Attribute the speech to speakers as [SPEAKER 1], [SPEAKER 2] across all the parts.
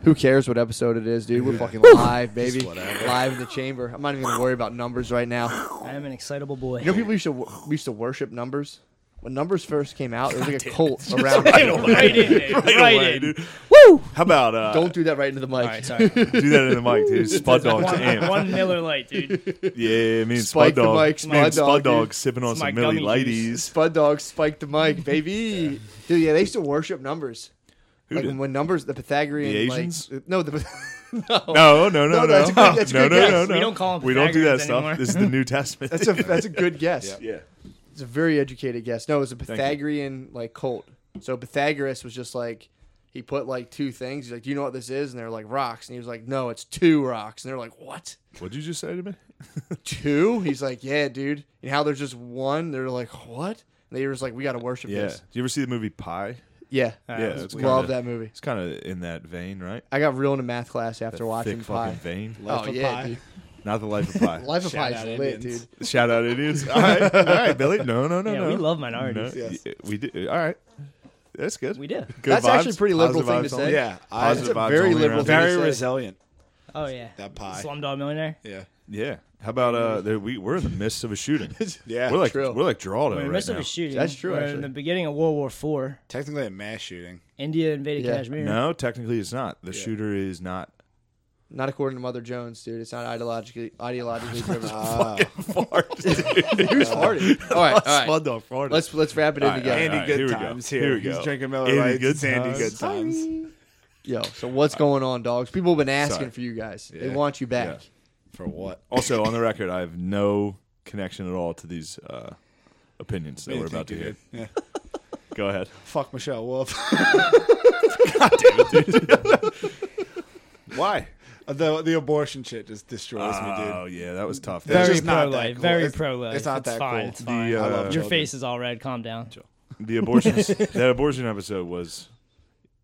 [SPEAKER 1] Who cares what episode it is, dude? We're fucking live, baby.
[SPEAKER 2] whatever.
[SPEAKER 1] Live in the chamber. I'm not even gonna worry about numbers right now.
[SPEAKER 3] I am an excitable boy.
[SPEAKER 1] You know, people used to wo- we used to worship numbers. When numbers first came out, there was like a cult around.
[SPEAKER 3] right in it. Right,
[SPEAKER 2] away,
[SPEAKER 3] in.
[SPEAKER 2] dude. How about uh,
[SPEAKER 1] Don't do that right into the mic.
[SPEAKER 3] All right, sorry.
[SPEAKER 2] do that in the mic, dude? Spud Dog to
[SPEAKER 3] one,
[SPEAKER 2] amp.
[SPEAKER 3] one Miller Light, dude.
[SPEAKER 2] Yeah, me and
[SPEAKER 1] Spike
[SPEAKER 2] Spud
[SPEAKER 1] the
[SPEAKER 2] Dog.
[SPEAKER 1] mic,
[SPEAKER 2] me
[SPEAKER 1] Spud Dog,
[SPEAKER 2] and Spud Dog
[SPEAKER 1] dude.
[SPEAKER 2] sipping on
[SPEAKER 3] It's my
[SPEAKER 2] some Millie
[SPEAKER 3] gummy juice.
[SPEAKER 2] Lighties.
[SPEAKER 1] Spud Dog spiked the mic, baby. Dude, yeah, they used to worship numbers.
[SPEAKER 2] Who
[SPEAKER 1] like
[SPEAKER 2] did?
[SPEAKER 1] when numbers, the Pythagorean,
[SPEAKER 2] The
[SPEAKER 1] like-
[SPEAKER 2] Asians?
[SPEAKER 1] no, the no,
[SPEAKER 2] No, no,
[SPEAKER 1] No,
[SPEAKER 2] no, no,
[SPEAKER 1] that's a good- that's a
[SPEAKER 2] no, no,
[SPEAKER 1] good guess.
[SPEAKER 2] no, no.
[SPEAKER 3] We don't call 'em
[SPEAKER 2] We don't do that
[SPEAKER 3] Pythagoreans
[SPEAKER 2] stuff.
[SPEAKER 3] anymore.
[SPEAKER 2] This is the New Testament.
[SPEAKER 1] That's a that's a good guess.
[SPEAKER 2] yeah.
[SPEAKER 1] It's a very educated guess. No, it was a
[SPEAKER 2] you.
[SPEAKER 1] Pythagorean like cult. So Pythagoras was just like he put like two things. He's like, "Do you know what this is?" And they're like rocks. And he was like, "No, it's two rocks." And they're like, "What?
[SPEAKER 2] What'd you just say to me?
[SPEAKER 1] Two? He's like, "Yeah, dude." And how there's just one. They're like, "What?" And they were just like, "We got to worship
[SPEAKER 2] Yeah. Do
[SPEAKER 1] this."
[SPEAKER 2] you ever see the movie Pie?
[SPEAKER 1] Yeah,
[SPEAKER 2] yeah,
[SPEAKER 3] that's
[SPEAKER 2] it's
[SPEAKER 3] weird.
[SPEAKER 1] love
[SPEAKER 2] kinda-
[SPEAKER 1] that movie.
[SPEAKER 2] It's kind of in that vein, right?
[SPEAKER 1] I got real into math class after watching
[SPEAKER 2] Thick
[SPEAKER 1] Pi.
[SPEAKER 2] fucking vein.
[SPEAKER 1] Oh
[SPEAKER 4] of
[SPEAKER 1] yeah,
[SPEAKER 4] Pi.
[SPEAKER 1] dude.
[SPEAKER 2] Not the life of Pi.
[SPEAKER 1] Life of
[SPEAKER 4] Shout
[SPEAKER 1] Pi
[SPEAKER 4] out
[SPEAKER 1] is lit,
[SPEAKER 4] Indians.
[SPEAKER 1] dude.
[SPEAKER 2] Shout out, idiots. All right, all right, Billy. No, no, no,
[SPEAKER 3] Yeah,
[SPEAKER 2] no.
[SPEAKER 3] we love
[SPEAKER 2] no.
[SPEAKER 3] minorities.
[SPEAKER 4] Yes.
[SPEAKER 2] y- We do. All right, that's good.
[SPEAKER 3] We do.
[SPEAKER 2] Good
[SPEAKER 1] That's
[SPEAKER 2] vibes.
[SPEAKER 1] actually a pretty liberal
[SPEAKER 2] Positive
[SPEAKER 1] thing to
[SPEAKER 2] vibes
[SPEAKER 1] say.
[SPEAKER 2] only.
[SPEAKER 4] Yeah, I-
[SPEAKER 2] Positive
[SPEAKER 1] That's a
[SPEAKER 2] vibes
[SPEAKER 1] very
[SPEAKER 2] only
[SPEAKER 1] liberal
[SPEAKER 2] around.
[SPEAKER 1] thing to
[SPEAKER 4] Very
[SPEAKER 1] say.
[SPEAKER 4] resilient.
[SPEAKER 3] Oh yeah.
[SPEAKER 4] That pie.
[SPEAKER 3] Slumdog Millionaire.
[SPEAKER 4] Yeah.
[SPEAKER 2] Yeah. How about uh? There, we we're in the midst of a shooting.
[SPEAKER 4] Yeah.
[SPEAKER 2] we're like
[SPEAKER 1] true.
[SPEAKER 2] we're like
[SPEAKER 3] We're in
[SPEAKER 2] Geraldo
[SPEAKER 3] the
[SPEAKER 2] right
[SPEAKER 3] midst
[SPEAKER 2] now.
[SPEAKER 3] of a shooting.
[SPEAKER 1] That's true,
[SPEAKER 3] We're
[SPEAKER 1] actually.
[SPEAKER 3] In the beginning of World War Four,
[SPEAKER 4] Technically a mass shooting.
[SPEAKER 3] India invaded
[SPEAKER 1] Yeah.
[SPEAKER 3] Kashmir.
[SPEAKER 2] No, technically it's not. The
[SPEAKER 4] Yeah.
[SPEAKER 2] shooter is not.
[SPEAKER 1] Not according to Mother Jones, dude. It's not ideologically ideologically driven.
[SPEAKER 4] Ah.
[SPEAKER 1] Who's farting? All right, all right.
[SPEAKER 2] Spud dog farted.
[SPEAKER 1] Let's let's wrap it in
[SPEAKER 2] All right,
[SPEAKER 1] together.
[SPEAKER 2] all right.
[SPEAKER 4] Andy Good
[SPEAKER 2] here we go.
[SPEAKER 4] Times here.
[SPEAKER 2] Here we go.
[SPEAKER 4] He's drinking Miller
[SPEAKER 2] Andy
[SPEAKER 4] Lights.
[SPEAKER 2] Good
[SPEAKER 4] It's Andy
[SPEAKER 2] Times.
[SPEAKER 4] Good Times.
[SPEAKER 1] Yo, so what's going on, dogs? People have been asking
[SPEAKER 2] Sorry.
[SPEAKER 1] for you guys. They
[SPEAKER 2] Yeah.
[SPEAKER 1] want you back.
[SPEAKER 4] For what?
[SPEAKER 2] Also, on the record, I have no connection at all to these uh, opinions that we're about to hear.
[SPEAKER 4] Yeah.
[SPEAKER 2] Go ahead.
[SPEAKER 4] Fuck Michelle Wolf.
[SPEAKER 2] Why?
[SPEAKER 4] the the abortion shit just destroys me, dude.
[SPEAKER 2] Oh yeah, that was tough.
[SPEAKER 4] Very
[SPEAKER 2] That was-
[SPEAKER 4] just not that
[SPEAKER 3] pro-life,
[SPEAKER 4] cool.
[SPEAKER 3] Very
[SPEAKER 4] It's-
[SPEAKER 3] pro life.
[SPEAKER 4] it's not that
[SPEAKER 3] fine.
[SPEAKER 4] cool.
[SPEAKER 3] It's
[SPEAKER 4] The,
[SPEAKER 3] fine.
[SPEAKER 2] uh,
[SPEAKER 4] I love
[SPEAKER 3] Your
[SPEAKER 4] children.
[SPEAKER 3] face is all red. Calm down.
[SPEAKER 2] the abortions. that abortion episode was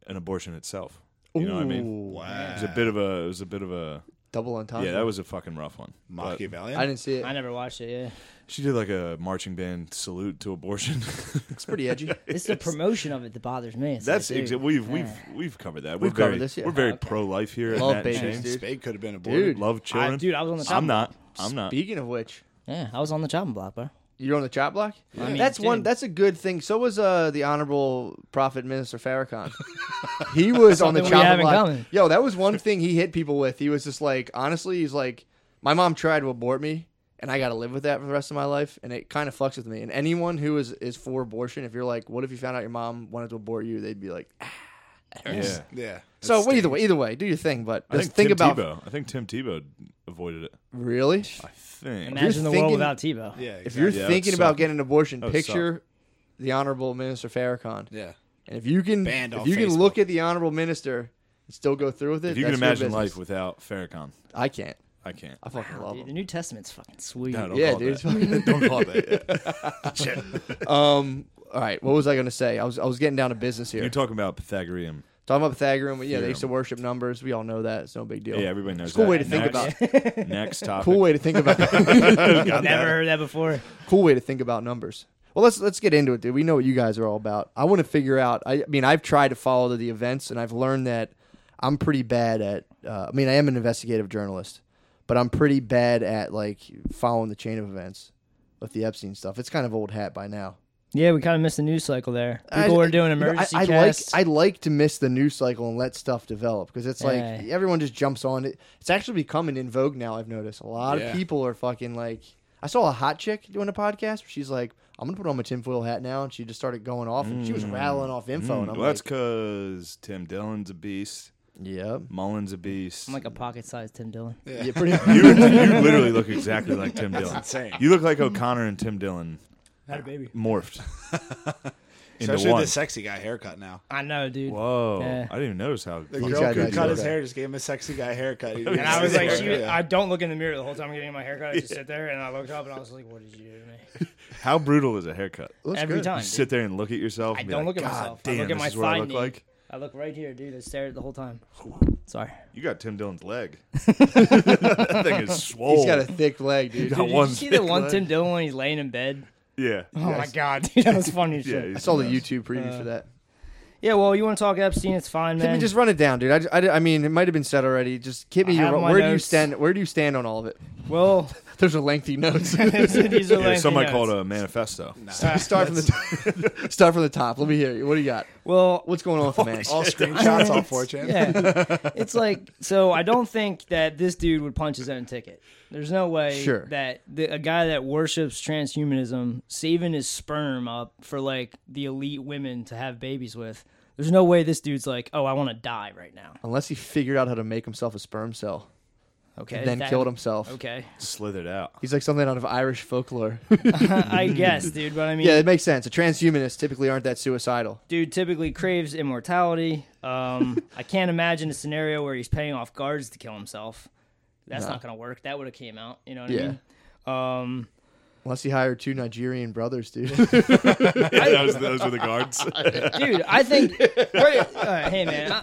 [SPEAKER 2] an abortion itself. You know what I mean?
[SPEAKER 1] Ooh,
[SPEAKER 4] Wow.
[SPEAKER 2] It was a bit of a. It was a bit of a.
[SPEAKER 1] Double entendre.
[SPEAKER 2] Yeah, that was a fucking rough one. But
[SPEAKER 1] I
[SPEAKER 4] Machiavellian.
[SPEAKER 1] didn't see it.
[SPEAKER 3] I never watched it. Yeah,
[SPEAKER 2] she did like a marching band salute to abortion.
[SPEAKER 1] It's pretty edgy.
[SPEAKER 3] it's the promotion of it that bothers me. It's
[SPEAKER 2] That's
[SPEAKER 3] like, dude,
[SPEAKER 2] exa- we've
[SPEAKER 3] yeah.
[SPEAKER 2] we've we've covered that. We're
[SPEAKER 1] We've covered
[SPEAKER 2] very,
[SPEAKER 1] this, yeah.
[SPEAKER 2] We're very pro life here. at
[SPEAKER 1] Love
[SPEAKER 2] Matt and
[SPEAKER 1] babies,
[SPEAKER 2] James.
[SPEAKER 1] dude.
[SPEAKER 4] Spade could have been aborted.
[SPEAKER 1] Dude,
[SPEAKER 2] Love children.
[SPEAKER 3] I, dude, I was on the.
[SPEAKER 2] I'm
[SPEAKER 3] chopping-
[SPEAKER 2] not. I'm not.
[SPEAKER 1] speaking of which,
[SPEAKER 3] Yeah, I was on the chopping block, bro.
[SPEAKER 1] you're on the chop block.
[SPEAKER 3] I mean,
[SPEAKER 1] that's one.
[SPEAKER 3] dude.
[SPEAKER 1] That's a good thing. So was uh, the honorable prophet minister Farrakhan. he was on the
[SPEAKER 3] Something we have
[SPEAKER 1] chopping
[SPEAKER 3] in
[SPEAKER 1] block.
[SPEAKER 3] common.
[SPEAKER 1] Yo, that was one thing he hit people with. He was just like, honestly, he's like, my mom tried to abort me, and I got to live with that for the rest of my life, and it kind of fucks with me. And anyone who is is for abortion, if you're like, what if you found out your mom wanted to abort you, they'd be like,
[SPEAKER 2] Yeah.
[SPEAKER 4] Yeah.
[SPEAKER 1] So
[SPEAKER 4] That's
[SPEAKER 1] well, either way, either way, do your thing. But
[SPEAKER 2] I think
[SPEAKER 1] just think
[SPEAKER 2] Tim
[SPEAKER 1] about
[SPEAKER 2] Tebow. I think Tim Tebow avoided it.
[SPEAKER 1] really
[SPEAKER 2] I think.
[SPEAKER 3] Imagine the
[SPEAKER 1] thinking-
[SPEAKER 3] world without Tebow.
[SPEAKER 4] Yeah.
[SPEAKER 1] if you're
[SPEAKER 2] Yeah, that
[SPEAKER 1] thinking
[SPEAKER 2] would
[SPEAKER 1] about
[SPEAKER 2] suck.
[SPEAKER 1] getting an abortion,
[SPEAKER 2] would
[SPEAKER 1] picture the honorable minister Farrakhan,
[SPEAKER 4] yeah.
[SPEAKER 1] and if you can,
[SPEAKER 4] Banned
[SPEAKER 1] if
[SPEAKER 4] off
[SPEAKER 1] you can
[SPEAKER 4] Facebook.
[SPEAKER 1] look at the honorable minister and still go through with it,
[SPEAKER 2] if you can
[SPEAKER 1] that's good
[SPEAKER 2] imagine
[SPEAKER 1] business.
[SPEAKER 2] life without Farrakhan,
[SPEAKER 1] I can't.
[SPEAKER 2] I can't.
[SPEAKER 1] I fucking love
[SPEAKER 3] Dude, the
[SPEAKER 1] him.
[SPEAKER 3] New Testament's fucking sweet.
[SPEAKER 2] No, don't
[SPEAKER 1] Yeah,
[SPEAKER 2] call it
[SPEAKER 1] dude. it's
[SPEAKER 2] that.
[SPEAKER 1] fucking-
[SPEAKER 2] don't call it that.
[SPEAKER 1] um. All right, what was I gonna say? I was I was getting down to business here.
[SPEAKER 2] You're talking about Pythagorean.
[SPEAKER 1] Talking about Pythagorean, but yeah, they used to
[SPEAKER 2] Theorem.
[SPEAKER 1] worship numbers. We all know that. It's no big deal.
[SPEAKER 2] Yeah, everybody knows.
[SPEAKER 1] It's a cool
[SPEAKER 2] that.
[SPEAKER 1] way to think
[SPEAKER 2] Next-
[SPEAKER 1] about.
[SPEAKER 2] Next topic.
[SPEAKER 1] Cool way to think about.
[SPEAKER 3] Never heard that before.
[SPEAKER 1] cool way to think about numbers. Well, let's let's get into it, dude. We know what you guys are all about. I want to figure out. I, I mean, I've tried to follow the events, and I've learned that I'm pretty bad at. Uh, I mean, I am an investigative journalist, but I'm pretty bad at like following the chain of events with the Epstein stuff. It's kind of old hat by now.
[SPEAKER 3] Yeah, we kind of missed the news cycle there.
[SPEAKER 1] I-
[SPEAKER 3] People were doing
[SPEAKER 1] you know, I-
[SPEAKER 3] emergency
[SPEAKER 1] I,
[SPEAKER 3] casts.
[SPEAKER 1] like I like to miss the news cycle and let stuff develop because it's like
[SPEAKER 3] Yeah.
[SPEAKER 1] everyone just jumps on it. It's actually becoming in vogue now. I've noticed a lot
[SPEAKER 4] Yeah.
[SPEAKER 1] of people are fucking like. I saw a hot chick doing a podcast where she's like, "I'm gonna put on my tinfoil hat now," and she just started going off and she was rattling off info.
[SPEAKER 2] Mm,
[SPEAKER 1] and I'm
[SPEAKER 2] well, that's
[SPEAKER 1] like,
[SPEAKER 2] because Tim Dillon's a beast.
[SPEAKER 1] "Yep,
[SPEAKER 2] Mullins a beast.
[SPEAKER 3] I'm like a pocket-sized Tim Dillon.
[SPEAKER 1] yeah, pretty."
[SPEAKER 2] you, you literally look exactly like Tim Dillon.
[SPEAKER 4] insane.
[SPEAKER 2] You look like O'Connor and Tim Dillon
[SPEAKER 3] Had a baby.
[SPEAKER 2] morphed into
[SPEAKER 4] Especially
[SPEAKER 2] one.
[SPEAKER 4] the sexy guy haircut now.
[SPEAKER 3] I know, dude.
[SPEAKER 2] Whoa!
[SPEAKER 3] Yeah.
[SPEAKER 2] I didn't even notice how.
[SPEAKER 4] The
[SPEAKER 1] He's
[SPEAKER 4] girl
[SPEAKER 1] got
[SPEAKER 4] who
[SPEAKER 1] that
[SPEAKER 4] cut
[SPEAKER 1] dude.
[SPEAKER 4] his hair just gave him a sexy guy haircut.
[SPEAKER 3] And I was like, she, I don't look in the mirror the whole time I'm getting my haircut. I just sit there and I looked up and I was like, what did you do to me?
[SPEAKER 2] How brutal is a haircut?
[SPEAKER 1] Looks
[SPEAKER 3] Every
[SPEAKER 1] good.
[SPEAKER 3] time.
[SPEAKER 2] You sit there and look at yourself.
[SPEAKER 3] I
[SPEAKER 2] and be
[SPEAKER 3] don't
[SPEAKER 2] like,
[SPEAKER 3] look at
[SPEAKER 2] God
[SPEAKER 3] myself.
[SPEAKER 2] Damn,
[SPEAKER 3] I look at
[SPEAKER 2] this
[SPEAKER 3] my
[SPEAKER 2] is what I
[SPEAKER 3] thigh
[SPEAKER 2] look
[SPEAKER 3] knee.
[SPEAKER 2] like.
[SPEAKER 3] I look right here, dude. I stared at it the whole time. Sorry.
[SPEAKER 2] You got Tim Dillon's leg. that thing is swole.
[SPEAKER 1] He's Oh. got a thick leg, dude.
[SPEAKER 2] Got
[SPEAKER 3] Dude,
[SPEAKER 2] one
[SPEAKER 3] did you see the
[SPEAKER 2] thick
[SPEAKER 3] one
[SPEAKER 2] leg.
[SPEAKER 3] Tim Dillon when he's laying in bed?
[SPEAKER 2] Yeah.
[SPEAKER 3] Oh my god, dude, that was funny as shit. Uh,
[SPEAKER 1] I saw the YouTube preview for that.
[SPEAKER 3] Yeah, well, you want to talk Epstein? It's fine,
[SPEAKER 1] Let
[SPEAKER 3] man.
[SPEAKER 1] me just run it down, dude. I, I, I mean, it might have been said already. Just give me
[SPEAKER 3] I have
[SPEAKER 1] your.
[SPEAKER 3] my
[SPEAKER 1] Where do you
[SPEAKER 3] notes.
[SPEAKER 1] stand? Where do you stand on all of it?
[SPEAKER 3] well,
[SPEAKER 1] There's a lengthy notes.
[SPEAKER 3] these are
[SPEAKER 2] Yeah,
[SPEAKER 3] lengthy
[SPEAKER 2] some might
[SPEAKER 3] notes.
[SPEAKER 2] call it a manifesto.
[SPEAKER 1] Uh, start from the top. start from the top. Let me hear you. What do you got?
[SPEAKER 3] Well,
[SPEAKER 1] What's going on with the man?
[SPEAKER 4] All screenshots on 4chan.
[SPEAKER 3] yeah. It's like so. I don't think that this dude would punch his own ticket. There's no way
[SPEAKER 1] Sure.
[SPEAKER 3] that the, a guy that worships transhumanism, saving his sperm up for like the elite women to have babies with. There's no way this dude's like, oh, I want to die right now.
[SPEAKER 1] Unless he figured out how to make himself a sperm cell,
[SPEAKER 3] Okay,
[SPEAKER 1] then
[SPEAKER 3] that-
[SPEAKER 1] killed himself.
[SPEAKER 3] Okay,
[SPEAKER 2] Slithered out.
[SPEAKER 1] He's like something out of Irish folklore.
[SPEAKER 3] I guess, dude. But I mean,
[SPEAKER 1] yeah, it makes sense. A transhumanist typically aren't that suicidal.
[SPEAKER 3] dude typically craves immortality. Um, I can't imagine a scenario where he's paying off guards to kill himself. That's not gonna work. That would have came out. You know what
[SPEAKER 1] Yeah.
[SPEAKER 3] I mean? Um,
[SPEAKER 1] Unless he hired two Nigerian brothers, dude.
[SPEAKER 2] Yeah, those, those were the guards.
[SPEAKER 3] dude, I think. Right, uh, hey man, I-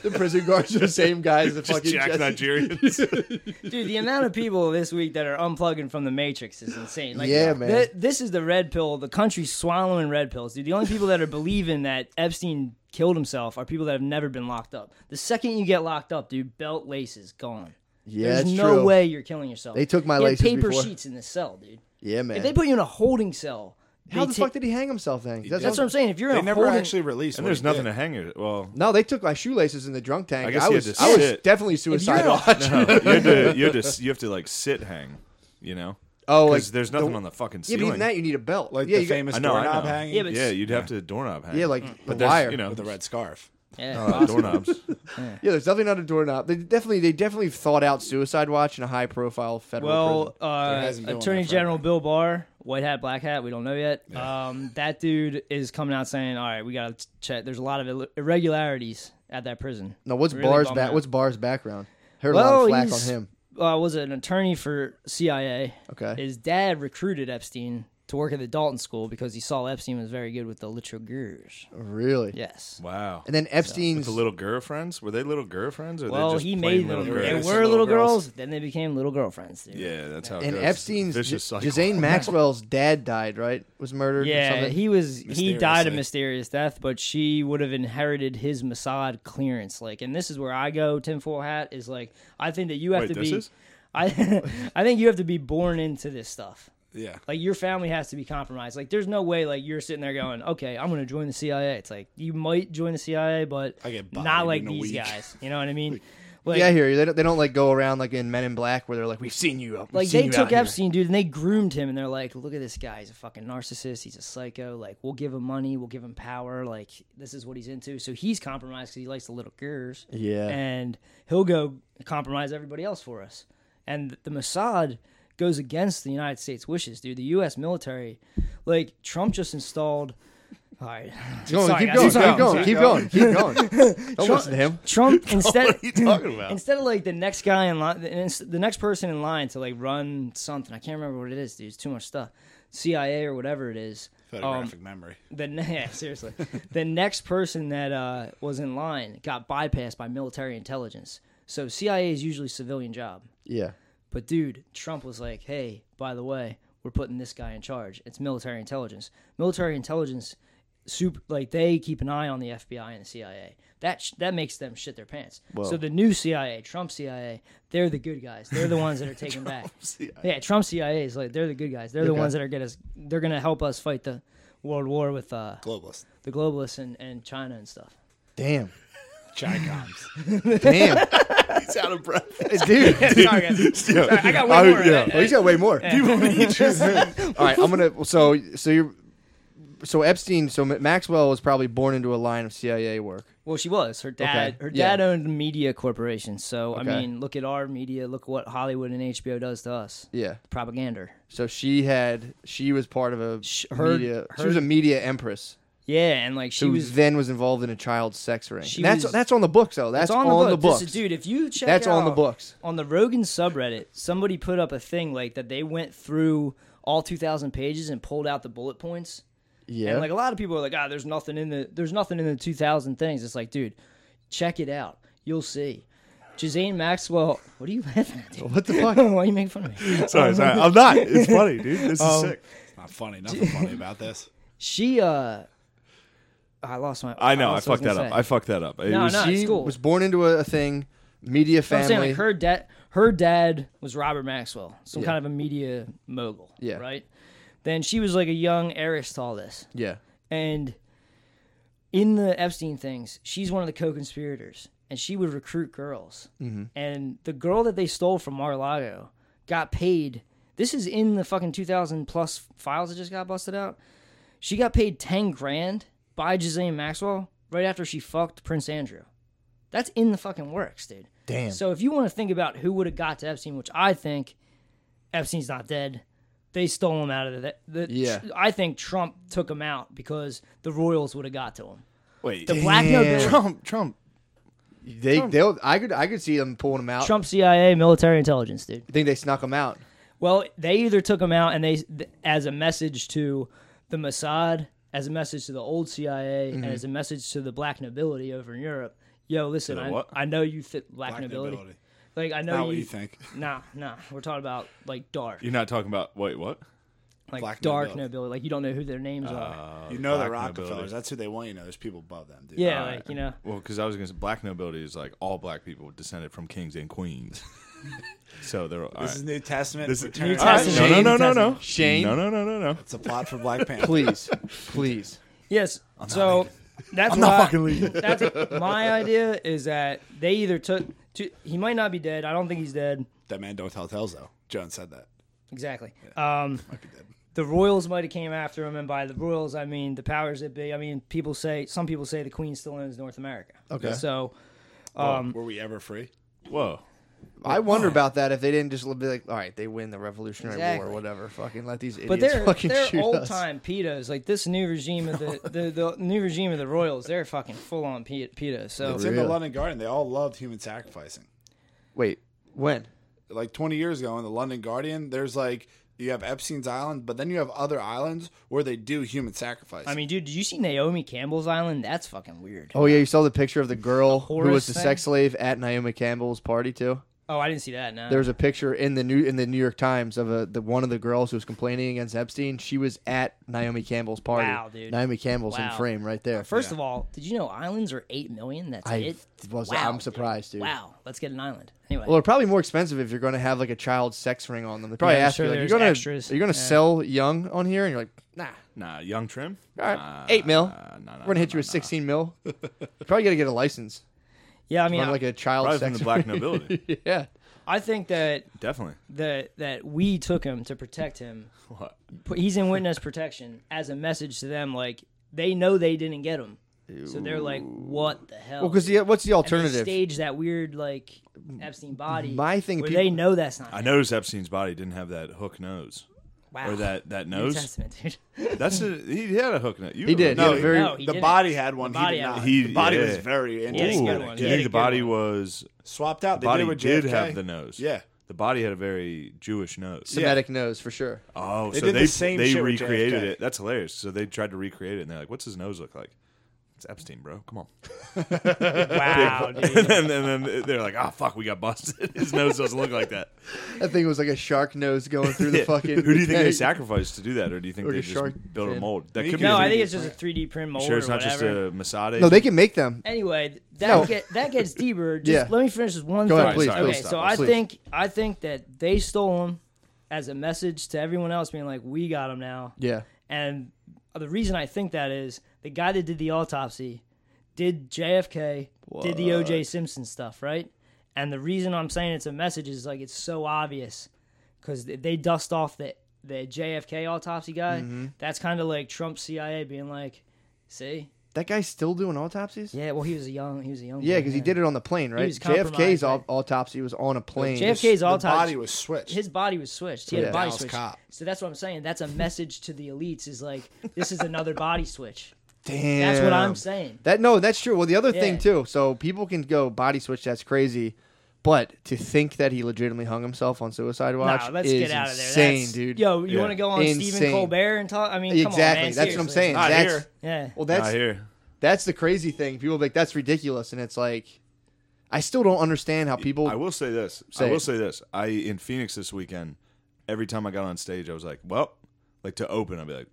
[SPEAKER 1] the prison guards are the same guys. The
[SPEAKER 2] Just
[SPEAKER 1] fucking
[SPEAKER 2] Jack
[SPEAKER 1] Jesse-
[SPEAKER 2] Nigerians.
[SPEAKER 3] dude, the amount of people this week that are unplugging from the Matrix is insane. Like,
[SPEAKER 1] Yeah, man.
[SPEAKER 3] th- this is the red pill. The country's swallowing red pills, dude. The only people that are believing that Epstein killed himself are people that have never been locked up. The second you get locked up, dude, belt laces gone.
[SPEAKER 1] Yeah,
[SPEAKER 3] There's
[SPEAKER 1] it's
[SPEAKER 3] no
[SPEAKER 1] true.
[SPEAKER 3] way you're killing yourself.
[SPEAKER 1] They took my
[SPEAKER 3] He had
[SPEAKER 1] laces
[SPEAKER 3] paper
[SPEAKER 1] before.
[SPEAKER 3] sheets in the cell, dude.
[SPEAKER 1] Yeah,
[SPEAKER 3] If they
[SPEAKER 1] man.
[SPEAKER 3] put you in a holding cell,
[SPEAKER 1] How
[SPEAKER 3] they
[SPEAKER 1] the
[SPEAKER 3] ta-
[SPEAKER 1] fuck did he hang himself then? 'Cause
[SPEAKER 3] That's what I'm saying. If you're in
[SPEAKER 4] They
[SPEAKER 3] a
[SPEAKER 4] never
[SPEAKER 3] holding,
[SPEAKER 4] actually released.
[SPEAKER 2] and
[SPEAKER 4] what
[SPEAKER 2] there's
[SPEAKER 4] he
[SPEAKER 2] nothing
[SPEAKER 4] did.
[SPEAKER 2] to hang it. Well,
[SPEAKER 1] No, they took my shoelaces in the drunk tank.
[SPEAKER 2] I
[SPEAKER 1] I,
[SPEAKER 2] guess he
[SPEAKER 1] was,
[SPEAKER 2] had to
[SPEAKER 1] I was
[SPEAKER 2] sit.
[SPEAKER 1] definitely suicidal.
[SPEAKER 2] no, you had to, you had to, s- you have to like sit hang. You know.
[SPEAKER 1] Oh, like
[SPEAKER 2] Because there's nothing on the fucking
[SPEAKER 1] yeah, but
[SPEAKER 2] ceiling.
[SPEAKER 1] even that you need a belt.
[SPEAKER 4] Like
[SPEAKER 1] yeah,
[SPEAKER 4] the
[SPEAKER 1] you got-
[SPEAKER 4] famous
[SPEAKER 2] I know, I
[SPEAKER 4] doorknob
[SPEAKER 2] know.
[SPEAKER 4] hanging
[SPEAKER 3] Yeah, but- Mm.
[SPEAKER 2] yeah, you'd have to doorknob hang.
[SPEAKER 1] yeah, like
[SPEAKER 2] Mm. but
[SPEAKER 1] the
[SPEAKER 2] there's,
[SPEAKER 1] wire.
[SPEAKER 2] you know,
[SPEAKER 4] with a red scarf.
[SPEAKER 3] Yeah.
[SPEAKER 1] Oh,
[SPEAKER 2] uh, doorknobs.
[SPEAKER 1] Yeah, there's definitely not a doorknob. They definitely they definitely thought out Suicide Watch in a high profile federal
[SPEAKER 3] Well,
[SPEAKER 4] There
[SPEAKER 3] uh,
[SPEAKER 4] hasn't been one
[SPEAKER 3] Attorney
[SPEAKER 4] there forever.
[SPEAKER 3] General Bill Barr, white hat, black hat, we don't know yet. Um, that dude is coming out saying, "All right, we got to check. There's a lot of Ill- irregularities at that prison."
[SPEAKER 1] No, what's
[SPEAKER 3] really
[SPEAKER 1] Barr's
[SPEAKER 3] bummed
[SPEAKER 1] back?
[SPEAKER 3] out.
[SPEAKER 1] What's Barr's background? Heard a lot
[SPEAKER 3] Well,
[SPEAKER 1] of flack on
[SPEAKER 3] he's-
[SPEAKER 1] him.
[SPEAKER 3] Uh, was an attorney for CIA.
[SPEAKER 1] Okay.
[SPEAKER 3] His dad recruited Epstein to work at the Dalton School because he saw Epstein was very good with the liturgers.
[SPEAKER 1] Really?
[SPEAKER 3] Yes.
[SPEAKER 2] Wow.
[SPEAKER 1] And then Epstein's
[SPEAKER 2] the little girlfriends were they little girlfriends or they
[SPEAKER 3] Well,
[SPEAKER 2] just
[SPEAKER 3] he
[SPEAKER 2] plain
[SPEAKER 3] made them.
[SPEAKER 2] little
[SPEAKER 4] girls.
[SPEAKER 3] They were
[SPEAKER 2] girls?
[SPEAKER 4] Innocent
[SPEAKER 3] little,
[SPEAKER 4] little
[SPEAKER 3] girls.
[SPEAKER 4] girls.
[SPEAKER 3] Then they became little girlfriends. Dude.
[SPEAKER 2] Yeah, that's how. It
[SPEAKER 1] and
[SPEAKER 2] goes.
[SPEAKER 1] Epstein's
[SPEAKER 2] vicious cycle.
[SPEAKER 1] Jazane Maxwell's dad died, right? Was murdered. or
[SPEAKER 3] Yeah,
[SPEAKER 1] something?
[SPEAKER 3] he was he died a
[SPEAKER 4] Mysteriously.
[SPEAKER 3] mysterious death, but she would have inherited his Mossad clearance. Like, and this is where I go tinfoil hat is like I think that you have
[SPEAKER 2] Wait,
[SPEAKER 3] to
[SPEAKER 2] this
[SPEAKER 3] be,
[SPEAKER 2] is?
[SPEAKER 3] I I think you have to be born into this stuff.
[SPEAKER 4] Yeah.
[SPEAKER 3] Like your family has to be compromised. Like there's no way like you're sitting there going, okay, I'm gonna join the CIA. It's like you might join the CIA, but
[SPEAKER 4] I get
[SPEAKER 3] not
[SPEAKER 4] bodied
[SPEAKER 3] like
[SPEAKER 4] in a
[SPEAKER 3] these
[SPEAKER 4] week.
[SPEAKER 3] guys. You know what I mean? Like,
[SPEAKER 1] yeah, I hear you. They don't, they don't like go around like in Men in Black where they're like, "We've seen you up." we've
[SPEAKER 3] Like
[SPEAKER 1] seen
[SPEAKER 3] they
[SPEAKER 1] you out
[SPEAKER 3] took
[SPEAKER 1] here."
[SPEAKER 3] Epstein, dude, and they groomed him, and they're like, "Look at this guy. He's a fucking narcissist. He's a psycho. Like, we'll give him money, we'll give him power. Like, this is what he's into. So he's compromised because he likes the little girls.
[SPEAKER 1] Yeah.
[SPEAKER 3] and he'll go compromise everybody else for us. And the Mossad goes against the United States' wishes, dude. The U.S. military, like Trump, just installed. All right,
[SPEAKER 1] Go on,
[SPEAKER 3] Sorry,
[SPEAKER 1] keep
[SPEAKER 3] guys.
[SPEAKER 1] going,
[SPEAKER 3] Sorry,
[SPEAKER 1] keep going,
[SPEAKER 3] sorry.
[SPEAKER 1] keep going, keep going. Don't listen to him.
[SPEAKER 3] Trump instead
[SPEAKER 2] you talking
[SPEAKER 4] Oh.
[SPEAKER 2] about?
[SPEAKER 3] instead of like the next guy in line, the ins- the next person in line to like run something. I can't remember what it is, dude. It's too much stuff. CIA or whatever it is. Um,
[SPEAKER 4] Photographic memory.
[SPEAKER 3] the ne- yeah, seriously, the next person that uh, was in line got bypassed by military intelligence. So CIA is usually a civilian job.
[SPEAKER 1] Yeah.
[SPEAKER 3] But dude, Trump was like, "Hey, by the way, we're putting this guy in charge. It's military intelligence. Military intelligence, super, like they keep an eye on the FBI and the CIA. That sh- that makes them shit their pants. So the new CIA, Trump CIA, they're the good guys. They're the ones that are taking back. Yeah, Trump CIA is like they're the good guys. They're the
[SPEAKER 1] Okay.
[SPEAKER 3] ones that are gonna they're gonna help us fight the world war with uh,
[SPEAKER 4] Globalist.
[SPEAKER 3] the globalists and, and China and stuff.
[SPEAKER 1] Damn.
[SPEAKER 4] Chi-coms.
[SPEAKER 1] Damn.
[SPEAKER 2] He's out of breath.
[SPEAKER 1] Dude.
[SPEAKER 3] Sorry, guys. Sorry, I got way
[SPEAKER 1] Oh,
[SPEAKER 3] more.
[SPEAKER 1] yeah.
[SPEAKER 3] I-
[SPEAKER 1] Oh, he's got way more. All right, I'm gonna. So, so you're. So Epstein. So Ma- Maxwell was probably born into a line of CIA work.
[SPEAKER 3] Well, she was. Her dad.
[SPEAKER 1] Okay.
[SPEAKER 3] Her
[SPEAKER 1] Yeah.
[SPEAKER 3] dad owned media corporations. So
[SPEAKER 1] Okay.
[SPEAKER 3] I mean, look at our media. Look what Hollywood and HBO does to us.
[SPEAKER 1] Yeah.
[SPEAKER 3] Propaganda.
[SPEAKER 1] So she had. She was part of a
[SPEAKER 3] Sh- her-
[SPEAKER 1] media. she
[SPEAKER 3] her-
[SPEAKER 1] was a media empress
[SPEAKER 3] Yeah, and like she
[SPEAKER 1] who
[SPEAKER 3] was.
[SPEAKER 1] then was involved in a child sex ring.
[SPEAKER 3] She
[SPEAKER 1] And That's
[SPEAKER 3] was-
[SPEAKER 1] that's on the books though. That's
[SPEAKER 3] it's on, the book. This is- dude. If you check,
[SPEAKER 1] That's on the
[SPEAKER 3] out-
[SPEAKER 1] books.
[SPEAKER 3] On the Rogan subreddit, somebody put up a thing like that. They went through all 2,000 pages and pulled out the bullet points.
[SPEAKER 1] Yeah.
[SPEAKER 3] And like a lot of people are like, ah, there's nothing in the there's nothing in the 2000 things. It's like, dude, check it out. You'll see. Jazane Maxwell. What are you laughing at? Dude?
[SPEAKER 1] what the fuck?
[SPEAKER 3] Why are you making fun of me?
[SPEAKER 2] Sorry, sorry. I'm not. It's
[SPEAKER 3] Um,
[SPEAKER 2] funny, dude. This is sick.
[SPEAKER 4] Not funny. Nothing funny about this.
[SPEAKER 3] she uh I lost my.
[SPEAKER 2] I know. I,
[SPEAKER 3] lost what
[SPEAKER 2] fucked that
[SPEAKER 3] was gonna
[SPEAKER 2] up.
[SPEAKER 3] say.
[SPEAKER 2] I fucked that up. It
[SPEAKER 3] No,
[SPEAKER 2] was-
[SPEAKER 3] no. it's
[SPEAKER 1] she
[SPEAKER 3] cool.
[SPEAKER 1] was born into a, a thing, media
[SPEAKER 3] But
[SPEAKER 1] family.
[SPEAKER 3] I'm saying like her dad, her dad was Robert Maxwell, some
[SPEAKER 1] Yeah.
[SPEAKER 3] kind of a media mogul.
[SPEAKER 1] Yeah.
[SPEAKER 3] Right. Then she was like a young heiress to all this,
[SPEAKER 1] yeah,
[SPEAKER 3] and in the Epstein things, she's one of the co-conspirators, and she would recruit girls. And the girl that they stole from Mar-a-Lago got paid. This is in the fucking 2,000 plus files that just got busted out. She got paid 10 grand by Ghislaine Maxwell right after she fucked Prince Andrew. That's in the fucking works, dude.
[SPEAKER 5] Damn.
[SPEAKER 3] So if you want to think about who would have got to Epstein, which I think Epstein's not dead, they stole him out of the. the
[SPEAKER 1] Yeah.
[SPEAKER 3] I think Trump took him out because the royals would have got to him.
[SPEAKER 2] Wait.
[SPEAKER 3] The black note. Trump,
[SPEAKER 5] Trump, Trump.
[SPEAKER 1] they they'll. I could I could see them pulling them out.
[SPEAKER 3] Trump CIA military intelligence, dude.
[SPEAKER 1] I think they snuck them out.
[SPEAKER 3] Well, they either took him out and they th- as a message to the Mossad, as a message to the old CIA, and as a message to the black nobility over in Europe. Yo, listen,
[SPEAKER 2] the
[SPEAKER 3] I,
[SPEAKER 2] what?
[SPEAKER 3] I know you fit black,
[SPEAKER 4] Black
[SPEAKER 3] nobility.
[SPEAKER 4] nobility.
[SPEAKER 3] Like I know
[SPEAKER 4] Not
[SPEAKER 3] you,
[SPEAKER 4] what you think.
[SPEAKER 3] Nah, nah. We're talking about like dark,
[SPEAKER 2] You're not talking about. Wait. What?
[SPEAKER 3] like
[SPEAKER 4] Black
[SPEAKER 3] dark nobility.
[SPEAKER 4] nobility. Uh,
[SPEAKER 3] Like you don't know who their names are.
[SPEAKER 4] You know the
[SPEAKER 2] Black
[SPEAKER 4] Rockefellers.
[SPEAKER 2] nobility.
[SPEAKER 4] That's who they want. You know, there's people above them, dude.
[SPEAKER 3] Yeah, like you know.
[SPEAKER 2] Well, because I was going to say black nobility is like all black people descended from kings and queens. so they're all
[SPEAKER 4] This
[SPEAKER 2] right.
[SPEAKER 4] is New Testament.
[SPEAKER 2] This is-
[SPEAKER 4] Return.
[SPEAKER 3] New
[SPEAKER 2] All right,
[SPEAKER 3] Testament.
[SPEAKER 2] No, no, no, no, no.
[SPEAKER 1] Shane.
[SPEAKER 2] No, no, no, no, no.
[SPEAKER 4] It's a plot for Black Panther.
[SPEAKER 1] Please, please.
[SPEAKER 3] Yes. so that's
[SPEAKER 5] I'm
[SPEAKER 3] why
[SPEAKER 5] not fucking leaving.
[SPEAKER 3] that's my idea is that they either took to, he might not be dead. I don't think he's dead.
[SPEAKER 4] That man don't tell tales though. Jones said that.
[SPEAKER 3] Exactly. Um, the royals might have came after him, and by the royals, I mean the powers that be. I mean, people say some people say the queen still owns North America.
[SPEAKER 1] Okay.
[SPEAKER 3] So
[SPEAKER 4] Were we ever free?
[SPEAKER 2] Whoa.
[SPEAKER 1] I
[SPEAKER 3] oh.
[SPEAKER 1] wonder about that if they didn't just be like, all right, they win the Revolutionary War
[SPEAKER 3] Exactly.
[SPEAKER 1] or whatever. Fucking let these idiots
[SPEAKER 3] but they're
[SPEAKER 1] fucking
[SPEAKER 3] they're
[SPEAKER 1] shoot
[SPEAKER 3] old
[SPEAKER 1] us.
[SPEAKER 3] time pedos. Like this new regime of the, the, the new regime of the royals, they're fucking full on pe- pedos. So
[SPEAKER 4] It's in the
[SPEAKER 1] Really?
[SPEAKER 4] London Garden. They all loved human sacrificing.
[SPEAKER 1] Wait, when?
[SPEAKER 4] Like 20 years ago in the London Guardian, there's like you have Epstein's Island, but then you have other islands where they do human sacrifice.
[SPEAKER 3] I mean, dude, did you see Naomi Campbell's island? That's fucking weird.
[SPEAKER 1] Oh yeah, you saw the picture of the girl who was
[SPEAKER 3] Horus
[SPEAKER 1] the
[SPEAKER 3] thing?
[SPEAKER 1] sex slave at Naomi Campbell's party too.
[SPEAKER 3] Oh, I didn't see that. No.
[SPEAKER 1] There was a picture in the new in the New York Times of a the one of the girls who was complaining against Epstein. She was at Naomi Campbell's party.
[SPEAKER 3] Wow, dude.
[SPEAKER 1] Naomi Campbell's in
[SPEAKER 3] Wow.
[SPEAKER 1] frame right there.
[SPEAKER 3] First of all, did you know islands are eight million? That's
[SPEAKER 1] I
[SPEAKER 3] it.
[SPEAKER 1] was- I'm surprised, dude.
[SPEAKER 3] Wow, let's get an island. Anyway,
[SPEAKER 1] well, they're probably more expensive if you're going to have like a child sex ring on them. They probably
[SPEAKER 3] Yeah, I'm
[SPEAKER 1] ask
[SPEAKER 3] sure
[SPEAKER 1] you, like,
[SPEAKER 3] there's
[SPEAKER 1] "You're going
[SPEAKER 3] extras."
[SPEAKER 1] to you're going to
[SPEAKER 3] Yeah.
[SPEAKER 1] sell young on here?" And you're like, "Nah,
[SPEAKER 2] Nah, young trim.
[SPEAKER 1] all right,
[SPEAKER 2] Nah,
[SPEAKER 1] eight mil.
[SPEAKER 2] nah, nah,
[SPEAKER 1] We're gonna hit
[SPEAKER 2] nah,
[SPEAKER 1] you with
[SPEAKER 2] nah.
[SPEAKER 1] sixteen mil. you probably got to get a license.
[SPEAKER 3] yeah, I mean,
[SPEAKER 1] Run
[SPEAKER 3] I,
[SPEAKER 1] like a child
[SPEAKER 2] Probably from
[SPEAKER 1] sex
[SPEAKER 2] the black
[SPEAKER 1] ring.
[SPEAKER 2] nobility.
[SPEAKER 1] yeah,
[SPEAKER 3] I think that
[SPEAKER 2] Definitely.
[SPEAKER 3] that that we took him to protect him.
[SPEAKER 2] What?
[SPEAKER 3] Put- He's in witness protection as a message to them. Like they know they didn't get him, so they're like, "What the hell?"
[SPEAKER 1] well, because
[SPEAKER 3] dude?"
[SPEAKER 1] what's the
[SPEAKER 3] And they
[SPEAKER 1] alternative?
[SPEAKER 3] stage that weird like Epstein body.
[SPEAKER 1] My thing,
[SPEAKER 3] where
[SPEAKER 1] people-
[SPEAKER 3] they know that's not.
[SPEAKER 2] I
[SPEAKER 3] him.
[SPEAKER 2] noticed Epstein's body didn't have that hook nose
[SPEAKER 3] Wow.
[SPEAKER 2] or that that
[SPEAKER 3] New
[SPEAKER 2] nose.
[SPEAKER 3] Testament, dude.
[SPEAKER 2] That's a he had a hook nose. You
[SPEAKER 1] He did. he
[SPEAKER 2] remember that.
[SPEAKER 1] had a very
[SPEAKER 3] No, he
[SPEAKER 4] the
[SPEAKER 3] didn't.
[SPEAKER 4] body had one.
[SPEAKER 3] The body
[SPEAKER 4] he did
[SPEAKER 3] had
[SPEAKER 4] not.
[SPEAKER 3] one.
[SPEAKER 2] He-
[SPEAKER 4] the body
[SPEAKER 2] yeah.
[SPEAKER 4] was very
[SPEAKER 3] he had a
[SPEAKER 2] Ooh,
[SPEAKER 4] interesting.
[SPEAKER 3] good one. He
[SPEAKER 2] yeah,
[SPEAKER 3] had a
[SPEAKER 2] the
[SPEAKER 3] good
[SPEAKER 2] body
[SPEAKER 3] one.
[SPEAKER 2] was
[SPEAKER 4] Swapped out.
[SPEAKER 2] the
[SPEAKER 4] they
[SPEAKER 2] body
[SPEAKER 4] did with
[SPEAKER 2] did
[SPEAKER 4] JFK.
[SPEAKER 2] have the nose.
[SPEAKER 4] Yeah.
[SPEAKER 2] The body had a very Jewish nose.
[SPEAKER 1] Semitic nose for sure.
[SPEAKER 2] Oh,
[SPEAKER 4] They
[SPEAKER 2] so
[SPEAKER 4] did the
[SPEAKER 2] they
[SPEAKER 4] same
[SPEAKER 2] they
[SPEAKER 4] shit with
[SPEAKER 2] recreated
[SPEAKER 4] JFK.
[SPEAKER 2] it. That's hilarious. So they tried to recreate it, and they're like, "What's his nose look like?" It's Epstein, bro. Come on.
[SPEAKER 3] Wow, dude.
[SPEAKER 2] and, then, and then they're like, "Oh fuck, we got busted. His nose doesn't look like that."
[SPEAKER 1] That thing was like a shark nose going through the fucking.
[SPEAKER 2] Who do you think they
[SPEAKER 1] tank.
[SPEAKER 2] sacrificed to do that, or do you think
[SPEAKER 1] Like
[SPEAKER 2] they
[SPEAKER 1] a
[SPEAKER 2] just
[SPEAKER 1] shark
[SPEAKER 2] built a
[SPEAKER 1] fin.
[SPEAKER 2] mold? That
[SPEAKER 4] You
[SPEAKER 2] could be.
[SPEAKER 4] can-
[SPEAKER 3] No,
[SPEAKER 2] a-
[SPEAKER 3] I think it's just a 3D print mold
[SPEAKER 2] sure it's
[SPEAKER 3] or
[SPEAKER 2] not just
[SPEAKER 3] whatever.
[SPEAKER 2] a Masada.
[SPEAKER 1] No, they can make them.
[SPEAKER 3] Anyway, that
[SPEAKER 1] No.
[SPEAKER 3] get, that gets deeper. Just
[SPEAKER 1] Yeah.
[SPEAKER 3] let me finish this one
[SPEAKER 1] Go
[SPEAKER 3] thing.
[SPEAKER 1] ahead,
[SPEAKER 2] please,
[SPEAKER 3] okay,
[SPEAKER 2] please
[SPEAKER 3] so
[SPEAKER 2] stop
[SPEAKER 1] us,
[SPEAKER 3] I
[SPEAKER 1] please.
[SPEAKER 3] think I think that they stole him as a message to everyone else, being like, "We got him now."
[SPEAKER 1] Yeah,
[SPEAKER 3] And the reason I think that is the guy that did the autopsy did JFK, did the OJ Simpson stuff, right? And the reason I'm saying it's a message is like it's so obvious because they dust off the, the JFK autopsy guy. That's kind of like Trump CIA being like, see,
[SPEAKER 1] that guy's still doing autopsies.
[SPEAKER 3] yeah, well he was a young, he was a young,
[SPEAKER 1] Yeah,
[SPEAKER 3] boy,
[SPEAKER 1] because he did it on the plane, right?
[SPEAKER 3] was
[SPEAKER 1] JFK's
[SPEAKER 3] compromised,
[SPEAKER 1] au-
[SPEAKER 3] right?
[SPEAKER 1] autopsy was on a plane.
[SPEAKER 3] JFK's
[SPEAKER 4] The
[SPEAKER 3] autopsy.
[SPEAKER 4] body was switched.
[SPEAKER 3] his body was switched. He had
[SPEAKER 1] Yeah.
[SPEAKER 3] a body
[SPEAKER 4] Dallas
[SPEAKER 3] switch.
[SPEAKER 4] cop.
[SPEAKER 3] So that's what I'm saying. That's a message to the elites. Is like this is another body switch.
[SPEAKER 1] Damn.
[SPEAKER 3] That's what I'm saying.
[SPEAKER 1] That no, that's true. Well, the other thing
[SPEAKER 3] Yeah.
[SPEAKER 1] too. So people can go body switch. That's crazy. But to think that he legitimately hung himself on suicide watch
[SPEAKER 3] No, let's
[SPEAKER 1] is
[SPEAKER 3] get out of there.
[SPEAKER 1] insane,
[SPEAKER 3] That's-
[SPEAKER 1] dude.
[SPEAKER 3] Yo, you
[SPEAKER 2] Yeah.
[SPEAKER 3] want to go on Stephen
[SPEAKER 1] Insane.
[SPEAKER 3] Colbert and talk? I mean, come on,
[SPEAKER 1] exactly.
[SPEAKER 3] man,
[SPEAKER 1] that's what I'm
[SPEAKER 3] seriously.
[SPEAKER 1] saying.
[SPEAKER 2] Not
[SPEAKER 1] that's
[SPEAKER 2] here.
[SPEAKER 3] Yeah.
[SPEAKER 1] well,
[SPEAKER 2] Not
[SPEAKER 1] that's
[SPEAKER 2] here.
[SPEAKER 1] that's the crazy thing. People are like that's ridiculous, and it's like I still don't understand how people.
[SPEAKER 2] I will say this.
[SPEAKER 1] Say
[SPEAKER 2] I will
[SPEAKER 1] it.
[SPEAKER 2] say this. I in Phoenix this weekend. Every time I got on stage, I was like, "Well, like to open, I'd be like,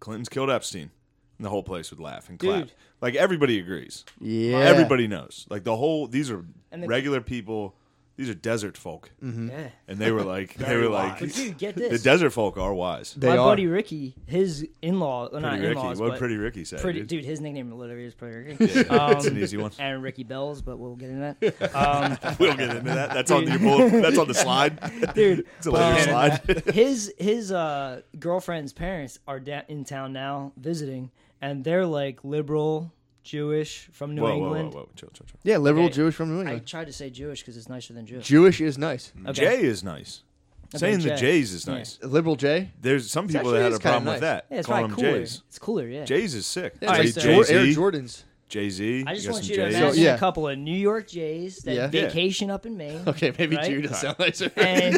[SPEAKER 2] Clinton's killed Epstein." And and the whole place would laugh and clap.
[SPEAKER 3] Dude.
[SPEAKER 2] Like everybody agrees.
[SPEAKER 1] Yeah.
[SPEAKER 2] Everybody knows. Like the whole these are
[SPEAKER 3] And the-
[SPEAKER 2] regular people. These are desert folk,
[SPEAKER 1] Mm-hmm.
[SPEAKER 3] Yeah.
[SPEAKER 2] and they were like they were like
[SPEAKER 3] But dude, get
[SPEAKER 2] the
[SPEAKER 3] this.
[SPEAKER 2] desert folk are wise.
[SPEAKER 1] They
[SPEAKER 3] My
[SPEAKER 1] are.
[SPEAKER 3] buddy Ricky, his in-law, well, not
[SPEAKER 2] Pretty Ricky,
[SPEAKER 3] in-laws,
[SPEAKER 2] what
[SPEAKER 3] but
[SPEAKER 2] Pretty Ricky said.
[SPEAKER 3] pretty
[SPEAKER 2] dude.
[SPEAKER 3] dude. His nickname literally is Pretty Ricky. Um,
[SPEAKER 2] It's an easy one.
[SPEAKER 3] and Ricky Bells, but we'll get into that. Um,
[SPEAKER 2] We'll get into that. That's on the bullet. That's on the slide.
[SPEAKER 3] dude,
[SPEAKER 2] It's a later
[SPEAKER 3] um,
[SPEAKER 2] slide.
[SPEAKER 3] his his uh, girlfriend's parents are da- in town now visiting, and they're like liberal, Jewish from New
[SPEAKER 2] whoa, whoa, whoa,
[SPEAKER 3] England.
[SPEAKER 2] whoa, chill, chill, chill.
[SPEAKER 1] Yeah, liberal
[SPEAKER 3] Okay.
[SPEAKER 1] Jewish from New
[SPEAKER 3] I
[SPEAKER 1] England.
[SPEAKER 3] tried to say Jewish because it's nicer than Jewish.
[SPEAKER 1] Jewish is nice.
[SPEAKER 3] Okay.
[SPEAKER 2] Jay is nice.
[SPEAKER 3] Okay,
[SPEAKER 2] Saying the
[SPEAKER 3] Jay.
[SPEAKER 2] J's is
[SPEAKER 3] Yeah.
[SPEAKER 2] nice.
[SPEAKER 1] Liberal J.
[SPEAKER 2] There's some people
[SPEAKER 1] actually
[SPEAKER 2] that had
[SPEAKER 1] is
[SPEAKER 2] a
[SPEAKER 1] kinda
[SPEAKER 2] problem with
[SPEAKER 1] nice.
[SPEAKER 2] that.
[SPEAKER 3] yeah, it's
[SPEAKER 2] calling
[SPEAKER 3] probably
[SPEAKER 2] them
[SPEAKER 3] cooler.
[SPEAKER 2] Jays.
[SPEAKER 3] it's cooler, yeah.
[SPEAKER 2] Jay's is sick.
[SPEAKER 1] Yeah,
[SPEAKER 3] Alright,
[SPEAKER 1] it's like
[SPEAKER 3] so-
[SPEAKER 1] Jor- Air
[SPEAKER 2] Jay-Z,
[SPEAKER 1] Jordans.
[SPEAKER 2] Jay-Z.
[SPEAKER 3] I just
[SPEAKER 2] got
[SPEAKER 3] want
[SPEAKER 2] some
[SPEAKER 3] you to
[SPEAKER 2] J's.
[SPEAKER 3] imagine
[SPEAKER 1] So, yeah.
[SPEAKER 3] a couple of New York Jays that
[SPEAKER 1] Yeah.
[SPEAKER 2] Yeah.
[SPEAKER 3] vacation up in Maine.
[SPEAKER 1] Okay, maybe
[SPEAKER 3] right?
[SPEAKER 1] Jew does sound nicer.
[SPEAKER 3] and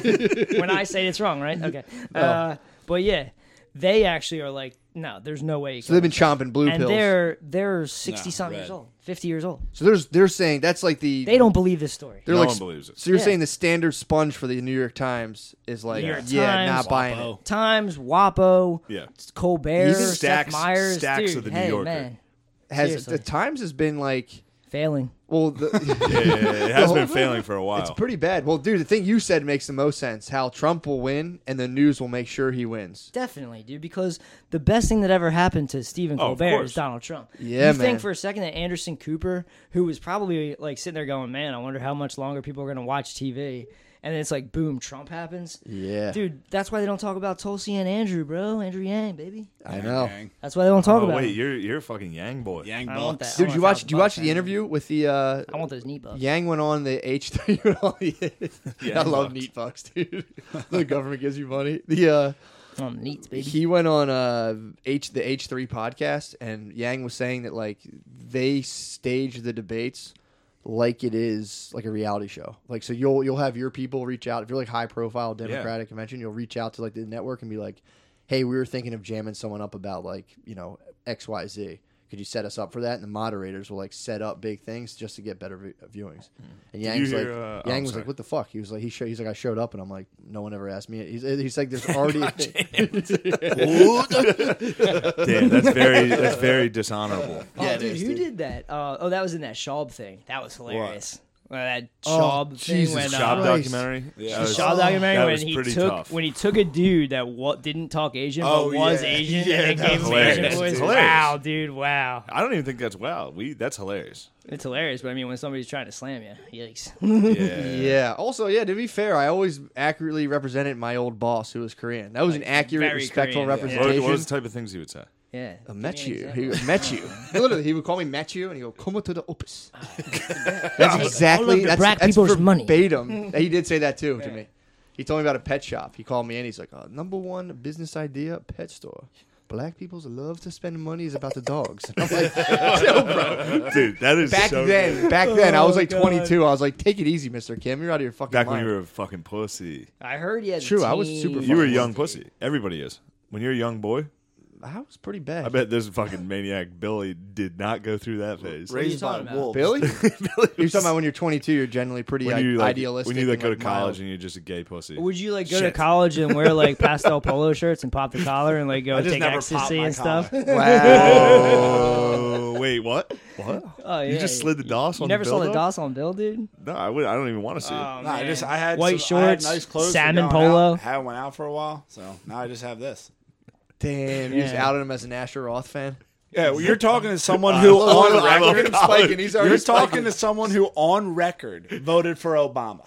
[SPEAKER 3] when I say it's wrong, right? Okay.
[SPEAKER 2] Oh.
[SPEAKER 3] Uh, but yeah, they actually are like, no, there's no way. You
[SPEAKER 1] So they've been chomping blue
[SPEAKER 3] and
[SPEAKER 1] pills.
[SPEAKER 3] they're they're sixty
[SPEAKER 4] Nah,
[SPEAKER 3] something
[SPEAKER 4] red.
[SPEAKER 3] years old, fifty years old.
[SPEAKER 1] so there's they're saying that's like the
[SPEAKER 3] They don't believe this story.
[SPEAKER 1] they're
[SPEAKER 2] No
[SPEAKER 1] like
[SPEAKER 2] one
[SPEAKER 1] s-
[SPEAKER 2] believes it.
[SPEAKER 1] So you're
[SPEAKER 3] Yeah.
[SPEAKER 1] saying the standard sponge for the New York Times is like
[SPEAKER 3] New York
[SPEAKER 1] yeah,
[SPEAKER 3] Times,
[SPEAKER 1] not buying it.
[SPEAKER 4] Wapo.
[SPEAKER 3] Times, Wapo,
[SPEAKER 2] Yeah.
[SPEAKER 3] Colbert,
[SPEAKER 2] Even
[SPEAKER 3] Seth
[SPEAKER 2] stacks-
[SPEAKER 3] Meyers,
[SPEAKER 2] stacks
[SPEAKER 3] dude,
[SPEAKER 2] of the New
[SPEAKER 3] hey,
[SPEAKER 2] Yorker.
[SPEAKER 3] man,
[SPEAKER 1] Has
[SPEAKER 3] Seriously.
[SPEAKER 1] the Times has been like
[SPEAKER 3] failing.
[SPEAKER 1] well the,
[SPEAKER 2] Yeah, yeah, yeah. It has
[SPEAKER 1] whole-
[SPEAKER 2] been failing for a while.
[SPEAKER 1] it's pretty bad. Well, dude, the thing you said makes the most sense. How Trump will win and the news will make sure he wins.
[SPEAKER 3] Definitely, dude, because the best thing that ever happened to Stephen
[SPEAKER 2] Oh, of
[SPEAKER 3] Colbert
[SPEAKER 2] course.
[SPEAKER 3] is Donald Trump.
[SPEAKER 1] Yeah, man.
[SPEAKER 3] you think for a second that Anderson Cooper, who was probably like sitting there going, "Man, I wonder how much longer people are going to watch TV," and then it's like, boom, Trump happens.
[SPEAKER 1] Yeah.
[SPEAKER 3] dude, that's why they don't talk about Tulsi and Andrew, bro. Andrew Yang, baby.
[SPEAKER 1] I know.
[SPEAKER 4] Yang,
[SPEAKER 3] That's why they don't talk
[SPEAKER 2] Oh
[SPEAKER 3] about.
[SPEAKER 2] wait,
[SPEAKER 3] him.
[SPEAKER 2] you're you're a fucking Yang boy.
[SPEAKER 4] Yang
[SPEAKER 3] I want
[SPEAKER 4] Bucks.
[SPEAKER 3] that.
[SPEAKER 1] Dude,
[SPEAKER 3] I
[SPEAKER 1] you
[SPEAKER 3] want
[SPEAKER 1] watch
[SPEAKER 3] that
[SPEAKER 1] did you watch
[SPEAKER 3] bucks,
[SPEAKER 1] the
[SPEAKER 3] I
[SPEAKER 1] interview with the uh
[SPEAKER 3] I want those knee bucks.
[SPEAKER 1] Yang went on the H three. I love neat bucks, dude. the government gives you money. The uh,
[SPEAKER 3] on the neats, baby.
[SPEAKER 1] he went on uh H the H three podcast, and Yang was saying that like they stage the debates like it is like a reality show. Like so you'll you'll have your people reach out if you're like high profile Democratic convention, you'll reach out to like the network and be like, hey, we were thinking of jamming someone up about like you know X Y Z. Could you set us up for that? And the moderators will like set up big things just to get better vi- uh, viewings. And Yang's
[SPEAKER 2] hear, uh,
[SPEAKER 1] like,
[SPEAKER 2] oh,
[SPEAKER 1] Yang was
[SPEAKER 2] sorry.
[SPEAKER 1] like, "What the fuck?" He was like, "He showed." He's like, "I showed up," and I'm like, "No one ever asked me." He's, he's like, "There's already." a thing."
[SPEAKER 2] Damn, that's very that's very dishonorable.
[SPEAKER 3] Oh,
[SPEAKER 1] Yeah, it
[SPEAKER 3] dude,
[SPEAKER 1] is,
[SPEAKER 3] who
[SPEAKER 1] dude.
[SPEAKER 3] did that? Uh, oh, that was in that Schaub thing. That was hilarious. Well, that Schaub thing
[SPEAKER 1] Jesus
[SPEAKER 3] when
[SPEAKER 2] Shop
[SPEAKER 3] uh,
[SPEAKER 1] Christ.
[SPEAKER 2] documentary.
[SPEAKER 4] Yeah.
[SPEAKER 2] That was-
[SPEAKER 3] Schaub documentary
[SPEAKER 2] that
[SPEAKER 3] when
[SPEAKER 2] was
[SPEAKER 3] he
[SPEAKER 2] pretty
[SPEAKER 3] took
[SPEAKER 2] tough.
[SPEAKER 3] when he took a dude that wa- didn't talk Asian
[SPEAKER 4] Oh,
[SPEAKER 3] but was
[SPEAKER 4] yeah.
[SPEAKER 3] Asian
[SPEAKER 4] Yeah,
[SPEAKER 3] and it
[SPEAKER 4] that's
[SPEAKER 3] gave him Asian
[SPEAKER 2] hilarious,
[SPEAKER 3] voice.
[SPEAKER 2] dude.
[SPEAKER 3] Wow, dude, wow,
[SPEAKER 2] I don't even think that's wow. We that's hilarious.
[SPEAKER 3] it's hilarious. But I mean, when somebody's trying to slam you, yikes.
[SPEAKER 2] Yeah.
[SPEAKER 1] Yeah. Also, yeah. To be fair, I always accurately represented my old boss, who was Korean. That was an accurate,
[SPEAKER 3] very
[SPEAKER 1] respectful
[SPEAKER 3] Korean, yeah.
[SPEAKER 2] What, what
[SPEAKER 1] representation.
[SPEAKER 2] was the type of things he would say?
[SPEAKER 3] yeah,
[SPEAKER 1] Uh,
[SPEAKER 3] give me
[SPEAKER 1] met
[SPEAKER 3] an
[SPEAKER 1] you. He
[SPEAKER 3] example.
[SPEAKER 1] met you. Literally, he would call me met you, and he go come to the opus. that's exactly
[SPEAKER 3] of the
[SPEAKER 1] that's,
[SPEAKER 3] black
[SPEAKER 1] that's
[SPEAKER 3] people's money.
[SPEAKER 1] verbatim. he did say that too to me. He told me about a pet shop. He called me in. He's like, uh, number one business idea, pet store. Black people's love to spend money is about the dogs. And I'm like,
[SPEAKER 2] Dude, that is
[SPEAKER 1] back
[SPEAKER 2] so
[SPEAKER 1] then,
[SPEAKER 2] good.
[SPEAKER 1] back then, I was
[SPEAKER 3] Oh,
[SPEAKER 1] like
[SPEAKER 3] God.
[SPEAKER 1] 22. I was like, take it easy, Mr. Kim. You're out of your fucking
[SPEAKER 2] back
[SPEAKER 1] mind.
[SPEAKER 2] when you were a fucking pussy.
[SPEAKER 3] I heard he had a
[SPEAKER 1] True, I was super
[SPEAKER 3] teen-
[SPEAKER 2] You were a
[SPEAKER 1] Fucking
[SPEAKER 2] young pussy. Everybody is. When you're a young boy,
[SPEAKER 1] I was pretty bad.
[SPEAKER 2] I bet this fucking maniac Billy did not go through that phase.
[SPEAKER 4] Raised by
[SPEAKER 3] talking about?
[SPEAKER 4] wolves.
[SPEAKER 1] Billy? You're talking about when you're 22, you're generally pretty
[SPEAKER 2] When
[SPEAKER 1] i-
[SPEAKER 2] you like,
[SPEAKER 1] idealistic.
[SPEAKER 2] when you like
[SPEAKER 1] and,
[SPEAKER 2] go to college
[SPEAKER 1] mild.
[SPEAKER 2] and you're just a gay pussy.
[SPEAKER 3] Would you like go to
[SPEAKER 2] Shit.
[SPEAKER 3] college and wear like pastel polo shirts and pop the collar and like go
[SPEAKER 4] just
[SPEAKER 3] take
[SPEAKER 4] never popped
[SPEAKER 3] ecstasy
[SPEAKER 4] my
[SPEAKER 3] and stuff?
[SPEAKER 1] Wow.
[SPEAKER 2] Oh wait, what? What?
[SPEAKER 3] Oh,
[SPEAKER 2] You
[SPEAKER 3] yeah.
[SPEAKER 2] just slid the DOS
[SPEAKER 3] You
[SPEAKER 2] on.
[SPEAKER 3] never
[SPEAKER 2] the
[SPEAKER 3] saw the Oh,
[SPEAKER 2] dildo?
[SPEAKER 3] DOS on Bill, dude.
[SPEAKER 2] No, I would. I don't even want to see it.
[SPEAKER 4] Nah, I just I had
[SPEAKER 3] white
[SPEAKER 4] some- I had
[SPEAKER 3] shorts,
[SPEAKER 4] nice clothes for
[SPEAKER 3] salmon
[SPEAKER 4] going
[SPEAKER 3] polo.
[SPEAKER 4] Out. Had went out for a while, so now I just have this.
[SPEAKER 1] Damn, you just
[SPEAKER 3] Yeah.
[SPEAKER 1] outed him as an Asher Roth fan.
[SPEAKER 4] Yeah, well, you're talking to someone who on
[SPEAKER 2] I love
[SPEAKER 4] record.
[SPEAKER 2] it.
[SPEAKER 1] spiking. He's already
[SPEAKER 4] You're talking to someone who on record voted for Obama.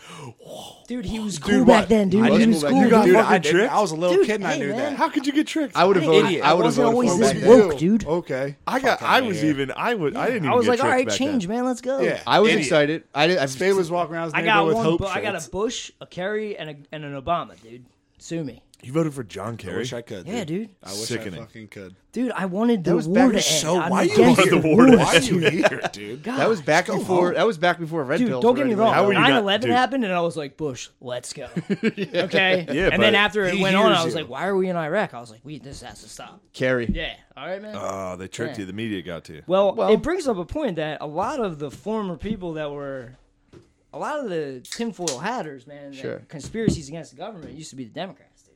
[SPEAKER 3] Dude, he was cool
[SPEAKER 4] Dude,
[SPEAKER 3] back
[SPEAKER 4] what?
[SPEAKER 3] then, dude.
[SPEAKER 1] I
[SPEAKER 3] he
[SPEAKER 1] didn't
[SPEAKER 3] was
[SPEAKER 1] go back
[SPEAKER 3] cool.
[SPEAKER 1] then. You got
[SPEAKER 3] dude.
[SPEAKER 4] Dude,
[SPEAKER 2] fucking
[SPEAKER 4] I, did,
[SPEAKER 2] tricked?
[SPEAKER 4] I was a little
[SPEAKER 3] Dude,
[SPEAKER 4] kid and I
[SPEAKER 3] hey,
[SPEAKER 4] knew
[SPEAKER 3] man.
[SPEAKER 4] that.
[SPEAKER 2] How could you get tricked?
[SPEAKER 1] I would have
[SPEAKER 3] Hey,
[SPEAKER 1] voted.
[SPEAKER 3] idiot.
[SPEAKER 1] I would have voted
[SPEAKER 3] Wasn't always
[SPEAKER 1] for him
[SPEAKER 3] this
[SPEAKER 1] back then.
[SPEAKER 3] woke, dude.
[SPEAKER 4] Okay,
[SPEAKER 2] I got. I was even. I would. I didn't. Even
[SPEAKER 3] I was
[SPEAKER 2] get
[SPEAKER 3] like, all
[SPEAKER 2] tricked
[SPEAKER 3] right,
[SPEAKER 2] back
[SPEAKER 3] change,
[SPEAKER 2] then.
[SPEAKER 3] man. Let's go.
[SPEAKER 4] Yeah.
[SPEAKER 1] I was
[SPEAKER 4] Idiot.
[SPEAKER 1] excited. I did. I
[SPEAKER 4] Spade was walking around his
[SPEAKER 3] I
[SPEAKER 4] neighborhood
[SPEAKER 3] got
[SPEAKER 4] with
[SPEAKER 3] one.
[SPEAKER 4] hope.
[SPEAKER 3] Bu- I got
[SPEAKER 4] shirts.
[SPEAKER 3] a Bush, a Kerry, and, a, and an Obama, dude. Sue me,
[SPEAKER 2] You voted for John Kerry.
[SPEAKER 4] I wish I could.
[SPEAKER 3] Yeah, dude.
[SPEAKER 4] I wish
[SPEAKER 2] Sickening.
[SPEAKER 4] I fucking could.
[SPEAKER 3] dude. I wanted the
[SPEAKER 1] was
[SPEAKER 3] war
[SPEAKER 1] back
[SPEAKER 3] to
[SPEAKER 1] in-
[SPEAKER 3] end.
[SPEAKER 2] Oh,
[SPEAKER 1] so
[SPEAKER 3] I'm
[SPEAKER 1] why you
[SPEAKER 3] against
[SPEAKER 1] wanted
[SPEAKER 2] the war to
[SPEAKER 4] Why are you here, dude?
[SPEAKER 1] that was back before. That was back before red
[SPEAKER 3] Dude,
[SPEAKER 1] pills.
[SPEAKER 3] don't
[SPEAKER 1] were
[SPEAKER 3] get me
[SPEAKER 1] anywhere.
[SPEAKER 3] wrong.
[SPEAKER 2] How were you not-
[SPEAKER 3] 9 11
[SPEAKER 2] dude.
[SPEAKER 3] happened, and I was like, Bush, let's go. Okay?
[SPEAKER 2] Yeah,
[SPEAKER 3] and then
[SPEAKER 2] but
[SPEAKER 3] after it
[SPEAKER 4] he
[SPEAKER 3] went on,
[SPEAKER 4] hears
[SPEAKER 3] I was
[SPEAKER 4] you.
[SPEAKER 3] like, why are we in Iraq? I was like, we this has to stop.
[SPEAKER 1] Carrie.
[SPEAKER 3] Yeah. All right, man.
[SPEAKER 2] Oh, they tricked
[SPEAKER 3] Yeah.
[SPEAKER 2] you. The media got to you.
[SPEAKER 3] well,
[SPEAKER 1] well-
[SPEAKER 3] it brings up a point that a lot of the former people that were. A lot of the tinfoil hatters, man, that
[SPEAKER 1] Sure.
[SPEAKER 3] conspiracies against the government used to be the Democrats, dude.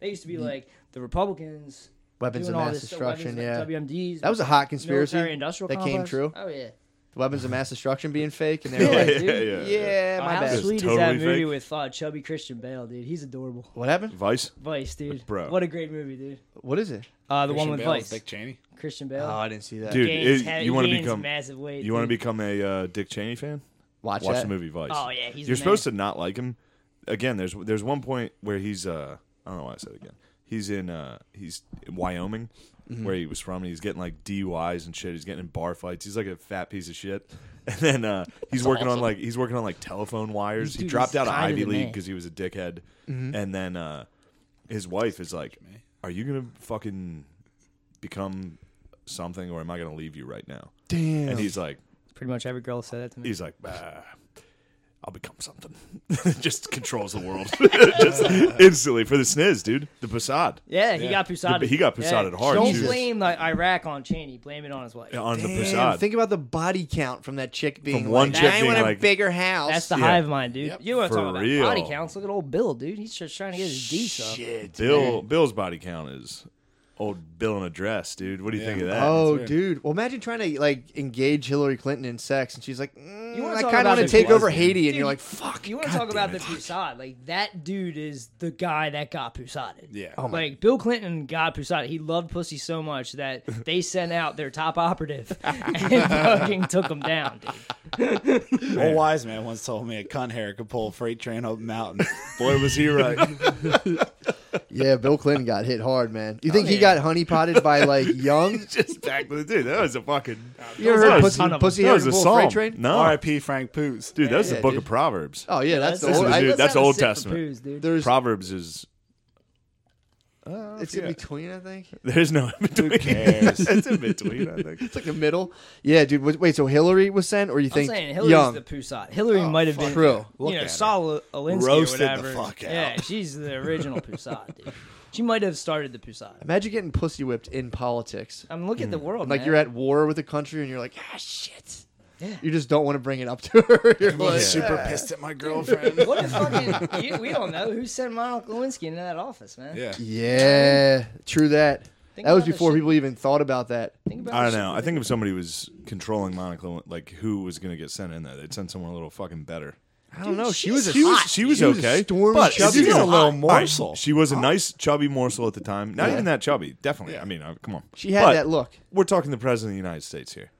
[SPEAKER 3] They used to be like the Republicans
[SPEAKER 1] Mm-hmm. weapons of
[SPEAKER 3] doing all
[SPEAKER 1] mass
[SPEAKER 3] this stuff, weapons
[SPEAKER 1] destruction.
[SPEAKER 3] like
[SPEAKER 1] Yeah,
[SPEAKER 3] WMDs.
[SPEAKER 1] that was a hot conspiracy
[SPEAKER 3] military industrial
[SPEAKER 1] that came
[SPEAKER 3] complex.
[SPEAKER 1] true.
[SPEAKER 3] Oh yeah.
[SPEAKER 1] Weapons of mass destruction being fake, and they were
[SPEAKER 3] Yeah,
[SPEAKER 1] like,
[SPEAKER 3] dude.
[SPEAKER 2] yeah,
[SPEAKER 1] "Yeah,
[SPEAKER 3] Oh,
[SPEAKER 1] my
[SPEAKER 3] how
[SPEAKER 1] bad."
[SPEAKER 2] Just
[SPEAKER 3] sweet is that
[SPEAKER 2] totally
[SPEAKER 3] movie
[SPEAKER 2] fake.
[SPEAKER 3] with uh, chubby Christian Bale, dude? He's adorable.
[SPEAKER 1] What happened?
[SPEAKER 2] Vice.
[SPEAKER 3] Vice, dude.
[SPEAKER 2] Bro.
[SPEAKER 3] What a great movie, dude.
[SPEAKER 1] What is it?
[SPEAKER 3] Uh, the one
[SPEAKER 4] Christian
[SPEAKER 3] with
[SPEAKER 4] Bale is
[SPEAKER 3] Vice.
[SPEAKER 4] Dick Cheney.
[SPEAKER 3] Christian
[SPEAKER 1] Oh,
[SPEAKER 3] Bale.
[SPEAKER 1] I didn't see that.
[SPEAKER 2] Ah, Dude,
[SPEAKER 3] Gains
[SPEAKER 2] it-
[SPEAKER 3] heavy-
[SPEAKER 2] you want to
[SPEAKER 3] gains
[SPEAKER 2] become
[SPEAKER 3] massive weight.
[SPEAKER 2] you want to
[SPEAKER 3] dude.
[SPEAKER 2] become a uh, Dick Cheney fan?
[SPEAKER 1] watch,
[SPEAKER 2] Watch
[SPEAKER 1] that.
[SPEAKER 2] the movie Vice.
[SPEAKER 3] Oh, yeah, he's the
[SPEAKER 2] you're supposed to not like him. Again, there's there's one point where he's uh I don't know why I said again. He's in uh he's in Wyoming
[SPEAKER 3] Mm-hmm.
[SPEAKER 2] where he was from and he's getting like DUIs and shit. He's getting in bar fights. He's like a fat piece of shit. And then uh he's working on
[SPEAKER 3] awesome.
[SPEAKER 2] like he's working on like telephone wires. he
[SPEAKER 3] Dude,
[SPEAKER 2] dropped
[SPEAKER 3] he's
[SPEAKER 2] out of
[SPEAKER 3] kinda the
[SPEAKER 2] Ivy League
[SPEAKER 3] man. Mm-hmm.
[SPEAKER 2] because he was a dickhead. And then uh his wife is like, "Are you going to fucking become something or am I going to leave you right now?"
[SPEAKER 1] Damn.
[SPEAKER 2] And he's like,
[SPEAKER 3] Pretty much every girl said that to me.
[SPEAKER 2] he's like, "Ah, I'll become something. just controls the world. just instantly for the sniz, dude. The Passad.
[SPEAKER 3] Yeah, he got
[SPEAKER 2] The-
[SPEAKER 3] Pousada.
[SPEAKER 2] he got Pousada hard,
[SPEAKER 3] Don't
[SPEAKER 1] Jesus.
[SPEAKER 3] blame like, Iraq on Cheney. Blame it on his wife.
[SPEAKER 2] On the
[SPEAKER 1] Damn,
[SPEAKER 2] Passad.
[SPEAKER 1] Think about the body count from that chick being
[SPEAKER 2] From one
[SPEAKER 1] like,
[SPEAKER 2] chick
[SPEAKER 1] I
[SPEAKER 2] being
[SPEAKER 1] want
[SPEAKER 2] like-
[SPEAKER 1] a bigger house.
[SPEAKER 3] That's the
[SPEAKER 2] Yeah.
[SPEAKER 3] hive mind, dude. You want
[SPEAKER 2] For
[SPEAKER 3] to talk about
[SPEAKER 2] real.
[SPEAKER 3] body counts? Look at old Bill, dude. He's just trying to get his D up.
[SPEAKER 1] shit.
[SPEAKER 2] Bill Bill's body count is old Bill in a dress, dude. What do you
[SPEAKER 4] Yeah.
[SPEAKER 2] think of that?
[SPEAKER 1] Oh,
[SPEAKER 4] weird.
[SPEAKER 1] dude. Well, imagine trying to like engage Hillary Clinton in sex, and she's like, mm,
[SPEAKER 3] You wanna
[SPEAKER 1] "I
[SPEAKER 3] talk
[SPEAKER 1] kind of
[SPEAKER 3] about
[SPEAKER 1] want to
[SPEAKER 3] this
[SPEAKER 1] take over
[SPEAKER 3] lesbian.
[SPEAKER 1] Haiti," and
[SPEAKER 3] Dude,
[SPEAKER 1] you're like, "Fuck."
[SPEAKER 3] You want to
[SPEAKER 1] God
[SPEAKER 3] talk about
[SPEAKER 1] damn
[SPEAKER 3] the
[SPEAKER 1] it.
[SPEAKER 3] Pousada? Like that dude is the guy that got Pousada.
[SPEAKER 4] Yeah.
[SPEAKER 1] Oh my-
[SPEAKER 3] Like Bill Clinton got Pousada. He loved pussy so much that they sent out their top operative and fucking took him down. Dude.
[SPEAKER 4] Old wise man once told me a cunt hair could pull a freight train up a mountain. Boy, was he right.
[SPEAKER 1] Yeah, Bill Clinton got hit hard, man. You think he
[SPEAKER 3] Oh, yeah.
[SPEAKER 1] got honey potted by like young?
[SPEAKER 2] Just back to the dude. That was a fucking
[SPEAKER 1] You ever
[SPEAKER 2] That
[SPEAKER 1] heard
[SPEAKER 2] was a
[SPEAKER 1] pussy,
[SPEAKER 3] ton of 'em.
[SPEAKER 1] pussy
[SPEAKER 2] That was
[SPEAKER 1] Haired
[SPEAKER 2] a
[SPEAKER 1] Bull freight
[SPEAKER 2] song.
[SPEAKER 1] train?
[SPEAKER 2] No.
[SPEAKER 4] R.I.P. Frank Poots.
[SPEAKER 2] Dude, that was
[SPEAKER 1] Yeah,
[SPEAKER 2] the book
[SPEAKER 1] dude.
[SPEAKER 2] of Proverbs.
[SPEAKER 1] Oh yeah, that's, the
[SPEAKER 2] Listen,
[SPEAKER 1] old.
[SPEAKER 2] dude,
[SPEAKER 1] I,
[SPEAKER 2] that's
[SPEAKER 3] Let's have a
[SPEAKER 2] Old
[SPEAKER 3] sip for
[SPEAKER 2] Testament.
[SPEAKER 3] Poos, dude.
[SPEAKER 1] there's
[SPEAKER 2] Proverbs is
[SPEAKER 1] it's in between, I think.
[SPEAKER 2] there's no in between.
[SPEAKER 4] cares?
[SPEAKER 2] it's in between, I think.
[SPEAKER 1] It's like the middle. Yeah, dude. Wait, wait, so Hillary was sent, or you
[SPEAKER 3] I'm
[SPEAKER 1] think
[SPEAKER 3] saying Hillary's
[SPEAKER 1] young?
[SPEAKER 3] the Pousada. Hillary might have been
[SPEAKER 1] True.
[SPEAKER 4] Look
[SPEAKER 3] you know,
[SPEAKER 4] at
[SPEAKER 3] Saul Alinsky
[SPEAKER 4] Roasted
[SPEAKER 3] or
[SPEAKER 4] the
[SPEAKER 3] whatever.
[SPEAKER 4] fuck out.
[SPEAKER 3] Yeah, she's the original Pousada, dude. She might have started the Pousada.
[SPEAKER 1] Imagine getting pussy whipped in politics.
[SPEAKER 3] I'm looking at the world,
[SPEAKER 1] Like
[SPEAKER 3] man.
[SPEAKER 1] you're at war with a country, and you're like, ah, shit.
[SPEAKER 3] Yeah.
[SPEAKER 1] You just don't want to bring it up to her. You're
[SPEAKER 4] I'm
[SPEAKER 1] like,
[SPEAKER 4] super pissed at my girlfriend.
[SPEAKER 3] What if fucking you, we don't know who sent Monica Lewinsky into that office, man?
[SPEAKER 4] yeah.
[SPEAKER 1] yeah, true that.
[SPEAKER 3] Think
[SPEAKER 1] that was
[SPEAKER 3] about the
[SPEAKER 1] before
[SPEAKER 3] shit-
[SPEAKER 1] people even thought about that.
[SPEAKER 3] Think about
[SPEAKER 2] I
[SPEAKER 3] the
[SPEAKER 2] don't
[SPEAKER 3] shit
[SPEAKER 2] know.
[SPEAKER 3] we
[SPEAKER 2] I think if somebody was controlling Monica, Lew- like who was going to get sent in there, they'd send someone a little fucking better.
[SPEAKER 1] I don't know. She was a
[SPEAKER 2] She was,
[SPEAKER 1] hot-
[SPEAKER 2] she was
[SPEAKER 1] she was a
[SPEAKER 2] okay,
[SPEAKER 1] stormy,
[SPEAKER 2] but
[SPEAKER 1] chubby
[SPEAKER 2] she's
[SPEAKER 1] little
[SPEAKER 2] a little
[SPEAKER 4] morsel.
[SPEAKER 2] She was a nice chubby morsel at the time. Not
[SPEAKER 1] Yeah.
[SPEAKER 2] even that chubby. Definitely. I mean, uh, come on.
[SPEAKER 1] She had
[SPEAKER 2] But
[SPEAKER 1] that look.
[SPEAKER 2] We're talking the president of the United States here.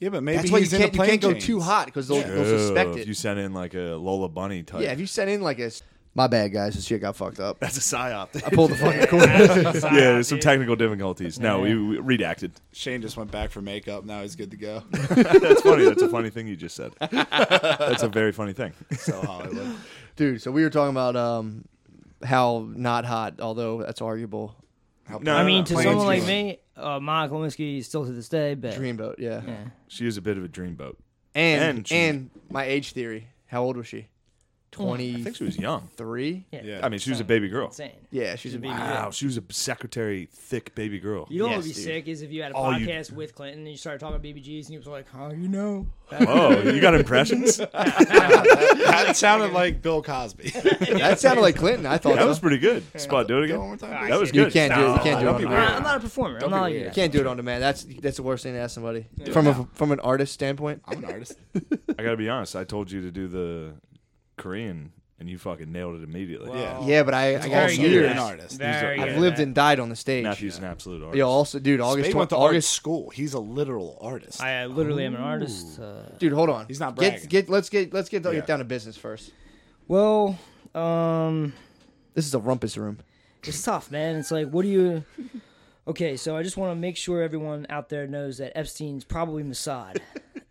[SPEAKER 4] Yeah, but maybe
[SPEAKER 1] That's why you
[SPEAKER 4] he's in
[SPEAKER 1] can't,
[SPEAKER 4] a
[SPEAKER 1] you
[SPEAKER 4] plane
[SPEAKER 1] can't go
[SPEAKER 4] chains.
[SPEAKER 1] too hot because they'll, they'll suspect
[SPEAKER 2] Ew, If
[SPEAKER 1] it.
[SPEAKER 2] you sent in like a Lola Bunny type,
[SPEAKER 1] yeah, if you sent in like a, my bad guys, this shit got fucked up.
[SPEAKER 2] that's a psyop.
[SPEAKER 1] I pulled the fucking cord.
[SPEAKER 3] Pousada,
[SPEAKER 2] yeah, there's some
[SPEAKER 3] dude.
[SPEAKER 2] technical difficulties. No, we, we redacted.
[SPEAKER 4] Shane just went back for makeup. Now he's good to go.
[SPEAKER 2] That's funny. That's a funny thing you just said. That's a very funny thing.
[SPEAKER 4] so Hollywood.
[SPEAKER 1] dude. So we were talking about um how not hot, although that's arguable.
[SPEAKER 4] How
[SPEAKER 2] No,
[SPEAKER 3] I mean, to
[SPEAKER 2] Planes
[SPEAKER 3] someone like
[SPEAKER 2] do
[SPEAKER 3] me, uh, Monica Lewinsky is still to this day, but
[SPEAKER 1] Dreamboat, yeah.
[SPEAKER 3] Yeah.
[SPEAKER 2] She is a bit of a dreamboat.
[SPEAKER 1] And
[SPEAKER 2] And
[SPEAKER 1] and,
[SPEAKER 2] she-
[SPEAKER 1] my age theory. How old was she?
[SPEAKER 2] I
[SPEAKER 1] Twenty
[SPEAKER 2] think she was young.
[SPEAKER 1] three.
[SPEAKER 3] Yeah.
[SPEAKER 4] Yeah.
[SPEAKER 2] I mean, she was a baby girl.
[SPEAKER 3] Insane.
[SPEAKER 1] Yeah, she's a baby.
[SPEAKER 2] Wow, she was a secretary, thick baby girl.
[SPEAKER 3] You know what
[SPEAKER 1] Yes,
[SPEAKER 3] would be
[SPEAKER 1] dude.
[SPEAKER 3] sick is if you had a
[SPEAKER 2] Oh, you-
[SPEAKER 3] podcast with Clinton and you started talking about BBGs and he was like, "How Oh, you know?"
[SPEAKER 2] Whoa, you got impressions?
[SPEAKER 4] that sounded like Bill Cosby.
[SPEAKER 1] That sounded like Clinton. I thought
[SPEAKER 2] That
[SPEAKER 1] so.
[SPEAKER 2] was pretty good. Spot, do it
[SPEAKER 4] Go one more
[SPEAKER 2] again.
[SPEAKER 4] time.
[SPEAKER 2] That was
[SPEAKER 1] you
[SPEAKER 2] good.
[SPEAKER 1] can't do it. You
[SPEAKER 2] Stop.
[SPEAKER 1] can't do it.
[SPEAKER 4] Don't
[SPEAKER 1] On
[SPEAKER 4] be
[SPEAKER 1] demand.
[SPEAKER 4] weird.
[SPEAKER 3] I'm not a performer. I'm
[SPEAKER 4] be
[SPEAKER 3] not like
[SPEAKER 4] weird.
[SPEAKER 3] you.
[SPEAKER 1] You can't do it on demand. That's that's the worst thing to ask somebody from a from an artist standpoint.
[SPEAKER 4] I'm an artist.
[SPEAKER 2] I gotta be honest. I told you to do the Korean, and you fucking nailed it immediately.
[SPEAKER 3] Oh.
[SPEAKER 4] Yeah.
[SPEAKER 1] Yeah, but I, I got
[SPEAKER 4] also
[SPEAKER 1] years.
[SPEAKER 4] an artist.
[SPEAKER 3] Very
[SPEAKER 1] I've
[SPEAKER 3] good
[SPEAKER 1] lived
[SPEAKER 3] at
[SPEAKER 1] and died on the stage.
[SPEAKER 2] Matthew's an absolute artist.
[SPEAKER 1] Yo, also, dude, August
[SPEAKER 4] Spade
[SPEAKER 1] tw-
[SPEAKER 4] went to art
[SPEAKER 1] August
[SPEAKER 4] school. He's a literal artist.
[SPEAKER 3] that. I uh, literally am an artist. Uh,
[SPEAKER 1] Dude, hold on.
[SPEAKER 4] He's not
[SPEAKER 1] Get,
[SPEAKER 4] bragging.
[SPEAKER 1] get let's get let's get,
[SPEAKER 4] Yeah.
[SPEAKER 1] get down to business first.
[SPEAKER 3] well, um,
[SPEAKER 1] This is a rumpus room.
[SPEAKER 3] it's tough, man. It's like, what do you? Okay, so I just want to make sure everyone out there knows that Epstein's probably Mossad,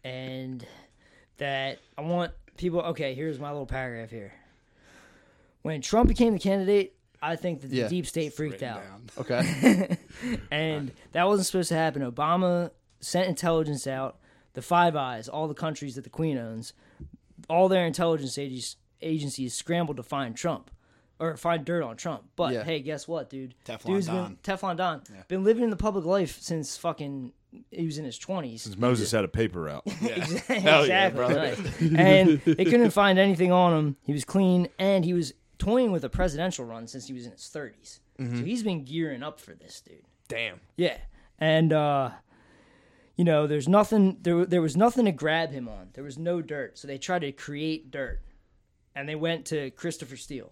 [SPEAKER 3] and that I want people. Okay, here's my little paragraph here. When Trump became the candidate, I think that the
[SPEAKER 1] Yeah.
[SPEAKER 3] deep state freaked out,
[SPEAKER 4] Down.
[SPEAKER 1] Okay.
[SPEAKER 3] and that wasn't supposed to happen. Obama sent intelligence out. The Five Eyes, all the countries that the Queen owns, all their intelligence agencies, agencies scrambled to find Trump or find dirt on Trump. But
[SPEAKER 1] Yeah.
[SPEAKER 3] hey, guess what, dude?
[SPEAKER 4] Teflon
[SPEAKER 3] Dude's
[SPEAKER 4] Don.
[SPEAKER 3] Been, Teflon Don. Been living in the public life since fucking he was in his 20s.
[SPEAKER 2] Moses had a paper route.
[SPEAKER 3] exactly. right. and they couldn't find anything on him. He was clean and he was toying with a presidential run since he was in his 30s. So he's been gearing up for this, dude.
[SPEAKER 1] Mm-hmm. Damn.
[SPEAKER 3] Yeah, and uh, you know, there's nothing. There, there was nothing to grab him on. There was no dirt, so they tried to create dirt, and they went to Christopher Steele.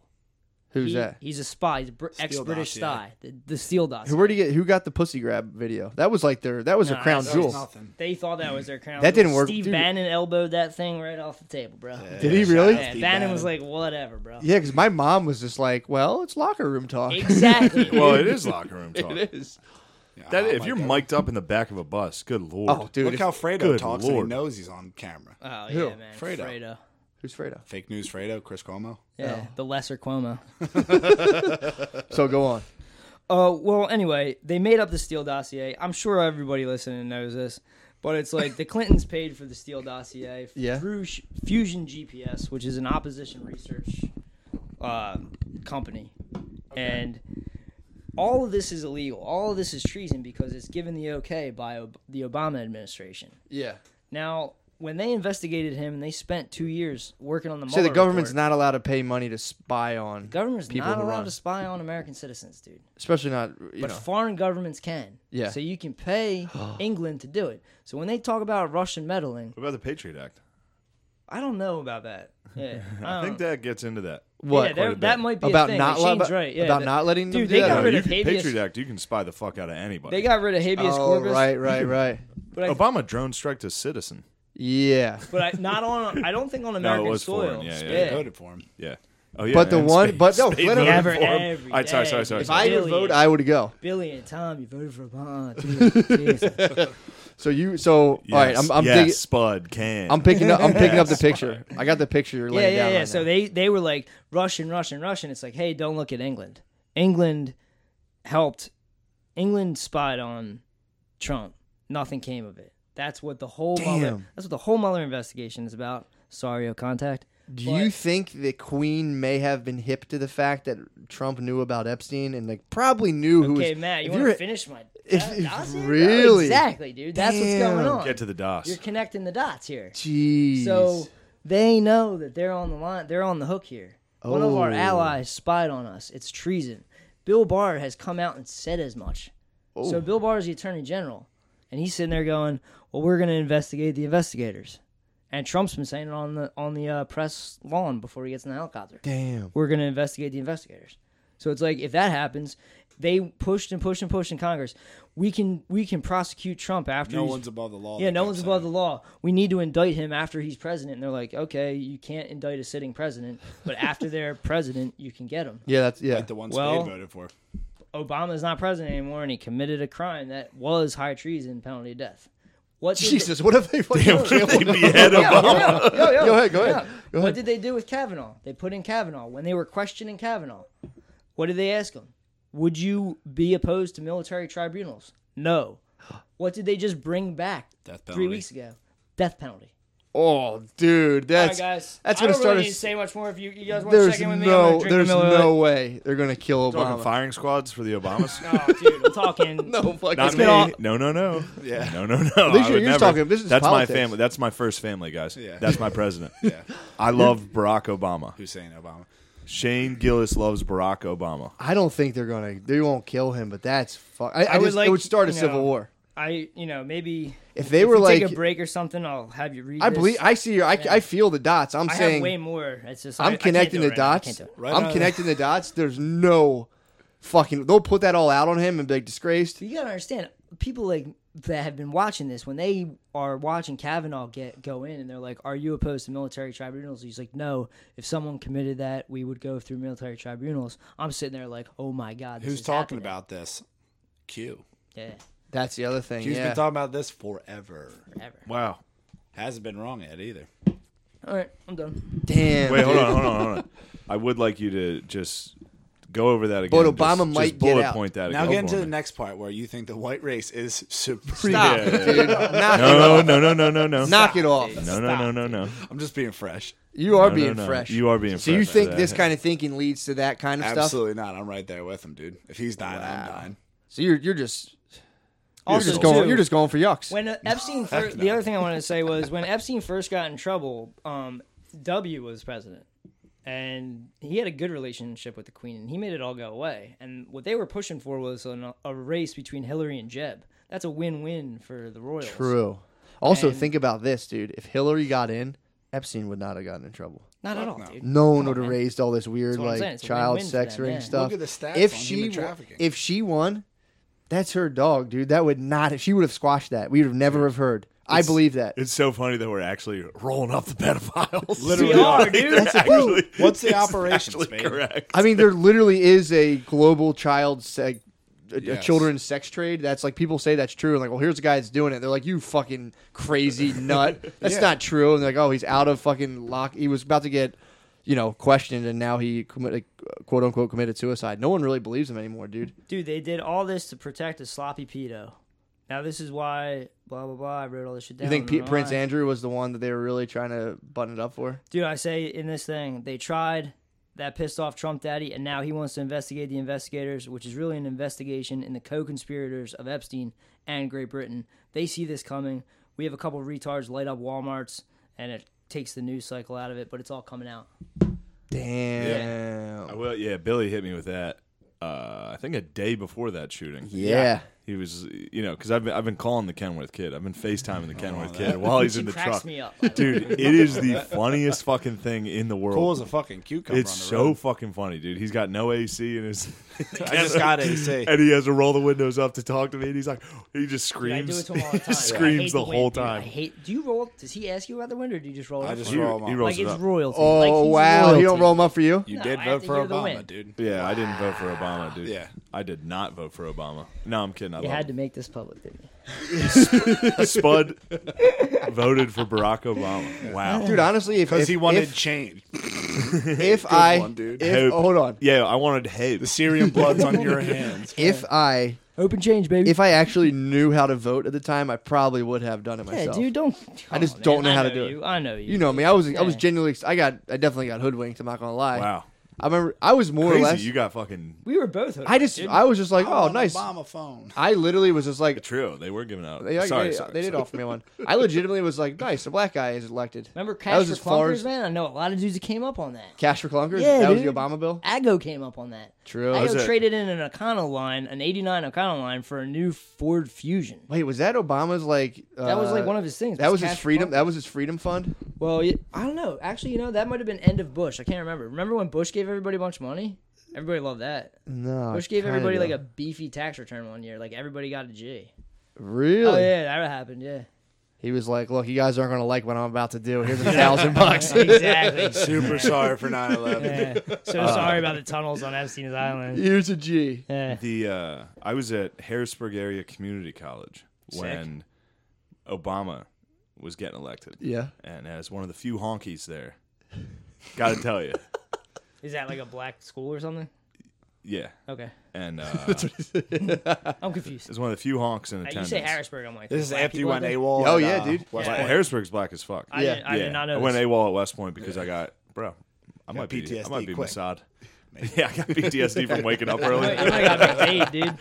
[SPEAKER 1] Who's
[SPEAKER 3] He-
[SPEAKER 1] that?
[SPEAKER 3] He's a spy. He's br- ex British
[SPEAKER 4] dossier.
[SPEAKER 3] spy. The, the Steele dossier.
[SPEAKER 1] Who where do you get who got the pussy grab video? That was like their that was
[SPEAKER 3] Nah,
[SPEAKER 1] a crown
[SPEAKER 3] that's-
[SPEAKER 1] jewel.
[SPEAKER 4] nothing.
[SPEAKER 3] They thought that was their crown.
[SPEAKER 1] That
[SPEAKER 3] jewel.
[SPEAKER 1] didn't work,
[SPEAKER 3] Steve
[SPEAKER 1] dude.
[SPEAKER 3] Bannon elbowed that thing right off the table, bro. Yeah,
[SPEAKER 1] Did he really?
[SPEAKER 4] Yeah. Steve
[SPEAKER 3] Bannon was
[SPEAKER 4] Bannon.
[SPEAKER 3] like, whatever, bro.
[SPEAKER 1] Yeah, because my mom was just like, "Well, it's locker room talk."
[SPEAKER 3] Exactly. Oh,
[SPEAKER 2] Well, it is locker room talk.
[SPEAKER 1] is.
[SPEAKER 2] That
[SPEAKER 4] Oh
[SPEAKER 2] if
[SPEAKER 4] my
[SPEAKER 2] you're
[SPEAKER 4] God.
[SPEAKER 2] mic'd up in the back of a bus, good lord.
[SPEAKER 1] Oh, dude,
[SPEAKER 4] Look
[SPEAKER 1] if-
[SPEAKER 4] how Fredo
[SPEAKER 2] Good
[SPEAKER 4] talks and
[SPEAKER 2] Lord.
[SPEAKER 4] he knows he's on camera.
[SPEAKER 3] oh
[SPEAKER 1] Who?
[SPEAKER 3] yeah, man.
[SPEAKER 4] Fredo.
[SPEAKER 3] Fredo.
[SPEAKER 1] who's Fredo?
[SPEAKER 4] Fake news Fredo, Chris Cuomo.
[SPEAKER 3] Yeah, the lesser Cuomo.
[SPEAKER 1] So go on.
[SPEAKER 3] Uh, well, anyway, they made up the Steele dossier. I'm sure everybody listening knows this, but it's like the Clintons paid for the Steele dossier
[SPEAKER 1] Yeah.
[SPEAKER 3] through Sh- Fusion GPS, which is an opposition research uh, company, and all of this is illegal. All of this is treason because it's given the okay by Ob- the Obama administration.
[SPEAKER 1] Yeah.
[SPEAKER 3] Now, when they investigated him, they spent two years working on the.
[SPEAKER 1] So the
[SPEAKER 3] Mueller
[SPEAKER 1] government's
[SPEAKER 3] report.
[SPEAKER 1] not allowed to pay money to spy on
[SPEAKER 3] Government's
[SPEAKER 1] people
[SPEAKER 3] not
[SPEAKER 1] who
[SPEAKER 3] allowed
[SPEAKER 1] run.
[SPEAKER 3] to spy on American citizens, dude.
[SPEAKER 1] especially not you
[SPEAKER 3] But
[SPEAKER 1] know.
[SPEAKER 3] foreign governments can.
[SPEAKER 1] Yeah.
[SPEAKER 3] So you can pay England to do it. So when they talk about Russian meddling,
[SPEAKER 2] What about the Patriot Act?
[SPEAKER 3] I don't know about that. Yeah. I,
[SPEAKER 2] I
[SPEAKER 3] don't
[SPEAKER 2] think
[SPEAKER 1] Uh,
[SPEAKER 3] know.
[SPEAKER 2] that gets into that.
[SPEAKER 3] yeah,
[SPEAKER 1] what
[SPEAKER 3] there-
[SPEAKER 2] quite a bit.
[SPEAKER 3] that might be a
[SPEAKER 1] about
[SPEAKER 3] thing.
[SPEAKER 1] not
[SPEAKER 3] like,
[SPEAKER 1] lo-
[SPEAKER 3] Shane's right. Yeah,
[SPEAKER 1] about
[SPEAKER 3] that-
[SPEAKER 1] not letting them
[SPEAKER 3] Dude,
[SPEAKER 1] do
[SPEAKER 3] they
[SPEAKER 1] that?
[SPEAKER 3] got
[SPEAKER 2] No,
[SPEAKER 3] rid
[SPEAKER 2] you
[SPEAKER 3] of
[SPEAKER 2] can-
[SPEAKER 3] habeas-
[SPEAKER 2] Patriot Act, you can spy the fuck out of anybody.
[SPEAKER 3] They got rid of habeas
[SPEAKER 1] oh,
[SPEAKER 3] corpus,
[SPEAKER 1] right, right, right.
[SPEAKER 3] but I,
[SPEAKER 2] Obama drone striked a citizen.
[SPEAKER 1] Yeah.
[SPEAKER 3] but I, not on. I don't think on American
[SPEAKER 2] was
[SPEAKER 3] soil.
[SPEAKER 2] foreign. Yeah, yeah,
[SPEAKER 4] They voted for him.
[SPEAKER 2] Yeah. Oh yeah.
[SPEAKER 1] But the
[SPEAKER 2] and
[SPEAKER 1] one-
[SPEAKER 2] Spade-
[SPEAKER 1] but no,
[SPEAKER 2] Spade
[SPEAKER 1] let him-
[SPEAKER 2] voted
[SPEAKER 3] Every-
[SPEAKER 2] for him.
[SPEAKER 3] every
[SPEAKER 2] All right, sorry,
[SPEAKER 3] day.
[SPEAKER 2] sorry, sorry.
[SPEAKER 3] If
[SPEAKER 1] If I
[SPEAKER 3] Billy.
[SPEAKER 1] would vote, I would go.
[SPEAKER 3] Billy and Tom, you voted for Obama. dude. Jeez.
[SPEAKER 1] So you, so all right, I'm, I'm
[SPEAKER 2] yes,
[SPEAKER 1] digging-
[SPEAKER 2] Spud can.
[SPEAKER 1] I'm picking up. I'm picking up the picture. I got the picture
[SPEAKER 3] yeah,
[SPEAKER 1] laying
[SPEAKER 3] yeah,
[SPEAKER 1] down.
[SPEAKER 3] yeah.
[SPEAKER 1] right
[SPEAKER 3] so
[SPEAKER 1] now.
[SPEAKER 3] they they were like Russian, Russian, Russian. It's like, hey, don't look at England. England helped. England spied on Trump. Nothing came of it. That's what the whole Mueller,
[SPEAKER 1] Damn.
[SPEAKER 3] that's what the whole Mueller investigation is about. Sorry, O contact.
[SPEAKER 1] Do you think the Queen may have been hip to the fact that Trump knew about Epstein and like probably knew who was?
[SPEAKER 3] Okay, Matt, you
[SPEAKER 1] if
[SPEAKER 3] want
[SPEAKER 1] you're-
[SPEAKER 3] to finish my
[SPEAKER 1] if-
[SPEAKER 3] that
[SPEAKER 1] if
[SPEAKER 3] dossier, bro?
[SPEAKER 1] really-
[SPEAKER 3] exactly, dude. That's what's going
[SPEAKER 1] Damn.
[SPEAKER 3] on.
[SPEAKER 2] get to the DOS.
[SPEAKER 3] You're connecting the dots here.
[SPEAKER 1] Jeez.
[SPEAKER 3] So they know that they're on the line. They're on the hook here. One of our
[SPEAKER 1] Oh.
[SPEAKER 3] allies spied on us. It's treason. Bill Barr has come out and said as much.
[SPEAKER 1] Oh.
[SPEAKER 3] So Bill Barr is the attorney general, and he's sitting there going, "Well, we're going to investigate the investigators." And Trump's been saying it on the on the uh, press lawn before he gets in the helicopter.
[SPEAKER 1] damn.
[SPEAKER 3] We're going to investigate the investigators. So it's like if that happens, they pushed and pushed and pushed in Congress. We can we can prosecute Trump after
[SPEAKER 4] No
[SPEAKER 3] he's-
[SPEAKER 4] one's above the law.
[SPEAKER 3] yeah,
[SPEAKER 4] they
[SPEAKER 3] no
[SPEAKER 4] kept
[SPEAKER 3] one's
[SPEAKER 4] saying.
[SPEAKER 3] above the law. We need to indict him after he's president. And they're like, okay, you can't indict a sitting president, but after they're president, you can get him.
[SPEAKER 1] Yeah, that's yeah.
[SPEAKER 4] Like the ones
[SPEAKER 3] Well-
[SPEAKER 4] Spade voted for.
[SPEAKER 3] Obama's not president anymore, and he committed a crime that was high treason, penalty of death. What did
[SPEAKER 1] Jesus, what if they fucking killed
[SPEAKER 2] They behead
[SPEAKER 3] They,
[SPEAKER 2] him.
[SPEAKER 3] yo, yo, yo, yo,
[SPEAKER 1] Go ahead, go ahead,
[SPEAKER 3] yo.
[SPEAKER 1] go
[SPEAKER 3] What
[SPEAKER 1] ahead.
[SPEAKER 3] did they do with Kavanaugh? They put in Kavanaugh when they were questioning Kavanaugh. What did they ask him? Would you be opposed to military tribunals? No. What did they just bring back
[SPEAKER 4] Death
[SPEAKER 3] three
[SPEAKER 4] penalty.
[SPEAKER 3] weeks ago? Death penalty.
[SPEAKER 1] Oh, dude, that's
[SPEAKER 3] All right, guys.
[SPEAKER 1] that's
[SPEAKER 3] I
[SPEAKER 1] gonna
[SPEAKER 3] don't
[SPEAKER 1] start. a-
[SPEAKER 3] really need to say much more. If you, you guys want to
[SPEAKER 1] there's
[SPEAKER 3] check in with me, I'm
[SPEAKER 1] no,
[SPEAKER 3] gonna drink
[SPEAKER 1] there's
[SPEAKER 3] a Miller
[SPEAKER 1] no
[SPEAKER 3] Lite.
[SPEAKER 1] way they're gonna kill
[SPEAKER 2] Talking
[SPEAKER 1] Obama.
[SPEAKER 2] firing squads for the Obamas.
[SPEAKER 3] Oh, dude, I'm talking.
[SPEAKER 1] No fucking
[SPEAKER 2] Not me.
[SPEAKER 1] way.
[SPEAKER 3] all-
[SPEAKER 2] No, no, no.
[SPEAKER 4] Yeah.
[SPEAKER 2] No, no, no. I
[SPEAKER 1] These are-
[SPEAKER 2] would
[SPEAKER 1] you're
[SPEAKER 2] never.
[SPEAKER 1] talking- this is
[SPEAKER 2] That's
[SPEAKER 1] politics.
[SPEAKER 2] my family. That's my first family, guys.
[SPEAKER 4] Yeah.
[SPEAKER 2] That's my president.
[SPEAKER 4] Yeah.
[SPEAKER 2] I love Barack Obama.
[SPEAKER 4] Hussein Obama.
[SPEAKER 2] Shane Gillis loves Barack Obama.
[SPEAKER 1] I don't think they're gonna. They won't kill him, but that's fuck. I, I,
[SPEAKER 3] would
[SPEAKER 1] just,
[SPEAKER 3] like,
[SPEAKER 1] it would start a
[SPEAKER 3] you
[SPEAKER 1] civil
[SPEAKER 3] know,
[SPEAKER 1] war.
[SPEAKER 3] I, you know, maybe
[SPEAKER 1] If they were
[SPEAKER 3] you
[SPEAKER 1] like,
[SPEAKER 3] take a break or something. I'll have you read.
[SPEAKER 1] I
[SPEAKER 3] this.
[SPEAKER 1] believe I see. your- I, I feel the dots. I'm
[SPEAKER 3] I have
[SPEAKER 1] saying
[SPEAKER 3] way more. It's just I-
[SPEAKER 1] I'm
[SPEAKER 3] I can't
[SPEAKER 1] connecting
[SPEAKER 3] do
[SPEAKER 1] the
[SPEAKER 3] it right now. I
[SPEAKER 1] dots.
[SPEAKER 3] can't do it.
[SPEAKER 4] Right
[SPEAKER 1] I'm
[SPEAKER 4] now-
[SPEAKER 1] connecting the dots. There's no fucking. They'll put that all out on him and be like, disgraced.
[SPEAKER 3] But you gotta understand, people like that have been watching this when they are watching Kavanaugh get go in, and they're like, "Are you opposed to military tribunals?" He's like, "No. If someone committed that, we would go through military tribunals." I'm sitting there like, "Oh my god, this
[SPEAKER 4] Who's
[SPEAKER 3] is
[SPEAKER 4] talking
[SPEAKER 3] happening."
[SPEAKER 4] about this? Q.
[SPEAKER 3] Yeah.
[SPEAKER 1] That's the other thing.
[SPEAKER 4] Q's
[SPEAKER 1] yeah.
[SPEAKER 4] been talking about this forever.
[SPEAKER 3] Ever.
[SPEAKER 2] Wow.
[SPEAKER 4] Hasn't been wrong yet either.
[SPEAKER 3] All right, I'm done.
[SPEAKER 1] Damn.
[SPEAKER 2] Wait, hold
[SPEAKER 1] dude.
[SPEAKER 2] on, hold on, hold on. I would like you to just go over that again.
[SPEAKER 1] But Obama
[SPEAKER 2] just,
[SPEAKER 1] might get
[SPEAKER 2] just bullet
[SPEAKER 1] out.
[SPEAKER 2] point that
[SPEAKER 4] Now
[SPEAKER 2] again.
[SPEAKER 4] get into
[SPEAKER 2] for
[SPEAKER 4] the
[SPEAKER 2] me.
[SPEAKER 4] next part where you think the white race is supreme.
[SPEAKER 1] Stop,
[SPEAKER 2] Yeah, yeah,
[SPEAKER 1] dude. Knock it
[SPEAKER 2] No,
[SPEAKER 1] off.
[SPEAKER 2] no, no, no, no, no.
[SPEAKER 1] Knock it off.
[SPEAKER 2] No, no, no, no, no.
[SPEAKER 4] I'm just being fresh.
[SPEAKER 1] You are
[SPEAKER 2] No, no,
[SPEAKER 1] being
[SPEAKER 2] no.
[SPEAKER 1] fresh.
[SPEAKER 2] You are being
[SPEAKER 1] So you
[SPEAKER 2] fresh.
[SPEAKER 1] think
[SPEAKER 2] Yeah.
[SPEAKER 1] this kind of thinking leads to that kind of stuff?
[SPEAKER 4] Absolutely not. I'm right there with him, dude. If he's dying, I'm
[SPEAKER 1] Wow.
[SPEAKER 4] dying.
[SPEAKER 1] So you're you're just you're
[SPEAKER 3] Also,
[SPEAKER 1] just going
[SPEAKER 3] too,
[SPEAKER 1] you're just going for yucks.
[SPEAKER 3] when uh, Epstein. First, The other thing I wanted to say was when Epstein first got in trouble, um, W was president, and he had a good relationship with the queen and he made it all go away and what they were pushing for was an, a race between hillary and jeb that's a win-win for the royals
[SPEAKER 1] True. Also,
[SPEAKER 3] And-
[SPEAKER 1] think about this, dude. If Hillary got in, Epstein would not have gotten in trouble.
[SPEAKER 3] not at all dude
[SPEAKER 1] No one
[SPEAKER 3] Come
[SPEAKER 1] would
[SPEAKER 3] on,
[SPEAKER 1] have
[SPEAKER 3] man.
[SPEAKER 1] raised all this weird
[SPEAKER 3] That's what I'm saying.
[SPEAKER 1] like
[SPEAKER 3] It's a
[SPEAKER 1] child
[SPEAKER 3] win-win for
[SPEAKER 1] sex
[SPEAKER 3] them,
[SPEAKER 1] ring
[SPEAKER 3] yeah.
[SPEAKER 1] stuff.
[SPEAKER 4] Look at the stats
[SPEAKER 1] if
[SPEAKER 4] on
[SPEAKER 1] she
[SPEAKER 4] human
[SPEAKER 1] wa-
[SPEAKER 4] trafficking.
[SPEAKER 1] if she won, that's her dog, dude. That would not. She would have squashed that. We would have never have heard. I believe that.
[SPEAKER 2] It's so funny that we're actually rolling up the pedophiles.
[SPEAKER 4] Literally.
[SPEAKER 3] We are,
[SPEAKER 2] Like,
[SPEAKER 3] dude.
[SPEAKER 2] they're
[SPEAKER 3] That's
[SPEAKER 2] actually-
[SPEAKER 4] What's the
[SPEAKER 2] it's
[SPEAKER 4] operations,
[SPEAKER 2] actually
[SPEAKER 4] man?
[SPEAKER 2] Correct.
[SPEAKER 1] I mean, there literally is a global child sex, a, a
[SPEAKER 4] Yes.
[SPEAKER 1] children's sex trade. That's like people say that's true, and like, well, here's a guy that's doing it. They're like, you fucking crazy nut. That's
[SPEAKER 4] Yeah.
[SPEAKER 1] not true. And they're like, oh, he's out of fucking lock. He was about to get, you know, questioned, and now he committed, quote unquote, committed suicide. No one really believes him anymore, dude.
[SPEAKER 3] dude they did all this to protect a sloppy pedo now this is why blah blah blah i wrote all this shit down
[SPEAKER 1] You think P-
[SPEAKER 3] blah,
[SPEAKER 1] Prince
[SPEAKER 3] blah.
[SPEAKER 1] Andrew was the one that they were really trying to button it up for?
[SPEAKER 3] dude i say in this thing they tried that pissed off trump daddy and now he wants to investigate the investigators which is really an investigation in the co-conspirators of epstein and great britain they see this coming we have a couple retards light up walmarts and it takes the news cycle out of it but it's all coming out
[SPEAKER 1] Damn.
[SPEAKER 2] I will. Yeah, Billy hit me with that. Uh, I think a day before that shooting.
[SPEAKER 1] Yeah.
[SPEAKER 2] He was, you know, because I've been, I've been calling the Kenworth kid. I've been FaceTiming the
[SPEAKER 4] Oh,
[SPEAKER 2] Kenworth kid while he's
[SPEAKER 3] He
[SPEAKER 2] in the
[SPEAKER 3] cracks
[SPEAKER 2] truck.
[SPEAKER 3] me up, by the
[SPEAKER 2] Dude, it is the funniest fucking thing in the world.
[SPEAKER 4] Cool as a fucking cucumber.
[SPEAKER 2] It's
[SPEAKER 4] on the
[SPEAKER 2] so
[SPEAKER 4] road.
[SPEAKER 2] fucking funny, dude. He's got no AC in his.
[SPEAKER 4] I just got AC.
[SPEAKER 2] And he has to roll the windows up to talk to me, and he's like, he just
[SPEAKER 3] Dude, I
[SPEAKER 2] screams.
[SPEAKER 3] do it to him all the time.
[SPEAKER 2] He
[SPEAKER 3] I hate
[SPEAKER 2] screams the
[SPEAKER 3] wind,
[SPEAKER 2] whole
[SPEAKER 3] dude. I
[SPEAKER 2] time.
[SPEAKER 3] hate. Do you roll? Does he ask you about the wind, or do you just roll? it
[SPEAKER 4] I
[SPEAKER 3] up
[SPEAKER 4] just
[SPEAKER 3] for him?
[SPEAKER 2] He,
[SPEAKER 4] Throw him
[SPEAKER 2] he
[SPEAKER 4] up.
[SPEAKER 2] rolls
[SPEAKER 3] like
[SPEAKER 2] it
[SPEAKER 3] it's
[SPEAKER 2] up.
[SPEAKER 3] royalty.
[SPEAKER 1] Oh
[SPEAKER 3] like, he's
[SPEAKER 1] wow! He
[SPEAKER 3] royalty.
[SPEAKER 1] don't roll 'em up for you.
[SPEAKER 4] You
[SPEAKER 3] No,
[SPEAKER 4] did
[SPEAKER 3] I have
[SPEAKER 4] vote
[SPEAKER 3] to
[SPEAKER 4] for
[SPEAKER 3] hear the
[SPEAKER 4] Obama,
[SPEAKER 3] win.
[SPEAKER 4] dude.
[SPEAKER 2] yeah, I didn't vote for Obama, dude.
[SPEAKER 4] Yeah.
[SPEAKER 2] I did not vote for Obama. No, I'm kidding. I
[SPEAKER 3] You
[SPEAKER 2] love
[SPEAKER 3] had to make this public, didn't you?
[SPEAKER 2] Spud voted for Barack Obama. Wow.
[SPEAKER 1] Dude, honestly, if
[SPEAKER 4] Because
[SPEAKER 1] if-
[SPEAKER 4] he wanted
[SPEAKER 1] if,
[SPEAKER 4] change.
[SPEAKER 1] if I
[SPEAKER 4] one, dude.
[SPEAKER 1] if,
[SPEAKER 2] Hope.
[SPEAKER 1] hold on,
[SPEAKER 2] Yeah, I wanted hate.
[SPEAKER 4] The Syrian blood's on your hands.
[SPEAKER 1] if I
[SPEAKER 3] Open change, baby.
[SPEAKER 1] if I actually knew how to vote at the time, I probably would have done it
[SPEAKER 3] yeah,
[SPEAKER 1] myself.
[SPEAKER 3] dude, don't.
[SPEAKER 1] I just
[SPEAKER 3] Come
[SPEAKER 1] don't
[SPEAKER 3] man,
[SPEAKER 1] know how
[SPEAKER 3] I
[SPEAKER 1] to do it.
[SPEAKER 3] you. I know you.
[SPEAKER 1] You know me. I was I was
[SPEAKER 3] Yeah.
[SPEAKER 1] genuinely. ex- I got. I definitely got hoodwinked. I'm not gonna lie.
[SPEAKER 2] Wow.
[SPEAKER 1] I remember. I was more
[SPEAKER 2] Crazy.
[SPEAKER 1] or less.
[SPEAKER 2] You got fucking
[SPEAKER 3] we were both. hooked
[SPEAKER 1] I
[SPEAKER 3] up,
[SPEAKER 1] just.
[SPEAKER 3] dude.
[SPEAKER 1] I was just like,
[SPEAKER 4] I
[SPEAKER 1] oh,
[SPEAKER 4] want an
[SPEAKER 1] nice.
[SPEAKER 4] Obama phone.
[SPEAKER 1] I literally was just like.
[SPEAKER 2] trio. They were giving out.
[SPEAKER 1] They, they-
[SPEAKER 2] sorry,
[SPEAKER 1] they,
[SPEAKER 2] sorry,
[SPEAKER 1] they did
[SPEAKER 2] sorry.
[SPEAKER 1] offer me one. I legitimately was like, nice. A black guy is elected.
[SPEAKER 3] remember
[SPEAKER 1] that
[SPEAKER 3] cash
[SPEAKER 1] was
[SPEAKER 3] for
[SPEAKER 1] as far
[SPEAKER 3] clunkers,
[SPEAKER 1] as
[SPEAKER 3] man. I know a lot of dudes that came up on that.
[SPEAKER 1] cash for clunkers.
[SPEAKER 3] Yeah,
[SPEAKER 1] that was the
[SPEAKER 3] dude.
[SPEAKER 1] Obama bill.
[SPEAKER 3] Aggo came up on that.
[SPEAKER 1] True.
[SPEAKER 2] was
[SPEAKER 3] Aggo
[SPEAKER 2] a-
[SPEAKER 3] traded in an Econo line, an '89 Econo line, for a new Ford Fusion.
[SPEAKER 1] Wait, was that Obama's like? Uh,
[SPEAKER 3] That was like one of his things.
[SPEAKER 1] That was
[SPEAKER 3] cash
[SPEAKER 1] his
[SPEAKER 3] for
[SPEAKER 1] freedom.
[SPEAKER 3] clunkers.
[SPEAKER 1] That was his freedom fund.
[SPEAKER 3] Well, y- I don't know. Actually, you know, that might have been end of Bush. I can't remember. Remember when Bush gave everybody a bunch of money? Everybody loved that.
[SPEAKER 1] No.
[SPEAKER 3] Bush gave
[SPEAKER 1] kinda
[SPEAKER 3] everybody like a
[SPEAKER 1] though.
[SPEAKER 3] beefy tax return one year. Like everybody got a G.
[SPEAKER 1] Really?
[SPEAKER 3] Oh yeah, that happened. Yeah,
[SPEAKER 1] He was like, "Look, you guys aren't gonna like what I'm about to do. Here's a thousand bucks."
[SPEAKER 3] exactly.
[SPEAKER 4] Super sorry for 9 11.
[SPEAKER 3] Yeah. So
[SPEAKER 2] Uh,
[SPEAKER 3] sorry about the tunnels on Epstein's Island.
[SPEAKER 1] Here's a G.
[SPEAKER 3] Yeah.
[SPEAKER 2] The uh, I was at Harrisburg Area Community College when Obama was getting elected,
[SPEAKER 1] Yeah.
[SPEAKER 2] and as one of the few honkies there, gotta tell you,
[SPEAKER 3] Is that like a black school or something?
[SPEAKER 2] yeah.
[SPEAKER 3] Okay,
[SPEAKER 2] And uh,
[SPEAKER 3] I'm confused.
[SPEAKER 2] as one of the few honks in
[SPEAKER 3] Uh,
[SPEAKER 2] attendance.
[SPEAKER 3] you say Harrisburg, I'm like
[SPEAKER 4] This is
[SPEAKER 3] black
[SPEAKER 4] after you
[SPEAKER 3] people out
[SPEAKER 4] went
[SPEAKER 3] there?
[SPEAKER 4] AWOL.
[SPEAKER 1] Oh,
[SPEAKER 4] at,
[SPEAKER 1] yeah,
[SPEAKER 4] uh,
[SPEAKER 1] dude.
[SPEAKER 4] West
[SPEAKER 2] Wow,
[SPEAKER 4] Point.
[SPEAKER 2] Harrisburg's black as fuck.
[SPEAKER 3] I,
[SPEAKER 1] Yeah.
[SPEAKER 3] didn't, I did not know.
[SPEAKER 2] I went
[SPEAKER 3] this.
[SPEAKER 2] AWOL at West Point because I got bro. I might be I
[SPEAKER 4] PTSD
[SPEAKER 2] might be
[SPEAKER 4] quick.
[SPEAKER 2] Mossad. Yeah, I got PTSD from waking up early.
[SPEAKER 3] You might have got paid, dude.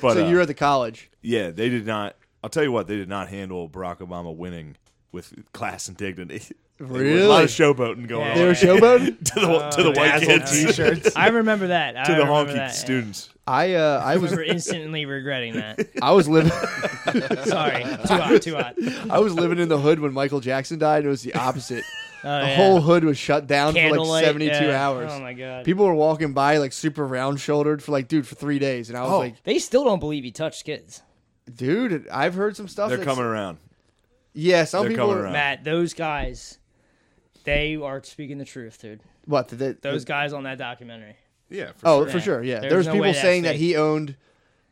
[SPEAKER 2] But
[SPEAKER 1] So
[SPEAKER 2] uh,
[SPEAKER 1] you're at the college.
[SPEAKER 2] yeah, they did not. I'll tell you what, they did not handle Barack Obama winning with class and dignity. There was A lot
[SPEAKER 1] Really?
[SPEAKER 2] of showboating going
[SPEAKER 3] Yeah.
[SPEAKER 2] on
[SPEAKER 1] They were showboating.
[SPEAKER 2] to the to the white
[SPEAKER 4] Dazzled
[SPEAKER 2] kids, to
[SPEAKER 4] t-shirts.
[SPEAKER 3] I remember that. I
[SPEAKER 2] the
[SPEAKER 3] remember
[SPEAKER 2] honky
[SPEAKER 3] that.
[SPEAKER 2] students.
[SPEAKER 1] I uh, I
[SPEAKER 3] I
[SPEAKER 1] was
[SPEAKER 3] remember instantly regretting that.
[SPEAKER 1] I was living
[SPEAKER 3] Sorry, too hot, too hot.
[SPEAKER 1] I was living in the hood when Michael Jackson died. and It was the opposite.
[SPEAKER 3] Oh,
[SPEAKER 1] the
[SPEAKER 3] yeah.
[SPEAKER 1] whole hood was shut down for like
[SPEAKER 3] Candlelight,
[SPEAKER 1] 72
[SPEAKER 3] yeah.
[SPEAKER 1] hours.
[SPEAKER 3] Oh my god.
[SPEAKER 1] People were walking by like super round shouldered for like dude for three days, and I was like,
[SPEAKER 3] they still don't believe he touched kids.
[SPEAKER 1] dude, I've heard some stuff.
[SPEAKER 2] They're
[SPEAKER 1] that's-
[SPEAKER 2] coming around.
[SPEAKER 1] Yeah, some
[SPEAKER 2] They're
[SPEAKER 1] people.
[SPEAKER 2] coming
[SPEAKER 1] are-
[SPEAKER 2] around.
[SPEAKER 3] Matt, those guys, they are speaking the truth, dude.
[SPEAKER 1] What? The,
[SPEAKER 3] Those guys on that documentary.
[SPEAKER 2] Yeah. For
[SPEAKER 1] Oh,
[SPEAKER 2] sure.
[SPEAKER 1] for sure. Yeah,
[SPEAKER 3] There's
[SPEAKER 1] there's,
[SPEAKER 3] no way
[SPEAKER 1] people
[SPEAKER 3] that's
[SPEAKER 1] saying that
[SPEAKER 3] fake.
[SPEAKER 1] he owned,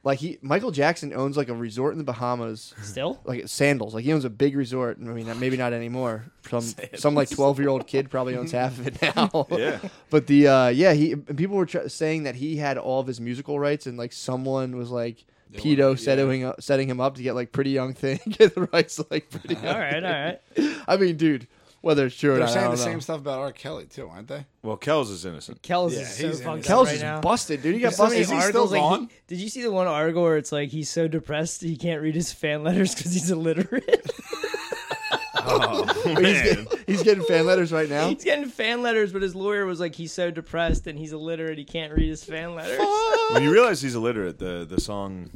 [SPEAKER 1] like he Michael Jackson owns like a resort in the Bahamas,
[SPEAKER 3] Still?
[SPEAKER 1] like sandals. Like he owns a big resort. I mean, maybe not anymore. Some some like twelve year old kid probably owns half of it now.
[SPEAKER 2] Yeah.
[SPEAKER 1] But the uh, yeah, he and people were tr- saying that he had all of his musical rights, and like someone was like pedo setting up, setting him up to get like pretty young thing, get the rights to, like pretty.
[SPEAKER 3] All
[SPEAKER 1] Young.
[SPEAKER 3] right, all right.
[SPEAKER 1] I mean, dude, whether it's true or
[SPEAKER 4] They're
[SPEAKER 1] not, I
[SPEAKER 4] saying
[SPEAKER 1] don't
[SPEAKER 4] the
[SPEAKER 1] know.
[SPEAKER 4] same stuff about R. Kelly, too, aren't they?
[SPEAKER 2] Well, Kells is innocent.
[SPEAKER 3] Kells
[SPEAKER 4] Yeah,
[SPEAKER 3] is so
[SPEAKER 4] he's
[SPEAKER 3] fucked
[SPEAKER 4] innocent.
[SPEAKER 3] up
[SPEAKER 1] Kells
[SPEAKER 3] right
[SPEAKER 1] is
[SPEAKER 3] now.
[SPEAKER 1] busted, dude. He got
[SPEAKER 4] So
[SPEAKER 1] busted.
[SPEAKER 4] is he still
[SPEAKER 3] Articles, like, he-
[SPEAKER 4] gone?
[SPEAKER 3] did you see the one article where it's like he's so depressed he can't read his fan letters because he's illiterate?
[SPEAKER 1] Oh, he's, getting, he's getting fan letters right now.
[SPEAKER 3] He's getting fan letters, but his lawyer was like, he's so depressed and he's illiterate, he can't read his fan letters.
[SPEAKER 2] when you realize he's illiterate, the the song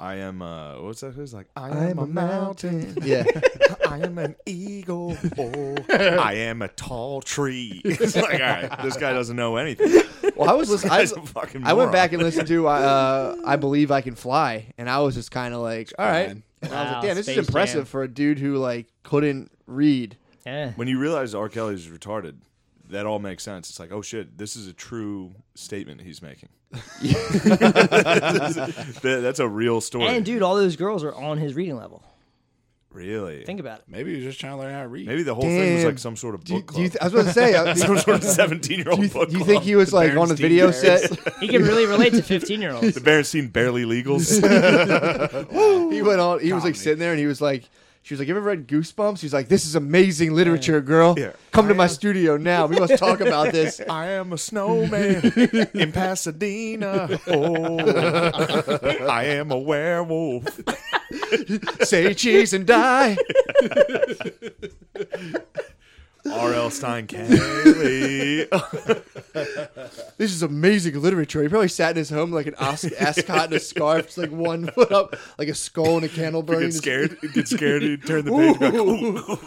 [SPEAKER 2] I am uh what's that who's like I am, a mountain.
[SPEAKER 1] Yeah.
[SPEAKER 2] I am an eagle. Oh, I am a tall tree. It's like, all right, this guy doesn't know anything.
[SPEAKER 1] Well, I was listening. I,
[SPEAKER 2] Guy's a fucking
[SPEAKER 1] I went
[SPEAKER 2] moron.
[SPEAKER 1] back and listened to uh, "I Believe I Can Fly," and I was just kind of like, "All right."
[SPEAKER 4] fine.
[SPEAKER 1] And I was
[SPEAKER 3] Wow,
[SPEAKER 1] like, "Damn, this is
[SPEAKER 3] Space
[SPEAKER 1] impressive
[SPEAKER 3] Jam.
[SPEAKER 1] for a dude who like couldn't read."
[SPEAKER 3] yeah.
[SPEAKER 2] When you realize R. Kelly's retarded, that all makes sense. It's like, oh shit, this is a true statement he's making. That- That's a real story.
[SPEAKER 3] And dude, all those girls are on his reading level.
[SPEAKER 2] really?
[SPEAKER 3] Think about it.
[SPEAKER 4] Maybe he was just trying to learn how to read.
[SPEAKER 2] Maybe the whole thing was
[SPEAKER 1] Damn.
[SPEAKER 2] like some sort of
[SPEAKER 1] Do you,
[SPEAKER 2] book
[SPEAKER 1] do you
[SPEAKER 2] club.
[SPEAKER 1] th- I was going to say, uh, do
[SPEAKER 2] Some
[SPEAKER 1] you,
[SPEAKER 2] sort of seventeen-year-old
[SPEAKER 1] do you
[SPEAKER 2] book
[SPEAKER 1] th- do you
[SPEAKER 2] club.
[SPEAKER 1] think he was like on a
[SPEAKER 4] Berenstein
[SPEAKER 1] video
[SPEAKER 4] Bears.
[SPEAKER 1] set?
[SPEAKER 3] He can really relate to 15 year olds.
[SPEAKER 2] the Berenstein barely legals?
[SPEAKER 1] he went on. He was like
[SPEAKER 4] Comedy.
[SPEAKER 1] sitting there, and he was like, "She was like, you ever read Goosebumps?" He's like, "This is amazing literature, girl.
[SPEAKER 2] Yeah.
[SPEAKER 1] Come to my studio now. We must talk about this."
[SPEAKER 2] I am a snowman in Pasadena. Oh, I am a werewolf.
[SPEAKER 1] Say cheese and die.
[SPEAKER 2] R.L. Stein Kelly.
[SPEAKER 1] This is amazing literature. He probably sat in his home like an os- ascot and a scarf, just like one foot up, like a skull and a candle burning.
[SPEAKER 2] get scared. Get scared. You turn the page. Go,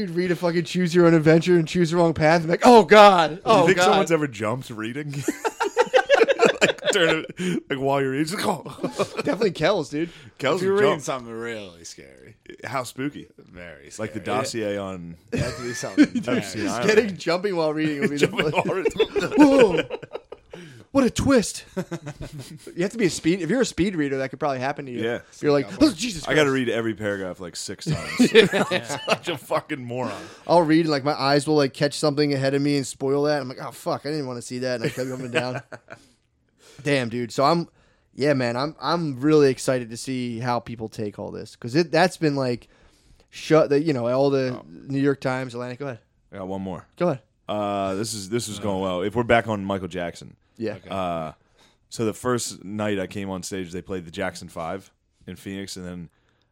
[SPEAKER 1] He'd read a fucking choose your own adventure and choose the wrong path. And be like, oh god,
[SPEAKER 2] Do you
[SPEAKER 1] oh
[SPEAKER 2] think
[SPEAKER 1] god.
[SPEAKER 2] someone's ever jumped reading? like, turn it, like while you're reading. Just, oh.
[SPEAKER 1] Definitely Kells, dude.
[SPEAKER 2] Kelsey
[SPEAKER 4] If you're reading
[SPEAKER 2] jumped.
[SPEAKER 4] something really scary,
[SPEAKER 2] How spooky.
[SPEAKER 4] very scary.
[SPEAKER 2] Like the dossier on.
[SPEAKER 4] It had to be something. very
[SPEAKER 2] Epstein
[SPEAKER 4] scary.
[SPEAKER 2] Island.
[SPEAKER 1] Getting jumping while reading would be the
[SPEAKER 2] Jumping
[SPEAKER 1] fucking-
[SPEAKER 2] hard.
[SPEAKER 1] Whoa. What a twist! you have to be a speed. If you're a speed reader, that could probably happen to you.
[SPEAKER 2] Yeah.
[SPEAKER 1] you're like, oh, Jesus!
[SPEAKER 2] I
[SPEAKER 1] Christ.
[SPEAKER 2] got to read every paragraph like six times. Such a fucking moron.
[SPEAKER 1] I'll read, and like my eyes will like catch something ahead of me and spoil that. I'm like, oh fuck, I didn't want to see that, and I kept coming down. Damn, dude. So I'm, yeah, man. I'm I'm really excited to see how people take all this because it that's been like, shut the you know all the
[SPEAKER 2] Oh.
[SPEAKER 1] New York Times, Atlantic. Go ahead,
[SPEAKER 2] I got one more.
[SPEAKER 1] go ahead.
[SPEAKER 2] Uh, this is this was going well. If we're back on Michael Jackson,
[SPEAKER 1] Yeah,
[SPEAKER 2] uh, so the first night I came on stage, they played the Jackson Five in Phoenix, and then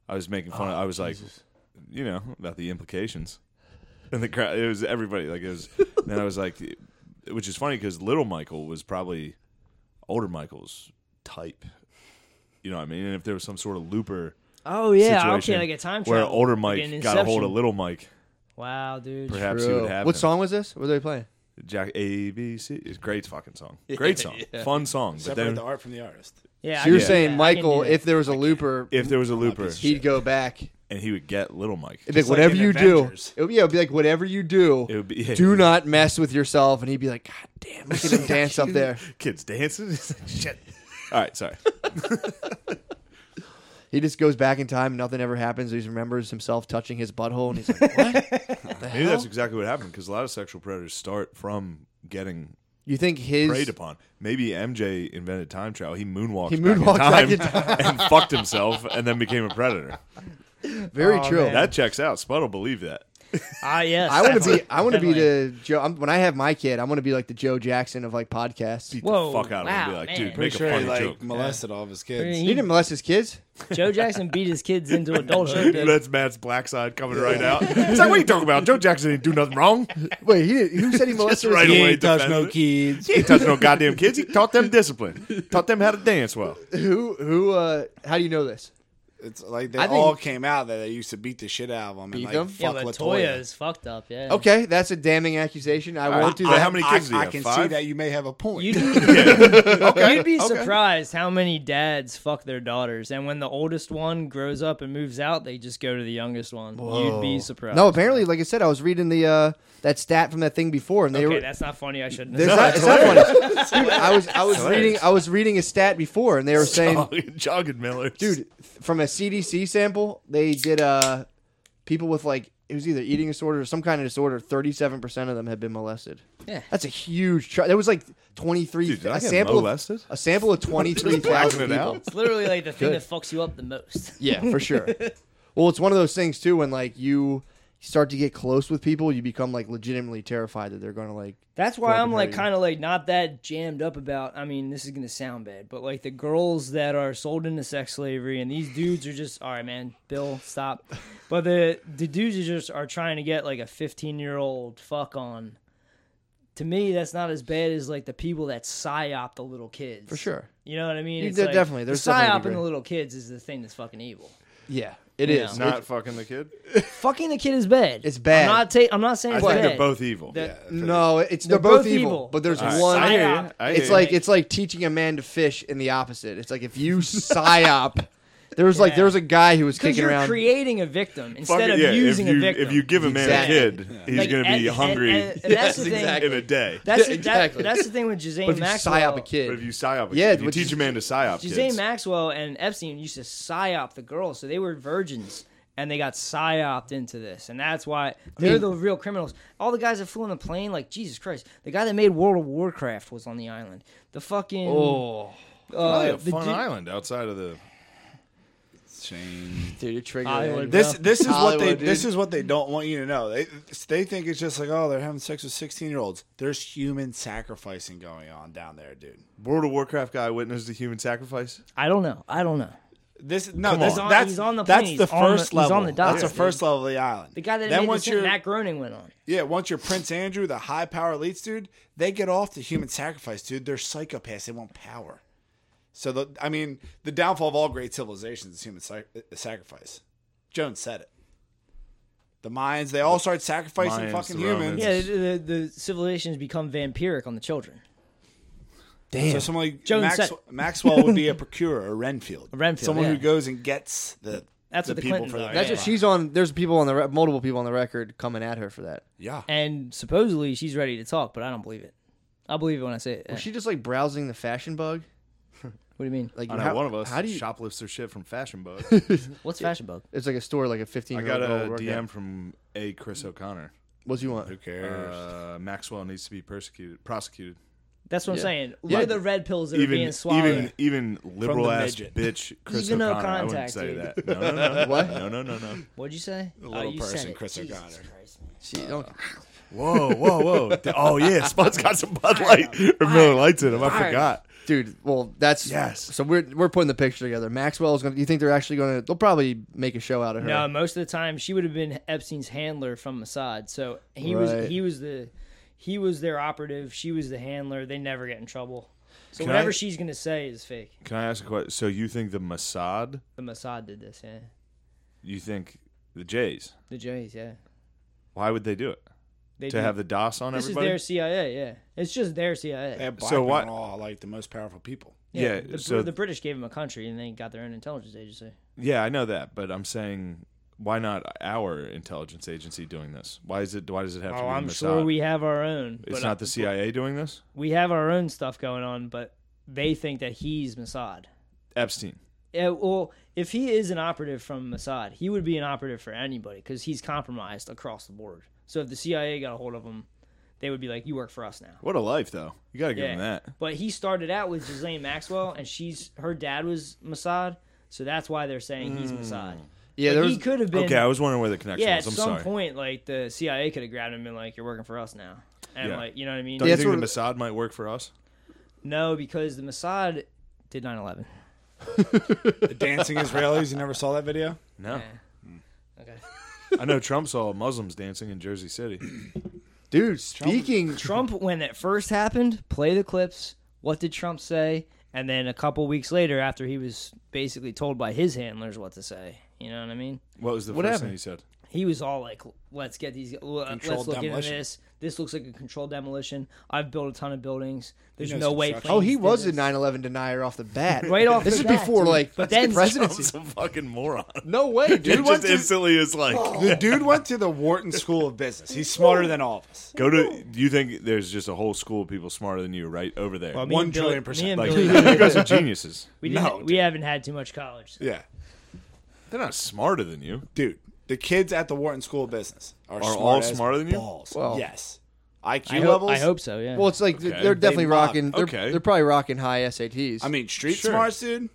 [SPEAKER 2] I was making fun. of I was like, you know, about the implications, and the crowd. It was everybody. Like it was. then I was like, which is funny because little Michael was probably older Michael's type. You know what I mean? And if there was some sort of looper
[SPEAKER 3] Oh, yeah.
[SPEAKER 2] situation
[SPEAKER 3] Okay, like a time
[SPEAKER 2] where
[SPEAKER 3] travel.
[SPEAKER 2] older
[SPEAKER 3] Like
[SPEAKER 2] Mike
[SPEAKER 3] an
[SPEAKER 2] got a hold of
[SPEAKER 3] Inception.
[SPEAKER 2] little Mike,
[SPEAKER 3] Wow, dude.
[SPEAKER 2] perhaps he
[SPEAKER 1] Bro.
[SPEAKER 2] would have.
[SPEAKER 1] What
[SPEAKER 2] him.
[SPEAKER 1] song was this? What were they playing?
[SPEAKER 2] Jack A B C is great fucking song. Great song. Fun song. But
[SPEAKER 4] Separate
[SPEAKER 2] then
[SPEAKER 4] the art from the artist.
[SPEAKER 3] Yeah, I
[SPEAKER 1] So you're
[SPEAKER 3] can do
[SPEAKER 1] saying
[SPEAKER 3] that. I can do
[SPEAKER 1] Michael,
[SPEAKER 3] that.
[SPEAKER 1] if there was a looper,
[SPEAKER 2] if there was a looper
[SPEAKER 1] he'd go back.
[SPEAKER 2] and he would get little Mike.
[SPEAKER 1] It'd be like,
[SPEAKER 4] like
[SPEAKER 1] whatever
[SPEAKER 4] in
[SPEAKER 1] you
[SPEAKER 4] Avengers.
[SPEAKER 1] do, it would, yeah, it'd be like whatever you do,
[SPEAKER 2] It would be- yeah.
[SPEAKER 1] do not mess with yourself. And he'd be like, God damn, look at him dance up there.
[SPEAKER 2] Kids dancing. It's like, Shit. All right, sorry.
[SPEAKER 1] He just goes back in time. Nothing ever happens. He just remembers himself touching his butthole, and he's like, "What?
[SPEAKER 2] Maybe that's exactly what happened because a lot of sexual predators start from getting
[SPEAKER 1] You think his?
[SPEAKER 2] preyed upon. Maybe MJ invented time travel. He moonwalked,
[SPEAKER 1] He moonwalked
[SPEAKER 2] back
[SPEAKER 1] back
[SPEAKER 2] in
[SPEAKER 1] in
[SPEAKER 2] time and fucked himself and then became a predator.
[SPEAKER 1] Very
[SPEAKER 3] Aw,
[SPEAKER 1] true.
[SPEAKER 3] Oh, man.
[SPEAKER 2] That checks out. Spud will believe that.
[SPEAKER 3] Ah, yes.
[SPEAKER 1] I want to be.
[SPEAKER 3] definitely,
[SPEAKER 1] I want to be
[SPEAKER 3] definitely.
[SPEAKER 1] the Joe. I'm, when I have my kid, I want to be like the Joe Jackson of like podcasts. He
[SPEAKER 2] Beat the
[SPEAKER 3] Whoa,
[SPEAKER 2] fuck out of him and be
[SPEAKER 3] wow,
[SPEAKER 2] like,
[SPEAKER 3] man.
[SPEAKER 2] dude,
[SPEAKER 4] Pretty
[SPEAKER 2] make a
[SPEAKER 4] sure
[SPEAKER 2] funny
[SPEAKER 4] he like
[SPEAKER 2] joke.
[SPEAKER 4] molested all of his kids.
[SPEAKER 1] didn't molest his kids.
[SPEAKER 3] Joe Jackson beat his kids into adulthood. dude.
[SPEAKER 2] That's Matt's black side coming right out. It's like, what are you talking about? Joe Jackson didn't do nothing wrong.
[SPEAKER 1] Wait, he did, who said he molested?
[SPEAKER 2] right
[SPEAKER 1] his
[SPEAKER 2] away.
[SPEAKER 1] kids?
[SPEAKER 2] He ain't touch no
[SPEAKER 4] kids.
[SPEAKER 2] He ain't touching no goddamn kids. He taught them discipline. Taught them how to dance well.
[SPEAKER 1] Who? Who? Uh, how do you know this?
[SPEAKER 4] It's like they
[SPEAKER 1] I think-
[SPEAKER 4] all came out that they used to beat the shit out of them.
[SPEAKER 1] Beat
[SPEAKER 4] and, like,
[SPEAKER 1] them?
[SPEAKER 4] Fuck
[SPEAKER 3] Yeah,
[SPEAKER 4] Latoya.
[SPEAKER 3] Latoya is fucked up. Yeah.
[SPEAKER 1] Okay, that's a damning accusation. I won't do
[SPEAKER 2] I-
[SPEAKER 1] that.
[SPEAKER 2] how many kids
[SPEAKER 4] I,
[SPEAKER 2] do you
[SPEAKER 4] I
[SPEAKER 2] have?
[SPEAKER 4] can see
[SPEAKER 2] Five?
[SPEAKER 4] that you may have a point.
[SPEAKER 3] You'd, you'd be surprised how many dads fuck their daughters, and when the oldest one grows up and moves out, they just go to the youngest one. You'd be surprised.
[SPEAKER 1] No, apparently, like I said, I was reading the uh, that stat from that thing before, and they
[SPEAKER 3] okay,
[SPEAKER 1] were.
[SPEAKER 3] that's not funny. I shouldn't.
[SPEAKER 1] There's
[SPEAKER 3] Have
[SPEAKER 1] not, it's not funny. Dude, I was I was reading I was reading a stat before, and they were saying,
[SPEAKER 2] Jogging Miller.
[SPEAKER 1] dude, th- from a CDC sample, they did uh, people with like it was either eating disorder or some kind of disorder. Thirty-seven percent of them had been molested.
[SPEAKER 3] Yeah.
[SPEAKER 1] that's a huge. Tr- that was like twenty-three.
[SPEAKER 2] Dude, did
[SPEAKER 1] a
[SPEAKER 2] I get
[SPEAKER 1] sample
[SPEAKER 2] molested?
[SPEAKER 1] Of, a sample of twenty-three thousand
[SPEAKER 2] blacking it
[SPEAKER 1] people.
[SPEAKER 2] out?
[SPEAKER 3] it's literally like the thing
[SPEAKER 1] Good.
[SPEAKER 3] that fucks you up the most.
[SPEAKER 1] Yeah, for sure. well, it's one of those things too when like you start to get close with people, you become like legitimately terrified that they're going to like.
[SPEAKER 3] That's why
[SPEAKER 1] Fucking
[SPEAKER 3] I'm like
[SPEAKER 1] hurt you.
[SPEAKER 3] kind of like not that jammed up about. I mean, this is gonna sound bad, but like the girls that are sold into sex slavery and these dudes are just all right, man. Bill, stop. But the the dudes are just are trying to get like a 15 year old fuck on. To me, that's not as bad as like the people that psyop the little kids.
[SPEAKER 1] For sure.
[SPEAKER 3] You know what I mean?
[SPEAKER 1] You
[SPEAKER 3] It's
[SPEAKER 1] de-
[SPEAKER 3] like,
[SPEAKER 1] definitely,
[SPEAKER 3] The
[SPEAKER 1] there's definitely a
[SPEAKER 3] psyoping
[SPEAKER 1] degree.
[SPEAKER 3] the little kids is the thing that's fucking evil.
[SPEAKER 1] Yeah, it
[SPEAKER 3] Yeah.
[SPEAKER 1] is.
[SPEAKER 3] It's
[SPEAKER 2] Not fucking the kid.
[SPEAKER 3] Fucking the kid is bad.
[SPEAKER 1] It's bad.
[SPEAKER 3] I'm not. Ta- I'm not saying
[SPEAKER 2] I
[SPEAKER 3] it's
[SPEAKER 2] think
[SPEAKER 3] bad.
[SPEAKER 2] they're both evil.
[SPEAKER 3] That-
[SPEAKER 1] no, it's they're,
[SPEAKER 3] They're
[SPEAKER 1] both,
[SPEAKER 3] both
[SPEAKER 1] evil,
[SPEAKER 3] evil.
[SPEAKER 1] but there's
[SPEAKER 2] All right.
[SPEAKER 1] one.
[SPEAKER 2] I hear
[SPEAKER 3] Psyop.
[SPEAKER 2] you. I
[SPEAKER 1] it's
[SPEAKER 2] hear
[SPEAKER 1] like
[SPEAKER 2] you.
[SPEAKER 1] it's like teaching a man to fish in the opposite. It's like if you psyop. There was like
[SPEAKER 3] Yeah.
[SPEAKER 1] there was a guy who was
[SPEAKER 3] Because
[SPEAKER 1] kicking
[SPEAKER 3] you're
[SPEAKER 1] around.
[SPEAKER 3] creating a victim
[SPEAKER 2] Fuck
[SPEAKER 3] instead
[SPEAKER 2] it,
[SPEAKER 3] of
[SPEAKER 2] yeah,
[SPEAKER 3] using
[SPEAKER 2] if you,
[SPEAKER 3] a victim.
[SPEAKER 2] If you give a man
[SPEAKER 1] Exactly.
[SPEAKER 2] a kid, he's
[SPEAKER 3] Like,
[SPEAKER 2] gonna
[SPEAKER 3] and-
[SPEAKER 2] be
[SPEAKER 3] and-
[SPEAKER 2] hungry
[SPEAKER 3] and- and that's the thing.
[SPEAKER 2] in a day.
[SPEAKER 3] That's
[SPEAKER 1] Yeah,
[SPEAKER 3] that-
[SPEAKER 1] exactly.
[SPEAKER 3] that's the thing with Ghislaine
[SPEAKER 1] but if you
[SPEAKER 3] Maxwell.
[SPEAKER 1] psyop a
[SPEAKER 2] but if
[SPEAKER 1] kid,
[SPEAKER 2] you psyop, a
[SPEAKER 1] Yeah,
[SPEAKER 2] kid, if you
[SPEAKER 1] but
[SPEAKER 2] teach
[SPEAKER 1] you-
[SPEAKER 2] a man to psyop
[SPEAKER 3] Ghislaine
[SPEAKER 2] kids.
[SPEAKER 3] Maxwell and Epstein used to psyop the girls, so they were virgins and they got psyoped into this, and that's why they're
[SPEAKER 1] mean-
[SPEAKER 3] the real criminals. All the guys that flew on the plane, like Jesus Christ, the guy that made World of Warcraft was on the island. The fucking
[SPEAKER 1] oh,
[SPEAKER 3] uh,
[SPEAKER 2] Probably a
[SPEAKER 3] the
[SPEAKER 2] fun
[SPEAKER 3] dude-
[SPEAKER 2] island outside of the.
[SPEAKER 4] Shame.
[SPEAKER 1] dude, you're triggering.
[SPEAKER 3] Hollywood.
[SPEAKER 4] This
[SPEAKER 3] Yeah.
[SPEAKER 4] this is what they
[SPEAKER 1] Hollywood, dude.
[SPEAKER 4] this is what they don't want you to know. They they think it's just like oh they're having sex with sixteen year olds. There's human sacrificing going on down there, dude.
[SPEAKER 2] World of Warcraft guy witnessed the human sacrifice.
[SPEAKER 3] I don't know. I don't know.
[SPEAKER 4] This no
[SPEAKER 2] Come
[SPEAKER 4] this,
[SPEAKER 2] on.
[SPEAKER 4] that's
[SPEAKER 3] He's on the plane.
[SPEAKER 4] that's the
[SPEAKER 3] He's on the-
[SPEAKER 4] first
[SPEAKER 3] he's
[SPEAKER 4] level.
[SPEAKER 3] on the
[SPEAKER 4] that's the
[SPEAKER 3] dock,
[SPEAKER 4] first level of the island.
[SPEAKER 3] The guy that
[SPEAKER 4] then
[SPEAKER 3] made
[SPEAKER 4] once
[SPEAKER 3] this,
[SPEAKER 4] you're
[SPEAKER 3] Matt Groening went on.
[SPEAKER 4] yeah once you're Prince Andrew, the high power elites, dude, they get off the human sacrifice, dude. They're psychopaths. They want power. So the I mean the downfall of all great civilizations is human sac- sacrifice. Jones said it. The Mayans, they all start sacrificing
[SPEAKER 2] Mayans,
[SPEAKER 4] fucking
[SPEAKER 2] the
[SPEAKER 4] humans.
[SPEAKER 2] Romans.
[SPEAKER 3] Yeah, the, the, the civilizations become vampiric on the children.
[SPEAKER 4] So someone like
[SPEAKER 3] Jones
[SPEAKER 4] Max-
[SPEAKER 3] said-
[SPEAKER 4] Maxwell would be a procurer, a Renfield,
[SPEAKER 3] A Renfield,
[SPEAKER 4] someone who
[SPEAKER 3] yeah.
[SPEAKER 4] goes and gets the
[SPEAKER 3] That's
[SPEAKER 4] the
[SPEAKER 3] what the
[SPEAKER 4] people
[SPEAKER 3] Clintons
[SPEAKER 4] for
[SPEAKER 3] are,
[SPEAKER 4] that.
[SPEAKER 1] That's
[SPEAKER 3] Yeah.
[SPEAKER 1] what she's on. There's people on the re- multiple people on the record coming at her for that.
[SPEAKER 4] yeah.
[SPEAKER 3] And supposedly she's ready to talk, but I don't believe it. I believe it when I say it.
[SPEAKER 1] Was she just like browsing the fashion bug?
[SPEAKER 3] what do you mean?
[SPEAKER 1] Like
[SPEAKER 2] I know
[SPEAKER 1] how,
[SPEAKER 2] one of us
[SPEAKER 1] How do you?
[SPEAKER 2] shoplifts their shit from Fashion Bug.
[SPEAKER 3] What's fashion bug?
[SPEAKER 1] It's like a store, like a 15
[SPEAKER 2] I
[SPEAKER 1] year old.
[SPEAKER 2] got a
[SPEAKER 1] girl working.
[SPEAKER 2] DM from a Chris O'Connor.
[SPEAKER 1] What do you want?
[SPEAKER 4] Who cares?
[SPEAKER 2] Uh, Maxwell needs to be persecuted, prosecuted.
[SPEAKER 3] That's what
[SPEAKER 1] Yeah.
[SPEAKER 3] I'm saying. Look
[SPEAKER 1] Yeah.
[SPEAKER 3] at the red pills that are
[SPEAKER 2] Even
[SPEAKER 3] being swallowed.
[SPEAKER 2] even even liberal ass
[SPEAKER 4] midget.
[SPEAKER 2] bitch Chris
[SPEAKER 3] Even
[SPEAKER 2] O'Connor. I wouldn't
[SPEAKER 3] O'Contact,
[SPEAKER 2] say
[SPEAKER 3] dude.
[SPEAKER 2] that. No, no, no.
[SPEAKER 1] What?
[SPEAKER 2] No, no, no, no.
[SPEAKER 3] What'd you say? The
[SPEAKER 4] little
[SPEAKER 3] you
[SPEAKER 4] person,
[SPEAKER 3] said it.
[SPEAKER 4] Chris
[SPEAKER 3] Jesus
[SPEAKER 4] O'Connor.
[SPEAKER 3] Christ, man.
[SPEAKER 1] She, don't,
[SPEAKER 2] Whoa, whoa, whoa. Th- Oh, yeah. Spot's got some Bud Light or Miller Lights in him. I forgot.
[SPEAKER 1] dude. Well, that's
[SPEAKER 2] Yes.
[SPEAKER 1] So we're we're putting the picture together. Maxwell's gonna. You think they're actually gonna? They'll probably make a show out of her.
[SPEAKER 3] No, most of the time she would have been Epstein's handler from Mossad. So he
[SPEAKER 1] Right.
[SPEAKER 3] was he was the he was their operative. She was the handler. They never get in trouble. So
[SPEAKER 2] Can
[SPEAKER 3] whatever
[SPEAKER 2] I-
[SPEAKER 3] she's gonna say is fake.
[SPEAKER 2] Can I ask a question? So you think the Mossad,
[SPEAKER 3] The Mossad did this. Yeah,
[SPEAKER 2] you think the Jays,
[SPEAKER 3] the Jays. Yeah,
[SPEAKER 2] why would they do it?
[SPEAKER 3] they
[SPEAKER 2] to have the DOS on
[SPEAKER 3] this
[SPEAKER 2] everybody?
[SPEAKER 3] is their CIA. Yeah, it's just their CIA.
[SPEAKER 4] They have black
[SPEAKER 2] so
[SPEAKER 4] men
[SPEAKER 2] what-
[SPEAKER 4] All like the most powerful people.
[SPEAKER 2] Yeah,
[SPEAKER 3] the,
[SPEAKER 2] so-
[SPEAKER 3] the British gave them a country and they got their own intelligence agency.
[SPEAKER 2] Yeah, I know that, but I'm saying why not our intelligence agency doing this? Why is it? Why does it have to
[SPEAKER 3] Oh,
[SPEAKER 2] be
[SPEAKER 3] I'm
[SPEAKER 2] Mossad?
[SPEAKER 3] sure we have our own.
[SPEAKER 2] it's
[SPEAKER 3] but,
[SPEAKER 2] not
[SPEAKER 3] uh,
[SPEAKER 2] the CIA doing this.
[SPEAKER 3] we have our own stuff going on, but they think that he's Mossad.
[SPEAKER 2] Epstein.
[SPEAKER 3] Yeah, well, if he is an operative from Mossad, he would be an operative for anybody because he's compromised across the board. So if the CIA got a hold of him, they would be like, "You work for us now."
[SPEAKER 2] What a life, though. You gotta give him that.
[SPEAKER 3] But he started out with Ghislaine Maxwell, and she's her dad was Mossad, so that's why they're saying he's Mossad.
[SPEAKER 1] Yeah, there
[SPEAKER 3] Like,
[SPEAKER 1] was,
[SPEAKER 3] he could have been.
[SPEAKER 2] Okay, I was wondering where the connection
[SPEAKER 3] yeah, at
[SPEAKER 2] was. I'm
[SPEAKER 3] some
[SPEAKER 2] sorry.
[SPEAKER 3] point, like the CIA could have grabbed him and been like, "You're working for us now," and
[SPEAKER 2] Yeah.
[SPEAKER 3] like, you know what I mean?
[SPEAKER 2] Don't you
[SPEAKER 1] That's
[SPEAKER 2] think the
[SPEAKER 1] what-
[SPEAKER 2] Mossad might work for us?
[SPEAKER 3] No, because the Mossad did 9/11.
[SPEAKER 4] The dancing Israelis. You never saw that video?
[SPEAKER 2] No.
[SPEAKER 3] Okay.
[SPEAKER 2] I know Trump saw Muslims dancing in Jersey City.
[SPEAKER 1] dude. Speaking,
[SPEAKER 3] Trump, when that first happened, play the clips. What did Trump say? And then a couple weeks later, after he was basically told by his handlers what to say, you know what I mean?
[SPEAKER 2] What was the
[SPEAKER 1] What
[SPEAKER 2] first
[SPEAKER 1] happened?
[SPEAKER 2] thing he said?
[SPEAKER 3] He was all like, "Let's get these. uh, Let's
[SPEAKER 4] Controlled
[SPEAKER 3] look
[SPEAKER 4] demolition.
[SPEAKER 3] into this. This looks like a controlled demolition. I've built a ton of buildings. There's
[SPEAKER 4] knows
[SPEAKER 3] no way."
[SPEAKER 4] construction.
[SPEAKER 1] oh, he
[SPEAKER 3] planes did
[SPEAKER 1] was a
[SPEAKER 3] this."
[SPEAKER 1] 9/11 denier off the bat.
[SPEAKER 3] Right off
[SPEAKER 1] This
[SPEAKER 3] the
[SPEAKER 1] is
[SPEAKER 3] bat,
[SPEAKER 1] before
[SPEAKER 3] dude.
[SPEAKER 1] like
[SPEAKER 3] But
[SPEAKER 1] that's the
[SPEAKER 3] then-
[SPEAKER 1] presidency.
[SPEAKER 2] a fucking moron.
[SPEAKER 1] No way, dude.
[SPEAKER 4] went to-
[SPEAKER 2] instantly is like,
[SPEAKER 4] The dude went to the Wharton School of Business. He's smarter than all of us.
[SPEAKER 2] go to. Do you think there's just a whole school of people smarter than you right over there?
[SPEAKER 3] Well, me
[SPEAKER 4] One
[SPEAKER 3] and Billy-
[SPEAKER 4] trillion percent.
[SPEAKER 3] me and
[SPEAKER 2] like,
[SPEAKER 3] Billy-
[SPEAKER 2] you guys are geniuses.
[SPEAKER 3] we, didn't,
[SPEAKER 4] No,
[SPEAKER 3] we haven't had too much college.
[SPEAKER 4] Yeah,
[SPEAKER 2] They're not smarter than you.
[SPEAKER 4] dude. The kids at the Wharton School of Business are,
[SPEAKER 2] Are
[SPEAKER 4] smart
[SPEAKER 2] all
[SPEAKER 4] as
[SPEAKER 2] smarter than you?
[SPEAKER 4] balls.
[SPEAKER 1] Well-
[SPEAKER 4] yes. IQ
[SPEAKER 3] I hope,
[SPEAKER 4] levels.
[SPEAKER 3] I hope so. Yeah.
[SPEAKER 1] Well, it's like th-
[SPEAKER 2] Okay.
[SPEAKER 1] they're definitely
[SPEAKER 4] They mock.
[SPEAKER 1] rocking. They're,
[SPEAKER 2] Okay.
[SPEAKER 1] they're probably rocking high SATs.
[SPEAKER 4] I mean, street
[SPEAKER 2] Sure.
[SPEAKER 4] smarts, dude.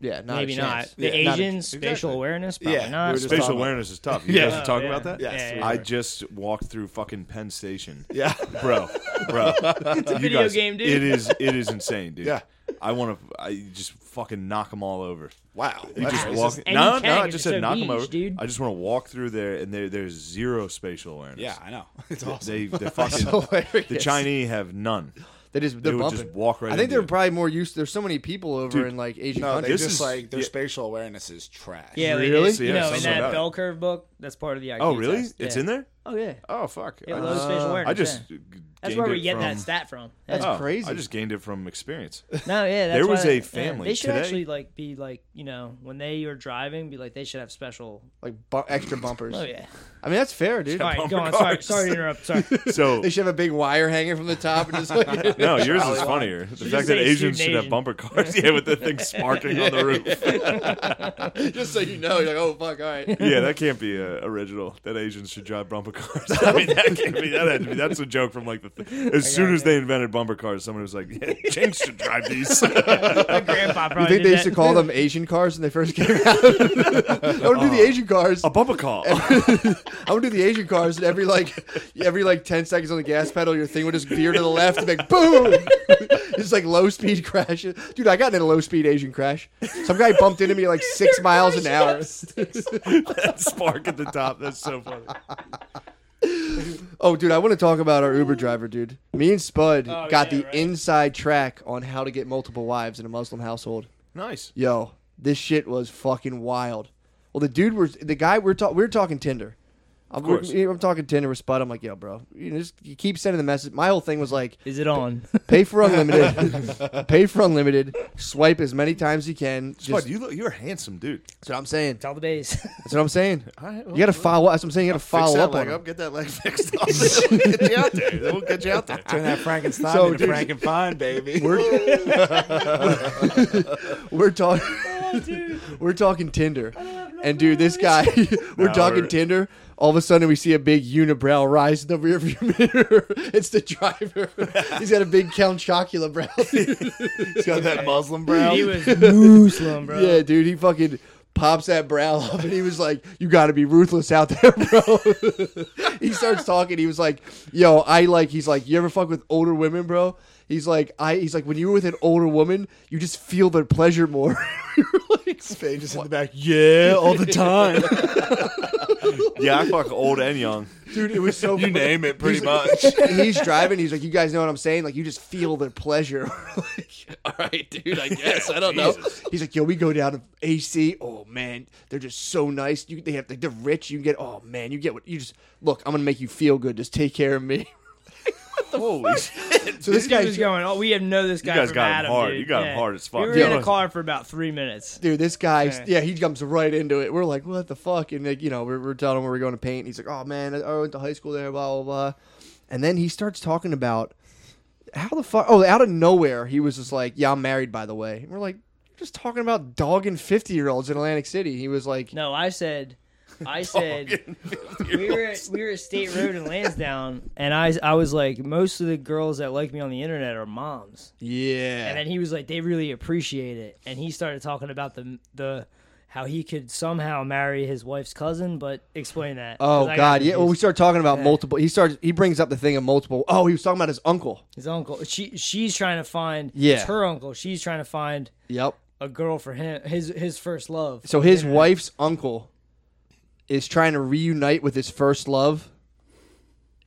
[SPEAKER 1] Yeah, not
[SPEAKER 3] Maybe
[SPEAKER 1] a
[SPEAKER 3] not.
[SPEAKER 1] chance.
[SPEAKER 3] The
[SPEAKER 4] Yeah,
[SPEAKER 1] Asian.
[SPEAKER 3] Asians, spatial
[SPEAKER 2] Exactly.
[SPEAKER 3] awareness, probably
[SPEAKER 4] Yeah, we
[SPEAKER 3] not.
[SPEAKER 4] were just
[SPEAKER 2] Spatial
[SPEAKER 4] talking about-
[SPEAKER 2] awareness is tough. You
[SPEAKER 3] Yeah.
[SPEAKER 2] guys are talking
[SPEAKER 3] Oh, Yeah.
[SPEAKER 2] about that?
[SPEAKER 3] Yes. Yeah, yeah,
[SPEAKER 2] I
[SPEAKER 3] yeah.
[SPEAKER 2] just walked through fucking Penn Station.
[SPEAKER 4] Yeah.
[SPEAKER 2] Bro, bro. It's a
[SPEAKER 3] video game, dude.
[SPEAKER 2] It is it is insane, dude.
[SPEAKER 4] Yeah.
[SPEAKER 2] I want to I just fucking knock them all over.
[SPEAKER 4] Wow.
[SPEAKER 2] You just
[SPEAKER 4] That's-
[SPEAKER 2] walk.
[SPEAKER 4] this is-
[SPEAKER 3] And
[SPEAKER 2] No,
[SPEAKER 3] you
[SPEAKER 2] no,
[SPEAKER 3] can,
[SPEAKER 2] I
[SPEAKER 3] 'cause
[SPEAKER 2] just
[SPEAKER 3] it's
[SPEAKER 2] said
[SPEAKER 3] so
[SPEAKER 2] knock them
[SPEAKER 3] niche,
[SPEAKER 2] over.
[SPEAKER 3] dude.
[SPEAKER 2] I just want to walk through there, and there there's zero spatial awareness.
[SPEAKER 4] Yeah, I know. It's
[SPEAKER 2] They-
[SPEAKER 4] awesome.
[SPEAKER 2] They, the fucking
[SPEAKER 1] hilarious.
[SPEAKER 2] the Chinese have none.
[SPEAKER 1] They just
[SPEAKER 2] They
[SPEAKER 1] they're
[SPEAKER 2] would
[SPEAKER 1] bumping.
[SPEAKER 2] just walk right.
[SPEAKER 1] I think
[SPEAKER 2] into
[SPEAKER 1] they're
[SPEAKER 2] you.
[SPEAKER 1] probably more used. There's so many people over
[SPEAKER 2] Dude,
[SPEAKER 1] in like Asian
[SPEAKER 4] No, they
[SPEAKER 1] countries.
[SPEAKER 2] this
[SPEAKER 4] just
[SPEAKER 2] is-
[SPEAKER 4] like their
[SPEAKER 2] yeah.
[SPEAKER 4] spatial awareness is trash.
[SPEAKER 3] Yeah,
[SPEAKER 2] Really?
[SPEAKER 3] it is.
[SPEAKER 2] Yeah,
[SPEAKER 3] you know, in
[SPEAKER 2] something
[SPEAKER 3] that
[SPEAKER 2] about it.
[SPEAKER 3] bell curve book, that's part of the IQ
[SPEAKER 2] Oh really?
[SPEAKER 3] test.
[SPEAKER 2] It's
[SPEAKER 3] Yeah.
[SPEAKER 2] in there.
[SPEAKER 3] Oh yeah.
[SPEAKER 2] Oh fuck.
[SPEAKER 3] Yeah,
[SPEAKER 2] I
[SPEAKER 3] low
[SPEAKER 2] just-
[SPEAKER 3] spatial awareness.
[SPEAKER 2] I just
[SPEAKER 3] yeah. that's
[SPEAKER 2] gained
[SPEAKER 3] where
[SPEAKER 2] it
[SPEAKER 3] we get that
[SPEAKER 2] from-
[SPEAKER 3] stat from.
[SPEAKER 1] That's
[SPEAKER 3] Yeah.
[SPEAKER 2] Oh,
[SPEAKER 1] crazy.
[SPEAKER 2] I just gained it from experience.
[SPEAKER 3] No, yeah, that's
[SPEAKER 2] There
[SPEAKER 3] why
[SPEAKER 2] was
[SPEAKER 3] they-
[SPEAKER 2] a
[SPEAKER 3] yeah,
[SPEAKER 2] family
[SPEAKER 3] they should
[SPEAKER 2] today-
[SPEAKER 3] actually like be like you know when they are driving, be like they should have special.
[SPEAKER 1] like bu- extra bumpers.
[SPEAKER 3] Oh yeah.
[SPEAKER 1] I mean that's fair, dude.
[SPEAKER 3] All right,
[SPEAKER 2] bumper
[SPEAKER 3] go on. Sorry,
[SPEAKER 2] cars.
[SPEAKER 3] sorry to interrupt. Sorry.
[SPEAKER 2] So
[SPEAKER 1] They should have a big wire hanging from the top and just like
[SPEAKER 2] no, yours is funnier. The fact that
[SPEAKER 3] say
[SPEAKER 2] Asians
[SPEAKER 3] student
[SPEAKER 2] should have
[SPEAKER 3] Asian.
[SPEAKER 2] bumper cars, yeah, with the thing sparking on the roof.
[SPEAKER 1] just so you know, you're like, oh fuck, all right.
[SPEAKER 2] Yeah, that can't be uh, original. That Asians should drive bumper cars. I mean, that can't be. That had to be. That's a joke from like the. Th- as soon as they invented bumper cars, someone was like, "Yeah, Jinx should drive these."
[SPEAKER 3] My grandpa
[SPEAKER 1] You
[SPEAKER 3] probably
[SPEAKER 1] think
[SPEAKER 3] did
[SPEAKER 1] they
[SPEAKER 3] that.
[SPEAKER 1] used to call them Asian cars when they first came out? I want to do the Asian cars.
[SPEAKER 2] Uh, a bumper car.
[SPEAKER 1] I want to do the Asian cars, and every like every like ten seconds on the gas pedal, your thing would just veer to the left and make boom. It's like low speed crashes. Dude, I got in a low speed Asian crash. Some guy bumped into me at like six miles an hour.
[SPEAKER 2] that spark at the top. That's so funny.
[SPEAKER 1] Oh, dude, I want to talk about our Uber driver, dude. Me and Spud
[SPEAKER 3] Oh,
[SPEAKER 1] got
[SPEAKER 3] yeah,
[SPEAKER 1] the
[SPEAKER 3] right.
[SPEAKER 1] inside track on how to get multiple wives in a Muslim household.
[SPEAKER 2] Nice.
[SPEAKER 1] Yo, this shit was fucking wild. Well, the dude was the guy we're talking. We're talking Tinder. I'm,
[SPEAKER 2] Of course.
[SPEAKER 1] we're- I'm talking Tinder with Spud. I'm like, yo, bro, you know, just you keep sending the message. My whole thing was like,
[SPEAKER 3] Is it on?
[SPEAKER 1] pay for unlimited, pay for unlimited, swipe as many times you can. Just,
[SPEAKER 2] Bud, you look, you're a handsome dude.
[SPEAKER 1] that's what I'm saying.
[SPEAKER 3] Tell the base.
[SPEAKER 1] That's what I'm saying.
[SPEAKER 2] All right, well,
[SPEAKER 1] You got to follow. That's what I'm saying. You got to follow
[SPEAKER 2] that
[SPEAKER 1] up on.
[SPEAKER 2] leg
[SPEAKER 1] them.
[SPEAKER 2] Get that leg fixed. up. We'll get you out there. We'll get you out there.
[SPEAKER 4] Turn that Frankenstein
[SPEAKER 1] So,
[SPEAKER 4] into
[SPEAKER 1] dude-
[SPEAKER 4] Frankenfine, baby.
[SPEAKER 1] We're talking. we're talking Tinder, and dude, this guy. we're
[SPEAKER 2] No,
[SPEAKER 1] talking
[SPEAKER 2] we're-
[SPEAKER 1] Tinder. All of a sudden, we see a big unibrow rise in the rearview mirror. it's the driver. He's got a big Count Chocula brow.
[SPEAKER 4] He's got that Muslim brow.
[SPEAKER 3] he was Muslim, bro.
[SPEAKER 1] Yeah, dude, he fucking pops that brow up, and he was like, "You got to be ruthless out there, bro." he starts talking. He was like, "Yo, I like." He's like, "You ever fuck with older women, bro?" He's like, "I." He's like, "When you're with an older woman, you just feel their pleasure more." We were like,
[SPEAKER 4] Fade just in the back. Yeah, all the time.
[SPEAKER 2] Yeah, I fuck old and young.
[SPEAKER 1] dude, it was so.
[SPEAKER 4] you name it, pretty much.
[SPEAKER 1] And he's driving. He's like, "You guys know what I'm saying? Like, you just feel their pleasure." Like, All right, dude. I guess I don't know. He's like, "Yo, we go down to AC. Oh man, they're just so nice. You, they have they're rich. You get. Oh man, you get what you just look. I'm gonna make you feel good. Just take care of me."
[SPEAKER 2] Holy shit!
[SPEAKER 1] So this
[SPEAKER 3] This
[SPEAKER 1] guy,
[SPEAKER 3] was going. Oh, we have known this guy.
[SPEAKER 2] guys
[SPEAKER 3] from
[SPEAKER 2] got him
[SPEAKER 3] Adam,
[SPEAKER 2] hard.
[SPEAKER 3] dude.
[SPEAKER 2] You got him
[SPEAKER 3] Yeah.
[SPEAKER 2] hard as fuck.
[SPEAKER 3] We were
[SPEAKER 2] Yeah.
[SPEAKER 3] in the car for about three minutes.
[SPEAKER 1] dude, this guy,
[SPEAKER 3] Yeah.
[SPEAKER 1] yeah, he jumps right into it. We're like, what the fuck? And like, you know, we're, we're telling him where we're going to paint. He's like, oh man, I I went to high school there, blah blah blah. And then he starts talking about how the fuck. Oh, out of nowhere, he was just like, yeah, I'm married, by the way. And we're like, you're just talking about dogging fifty year olds in Atlantic City. He was like,
[SPEAKER 3] No, I said, I said, we were at, we were at State Road in Lansdowne, and I I was like, most of the girls that like me on the internet are moms,
[SPEAKER 1] yeah,
[SPEAKER 3] and then he was like, they really appreciate it, and he started talking about the the how he could somehow marry his wife's cousin, but explain that. 'cause
[SPEAKER 1] Oh
[SPEAKER 3] I got
[SPEAKER 1] God! Yeah. Well, we
[SPEAKER 3] confused.
[SPEAKER 1] start talking about multiple. He starts. He brings up the thing of multiple. Oh, he was talking about his uncle.
[SPEAKER 3] his uncle. She she's trying to find.
[SPEAKER 1] Yeah.
[SPEAKER 3] it's her uncle. She's trying to find
[SPEAKER 1] Yep.
[SPEAKER 3] a girl for him. His his first love.
[SPEAKER 1] So his wife's uncle is trying to reunite with his first love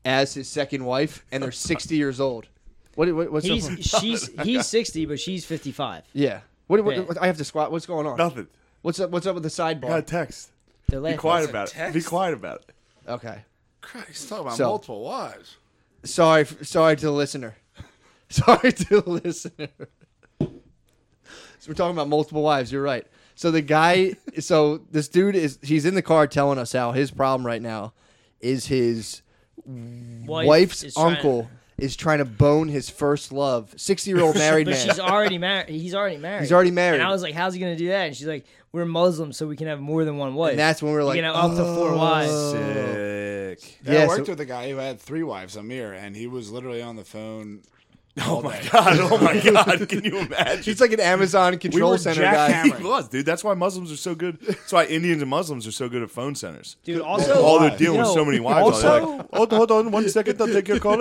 [SPEAKER 1] as his second wife, and they're sixty years old. What? what what's
[SPEAKER 3] He's
[SPEAKER 1] up?
[SPEAKER 3] she's he's sixty, but she's fifty five.
[SPEAKER 1] Yeah. What, what,
[SPEAKER 3] Yeah.
[SPEAKER 1] what- I have to squat. What's going on?
[SPEAKER 2] Nothing.
[SPEAKER 1] What's up? What's up with the
[SPEAKER 2] Got a
[SPEAKER 1] sidebar?
[SPEAKER 2] Uh, text.
[SPEAKER 3] They're
[SPEAKER 2] Be
[SPEAKER 3] laughing.
[SPEAKER 2] quiet about it.
[SPEAKER 4] text?
[SPEAKER 2] Be quiet about it.
[SPEAKER 1] Okay.
[SPEAKER 4] Christ, talking about
[SPEAKER 1] So-
[SPEAKER 4] multiple wives.
[SPEAKER 1] Sorry. f- Sorry to the listener. Sorry to the listener. So we're talking about multiple wives. You're right. So the guy, so this dude is he's in the car telling us how his problem right now is his
[SPEAKER 3] Wife is
[SPEAKER 1] wife's
[SPEAKER 3] trying-
[SPEAKER 1] uncle is trying to bone his first love, sixty year old married
[SPEAKER 3] but
[SPEAKER 1] man.
[SPEAKER 3] she's already married. He's already married.
[SPEAKER 1] He's already married.
[SPEAKER 3] And I was like, "How's he gonna do that?" And she's like, "We're Muslim, so we can have more than one wife."
[SPEAKER 1] And that's when we were
[SPEAKER 3] we
[SPEAKER 1] like, "Oh."
[SPEAKER 3] can have up to four wives.
[SPEAKER 2] Sick.
[SPEAKER 4] Yeah,
[SPEAKER 1] Yeah,
[SPEAKER 4] I worked
[SPEAKER 1] so-
[SPEAKER 4] with a guy who had three wives, Amir, and he was literally on the phone
[SPEAKER 2] Oh my god! Oh my god! Can you imagine?
[SPEAKER 1] He's like an Amazon control
[SPEAKER 4] were
[SPEAKER 1] center guy.
[SPEAKER 4] jackhammering.
[SPEAKER 2] He was, dude. That's why Muslims are so good. That's why Indians and Muslims are so good at phone centers.
[SPEAKER 3] Dude, also
[SPEAKER 2] all they're dealing
[SPEAKER 3] yo,
[SPEAKER 2] with so many wives. are
[SPEAKER 3] also-
[SPEAKER 2] like, hold, hold on one second. I'll take your call.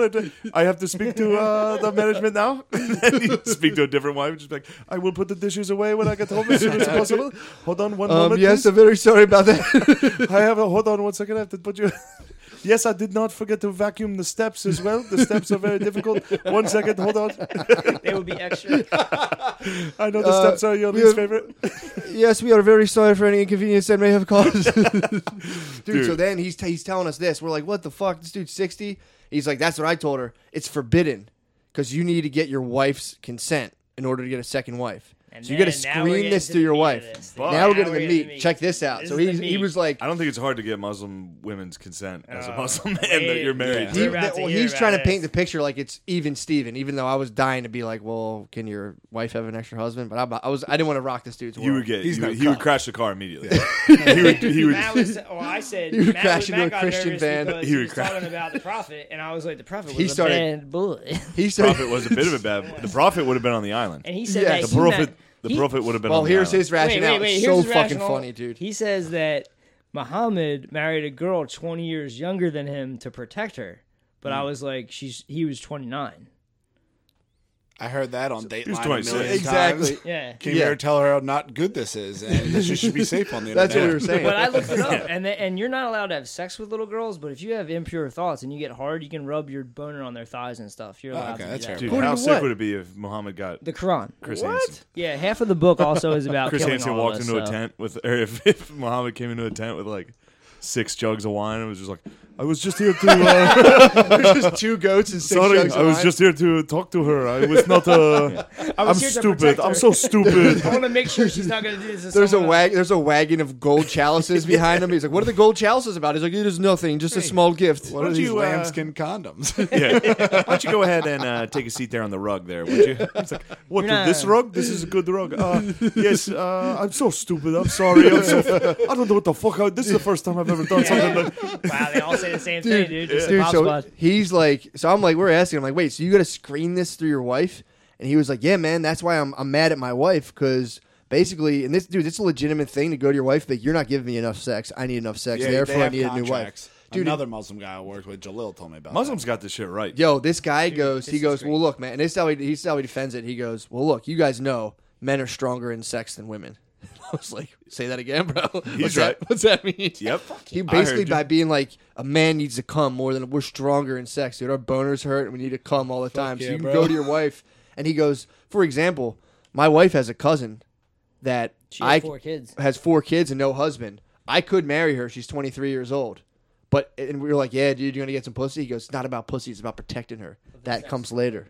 [SPEAKER 2] I have to speak to uh, the management now. And then you speak to a different wife. Just be like, I will put the dishes away when I get home as soon as possible. Hold on one
[SPEAKER 1] Um,
[SPEAKER 2] moment.
[SPEAKER 1] yes,
[SPEAKER 2] please.
[SPEAKER 1] I'm very sorry about that.
[SPEAKER 2] I have a hold on one second. I have to put you. Yes, I did not forget to vacuum the steps as well. The steps are very difficult. One second, hold on.
[SPEAKER 3] They would be extra.
[SPEAKER 2] I know the
[SPEAKER 1] Uh,
[SPEAKER 2] steps are your
[SPEAKER 1] we
[SPEAKER 2] least
[SPEAKER 1] have-
[SPEAKER 2] favorite.
[SPEAKER 1] yes, we are very sorry for any inconvenience that may have caused. dude, so
[SPEAKER 2] Dude.
[SPEAKER 1] then he's he's telling us this. We're like, what the fuck? This dude's sixty. He's like, that's what I told her. It's forbidden because you need to get your wife's consent in order to get a second wife.
[SPEAKER 3] And
[SPEAKER 1] so you got to
[SPEAKER 3] then now we're
[SPEAKER 1] screen
[SPEAKER 3] getting
[SPEAKER 1] this
[SPEAKER 3] to
[SPEAKER 1] to
[SPEAKER 3] the
[SPEAKER 1] your
[SPEAKER 3] meat of
[SPEAKER 1] wife.
[SPEAKER 3] this thing.
[SPEAKER 1] Now,
[SPEAKER 2] But-
[SPEAKER 1] we're getting
[SPEAKER 3] Now
[SPEAKER 1] to
[SPEAKER 3] we're
[SPEAKER 1] the
[SPEAKER 3] getting to
[SPEAKER 1] meat.
[SPEAKER 3] the meat.
[SPEAKER 1] Check this out.
[SPEAKER 3] This
[SPEAKER 1] so
[SPEAKER 3] is the
[SPEAKER 1] he's, he
[SPEAKER 3] meat.
[SPEAKER 1] was like,
[SPEAKER 2] I don't think it's hard to get Muslim women's consent as a
[SPEAKER 3] Oh,
[SPEAKER 2] Muslim man that
[SPEAKER 3] wait.
[SPEAKER 2] you're married
[SPEAKER 3] Yeah.
[SPEAKER 2] to.
[SPEAKER 1] He-
[SPEAKER 3] We're about to
[SPEAKER 1] well,
[SPEAKER 3] hear
[SPEAKER 1] he's
[SPEAKER 3] about
[SPEAKER 1] trying to paint the
[SPEAKER 3] this.
[SPEAKER 1] picture like it's even Steven, even though I was dying to be like, well, can your wife have an extra husband? But I, I was, I didn't want to rock this dude's
[SPEAKER 2] You
[SPEAKER 1] world.
[SPEAKER 2] would get
[SPEAKER 4] He's
[SPEAKER 2] you
[SPEAKER 4] no
[SPEAKER 2] would- he would
[SPEAKER 4] cop.
[SPEAKER 2] crash the car immediately. he would he would
[SPEAKER 3] Matt was, well, I said
[SPEAKER 1] You would
[SPEAKER 3] Matt,
[SPEAKER 1] crash
[SPEAKER 3] Matt
[SPEAKER 1] into a
[SPEAKER 3] got
[SPEAKER 1] Christian
[SPEAKER 3] nervous
[SPEAKER 1] van.
[SPEAKER 3] because
[SPEAKER 2] He
[SPEAKER 3] He
[SPEAKER 2] would
[SPEAKER 3] was
[SPEAKER 2] crash.
[SPEAKER 3] talking about the prophet, and I was like, the prophet was
[SPEAKER 1] He
[SPEAKER 3] a
[SPEAKER 1] started-
[SPEAKER 3] bad boy.
[SPEAKER 1] he said,
[SPEAKER 2] prophet was a bit of a bad the prophet would have been on the island.
[SPEAKER 3] And he said
[SPEAKER 1] Yes.
[SPEAKER 3] that
[SPEAKER 2] the
[SPEAKER 1] he
[SPEAKER 2] prophet
[SPEAKER 3] Matt,
[SPEAKER 2] the
[SPEAKER 3] he-
[SPEAKER 2] prophet would have been
[SPEAKER 1] well,
[SPEAKER 2] on the
[SPEAKER 1] here's
[SPEAKER 2] island.
[SPEAKER 1] his rationale. It's
[SPEAKER 3] here's
[SPEAKER 1] so
[SPEAKER 3] his
[SPEAKER 1] fucking
[SPEAKER 3] rationale.
[SPEAKER 1] funny, dude.
[SPEAKER 3] He says that Muhammad married a girl 20 years younger than him to protect her, but I was like, she's he was 29.
[SPEAKER 4] I heard that on Dateline.
[SPEAKER 2] was
[SPEAKER 4] a
[SPEAKER 2] 26.
[SPEAKER 4] million
[SPEAKER 1] Exactly.
[SPEAKER 4] times.
[SPEAKER 3] Yeah.
[SPEAKER 4] Can
[SPEAKER 1] Yeah.
[SPEAKER 4] you ever tell her how not good this is, and that she should be safe on the internet?
[SPEAKER 1] That's what we were saying.
[SPEAKER 3] But I looked it up, and the, and you're not allowed to have sex with little girls. But if you have impure thoughts and you get hard, you can rub your boner on their thighs and stuff. You're allowed to
[SPEAKER 4] Oh, okay,
[SPEAKER 3] do
[SPEAKER 4] that's
[SPEAKER 3] that.
[SPEAKER 4] fair.
[SPEAKER 2] Dude,
[SPEAKER 1] According
[SPEAKER 2] how
[SPEAKER 1] to
[SPEAKER 2] sick
[SPEAKER 1] what?
[SPEAKER 2] would it be if Muhammad got
[SPEAKER 3] The Quran.
[SPEAKER 2] Chris Hansen?
[SPEAKER 3] Yeah, half of the book also is about
[SPEAKER 2] Chris
[SPEAKER 3] killing
[SPEAKER 2] Hansen
[SPEAKER 3] all of
[SPEAKER 2] walked
[SPEAKER 3] us,
[SPEAKER 2] into a
[SPEAKER 3] so.
[SPEAKER 2] tent with or if, if Muhammad came into a tent with like six jugs of wine and was just like I was just here to uh,
[SPEAKER 1] There's just two goats and six
[SPEAKER 2] sorry,
[SPEAKER 1] jugs of
[SPEAKER 2] I was
[SPEAKER 1] wine.
[SPEAKER 2] just here to talk to her. I was not uh, I'm
[SPEAKER 3] here to
[SPEAKER 2] stupid.
[SPEAKER 3] protect
[SPEAKER 2] I'm
[SPEAKER 3] her.
[SPEAKER 2] so stupid.
[SPEAKER 3] I want to make sure she's not going to do this. to
[SPEAKER 1] There's a
[SPEAKER 3] someone
[SPEAKER 1] wag.
[SPEAKER 3] else.
[SPEAKER 1] There's a wagon of gold chalices behind him. He's like, "What are the gold chalices about?" He's like, "It is nothing, just a small gift."
[SPEAKER 4] What are these
[SPEAKER 2] you, uh,
[SPEAKER 4] lambskin condoms?
[SPEAKER 2] Yeah. Why don't you go ahead and uh, take a seat there on the rug there, would you? It's like, what,
[SPEAKER 3] You're not-
[SPEAKER 2] this rug? This is a good rug. Uh, yes, uh, I'm so stupid. I'm sorry. I'm so, I don't know what the fuck. I, this is the first time I've ever done something like
[SPEAKER 3] Wow, they all say the same thing, dude. Just
[SPEAKER 1] Dude,
[SPEAKER 3] pop
[SPEAKER 1] so
[SPEAKER 3] spot.
[SPEAKER 1] he's like, so I'm like, we're asking him, like, wait, so you got to screen this through your wife? And he was like, yeah, man, that's why I'm, I'm mad at my wife because basically, and this dude, it's a legitimate thing to go to your wife, like, you're not giving me enough sex. I need enough sex.
[SPEAKER 4] Yeah,
[SPEAKER 1] therefore,
[SPEAKER 4] they
[SPEAKER 1] I
[SPEAKER 4] have
[SPEAKER 1] need a new
[SPEAKER 4] contracts.
[SPEAKER 1] wife. Dude,
[SPEAKER 4] Another Muslim guy I worked with, Jalil, told me about.
[SPEAKER 2] Muslims got this shit right.
[SPEAKER 1] yo, this guy goes,
[SPEAKER 3] this
[SPEAKER 1] he
[SPEAKER 3] is
[SPEAKER 1] goes,
[SPEAKER 3] great.
[SPEAKER 1] well, look, man, and this is how he, this is how he defends it. He goes, well, look, you guys know men are stronger in sex than women. I was like, say that again, bro. He's what's
[SPEAKER 2] right.
[SPEAKER 1] That, what's that mean?
[SPEAKER 2] Yep.
[SPEAKER 1] He
[SPEAKER 2] I heard
[SPEAKER 1] basically
[SPEAKER 2] you.
[SPEAKER 1] by being like a man needs to come more than we're stronger in sex, dude. Our boners hurt and we need to come all the time. so
[SPEAKER 4] yeah,
[SPEAKER 1] you can
[SPEAKER 4] bro.
[SPEAKER 1] go to your wife and he goes, for example, my wife has a cousin that
[SPEAKER 3] She had
[SPEAKER 1] I
[SPEAKER 3] four kids.
[SPEAKER 1] has four kids and no husband. I could marry her. She's 23 years old. But and we were like, yeah, dude, you're gonna get some pussy. He goes, it's not about pussy. It's about protecting her. That comes later.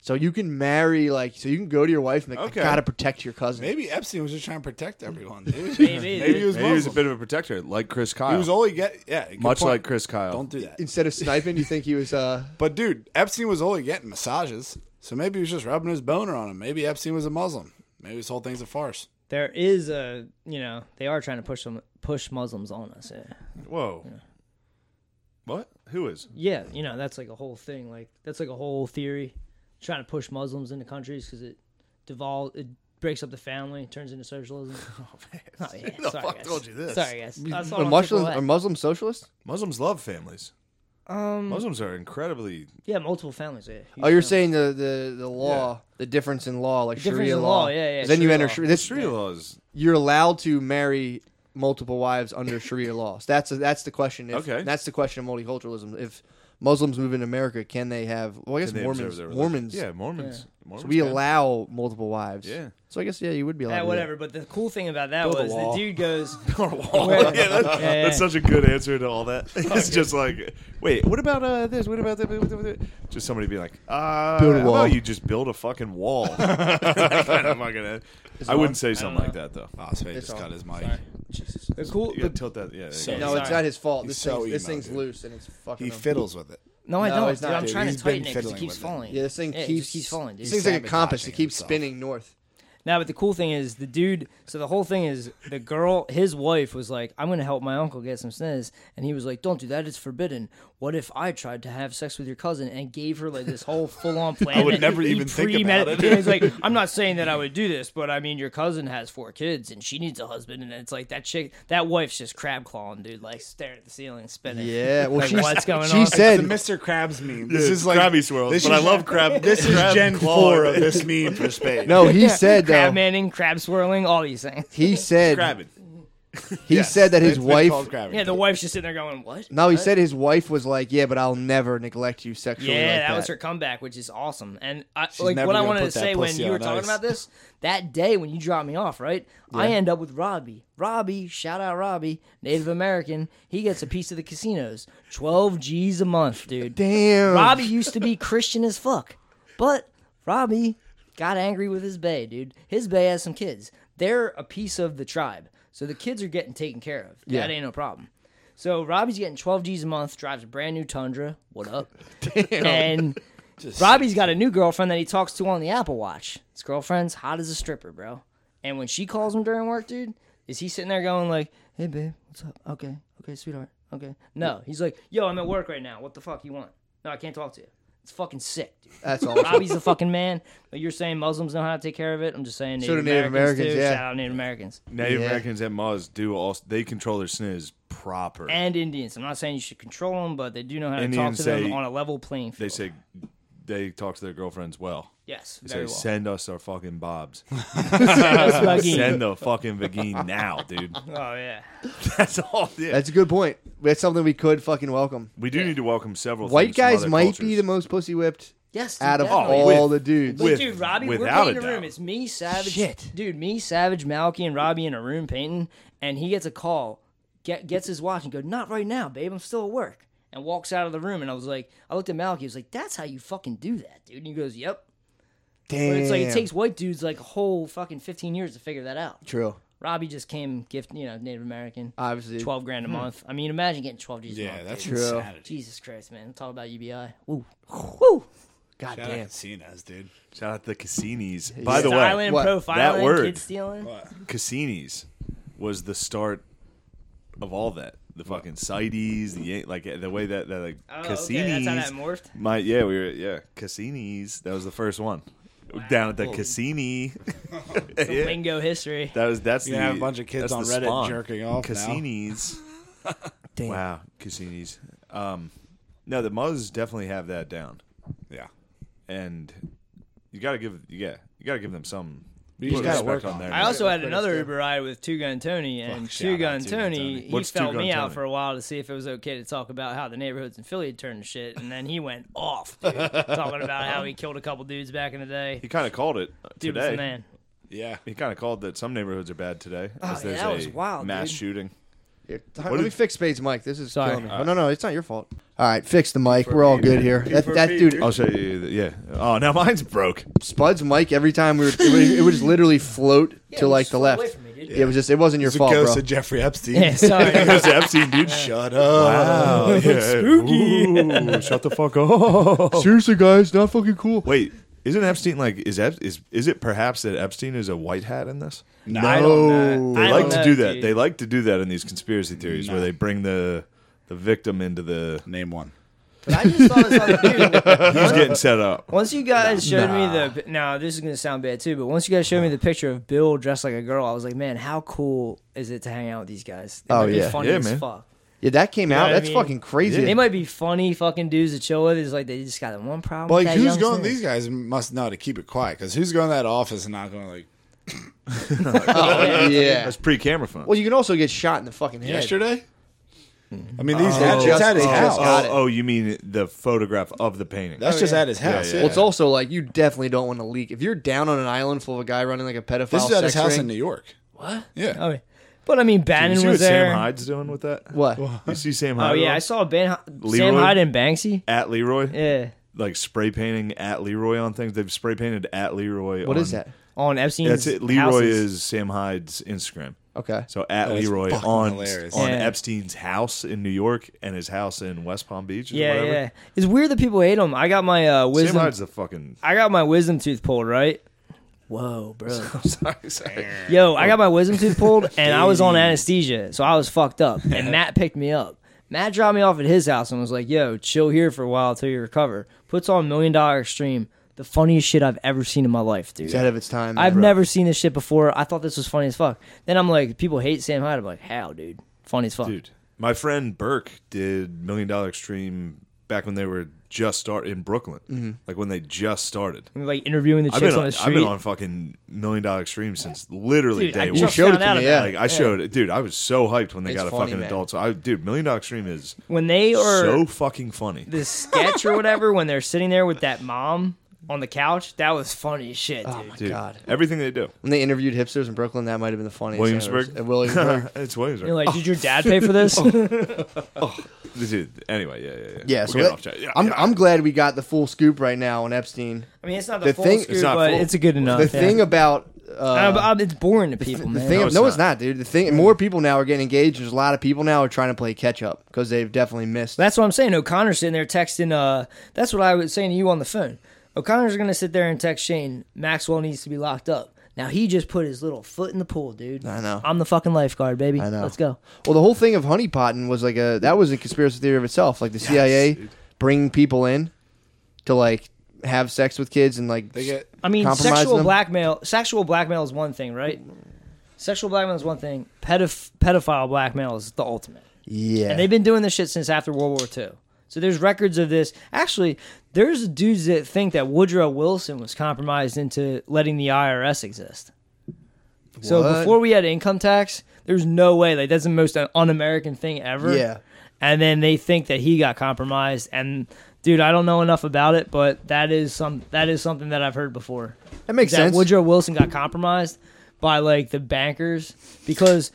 [SPEAKER 1] So you can marry like, so you can go to your wife and like,
[SPEAKER 2] Okay.
[SPEAKER 1] I gotta protect your cousin.
[SPEAKER 4] Maybe Epstein was just trying to protect everyone, dude.
[SPEAKER 3] Maybe,
[SPEAKER 4] Maybe
[SPEAKER 3] dude.
[SPEAKER 4] he was
[SPEAKER 2] Maybe he was a
[SPEAKER 4] Muslim.
[SPEAKER 2] bit of a protector, like Chris Kyle.
[SPEAKER 4] He was only get yeah, good
[SPEAKER 2] Much
[SPEAKER 4] point.
[SPEAKER 2] like uh, Chris Kyle.
[SPEAKER 4] Don't do that.
[SPEAKER 1] Instead of sniping, you think he was uh
[SPEAKER 4] But dude, Epstein was only getting massages, so maybe he was just rubbing his boner on him. Maybe Epstein was a Muslim. Maybe this whole thing's a farce.
[SPEAKER 3] There is a, you know, they are trying to push them, push Muslims on us. Yeah.
[SPEAKER 2] Whoa. What? Who is?
[SPEAKER 3] yeah, you know, that's like a whole thing. Like that's like a whole theory, trying to push Muslims into countries because it devolves, it breaks up the family, turns into socialism. Oh man, yeah. sorry
[SPEAKER 2] fuck
[SPEAKER 3] guys.
[SPEAKER 2] told you this?
[SPEAKER 3] Sorry guys, that's all
[SPEAKER 1] are
[SPEAKER 3] I'm
[SPEAKER 1] Muslims
[SPEAKER 3] taking
[SPEAKER 1] are
[SPEAKER 3] away.
[SPEAKER 1] Muslim socialists?
[SPEAKER 2] Muslims love families.
[SPEAKER 3] Um,
[SPEAKER 2] Muslims are incredibly.
[SPEAKER 3] yeah, multiple families. Yeah.
[SPEAKER 1] Oh, you're
[SPEAKER 3] Huge
[SPEAKER 1] saying the the, the law, the difference in law, like
[SPEAKER 3] difference
[SPEAKER 1] Sharia
[SPEAKER 3] in
[SPEAKER 1] law.
[SPEAKER 3] law, yeah, yeah,
[SPEAKER 1] Then you
[SPEAKER 3] Sharia
[SPEAKER 1] enter
[SPEAKER 3] law.
[SPEAKER 1] Sharia. This,
[SPEAKER 2] Sharia laws.
[SPEAKER 1] You're allowed to marry multiple wives under Sharia law. So that's that's the question. If,
[SPEAKER 2] Okay.
[SPEAKER 1] That's the question of multiculturalism. If Muslims move into America, can they have? Well, I guess
[SPEAKER 2] and they
[SPEAKER 1] Mormons.
[SPEAKER 2] observe their religion.
[SPEAKER 1] Mormons.
[SPEAKER 2] Yeah, Mormons. Mormons
[SPEAKER 1] So we
[SPEAKER 2] can.
[SPEAKER 1] allow multiple wives.
[SPEAKER 2] Yeah.
[SPEAKER 1] So I guess yeah, you would be allowed. to
[SPEAKER 3] family. Yeah,
[SPEAKER 1] do
[SPEAKER 3] whatever. But the cool thing about that
[SPEAKER 1] Build a
[SPEAKER 3] was
[SPEAKER 1] wall.
[SPEAKER 3] the dude goes.
[SPEAKER 2] Oh, yeah, that-
[SPEAKER 3] Yeah, yeah.
[SPEAKER 2] That's such a good answer to all that. It's just like, wait, what about uh, this? What about that? What about that? Just somebody being like, uh,
[SPEAKER 1] Build a
[SPEAKER 2] how
[SPEAKER 1] wall.
[SPEAKER 2] about you just build a fucking wall? I'm not gonna- I wouldn't say something like that though.
[SPEAKER 4] Oh, so he just
[SPEAKER 1] all.
[SPEAKER 4] cut his mic.
[SPEAKER 3] The cool.
[SPEAKER 2] You gotta tilt that. Yeah.
[SPEAKER 4] So-
[SPEAKER 1] That.
[SPEAKER 2] yeah.
[SPEAKER 1] No, it's
[SPEAKER 3] Sorry.
[SPEAKER 1] not his fault.
[SPEAKER 4] He's
[SPEAKER 1] This
[SPEAKER 4] so
[SPEAKER 1] thing's, this
[SPEAKER 4] emo,
[SPEAKER 1] thing's
[SPEAKER 4] dude.
[SPEAKER 1] loose and it's fucking.
[SPEAKER 4] He
[SPEAKER 1] unbelievable.
[SPEAKER 4] fiddles with it.
[SPEAKER 3] no, I
[SPEAKER 1] No,
[SPEAKER 3] don't.
[SPEAKER 1] it's
[SPEAKER 3] dude,
[SPEAKER 1] not,
[SPEAKER 3] I'm
[SPEAKER 1] dude.
[SPEAKER 3] trying
[SPEAKER 4] He's
[SPEAKER 3] to
[SPEAKER 4] been
[SPEAKER 3] tighten it because it
[SPEAKER 4] fiddling
[SPEAKER 3] keeps
[SPEAKER 4] with it.
[SPEAKER 3] falling.
[SPEAKER 1] Yeah, this thing
[SPEAKER 3] Yeah, it
[SPEAKER 1] keeps
[SPEAKER 3] just keeps falling. dude.
[SPEAKER 1] This thing's like a compass. It
[SPEAKER 4] sabotaging
[SPEAKER 1] keeps
[SPEAKER 4] himself.
[SPEAKER 1] spinning north.
[SPEAKER 3] Now, but the cool thing is the dude. So the whole thing is the girl, his wife was like, "I'm gonna help my uncle get some sniz," and he was like, "Don't do that. It's forbidden." What if I tried to have sex with your cousin and gave her like this whole full on plan?
[SPEAKER 4] would
[SPEAKER 3] that
[SPEAKER 4] never
[SPEAKER 3] he
[SPEAKER 4] even think about it.
[SPEAKER 3] premeditated? It's like I'm not saying that I would do this, but I mean your cousin has four kids and she needs a husband, and it's like that chick, that wife's just crab clawing, dude, like staring at the ceiling, spinning.
[SPEAKER 1] Yeah, well,
[SPEAKER 3] Like,
[SPEAKER 1] she-
[SPEAKER 3] what's going
[SPEAKER 1] she
[SPEAKER 3] on?
[SPEAKER 4] It's the
[SPEAKER 1] said
[SPEAKER 4] Mr. Krabs meme. This is like
[SPEAKER 2] crabby swirls,
[SPEAKER 4] this
[SPEAKER 2] but I
[SPEAKER 4] is-
[SPEAKER 2] love crab.
[SPEAKER 4] This is
[SPEAKER 2] crab
[SPEAKER 4] Gen
[SPEAKER 2] claw.
[SPEAKER 4] Four of this meme for space.
[SPEAKER 1] no. He said
[SPEAKER 3] crab
[SPEAKER 1] though.
[SPEAKER 3] manning, crab swirling, all these things.
[SPEAKER 1] He said
[SPEAKER 2] Crabbing.
[SPEAKER 1] he said that his
[SPEAKER 4] It's been
[SPEAKER 1] wife.
[SPEAKER 4] called crabbing.
[SPEAKER 3] Yeah, the wife's just sitting there going, "What?"
[SPEAKER 1] No, he said his wife was like, "Yeah, but I'll never neglect you sexually."
[SPEAKER 3] Yeah,
[SPEAKER 1] like
[SPEAKER 3] that, was her comeback, which is awesome. And I,
[SPEAKER 4] She's
[SPEAKER 3] like
[SPEAKER 4] never
[SPEAKER 3] what I
[SPEAKER 4] gonna
[SPEAKER 3] wanted
[SPEAKER 4] put
[SPEAKER 3] to
[SPEAKER 4] that
[SPEAKER 3] say when
[SPEAKER 4] pussy
[SPEAKER 3] you were
[SPEAKER 4] on
[SPEAKER 3] talking
[SPEAKER 4] ice.
[SPEAKER 3] about this that day when you dropped me off, right? I end up with Robbie. Robbie, shout out Robbie, Native American. He gets a piece of the casinos, twelve G's a month, dude.
[SPEAKER 1] Damn.
[SPEAKER 3] Robbie used to be Christian as fuck, but Robbie got angry with his bay, dude. His bay has some kids. They're a piece of the tribe, so the kids are getting taken care of.
[SPEAKER 1] Yeah.
[SPEAKER 3] That ain't no problem. So Robbie's getting 12 G's a month, drives a brand new Tundra. What up? And Robbie's got a new girlfriend that he talks to on the Apple Watch. His girlfriend's hot as a stripper, bro. And when she calls him during work, dude, is he sitting there going like, "Hey, babe, what's up? Okay, okay, sweetheart, okay." No, he's like, "Yo, I'm at work right now. What the fuck you want? No, I can't talk to you. It's fucking sick, dude."
[SPEAKER 1] That's awesome.
[SPEAKER 3] Robbie's the fucking man. But you're saying Muslims know how to take care of it. I'm just saying Native,
[SPEAKER 1] So do Native Americans,
[SPEAKER 3] too.
[SPEAKER 1] yeah.
[SPEAKER 3] Shout out Native Americans
[SPEAKER 2] Native
[SPEAKER 1] Yeah.
[SPEAKER 2] Americans at Muzz do also they control their sniz proper.
[SPEAKER 3] and Indians. I'm not saying you should control them, but they do know how to
[SPEAKER 2] Indians
[SPEAKER 3] talk to them
[SPEAKER 2] say-
[SPEAKER 3] on a level playing
[SPEAKER 2] they
[SPEAKER 3] field.
[SPEAKER 2] say they talk to their girlfriends well.
[SPEAKER 3] yes,
[SPEAKER 2] They say
[SPEAKER 3] very well.
[SPEAKER 2] send us our fucking bobs.
[SPEAKER 3] That's fucking-
[SPEAKER 2] send the fucking vagine now, dude.
[SPEAKER 3] oh yeah.
[SPEAKER 2] That's all. Yeah.
[SPEAKER 1] That's a good point. That's something we could fucking welcome.
[SPEAKER 2] we do need to welcome several
[SPEAKER 1] White
[SPEAKER 2] things from
[SPEAKER 1] guys
[SPEAKER 2] other
[SPEAKER 1] might be
[SPEAKER 2] cultures.
[SPEAKER 1] the most pussy whipped
[SPEAKER 3] Yes, dude,
[SPEAKER 1] out of
[SPEAKER 3] definitely.
[SPEAKER 2] Oh,
[SPEAKER 1] all
[SPEAKER 2] with-
[SPEAKER 1] the dudes.
[SPEAKER 3] But
[SPEAKER 2] with-
[SPEAKER 3] dude, Robbie, we're
[SPEAKER 2] without
[SPEAKER 3] painting
[SPEAKER 2] a
[SPEAKER 3] a, room.
[SPEAKER 2] doubt.
[SPEAKER 3] It's me, Savage.
[SPEAKER 1] Shit.
[SPEAKER 3] Dude, me, Savage, Malky, and Robbie in a room painting, and he gets a call, get, gets his watch, and goes, Not right now, babe. I'm still at work. And walks out of the room, and I was like, I looked at Malky, I was like, That's how you fucking do that, dude. And he goes, Yep.
[SPEAKER 1] Damn.
[SPEAKER 3] But it's like, it takes white dudes like a whole fucking 15 years to figure that out.
[SPEAKER 1] True.
[SPEAKER 3] Robbie just came gift, you know, Native American,
[SPEAKER 1] Obviously.
[SPEAKER 3] 12 grand a
[SPEAKER 2] Hmm.
[SPEAKER 3] month. I mean, imagine getting 12 G's a
[SPEAKER 4] yeah,
[SPEAKER 3] month.
[SPEAKER 4] that's
[SPEAKER 1] True.
[SPEAKER 4] insanity.
[SPEAKER 3] Jesus Christ, man. Talk about UBI. Woo. Woo.
[SPEAKER 1] God
[SPEAKER 4] Shout out
[SPEAKER 1] damn.
[SPEAKER 4] Casinos, dude.
[SPEAKER 2] Shout out the Cassinis. By the way,
[SPEAKER 3] Styling,
[SPEAKER 1] what?
[SPEAKER 3] profiling,
[SPEAKER 2] That word.
[SPEAKER 3] kid stealing.
[SPEAKER 2] Cassinis was the start of all that. The fucking CITES, the Yan- like the way that that like
[SPEAKER 3] Oh,
[SPEAKER 2] Cassinis.
[SPEAKER 3] okay, that's how that morphed?
[SPEAKER 2] My yeah, we were yeah Cassinis. That was the first one. Down at the Cassini. Yeah.
[SPEAKER 3] Lingo history.
[SPEAKER 2] That was that's
[SPEAKER 4] You're
[SPEAKER 2] the
[SPEAKER 4] gonna have a bunch of kids
[SPEAKER 2] that's
[SPEAKER 4] on
[SPEAKER 2] the
[SPEAKER 4] Reddit
[SPEAKER 2] spawn.
[SPEAKER 4] jerking off now.
[SPEAKER 2] Cassinis.
[SPEAKER 1] Damn.
[SPEAKER 2] wow, Cassinis. Um, no, the Muzz definitely have that down,
[SPEAKER 4] Yeah.
[SPEAKER 2] and you got to give yeah, you got to give them some.
[SPEAKER 4] You just
[SPEAKER 2] put
[SPEAKER 4] gotta
[SPEAKER 2] respect
[SPEAKER 4] work on
[SPEAKER 2] their
[SPEAKER 3] I also had
[SPEAKER 1] Right,
[SPEAKER 3] another
[SPEAKER 1] right,
[SPEAKER 3] Uber ride with Two Gun Tony, and
[SPEAKER 4] shout
[SPEAKER 3] Two
[SPEAKER 4] out
[SPEAKER 3] Gun
[SPEAKER 4] Two Gun Tony.
[SPEAKER 3] Tony, he
[SPEAKER 2] What's Two
[SPEAKER 3] felt
[SPEAKER 2] Gun
[SPEAKER 3] me out
[SPEAKER 2] Tony?
[SPEAKER 3] for a while to see if it was okay to talk about how the neighborhoods in Philly had turned to shit, and then he went off, dude, talking about how he killed a couple dudes back in the day.
[SPEAKER 2] He kind of called it
[SPEAKER 3] Dude was
[SPEAKER 2] today.
[SPEAKER 3] the man.
[SPEAKER 4] Yeah.
[SPEAKER 2] He kind of called that some neighborhoods are bad today.
[SPEAKER 3] Oh,
[SPEAKER 2] as
[SPEAKER 3] yeah,
[SPEAKER 2] there's
[SPEAKER 3] that
[SPEAKER 2] a
[SPEAKER 3] was wild,
[SPEAKER 2] mass
[SPEAKER 3] dude.
[SPEAKER 2] shooting.
[SPEAKER 1] Here, Let me
[SPEAKER 2] did-
[SPEAKER 1] fix Spade's mic. This is
[SPEAKER 3] Sorry.
[SPEAKER 1] killing me.
[SPEAKER 4] Uh,
[SPEAKER 1] Oh, no, no, it's not your fault. All right, fix the mic. We're all good here. That,
[SPEAKER 4] for
[SPEAKER 1] that
[SPEAKER 4] me,
[SPEAKER 1] dude, uh,
[SPEAKER 4] dude.
[SPEAKER 2] I'll show you. the- Yeah. Oh, now mine's broke.
[SPEAKER 1] Spud's mic. Every time we were, it would, it would just literally float to
[SPEAKER 3] it
[SPEAKER 1] like
[SPEAKER 3] just
[SPEAKER 1] the
[SPEAKER 3] flew
[SPEAKER 1] left.
[SPEAKER 3] away from me, dude.
[SPEAKER 1] It was just, it wasn't your
[SPEAKER 4] It's a
[SPEAKER 1] fault,
[SPEAKER 4] ghost
[SPEAKER 1] bro.
[SPEAKER 4] of Jeffrey Epstein.
[SPEAKER 3] Yeah, sorry.
[SPEAKER 2] Goes to Epstein, dude.
[SPEAKER 4] Shut up.
[SPEAKER 3] Oh,
[SPEAKER 2] Wow. Yeah. Ooh, shut the fuck up.
[SPEAKER 1] Seriously, guys, not fucking cool.
[SPEAKER 2] Wait, isn't Epstein like is Ep- is is it perhaps that Epstein is a white hat in this?
[SPEAKER 4] No.
[SPEAKER 3] I don't know.
[SPEAKER 2] They
[SPEAKER 3] I
[SPEAKER 2] like
[SPEAKER 3] don't
[SPEAKER 2] to
[SPEAKER 3] know,
[SPEAKER 2] do that.
[SPEAKER 3] dude.
[SPEAKER 2] They like to do that in these conspiracy theories where they bring the the victim into the
[SPEAKER 4] Name one.
[SPEAKER 3] But I just saw this on the news.
[SPEAKER 2] who's getting set up.
[SPEAKER 3] Once you guys showed me the now, this is gonna sound bad too, but once you guys showed me the picture of Bill dressed like a girl, I was like, man, how cool is it to hang out with these guys? They
[SPEAKER 1] Oh,
[SPEAKER 3] might be
[SPEAKER 1] yeah.
[SPEAKER 3] funny
[SPEAKER 2] Yeah,
[SPEAKER 3] as
[SPEAKER 2] man.
[SPEAKER 3] fuck.
[SPEAKER 1] Yeah, that came
[SPEAKER 3] know
[SPEAKER 1] out.
[SPEAKER 3] what I
[SPEAKER 1] That's
[SPEAKER 3] mean?
[SPEAKER 1] fucking crazy.
[SPEAKER 3] They might be funny fucking dudes to chill with. It's like they just got the one problem.
[SPEAKER 4] But
[SPEAKER 3] with
[SPEAKER 4] like,
[SPEAKER 3] that
[SPEAKER 4] who's
[SPEAKER 3] young
[SPEAKER 4] going?
[SPEAKER 3] snitch.
[SPEAKER 4] These guys must know to keep it quiet because who's going to that office and not going like
[SPEAKER 1] Oh, yeah.
[SPEAKER 2] That's pre-camera fun.
[SPEAKER 1] Well, you can also get shot in the fucking head.
[SPEAKER 4] yesterday?
[SPEAKER 2] Hmm.
[SPEAKER 4] I mean, these
[SPEAKER 1] Oh,
[SPEAKER 4] that's just at his
[SPEAKER 1] oh,
[SPEAKER 4] house.
[SPEAKER 1] got
[SPEAKER 2] oh,
[SPEAKER 1] it.
[SPEAKER 2] oh, you mean the photograph of the painting?
[SPEAKER 4] That's just at his house.
[SPEAKER 2] yeah,
[SPEAKER 4] Oh, yeah.
[SPEAKER 1] Well, it's also like you definitely don't want to leak. If you're down on an island full of a guy running like a pedophile
[SPEAKER 4] this is at his
[SPEAKER 1] sex
[SPEAKER 4] house
[SPEAKER 1] ring- Oh,
[SPEAKER 4] in New York. What? Yeah.
[SPEAKER 3] I mean, Oh, but I mean,
[SPEAKER 2] you
[SPEAKER 3] Bannon
[SPEAKER 2] see what
[SPEAKER 3] was there.
[SPEAKER 2] Sam Hyde's doing with that?
[SPEAKER 1] What?
[SPEAKER 2] You see Sam Hyde?
[SPEAKER 3] oh yeah, I
[SPEAKER 2] at all?
[SPEAKER 3] saw ben, Sam
[SPEAKER 2] Leroy?
[SPEAKER 3] Hyde and Banksy.
[SPEAKER 2] at Leroy,
[SPEAKER 3] Yeah,
[SPEAKER 2] like spray painting at Leroy on things. They've spray painted at Leroy.
[SPEAKER 1] What
[SPEAKER 2] on,
[SPEAKER 1] is that?
[SPEAKER 3] on Epstein's.
[SPEAKER 2] That's it. Leroy
[SPEAKER 3] houses.
[SPEAKER 2] is Sam Hyde's Instagram.
[SPEAKER 1] Okay.
[SPEAKER 2] So at
[SPEAKER 4] That is
[SPEAKER 2] Leroy
[SPEAKER 4] fucking
[SPEAKER 2] on
[SPEAKER 4] hilarious.
[SPEAKER 2] on
[SPEAKER 3] Yeah.
[SPEAKER 2] Epstein's house in New York and his house in West Palm Beach. Or
[SPEAKER 3] Yeah,
[SPEAKER 2] whatever.
[SPEAKER 3] yeah. It's weird that people hate him. I got my uh,
[SPEAKER 2] Sam
[SPEAKER 3] wisdom.
[SPEAKER 2] Hyde's the fucking.
[SPEAKER 3] I got my wisdom tooth pulled, right? Whoa, bro.
[SPEAKER 2] Sorry, sorry. Oh.
[SPEAKER 3] Yo, I got my wisdom tooth pulled and I was on anesthesia, so I was fucked up. And Matt picked me up. Matt dropped me off at his house and was like, "Yo, chill here for a while till you recover." Puts on Million Dollar Extreme, the funniest shit I've ever seen in my life, dude.
[SPEAKER 1] It's ahead of its time.
[SPEAKER 3] I've
[SPEAKER 1] bro.
[SPEAKER 3] never seen this shit before. I thought this was funny as fuck. Then I'm like, people hate Sam Hyde. I'm like, how, dude? Funny as fuck.
[SPEAKER 2] Dude, my friend Burke did Million Dollar Extreme back when they were just start in Brooklyn,
[SPEAKER 1] Mm-hmm.
[SPEAKER 2] like when they just started.
[SPEAKER 3] And, Like interviewing the
[SPEAKER 2] I've
[SPEAKER 3] chicks on,
[SPEAKER 2] been on,
[SPEAKER 3] the
[SPEAKER 2] I've
[SPEAKER 3] street.
[SPEAKER 2] been on fucking Million Dollar Extreme since literally
[SPEAKER 3] Dude, I
[SPEAKER 2] day
[SPEAKER 1] You
[SPEAKER 2] one.
[SPEAKER 3] just
[SPEAKER 1] showed it
[SPEAKER 3] found out
[SPEAKER 1] to me,
[SPEAKER 3] about
[SPEAKER 1] yeah.
[SPEAKER 2] Like I showed it, dude. I was so hyped when they
[SPEAKER 1] It's
[SPEAKER 2] got a
[SPEAKER 1] funny,
[SPEAKER 2] fucking
[SPEAKER 1] man.
[SPEAKER 2] adult. So I, dude, Million Dollar Extreme is
[SPEAKER 3] when they are
[SPEAKER 2] so fucking funny.
[SPEAKER 3] the sketch or whatever, when they're sitting there with that mom on the couch, that was funny as shit, dude.
[SPEAKER 1] my
[SPEAKER 2] Dude,
[SPEAKER 1] God.
[SPEAKER 2] everything they do.
[SPEAKER 1] When they interviewed hipsters in Brooklyn, that might have been the funniest. thing I've ever
[SPEAKER 2] Williamsburg,
[SPEAKER 1] seen. At Williamsburg.
[SPEAKER 2] it's Williamsburg.
[SPEAKER 3] You're like, did your dad pay for this?
[SPEAKER 2] Dude, anyway, yeah, yeah, yeah.
[SPEAKER 1] yeah,
[SPEAKER 2] We're
[SPEAKER 1] so
[SPEAKER 2] getting
[SPEAKER 1] that-
[SPEAKER 2] off track. Yeah,
[SPEAKER 1] I'm
[SPEAKER 2] yeah.
[SPEAKER 1] I'm glad we got the full scoop right now on Epstein.
[SPEAKER 3] I mean, it's not the,
[SPEAKER 1] The
[SPEAKER 3] full
[SPEAKER 1] thing-
[SPEAKER 3] scoop,
[SPEAKER 1] It's
[SPEAKER 2] not
[SPEAKER 3] but
[SPEAKER 2] full.
[SPEAKER 3] it's a good enough.
[SPEAKER 1] The
[SPEAKER 3] Oh, yeah.
[SPEAKER 1] thing about uh,
[SPEAKER 3] I know, but, um, it's boring to people,
[SPEAKER 1] the
[SPEAKER 3] man.
[SPEAKER 1] thing,
[SPEAKER 2] No,
[SPEAKER 1] no,
[SPEAKER 2] it's
[SPEAKER 1] it's, not. dude. The thing, more people now are getting engaged. There's a lot of people now are trying to play catch up because they've definitely missed.
[SPEAKER 3] that's what I'm saying. O'Connor's sitting there texting. Uh, that's what I was saying to you on the phone. O'Connor's gonna sit there and text Shane. Maxwell needs to be locked up. Now he just put his little foot in the pool, dude.
[SPEAKER 1] I know.
[SPEAKER 3] I'm the fucking lifeguard, baby.
[SPEAKER 1] I know.
[SPEAKER 3] Let's go.
[SPEAKER 1] Well, the whole thing of honeypotting was like a that was a conspiracy theory of itself. Like the CIA
[SPEAKER 2] dude.
[SPEAKER 1] bringing people in to like have sex with kids and like
[SPEAKER 4] They get
[SPEAKER 3] I mean,
[SPEAKER 1] compromise
[SPEAKER 3] sexual
[SPEAKER 1] them.
[SPEAKER 3] blackmail. Sexual blackmail is one thing, right? Sexual blackmail is one thing. Pedoph- pedophile blackmail is the ultimate.
[SPEAKER 1] yeah.
[SPEAKER 3] And they've been doing this shit since after World War II. So there's records of this. Actually, there's dudes that think that Woodrow Wilson was compromised into letting the IRS exist. So
[SPEAKER 1] What?
[SPEAKER 3] before we had income tax, there's no way. Like that's the most un-American thing ever.
[SPEAKER 1] Yeah.
[SPEAKER 3] And then they think that he got compromised. And dude, I don't know enough about it, but that is some that is something that I've heard before
[SPEAKER 1] that makes
[SPEAKER 3] that
[SPEAKER 1] sense.
[SPEAKER 3] Woodrow Wilson got compromised by like the bankers because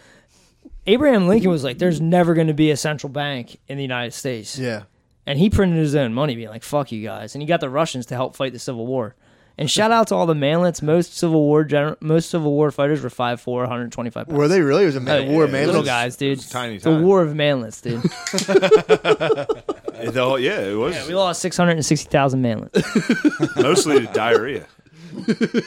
[SPEAKER 3] Abraham Lincoln was like, "There's never going to be a central bank in the United States,"
[SPEAKER 1] yeah.
[SPEAKER 3] and he printed his own money, being like, "Fuck you guys," and he got the Russians to help fight the Civil War. And shout out to all the manlets. Most Civil War gener- most Civil War fighters were 5'4", 125 pounds.
[SPEAKER 1] Were they really? It was a man-
[SPEAKER 3] Hey,
[SPEAKER 1] war
[SPEAKER 2] yeah,
[SPEAKER 1] man.
[SPEAKER 3] Uh, Little
[SPEAKER 2] Manlets?
[SPEAKER 3] guys, dude.
[SPEAKER 2] tiny
[SPEAKER 3] the
[SPEAKER 2] time.
[SPEAKER 3] war of manlets, dude.
[SPEAKER 2] The whole- yeah, it was.
[SPEAKER 3] we lost six hundred and sixty thousand manlets.
[SPEAKER 2] mostly to diarrhea.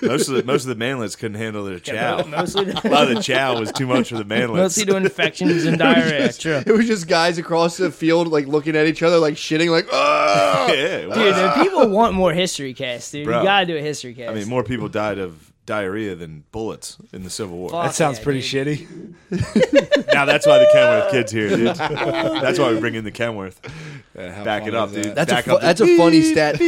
[SPEAKER 2] Most of the most of the manlets couldn't handle their chow.
[SPEAKER 3] mostly,
[SPEAKER 2] a lot of the chow was too much for the manlets.
[SPEAKER 3] mostly to infections and diarrhea. True.
[SPEAKER 1] It was just guys across the field like looking at each other like shitting like oh
[SPEAKER 2] yeah, it was.
[SPEAKER 3] Dude, the people want more history cast, dude.
[SPEAKER 2] Bro.
[SPEAKER 3] You gotta do a history cast.
[SPEAKER 2] I mean, more people died of diarrhea than bullets in the Civil War.
[SPEAKER 3] Fuck
[SPEAKER 4] that sounds
[SPEAKER 3] yeah,
[SPEAKER 4] pretty
[SPEAKER 3] dude.
[SPEAKER 4] shitty.
[SPEAKER 2] Now that's why the Kenworth kids here, dude. That's why we bring in the Kenworth. Back it up, dude.
[SPEAKER 1] That's a
[SPEAKER 2] Back
[SPEAKER 1] fu-
[SPEAKER 2] up the-
[SPEAKER 1] that's a funny stat.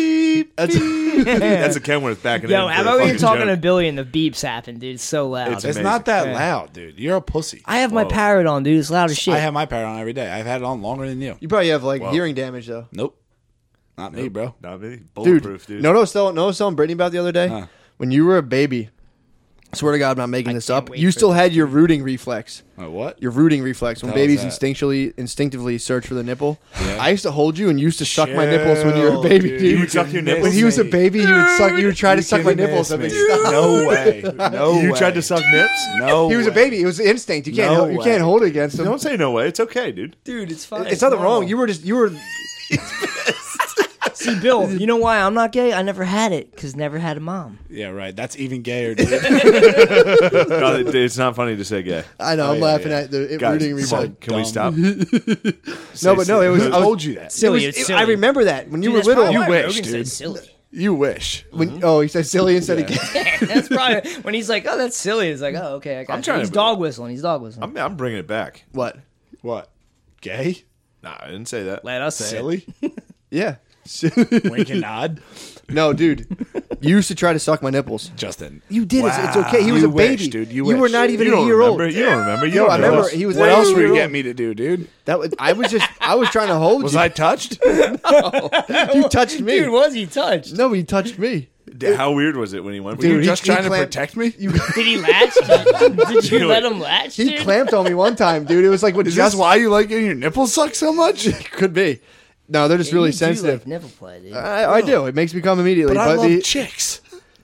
[SPEAKER 1] That's
[SPEAKER 2] That's a Kenworth backing in.
[SPEAKER 3] Yo,
[SPEAKER 2] for
[SPEAKER 3] how
[SPEAKER 2] a
[SPEAKER 3] about we were
[SPEAKER 2] fucking
[SPEAKER 3] talking to
[SPEAKER 2] joke.
[SPEAKER 3] Billy and the beeps happen, dude? It's so loud.
[SPEAKER 2] It's
[SPEAKER 4] It's
[SPEAKER 2] Amazing.
[SPEAKER 4] not that
[SPEAKER 3] Yeah.
[SPEAKER 4] loud, dude. You're a pussy.
[SPEAKER 3] I have my
[SPEAKER 2] Whoa.
[SPEAKER 3] parrot on, dude. It's loud as shit.
[SPEAKER 4] I have my power on every day. I've had it on longer than you.
[SPEAKER 1] you probably have like hearing damage though.
[SPEAKER 4] Nope. Not me, bro.
[SPEAKER 2] Not me.
[SPEAKER 1] dude.
[SPEAKER 2] Bulletproof, dude.
[SPEAKER 1] No, no, still, no, telling Brittany about the other day when you were a baby. Swear to God, I'm not making this
[SPEAKER 3] can't
[SPEAKER 1] up.
[SPEAKER 3] wait
[SPEAKER 1] You
[SPEAKER 3] for
[SPEAKER 1] still had your rooting reflex.
[SPEAKER 4] My what?
[SPEAKER 1] Your rooting reflex when
[SPEAKER 4] Hell is
[SPEAKER 1] babies
[SPEAKER 4] that?
[SPEAKER 1] instinctually instinctively search for the nipple. I used to hold you and you used to suck my nipples when you were a
[SPEAKER 4] Chill,
[SPEAKER 1] baby,
[SPEAKER 4] dude.
[SPEAKER 1] dude.
[SPEAKER 2] You would suck your nipples?
[SPEAKER 1] When he was a
[SPEAKER 4] Mate.
[SPEAKER 1] baby, he would suck. He would try to
[SPEAKER 4] You
[SPEAKER 1] suck my
[SPEAKER 4] kidding
[SPEAKER 1] nipples.
[SPEAKER 4] ass,
[SPEAKER 1] I'm like,
[SPEAKER 4] mate.
[SPEAKER 1] "Stop."
[SPEAKER 4] No way. No
[SPEAKER 2] you
[SPEAKER 4] way.
[SPEAKER 2] tried to suck nips?
[SPEAKER 4] No.
[SPEAKER 1] He was a
[SPEAKER 4] way.
[SPEAKER 1] baby. It was instinct. You can't.
[SPEAKER 4] No
[SPEAKER 1] hold- you
[SPEAKER 4] way.
[SPEAKER 1] can't hold it against him.
[SPEAKER 2] Don't say no way. It's okay, dude.
[SPEAKER 3] dude, it's fine.
[SPEAKER 1] It's nothing wrong. You were just. You were.
[SPEAKER 3] See, Bill, you know why I'm not gay? I never had it because never had a mom.
[SPEAKER 4] Yeah, right. That's even gayer, dude.
[SPEAKER 2] No, it- it's not funny to say gay.
[SPEAKER 1] I know. I'm
[SPEAKER 4] yeah,
[SPEAKER 1] laughing
[SPEAKER 4] yeah.
[SPEAKER 1] at the it
[SPEAKER 2] Guys,
[SPEAKER 1] rooting reflex.
[SPEAKER 2] so can we
[SPEAKER 4] dumb.
[SPEAKER 2] stop?
[SPEAKER 1] No, but no, it was.
[SPEAKER 4] I told you that.
[SPEAKER 1] It
[SPEAKER 3] Silly,
[SPEAKER 1] was,
[SPEAKER 3] it's
[SPEAKER 1] it-
[SPEAKER 3] silly.
[SPEAKER 1] I remember that when you
[SPEAKER 3] Dude,
[SPEAKER 1] were
[SPEAKER 3] that's
[SPEAKER 1] little.
[SPEAKER 3] probably
[SPEAKER 1] You
[SPEAKER 3] why
[SPEAKER 1] wish.
[SPEAKER 3] Rogan said
[SPEAKER 4] dude.
[SPEAKER 3] silly.
[SPEAKER 1] You wish. When oh, he said silly instead of gay.
[SPEAKER 3] that's probably when he's like, "Oh, that's silly." It's like, "Oh, okay, I got."
[SPEAKER 2] I'm
[SPEAKER 3] it."
[SPEAKER 2] trying
[SPEAKER 3] He's
[SPEAKER 2] to-
[SPEAKER 3] dog whistling. He's dog whistling.
[SPEAKER 2] I'm, I'm bringing it back.
[SPEAKER 1] What?
[SPEAKER 4] What? Gay?
[SPEAKER 2] Nah, I didn't say that.
[SPEAKER 3] Let us say. it.
[SPEAKER 4] Silly?
[SPEAKER 1] Yeah.
[SPEAKER 4] Wink and nod?
[SPEAKER 1] no, dude. You used to try to suck my nipples.
[SPEAKER 4] Justin.
[SPEAKER 1] You did. It's, it's okay. He was
[SPEAKER 4] You
[SPEAKER 1] a
[SPEAKER 4] wish,
[SPEAKER 1] baby,
[SPEAKER 4] dude. You
[SPEAKER 1] You, were
[SPEAKER 4] wish.
[SPEAKER 1] not even
[SPEAKER 2] you
[SPEAKER 1] a
[SPEAKER 2] don't
[SPEAKER 1] year
[SPEAKER 2] remember.
[SPEAKER 1] old.
[SPEAKER 2] You don't remember. You
[SPEAKER 1] No,
[SPEAKER 2] don't
[SPEAKER 1] I
[SPEAKER 2] know
[SPEAKER 1] remember
[SPEAKER 2] us.
[SPEAKER 1] he was.
[SPEAKER 4] What
[SPEAKER 1] not
[SPEAKER 4] else
[SPEAKER 1] even
[SPEAKER 4] were
[SPEAKER 1] a
[SPEAKER 4] you
[SPEAKER 1] year
[SPEAKER 4] getting
[SPEAKER 1] old.
[SPEAKER 4] me to do, dude?
[SPEAKER 1] That was, I was just. I was trying to hold
[SPEAKER 4] Was
[SPEAKER 1] you.
[SPEAKER 4] I touched?
[SPEAKER 1] you touched me.
[SPEAKER 3] Dude, was he touched?
[SPEAKER 1] No, you touched me.
[SPEAKER 2] D- How weird was it when he went?
[SPEAKER 4] You
[SPEAKER 1] Dude,
[SPEAKER 4] were
[SPEAKER 1] he-
[SPEAKER 4] just
[SPEAKER 1] he
[SPEAKER 4] trying to
[SPEAKER 1] clamped-
[SPEAKER 4] protect me?
[SPEAKER 1] You,
[SPEAKER 3] Did he latch? Did you
[SPEAKER 2] Dude.
[SPEAKER 3] let him latch?
[SPEAKER 1] he
[SPEAKER 3] dude?
[SPEAKER 1] clamped on me one time, dude. It was like what
[SPEAKER 4] Is
[SPEAKER 1] just
[SPEAKER 4] this why you like getting your nipples sucked so much?
[SPEAKER 1] could be. No, they're just
[SPEAKER 3] You
[SPEAKER 1] really
[SPEAKER 3] do
[SPEAKER 1] sensitive.
[SPEAKER 3] Like nipple play, dude.
[SPEAKER 1] I, I do. It makes me come immediately.
[SPEAKER 4] But I
[SPEAKER 1] But,
[SPEAKER 4] love
[SPEAKER 1] the-
[SPEAKER 4] chicks.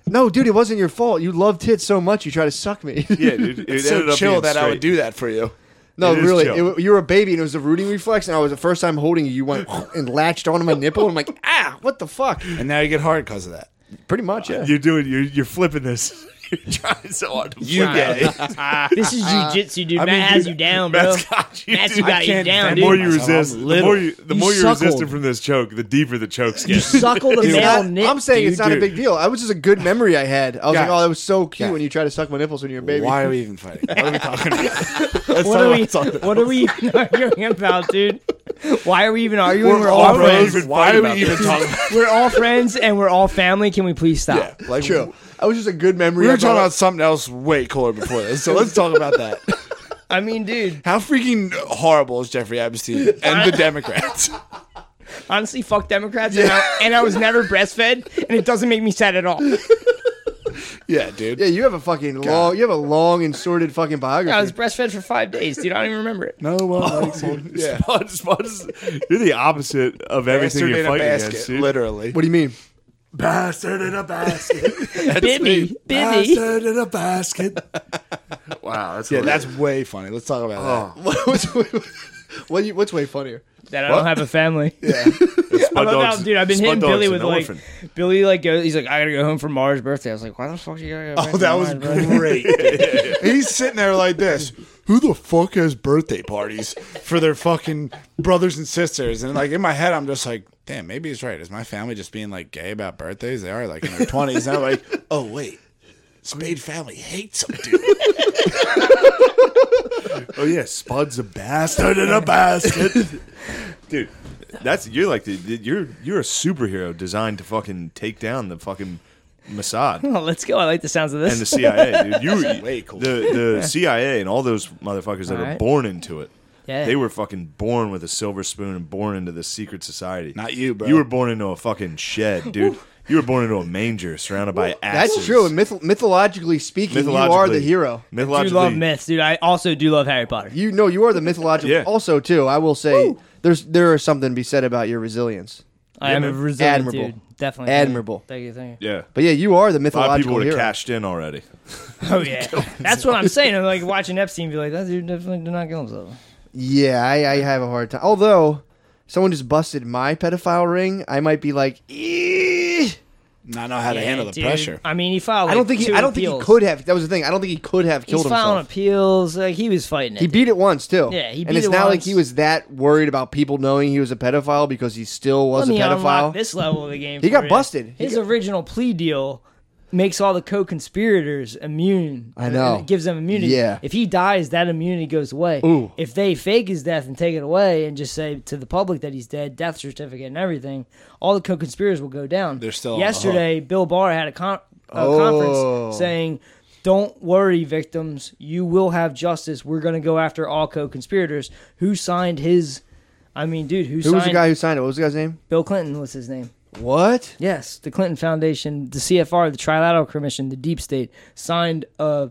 [SPEAKER 1] no, dude, it wasn't your fault. You loved tits so much, you try to suck me.
[SPEAKER 2] yeah, dude. It
[SPEAKER 4] It's
[SPEAKER 2] ended
[SPEAKER 4] so
[SPEAKER 2] up
[SPEAKER 4] chill
[SPEAKER 2] being
[SPEAKER 4] that I would
[SPEAKER 2] straight.
[SPEAKER 4] do that for you.
[SPEAKER 1] No,
[SPEAKER 2] It is
[SPEAKER 1] really,
[SPEAKER 2] chill.
[SPEAKER 1] it, you were a baby, and it was a rooting reflex. And I was the first time holding you, you went and latched onto my nipple. And I'm like, ah, what the fuck?
[SPEAKER 4] And now you get hard because of that.
[SPEAKER 1] Pretty much, yeah.
[SPEAKER 2] You're doing. You're, you're flipping this. You're trying so hard to
[SPEAKER 4] You gay.
[SPEAKER 3] This is jujitsu, dude. Matt
[SPEAKER 2] mean,
[SPEAKER 3] has
[SPEAKER 2] dude,
[SPEAKER 3] you down, bro.
[SPEAKER 2] Matt's got you,
[SPEAKER 3] Matt's
[SPEAKER 2] dude.
[SPEAKER 3] got you
[SPEAKER 4] can't
[SPEAKER 3] down,
[SPEAKER 4] defend
[SPEAKER 2] The more
[SPEAKER 3] dude.
[SPEAKER 2] you
[SPEAKER 4] I'm
[SPEAKER 2] resist, the
[SPEAKER 4] little.
[SPEAKER 2] more you, the
[SPEAKER 3] You
[SPEAKER 2] more you're
[SPEAKER 3] suckled.
[SPEAKER 2] resistant from this choke, the deeper the chokes
[SPEAKER 3] You
[SPEAKER 2] get.
[SPEAKER 3] suckle the
[SPEAKER 1] It's
[SPEAKER 3] male
[SPEAKER 1] not-
[SPEAKER 3] nip.
[SPEAKER 1] I'm saying it's
[SPEAKER 3] dude.
[SPEAKER 1] not a big deal. I was just a good memory I had. I was
[SPEAKER 4] Guys.
[SPEAKER 1] like, oh, that was so cute
[SPEAKER 4] Guys.
[SPEAKER 1] when you try to suck my nipples when you're a baby.
[SPEAKER 4] Why are we even fighting? What are we talking about?
[SPEAKER 3] What are we? What are we even arguing about, dude? Why are we even arguing? We're, all
[SPEAKER 2] all
[SPEAKER 3] friends.
[SPEAKER 2] even
[SPEAKER 4] Why
[SPEAKER 2] fight
[SPEAKER 4] are we
[SPEAKER 2] about
[SPEAKER 4] even
[SPEAKER 2] this?
[SPEAKER 4] talking? about-
[SPEAKER 3] We're all friends and we're all family. Can we please stop?
[SPEAKER 1] Like, True. I was just a good memory.
[SPEAKER 4] We
[SPEAKER 1] I
[SPEAKER 4] were talking
[SPEAKER 1] brought
[SPEAKER 4] about something else way cooler before this, so let's talk about that.
[SPEAKER 3] I mean, dude,
[SPEAKER 4] How freaking horrible is Jeffrey Epstein and the Democrats?
[SPEAKER 3] honestly, fuck Democrats. And, I, and I was never breastfed, and it doesn't make me sad at all.
[SPEAKER 4] Yeah, dude.
[SPEAKER 1] Yeah, you have a fucking long. You have a long and sordid fucking
[SPEAKER 3] I was
[SPEAKER 1] biography.
[SPEAKER 3] breastfed for five days, dude. I don't even remember it.
[SPEAKER 4] No one likes you. Yeah.
[SPEAKER 2] Sponge- sponge- you're the opposite of everything
[SPEAKER 4] Bastard
[SPEAKER 2] you're
[SPEAKER 4] in a
[SPEAKER 2] fighting
[SPEAKER 4] basket,
[SPEAKER 2] against. Dude.
[SPEAKER 4] literally.
[SPEAKER 1] What do you mean?
[SPEAKER 2] Bastard in a basket.
[SPEAKER 3] Bibby, Bibby.
[SPEAKER 2] Bastard in a basket. wow, that's
[SPEAKER 4] Yeah,
[SPEAKER 2] hilarious.
[SPEAKER 4] that's way funny. Let's talk about that.
[SPEAKER 1] What- what's, what you, what's way funnier?
[SPEAKER 3] That I don't have a family.
[SPEAKER 2] Spud
[SPEAKER 3] I love
[SPEAKER 2] Dog's-
[SPEAKER 3] how- dude, I've been
[SPEAKER 2] Spud
[SPEAKER 3] hitting
[SPEAKER 2] Dog's
[SPEAKER 3] Billy
[SPEAKER 2] an
[SPEAKER 3] with like
[SPEAKER 2] orphan.
[SPEAKER 3] Billy like goes, he's like, I gotta go home for Mara's birthday. I was like, why the fuck you gotta go? back
[SPEAKER 4] Oh,
[SPEAKER 3] to
[SPEAKER 4] that
[SPEAKER 3] Mara's
[SPEAKER 4] was
[SPEAKER 3] birthday?
[SPEAKER 4] great. He's sitting there like this. Who the fuck has birthday parties for their fucking brothers and sisters? And like in my head, I'm just like, damn, maybe he's right. Is my family just being like gay about birthdays? They are like in their twenties. And I'm like, oh wait, Spade family hates him, dude.
[SPEAKER 2] Oh yeah, Spud's a bastard in a basket, dude. That's you're like the, you're you're a superhero designed to fucking take down the fucking Mossad
[SPEAKER 3] Oh, let's go. I like the sounds of
[SPEAKER 2] and the
[SPEAKER 3] this.
[SPEAKER 2] CIA. Dude. You
[SPEAKER 4] Way cool.
[SPEAKER 2] the the CIA and all those motherfuckers that are
[SPEAKER 3] Alright.
[SPEAKER 2] born into it.
[SPEAKER 3] Yeah.
[SPEAKER 2] They were fucking born with a silver spoon and born into this secret society.
[SPEAKER 4] Not you, bro.
[SPEAKER 2] You were born into a fucking shed, dude. you were born into a manger surrounded by asses.
[SPEAKER 1] That's true. And myth- mythologically speaking,
[SPEAKER 2] Mythologically,
[SPEAKER 1] you are the hero.
[SPEAKER 3] I do
[SPEAKER 2] Mythologically,
[SPEAKER 3] love myths, dude. I also do love Harry Potter.
[SPEAKER 1] You know, you are the mythological.
[SPEAKER 2] Yeah.
[SPEAKER 1] Also, too, I will say, there's there is something to be said about your resilience.
[SPEAKER 3] I am a
[SPEAKER 2] man.
[SPEAKER 3] resilient
[SPEAKER 1] Admirable.
[SPEAKER 3] dude. Definitely. thank you.
[SPEAKER 1] Admirable.
[SPEAKER 3] Thank you, thank you.
[SPEAKER 2] yeah.
[SPEAKER 1] But yeah, you are the
[SPEAKER 2] A lot of people
[SPEAKER 1] mythological
[SPEAKER 2] would have
[SPEAKER 1] hero.
[SPEAKER 2] cashed in already.
[SPEAKER 3] Oh yeah. That's what I'm saying. I'm like watching Epstein be like, that dude definitely did not kill himself.
[SPEAKER 1] Yeah, I, I have a hard time. Although, someone just busted my pedophile ring, I might be like, "Eeeh."
[SPEAKER 4] Not know how to
[SPEAKER 3] Yeah,
[SPEAKER 4] handle the
[SPEAKER 3] dude.
[SPEAKER 4] pressure.
[SPEAKER 3] I mean he filed
[SPEAKER 1] I don't think he,
[SPEAKER 3] two
[SPEAKER 1] I don't think
[SPEAKER 3] appeals.
[SPEAKER 1] he could have. That was the thing. I don't think he could have
[SPEAKER 3] He's
[SPEAKER 1] killed
[SPEAKER 3] filing
[SPEAKER 1] himself.
[SPEAKER 3] appeals. Like he was fighting it.
[SPEAKER 1] He beat it once too.
[SPEAKER 3] Yeah, he beat
[SPEAKER 1] and it's
[SPEAKER 3] it
[SPEAKER 1] not like
[SPEAKER 3] once.
[SPEAKER 1] he was that worried about people knowing he was a pedophile because he still was
[SPEAKER 3] Let me
[SPEAKER 1] a
[SPEAKER 3] unlock
[SPEAKER 1] pedophile.
[SPEAKER 3] this level of the game.
[SPEAKER 1] He
[SPEAKER 3] for
[SPEAKER 1] got
[SPEAKER 3] you.
[SPEAKER 1] busted. He
[SPEAKER 3] His
[SPEAKER 1] got-
[SPEAKER 3] original plea deal makes all the co-conspirators immune.
[SPEAKER 1] I know.
[SPEAKER 3] And it gives them immunity.
[SPEAKER 1] Yeah.
[SPEAKER 3] If he dies, that immunity goes away.
[SPEAKER 1] Ooh.
[SPEAKER 3] If they fake his death and take it away and just say to the public that he's dead, death certificate and everything, all the co-conspirators will go down.
[SPEAKER 4] They're still on the hook.
[SPEAKER 3] Yesterday, Bill Barr had a, con- a
[SPEAKER 1] Oh.
[SPEAKER 3] conference saying. Don't worry, victims. You will have justice. We're going to go after all co-conspirators who signed his. I mean, dude, who,
[SPEAKER 1] Who
[SPEAKER 3] signed
[SPEAKER 1] was the guy who signed it? What was the guy's name?
[SPEAKER 3] Bill Clinton was his name.
[SPEAKER 1] What?
[SPEAKER 3] Yes, the Clinton Foundation, the CFR, the Trilateral Commission, the Deep State signed uh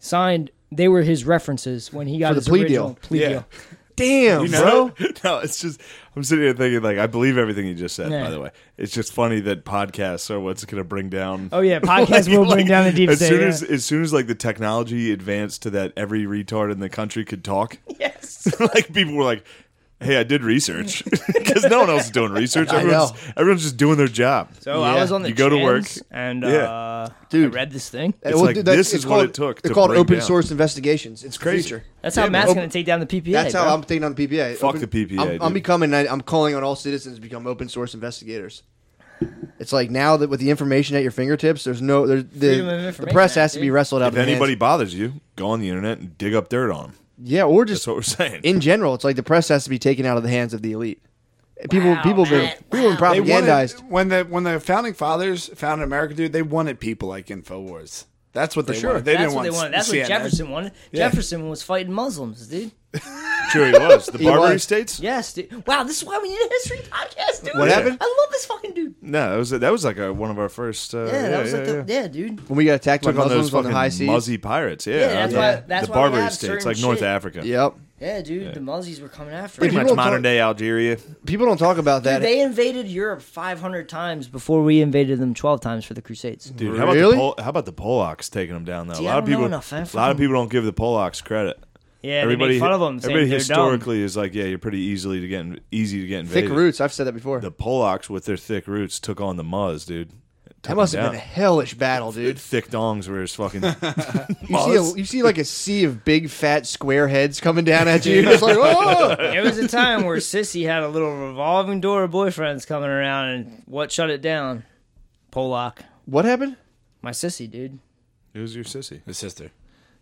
[SPEAKER 3] signed they were his references when he got
[SPEAKER 1] For the
[SPEAKER 3] his
[SPEAKER 1] plea
[SPEAKER 3] original
[SPEAKER 1] deal.
[SPEAKER 3] plea
[SPEAKER 2] Yeah.
[SPEAKER 3] deal.
[SPEAKER 1] Damn, bro.
[SPEAKER 2] no, it's just I'm sitting here thinking like I believe everything you just said.
[SPEAKER 3] Yeah.
[SPEAKER 2] By the way, it's just funny that podcasts are what's going to bring down.
[SPEAKER 3] Oh yeah, podcast will bring
[SPEAKER 2] like,
[SPEAKER 3] down the deep
[SPEAKER 2] as
[SPEAKER 3] state.
[SPEAKER 2] soon
[SPEAKER 3] yeah.
[SPEAKER 2] as as soon as like the technology advanced to that every retard in the country could talk,
[SPEAKER 3] yes.
[SPEAKER 2] like people were like, "Hey, I did research," because no one else is doing research.
[SPEAKER 1] I
[SPEAKER 2] Everyone's,
[SPEAKER 1] know.
[SPEAKER 2] everyone's just doing their job.
[SPEAKER 3] So
[SPEAKER 1] Yeah.
[SPEAKER 3] I was on the
[SPEAKER 2] You go to work.
[SPEAKER 3] trans and uh
[SPEAKER 2] Yeah.
[SPEAKER 1] Dude.
[SPEAKER 3] I read this thing.
[SPEAKER 1] It's
[SPEAKER 2] like, this is what it took
[SPEAKER 1] It's
[SPEAKER 2] to
[SPEAKER 1] called
[SPEAKER 2] break
[SPEAKER 1] open
[SPEAKER 2] down.
[SPEAKER 1] source investigations. It's
[SPEAKER 2] crazy.
[SPEAKER 1] crazy.
[SPEAKER 3] That's how
[SPEAKER 2] Yeah,
[SPEAKER 3] Matt's
[SPEAKER 2] man.
[SPEAKER 3] gonna take down the PPA.
[SPEAKER 1] Oh. That's how
[SPEAKER 3] bro.
[SPEAKER 1] I'm taking on the PPA.
[SPEAKER 2] Fuck the PPA,
[SPEAKER 1] I'm, I'm
[SPEAKER 2] dude.
[SPEAKER 1] becoming. I, am calling on all citizens to become open source investigators. It's like now that with the information at your fingertips, there's no there's,
[SPEAKER 3] Freedom of
[SPEAKER 1] the, the
[SPEAKER 3] information
[SPEAKER 1] press
[SPEAKER 3] act,
[SPEAKER 1] has to be
[SPEAKER 3] dude.
[SPEAKER 1] wrestled out
[SPEAKER 2] If
[SPEAKER 1] of the
[SPEAKER 2] anybody
[SPEAKER 1] hands.
[SPEAKER 2] bothers you, go on the internet and dig up dirt on them.
[SPEAKER 1] Yeah, or
[SPEAKER 2] That's
[SPEAKER 1] just
[SPEAKER 2] what we're saying.
[SPEAKER 1] in general, it's like the press has to be taken out of the hands of the elite. People,
[SPEAKER 3] Wow,
[SPEAKER 1] people, have been,
[SPEAKER 3] Matt.
[SPEAKER 1] people have
[SPEAKER 4] They
[SPEAKER 1] been propagandized.
[SPEAKER 4] wanted, when the when the founding fathers founded America, dude, they wanted people like Infowars. That's what they
[SPEAKER 1] sure.
[SPEAKER 4] wanted. They
[SPEAKER 3] That's
[SPEAKER 4] didn't
[SPEAKER 3] what
[SPEAKER 4] want
[SPEAKER 3] they wanted. That's what
[SPEAKER 4] CNN.
[SPEAKER 3] Jefferson wanted. Jefferson was fighting Muslims, dude.
[SPEAKER 2] Sure, he was the
[SPEAKER 1] He
[SPEAKER 2] Barbary
[SPEAKER 1] was.
[SPEAKER 2] States.
[SPEAKER 3] Yes, dude. Wow, this is why we need a history podcast, dude.
[SPEAKER 1] What happened?
[SPEAKER 3] I love this fucking dude.
[SPEAKER 2] No, that was that was like a, one of our first. Uh, yeah,
[SPEAKER 3] Yeah, that was
[SPEAKER 2] yeah,
[SPEAKER 3] like
[SPEAKER 2] yeah.
[SPEAKER 3] the yeah, dude.
[SPEAKER 1] when we got attacked by
[SPEAKER 2] Took on those
[SPEAKER 1] Muslims on
[SPEAKER 2] fucking
[SPEAKER 1] the high seas.
[SPEAKER 2] muzzy pirates. Yeah,
[SPEAKER 3] Yeah, that's
[SPEAKER 2] uh,
[SPEAKER 3] why-
[SPEAKER 2] the-
[SPEAKER 3] that's
[SPEAKER 2] the
[SPEAKER 3] why we
[SPEAKER 2] Barbary
[SPEAKER 3] have
[SPEAKER 2] States,
[SPEAKER 3] certain
[SPEAKER 2] like North
[SPEAKER 3] shit.
[SPEAKER 2] Africa.
[SPEAKER 1] Yep.
[SPEAKER 3] Yeah, dude, the Muzzies were coming after
[SPEAKER 1] Pretty
[SPEAKER 3] him.
[SPEAKER 2] Pretty much
[SPEAKER 1] People
[SPEAKER 2] modern
[SPEAKER 1] talk-
[SPEAKER 2] day Algeria.
[SPEAKER 1] People don't talk about that.
[SPEAKER 3] Dude, they invaded Europe 500 times before we invaded them 12 times for the Crusades.
[SPEAKER 2] Dude, how about
[SPEAKER 1] Really?
[SPEAKER 2] the Pol- how about the Polacks taking them down though?
[SPEAKER 3] See,
[SPEAKER 2] a
[SPEAKER 3] I
[SPEAKER 2] lot of
[SPEAKER 3] don't know
[SPEAKER 2] people,
[SPEAKER 3] enough, I
[SPEAKER 2] a lot
[SPEAKER 3] fucking-
[SPEAKER 2] of people don't give the Polacks credit.
[SPEAKER 3] Yeah, everybody, make fun of them. saying
[SPEAKER 2] everybody
[SPEAKER 3] they're
[SPEAKER 2] historically is like, yeah, you're pretty easily to get in- easy to get invaded.
[SPEAKER 1] Thick roots. I've said that before.
[SPEAKER 2] The Polacks with their thick roots took on the Muzz, dude.
[SPEAKER 1] That must have
[SPEAKER 2] down.
[SPEAKER 1] been a hellish battle, dude.
[SPEAKER 2] Thick dongs were his fucking.
[SPEAKER 1] You see, a, you see like a sea of big fat square heads coming down at you. You're just like, oh!
[SPEAKER 3] There was a time where Sissy had a little revolving door of boyfriends coming around, and what shut it down? Polak.
[SPEAKER 1] What happened?
[SPEAKER 3] My Sissy, dude.
[SPEAKER 2] it was your sissy.
[SPEAKER 4] His sister.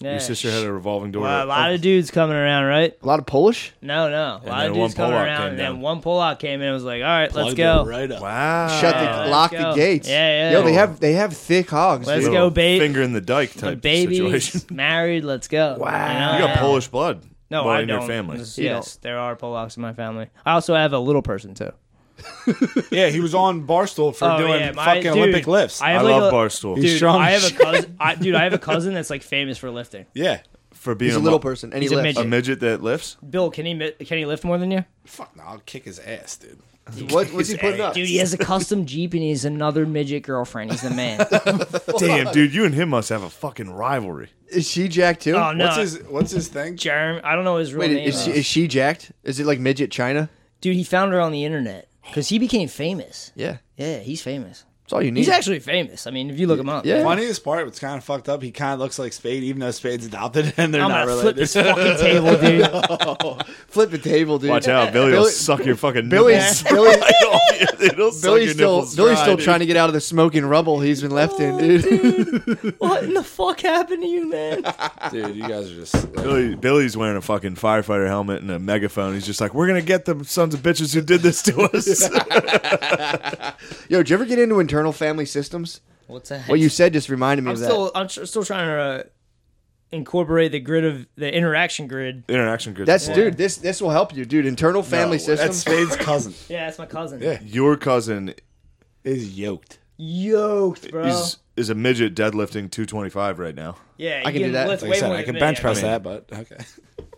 [SPEAKER 3] Yeah.
[SPEAKER 2] Your sister had a revolving door.
[SPEAKER 3] Well, a lot of dudes coming around, right?
[SPEAKER 1] A lot of Polish?
[SPEAKER 3] No, no. A lot
[SPEAKER 2] then
[SPEAKER 3] of
[SPEAKER 2] one
[SPEAKER 3] dudes coming
[SPEAKER 2] Polak
[SPEAKER 3] around,
[SPEAKER 2] came
[SPEAKER 3] and
[SPEAKER 2] down.
[SPEAKER 3] then one Polak came in and was like, all right, let's
[SPEAKER 4] Plugged
[SPEAKER 3] go.
[SPEAKER 4] it Right up.
[SPEAKER 2] wow.
[SPEAKER 1] Shut
[SPEAKER 3] Yeah,
[SPEAKER 1] the
[SPEAKER 3] Uh, let's
[SPEAKER 1] lock the
[SPEAKER 3] go.
[SPEAKER 1] gates.
[SPEAKER 3] Yeah, yeah.
[SPEAKER 1] Yo, they have they have thick hogs.
[SPEAKER 3] Let's
[SPEAKER 1] dude.
[SPEAKER 3] go, babe.
[SPEAKER 2] Finger in the dike
[SPEAKER 3] The
[SPEAKER 2] type situation.
[SPEAKER 3] baby's married, let's go. Wow.
[SPEAKER 2] You got Polish blood.
[SPEAKER 3] No,
[SPEAKER 2] blood
[SPEAKER 3] I
[SPEAKER 2] in
[SPEAKER 3] don't.
[SPEAKER 2] your family.
[SPEAKER 3] Yes,
[SPEAKER 1] You
[SPEAKER 3] there are Polacks in my family. I also have a little person too.
[SPEAKER 4] Yeah, he was on Barstool
[SPEAKER 3] Oh,
[SPEAKER 4] for doing fucking Olympic lifts.
[SPEAKER 2] I,
[SPEAKER 3] have like
[SPEAKER 2] love
[SPEAKER 3] a-
[SPEAKER 2] Barstool
[SPEAKER 4] He's
[SPEAKER 3] Dude,
[SPEAKER 4] strong
[SPEAKER 3] I
[SPEAKER 4] as
[SPEAKER 3] have a
[SPEAKER 4] shit.
[SPEAKER 3] cousin. I, dude, I have a cousin that's like famous for lifting.
[SPEAKER 4] yeah.
[SPEAKER 2] for being
[SPEAKER 1] He's a
[SPEAKER 2] a
[SPEAKER 1] little
[SPEAKER 2] mu-
[SPEAKER 1] person. And he
[SPEAKER 3] He's a
[SPEAKER 1] lifts.
[SPEAKER 2] A midget that lifts.
[SPEAKER 3] Bill, can he mi- can he lift more than you?
[SPEAKER 4] Fuck no, I'll kick his ass, dude.
[SPEAKER 1] What, what's he putting up?
[SPEAKER 3] Dude, he has a custom Jeep and he's another midget girlfriend. He's the man.
[SPEAKER 2] Damn, dude, you and him must have a fucking rivalry.
[SPEAKER 1] Is she jacked too?
[SPEAKER 3] oh no,
[SPEAKER 4] What's his What's his thing?
[SPEAKER 3] Jeremy. I don't know his real
[SPEAKER 1] Wait,
[SPEAKER 3] name.
[SPEAKER 1] is she, is she jacked? Is it like midget China?
[SPEAKER 3] dude, he found her on the internet because he became famous.
[SPEAKER 1] Yeah,
[SPEAKER 3] Yeah, he's famous.
[SPEAKER 1] that's all you need.
[SPEAKER 3] He's actually famous. I mean, if you look him up,
[SPEAKER 1] Yeah.
[SPEAKER 4] Funniest part was kind of fucked up. He kind of looks like Spade, even though Spade's adopted and they're
[SPEAKER 3] I'm
[SPEAKER 4] not
[SPEAKER 3] gonna flip
[SPEAKER 4] related.
[SPEAKER 3] this fucking table, dude.
[SPEAKER 1] Flip the table, dude.
[SPEAKER 2] Watch out, Billy, will
[SPEAKER 1] Billy-
[SPEAKER 2] suck your fucking
[SPEAKER 1] Billy's
[SPEAKER 2] nipples. Oh,
[SPEAKER 1] Billy,
[SPEAKER 2] It'll suck
[SPEAKER 1] Billy's
[SPEAKER 2] your
[SPEAKER 1] still
[SPEAKER 2] nipples
[SPEAKER 1] Billy's
[SPEAKER 2] dry,
[SPEAKER 1] still
[SPEAKER 2] dude.
[SPEAKER 1] trying to get out of the smoking rubble he's been left in, dude.
[SPEAKER 3] what in the fuck happened to you, man?
[SPEAKER 4] dude, you guys are just.
[SPEAKER 2] Billy, Billy's wearing a fucking firefighter helmet and a megaphone. He's just like, we're gonna get the sons of bitches who did this to us.
[SPEAKER 1] Yo, did you ever get into internal family systems?
[SPEAKER 3] What's that?
[SPEAKER 1] What you said just reminded me
[SPEAKER 3] I'm
[SPEAKER 1] of that.
[SPEAKER 3] still I'm tr- still trying to uh, incorporate the grid of the interaction grid.
[SPEAKER 2] The Interaction grid.
[SPEAKER 1] that's dude. This this will help you, dude. Internal family
[SPEAKER 4] That's
[SPEAKER 1] systems.
[SPEAKER 4] Spade's cousin.
[SPEAKER 3] Yeah, that's my cousin.
[SPEAKER 4] Yeah.
[SPEAKER 2] your cousin
[SPEAKER 4] Is yoked.
[SPEAKER 3] Yoked, bro.
[SPEAKER 2] is is a midget deadlifting 225 right now.
[SPEAKER 3] yeah,
[SPEAKER 1] I
[SPEAKER 3] you
[SPEAKER 1] can do that.
[SPEAKER 3] lift
[SPEAKER 4] Like I
[SPEAKER 3] way
[SPEAKER 4] said,
[SPEAKER 3] more
[SPEAKER 4] I
[SPEAKER 3] than
[SPEAKER 4] can
[SPEAKER 3] me.
[SPEAKER 4] bench press
[SPEAKER 3] I mean-
[SPEAKER 4] that, but okay.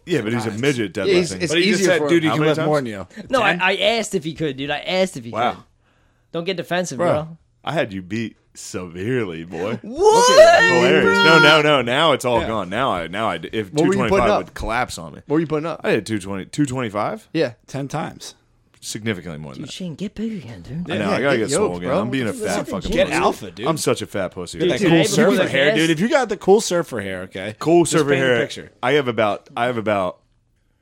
[SPEAKER 2] Yeah, but he's a midget deadlifting.
[SPEAKER 1] he's- it's
[SPEAKER 4] But he just
[SPEAKER 1] easier
[SPEAKER 4] said,
[SPEAKER 1] for
[SPEAKER 4] dude,
[SPEAKER 1] him.
[SPEAKER 4] you
[SPEAKER 2] How
[SPEAKER 4] can
[SPEAKER 2] many
[SPEAKER 4] lift
[SPEAKER 2] times?
[SPEAKER 4] more than you.
[SPEAKER 3] No, I, I asked if he could, dude. I asked if he could.
[SPEAKER 2] wow,
[SPEAKER 3] Don't get defensive,
[SPEAKER 4] Bro.
[SPEAKER 3] bro.
[SPEAKER 2] I had you beat severely, boy.
[SPEAKER 3] What?
[SPEAKER 2] Hilarious. No, no, no. Now it's all gone. Now I now I if
[SPEAKER 1] What were you putting
[SPEAKER 2] 225
[SPEAKER 1] up?
[SPEAKER 2] would collapse on me.
[SPEAKER 1] What were you putting up?
[SPEAKER 2] I did 220 225
[SPEAKER 1] Yeah,
[SPEAKER 4] Ten times.
[SPEAKER 2] significantly more than
[SPEAKER 3] Dude,
[SPEAKER 2] that.
[SPEAKER 3] Shane, get big again, dude.
[SPEAKER 2] I know.
[SPEAKER 1] yeah,
[SPEAKER 2] I gotta
[SPEAKER 1] get
[SPEAKER 2] get, swole
[SPEAKER 1] yoked,
[SPEAKER 2] again.
[SPEAKER 1] bro.
[SPEAKER 2] I'm being a fat fucking
[SPEAKER 4] Get
[SPEAKER 2] pussy.
[SPEAKER 4] alpha, dude.
[SPEAKER 2] I'm such a fat pussy.
[SPEAKER 4] That
[SPEAKER 3] Dude,
[SPEAKER 4] cool
[SPEAKER 3] I believe
[SPEAKER 4] surfer
[SPEAKER 3] that
[SPEAKER 4] hair,
[SPEAKER 3] ass.
[SPEAKER 4] dude. If you got the cool surfer hair, okay.
[SPEAKER 2] Cool
[SPEAKER 4] Just
[SPEAKER 2] surfer
[SPEAKER 4] paint a
[SPEAKER 2] hair.
[SPEAKER 4] Picture.
[SPEAKER 2] I have about I have about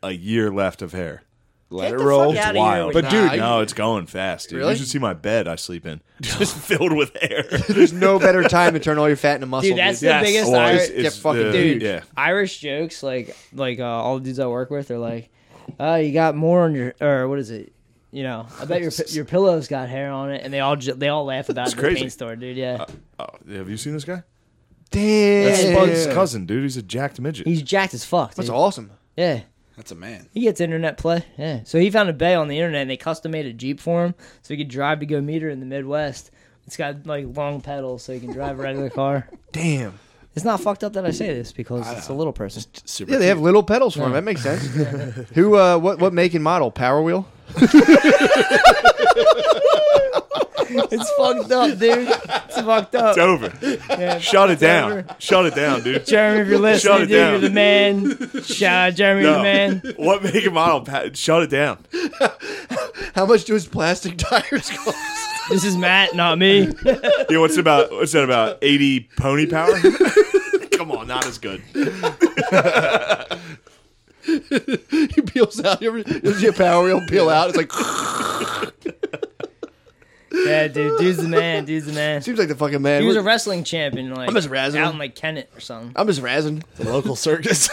[SPEAKER 2] a year left of hair.
[SPEAKER 4] Let
[SPEAKER 3] Get
[SPEAKER 4] it
[SPEAKER 3] the
[SPEAKER 4] roll.
[SPEAKER 3] fuck
[SPEAKER 4] Oh, It's
[SPEAKER 3] outta here
[SPEAKER 4] wild.
[SPEAKER 3] with
[SPEAKER 4] But
[SPEAKER 1] that.
[SPEAKER 4] dude,
[SPEAKER 1] I-
[SPEAKER 2] no, it's going fast, dude.
[SPEAKER 1] Really?
[SPEAKER 2] You should see my bed I sleep in. Just filled with hair.
[SPEAKER 1] there's no better time to turn all your fat into muscle.
[SPEAKER 3] Dude, that's the
[SPEAKER 4] Yes.
[SPEAKER 3] biggest
[SPEAKER 2] Well,
[SPEAKER 3] Irish,
[SPEAKER 1] it's- fucking
[SPEAKER 2] the-
[SPEAKER 1] huge.
[SPEAKER 2] uh, Yeah.
[SPEAKER 3] Irish jokes. Like, like uh, all the dudes I work with are like, "Oh, you got more on your, or what is it? You know, I bet your pi- your pillow's got hair on it." And they all ju- they all laugh about it. at The
[SPEAKER 2] crazy.
[SPEAKER 3] paint store, dude. Yeah,
[SPEAKER 2] Oh, have you seen this guy? That's Spud's
[SPEAKER 1] Damn.
[SPEAKER 2] cousin, dude. He's a jacked midget.
[SPEAKER 3] he's jacked as fuck.
[SPEAKER 1] That's
[SPEAKER 3] dude.
[SPEAKER 1] awesome.
[SPEAKER 3] Yeah.
[SPEAKER 4] that's a man.
[SPEAKER 3] He gets internet play. Yeah. So he found a bay on the internet and they custom made a Jeep for him so he could drive to go meet her in the Midwest. It's got like long pedals so he can drive a regular car.
[SPEAKER 1] Damn.
[SPEAKER 3] It's not fucked up that I say this because it's a little person.
[SPEAKER 4] Super.
[SPEAKER 1] Yeah, they have little pedals for them. That makes sense. Who? Uh, what? What make and model? Power wheel.
[SPEAKER 3] It's fucked up, dude. It's fucked up.
[SPEAKER 2] it's over. Shut it down. Shut it down, dude.
[SPEAKER 3] Jeremy, if you're listening,
[SPEAKER 2] Shut it
[SPEAKER 3] dude, you're
[SPEAKER 2] down.
[SPEAKER 3] the man. Shout out Jeremy,
[SPEAKER 2] No.
[SPEAKER 3] the man.
[SPEAKER 2] What make a model? Pat? Shut it down.
[SPEAKER 1] How much do his plastic tires cost?
[SPEAKER 3] This is Matt, not me.
[SPEAKER 2] Yeah, what's about? What's that about? Eighty pony power? Come on, not as good.
[SPEAKER 1] he peels out. You ever, you ever see a power wheel peel out? It's like
[SPEAKER 3] Yeah, dude. Dude's the man. Dude's the man.
[SPEAKER 1] seems like the fucking man.
[SPEAKER 3] He was a wrestling champion, like
[SPEAKER 1] I'm just razzing
[SPEAKER 3] out
[SPEAKER 1] him.
[SPEAKER 3] in like Kennett or something.
[SPEAKER 1] I'm just razzing.
[SPEAKER 4] the local circus.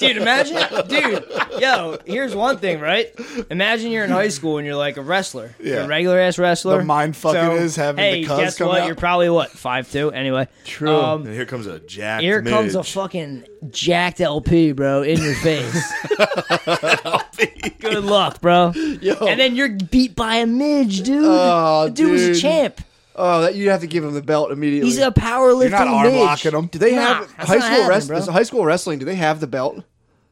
[SPEAKER 3] Dude, imagine, dude, yo, here's one thing, right? Imagine you're in high school and you're like a wrestler, You're
[SPEAKER 4] Yeah.
[SPEAKER 3] a regular ass wrestler.
[SPEAKER 4] The mind fuck it is having
[SPEAKER 3] hey,
[SPEAKER 4] the cuz
[SPEAKER 3] guess
[SPEAKER 4] come
[SPEAKER 3] what?
[SPEAKER 4] out.
[SPEAKER 3] You're probably what five two anyway. True. Um,
[SPEAKER 2] And here comes a jacked.
[SPEAKER 3] here comes a
[SPEAKER 2] midge.
[SPEAKER 3] fucking jacked LP, bro, in your face. Good luck, bro. And then you're beat by a midge, dude.
[SPEAKER 1] Oh,
[SPEAKER 3] the dude, was a
[SPEAKER 1] dude.
[SPEAKER 3] champ.
[SPEAKER 1] Oh, that you'd have to give him the belt immediately.
[SPEAKER 3] He's a powerlifting
[SPEAKER 4] You're not arm
[SPEAKER 3] midge.
[SPEAKER 4] locking him.
[SPEAKER 1] do they
[SPEAKER 3] Nah,
[SPEAKER 1] have
[SPEAKER 3] that's
[SPEAKER 1] high
[SPEAKER 3] not
[SPEAKER 1] school
[SPEAKER 3] happening,
[SPEAKER 1] wrestling?
[SPEAKER 3] bro.
[SPEAKER 1] High school wrestling? Do they have the belt?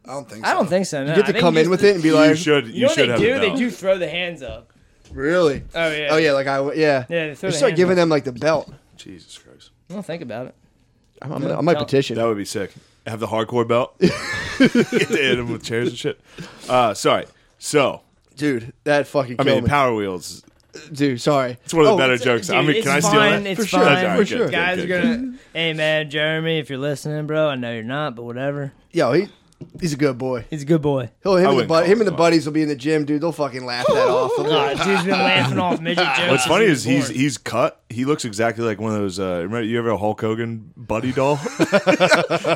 [SPEAKER 4] I don't think so.
[SPEAKER 3] I don't think so. No.
[SPEAKER 1] You get
[SPEAKER 3] I
[SPEAKER 1] to
[SPEAKER 3] think
[SPEAKER 1] come
[SPEAKER 3] you
[SPEAKER 1] in
[SPEAKER 3] just-
[SPEAKER 1] with it and be
[SPEAKER 2] You
[SPEAKER 1] like,
[SPEAKER 2] should. You,
[SPEAKER 3] You know
[SPEAKER 2] should
[SPEAKER 3] what
[SPEAKER 2] have
[SPEAKER 3] they
[SPEAKER 2] a
[SPEAKER 3] do? They
[SPEAKER 2] belt.
[SPEAKER 3] do throw the hands up.
[SPEAKER 1] really?
[SPEAKER 3] Oh yeah.
[SPEAKER 1] Oh yeah, like I w- yeah.
[SPEAKER 3] Yeah, they throw
[SPEAKER 1] You
[SPEAKER 3] the
[SPEAKER 1] start
[SPEAKER 3] hands
[SPEAKER 1] giving
[SPEAKER 3] up.
[SPEAKER 1] them like the belt.
[SPEAKER 2] Jesus Christ,
[SPEAKER 3] Well, think about it.
[SPEAKER 1] I'm, I'm, I might
[SPEAKER 3] Belt.
[SPEAKER 1] petition.
[SPEAKER 2] that would be sick. Have the hardcore belt. Get to hit him with chairs and shit. Uh, sorry. So
[SPEAKER 1] Dude, that fucking
[SPEAKER 2] I
[SPEAKER 1] killed
[SPEAKER 2] mean,
[SPEAKER 1] me.
[SPEAKER 2] Power Wheels
[SPEAKER 1] dude. Sorry,
[SPEAKER 2] It's one of the
[SPEAKER 1] Oh,
[SPEAKER 2] better
[SPEAKER 1] it's-
[SPEAKER 2] jokes. I
[SPEAKER 3] Dude,
[SPEAKER 2] mean,
[SPEAKER 3] it's
[SPEAKER 2] can I steal
[SPEAKER 3] fine,
[SPEAKER 2] that?
[SPEAKER 3] it's For sure, fine.
[SPEAKER 2] That's all
[SPEAKER 1] for
[SPEAKER 2] good,
[SPEAKER 1] sure.
[SPEAKER 2] good,
[SPEAKER 3] Guys
[SPEAKER 2] good,
[SPEAKER 3] are
[SPEAKER 2] good.
[SPEAKER 3] gonna. Hey man, Jeremy, if you're listening, bro, I know you're not, but whatever.
[SPEAKER 1] Yo, he he's a good boy.
[SPEAKER 3] He's a good boy.
[SPEAKER 1] He'll him
[SPEAKER 2] I
[SPEAKER 1] and the
[SPEAKER 2] wouldn't
[SPEAKER 1] bud-
[SPEAKER 2] call
[SPEAKER 1] him
[SPEAKER 2] him
[SPEAKER 1] and the
[SPEAKER 2] a boy.
[SPEAKER 1] buddies will be in the gym, dude. Theyll fucking laugh that off. They'll be like,
[SPEAKER 3] God, dude's been laughing off midget jokes.
[SPEAKER 2] What's
[SPEAKER 3] since
[SPEAKER 2] funny
[SPEAKER 3] he
[SPEAKER 2] is
[SPEAKER 3] was
[SPEAKER 2] he's
[SPEAKER 3] born.
[SPEAKER 2] he's cut. He looks exactly like one of those. Uh, remember you ever a Hulk Hogan buddy doll?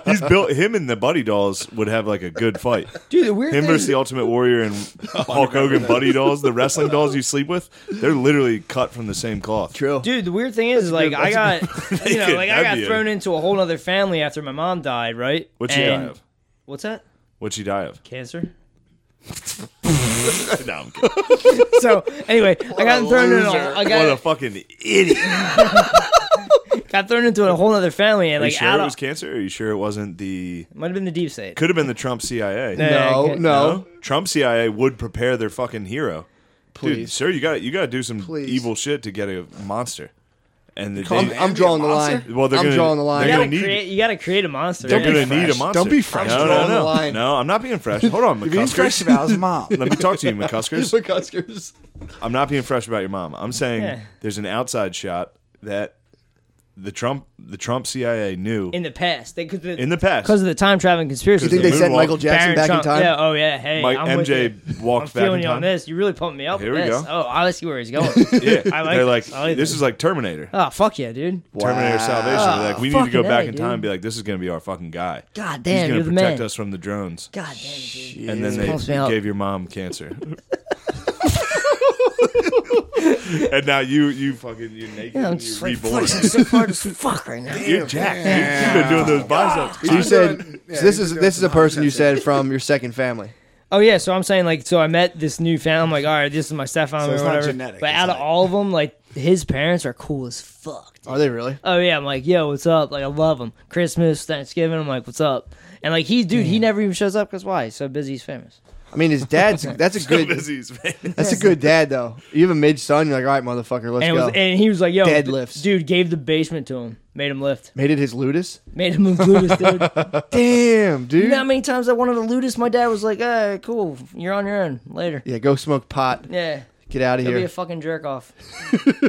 [SPEAKER 2] he's built him and the buddy dolls would have like a good fight.
[SPEAKER 3] dude. The weird
[SPEAKER 2] Him
[SPEAKER 3] thing,
[SPEAKER 2] versus the Ultimate Warrior and Hulk Hogan buddy dolls, the wrestling dolls you sleep with, they're literally cut from the same cloth.
[SPEAKER 1] True.
[SPEAKER 3] dude. The weird thing is, like, I got you know,
[SPEAKER 2] could-
[SPEAKER 3] like I got
[SPEAKER 2] that'd be a-
[SPEAKER 3] thrown into a whole other family after my mom died, right?
[SPEAKER 2] What'd she die
[SPEAKER 3] And-
[SPEAKER 2] of?
[SPEAKER 3] What's that?
[SPEAKER 2] What'd she die of?
[SPEAKER 3] Cancer.
[SPEAKER 2] no, I'm kidding.
[SPEAKER 3] So anyway, I got thrown into
[SPEAKER 1] loser.
[SPEAKER 3] a, I
[SPEAKER 2] What a
[SPEAKER 3] got,
[SPEAKER 2] fucking idiot.
[SPEAKER 3] got thrown into a whole other family, and
[SPEAKER 2] Are you
[SPEAKER 3] like
[SPEAKER 2] sure
[SPEAKER 3] out
[SPEAKER 2] it
[SPEAKER 3] of-
[SPEAKER 2] was cancer? Or are you sure it wasn't the?
[SPEAKER 3] might have been the deep state.
[SPEAKER 2] Could have been the Trump CIA.
[SPEAKER 1] No,
[SPEAKER 3] Okay.
[SPEAKER 1] no.
[SPEAKER 2] Trump CIA would prepare their fucking hero. Dude,
[SPEAKER 1] Please.
[SPEAKER 2] sir, you got you got to do some
[SPEAKER 1] Please.
[SPEAKER 2] evil shit to get a monster. And the,
[SPEAKER 1] I'm,
[SPEAKER 2] they,
[SPEAKER 1] I'm drawing the line.
[SPEAKER 2] Well, they're
[SPEAKER 1] I'm
[SPEAKER 2] gonna-
[SPEAKER 1] drawing the line.
[SPEAKER 3] You
[SPEAKER 2] they're gonna-
[SPEAKER 3] gotta
[SPEAKER 2] They need-
[SPEAKER 3] create. You gotta create a monster.
[SPEAKER 2] they're
[SPEAKER 3] right?
[SPEAKER 2] going to need a
[SPEAKER 4] fresh.
[SPEAKER 2] monster.
[SPEAKER 4] Don't be fresh.
[SPEAKER 2] No, no,
[SPEAKER 1] Drawing the
[SPEAKER 2] no.
[SPEAKER 1] line.
[SPEAKER 2] No, I'm not being fresh. Hold on,
[SPEAKER 4] Being
[SPEAKER 2] McCuskers.
[SPEAKER 4] fresh about his mom.
[SPEAKER 2] Let me talk to you, McCuskers.
[SPEAKER 1] McCuskers.
[SPEAKER 2] I'm not being fresh about your mom. I'm saying
[SPEAKER 3] Yeah.
[SPEAKER 2] there's an outside shot that the Trump the Trump CIA knew
[SPEAKER 3] in the past. They could
[SPEAKER 2] in the past.
[SPEAKER 3] because of the time traveling conspiracy.
[SPEAKER 1] You think
[SPEAKER 2] the
[SPEAKER 1] they sent
[SPEAKER 2] moonwalk.
[SPEAKER 1] Michael Jackson
[SPEAKER 3] Barron
[SPEAKER 1] back in
[SPEAKER 3] Trump-
[SPEAKER 1] time?
[SPEAKER 3] Yeah. Oh yeah. Hey,
[SPEAKER 2] Mike
[SPEAKER 3] I'm with
[SPEAKER 2] MJ
[SPEAKER 3] you.
[SPEAKER 2] walked
[SPEAKER 3] I'm
[SPEAKER 2] back
[SPEAKER 3] feeling
[SPEAKER 2] in
[SPEAKER 3] you
[SPEAKER 2] time.
[SPEAKER 3] on this. You really pumped me up.
[SPEAKER 2] Here
[SPEAKER 3] with
[SPEAKER 2] we
[SPEAKER 3] this.
[SPEAKER 2] go.
[SPEAKER 3] Oh, I see where he's going.
[SPEAKER 2] Yeah,
[SPEAKER 3] I like
[SPEAKER 2] they're like
[SPEAKER 3] this. I like
[SPEAKER 2] this
[SPEAKER 3] this.
[SPEAKER 2] is like Terminator.
[SPEAKER 3] oh fuck yeah, dude.
[SPEAKER 2] Terminator Salvation. They're like, we need to
[SPEAKER 3] Fucking
[SPEAKER 2] go back
[SPEAKER 3] A,
[SPEAKER 2] in time
[SPEAKER 3] dude.
[SPEAKER 2] and be like, this is going to be our fucking guy.
[SPEAKER 3] God
[SPEAKER 2] He's
[SPEAKER 3] damn,
[SPEAKER 2] gonna
[SPEAKER 3] you're the
[SPEAKER 2] protect
[SPEAKER 3] man.
[SPEAKER 2] us from the drones.
[SPEAKER 3] God damn, it, dude.
[SPEAKER 2] and then
[SPEAKER 3] Pumps
[SPEAKER 2] they
[SPEAKER 3] me up.
[SPEAKER 2] gave your mom cancer. and now you you fucking you're naked.
[SPEAKER 3] Yeah, I'm
[SPEAKER 2] and
[SPEAKER 3] just
[SPEAKER 2] you're
[SPEAKER 3] like
[SPEAKER 2] reborn.
[SPEAKER 3] flexing so hard as fuck right now.
[SPEAKER 2] You're jacked. You've been doing those biceps.
[SPEAKER 1] So you said
[SPEAKER 4] doing- yeah,
[SPEAKER 1] so this
[SPEAKER 4] he's
[SPEAKER 1] is
[SPEAKER 4] doing
[SPEAKER 1] this is a
[SPEAKER 4] some
[SPEAKER 1] person you
[SPEAKER 4] podcasts.
[SPEAKER 1] said from your second family.
[SPEAKER 3] Oh yeah, so I'm saying like, so I met this new family. I'm like, all right, this is my stepfather
[SPEAKER 4] So it's
[SPEAKER 3] or
[SPEAKER 4] not
[SPEAKER 3] whatever.
[SPEAKER 4] genetic,
[SPEAKER 3] but
[SPEAKER 4] it's
[SPEAKER 3] out of
[SPEAKER 4] like-
[SPEAKER 3] all of them, like his parents are cool as fuck. dude.
[SPEAKER 1] Are they really?
[SPEAKER 3] Oh yeah, I'm like, yo, what's up? Like I love him. Christmas, Thanksgiving, I'm like, what's up? And like he, dude, he never even shows up because why? He's so busy, he's famous.
[SPEAKER 1] I mean, his dad's that's a
[SPEAKER 2] So
[SPEAKER 1] good
[SPEAKER 2] busy, he's famous.
[SPEAKER 1] that's a good dad though. You have a mid son, you're like, all right, motherfucker, let's
[SPEAKER 3] and, it
[SPEAKER 1] go.
[SPEAKER 3] was, and he was like, "Yo,
[SPEAKER 1] Deadlifts.
[SPEAKER 3] dude." Gave the basement to him, made him lift,
[SPEAKER 1] Made it his ludus.
[SPEAKER 3] made him ludus, dude.
[SPEAKER 1] Damn, dude.
[SPEAKER 3] you know how many times I wanted to ludus? My dad was like, "Ah, cool, you're on your own later."
[SPEAKER 1] yeah, go smoke pot.
[SPEAKER 3] Yeah,
[SPEAKER 1] Get out of
[SPEAKER 3] he'll be
[SPEAKER 1] here.
[SPEAKER 3] a fucking jerk off.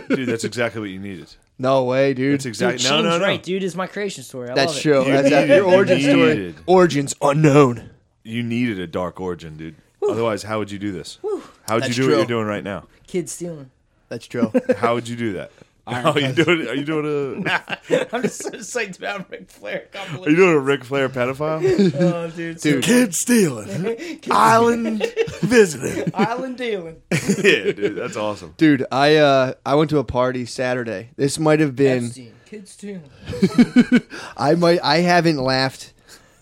[SPEAKER 2] Dude, that's exactly what you needed.
[SPEAKER 1] no way, dude.
[SPEAKER 2] That's exactly.
[SPEAKER 3] dude,
[SPEAKER 2] no,
[SPEAKER 3] Shane's
[SPEAKER 2] no, no.
[SPEAKER 3] right, dude. Is my creation story. I
[SPEAKER 1] That's
[SPEAKER 3] love it.
[SPEAKER 1] true.
[SPEAKER 2] You
[SPEAKER 1] That's that-
[SPEAKER 2] needed-
[SPEAKER 1] your origin
[SPEAKER 2] you
[SPEAKER 1] story.
[SPEAKER 2] needed.
[SPEAKER 1] Origins unknown.
[SPEAKER 2] You needed a dark origin, dude. Otherwise, how would you do this? How would you
[SPEAKER 1] That's
[SPEAKER 2] do
[SPEAKER 1] true.
[SPEAKER 2] what you're doing right now?
[SPEAKER 3] Kid stealing.
[SPEAKER 1] That's true.
[SPEAKER 2] How would you do that? Are you doing? Are you doing a?
[SPEAKER 3] I'm just so psyched about Ric Flair. I can't
[SPEAKER 2] Are you doing a Ric Flair pedophile?
[SPEAKER 3] believe- Oh, dude, so-
[SPEAKER 1] Dude.
[SPEAKER 2] Kid stealing, island visiting.
[SPEAKER 3] island dealing.
[SPEAKER 2] yeah, dude, that's awesome.
[SPEAKER 1] Dude, I uh I went to a party Saturday. This might have been
[SPEAKER 3] Epstein, Kids stealing.
[SPEAKER 1] I might I haven't laughed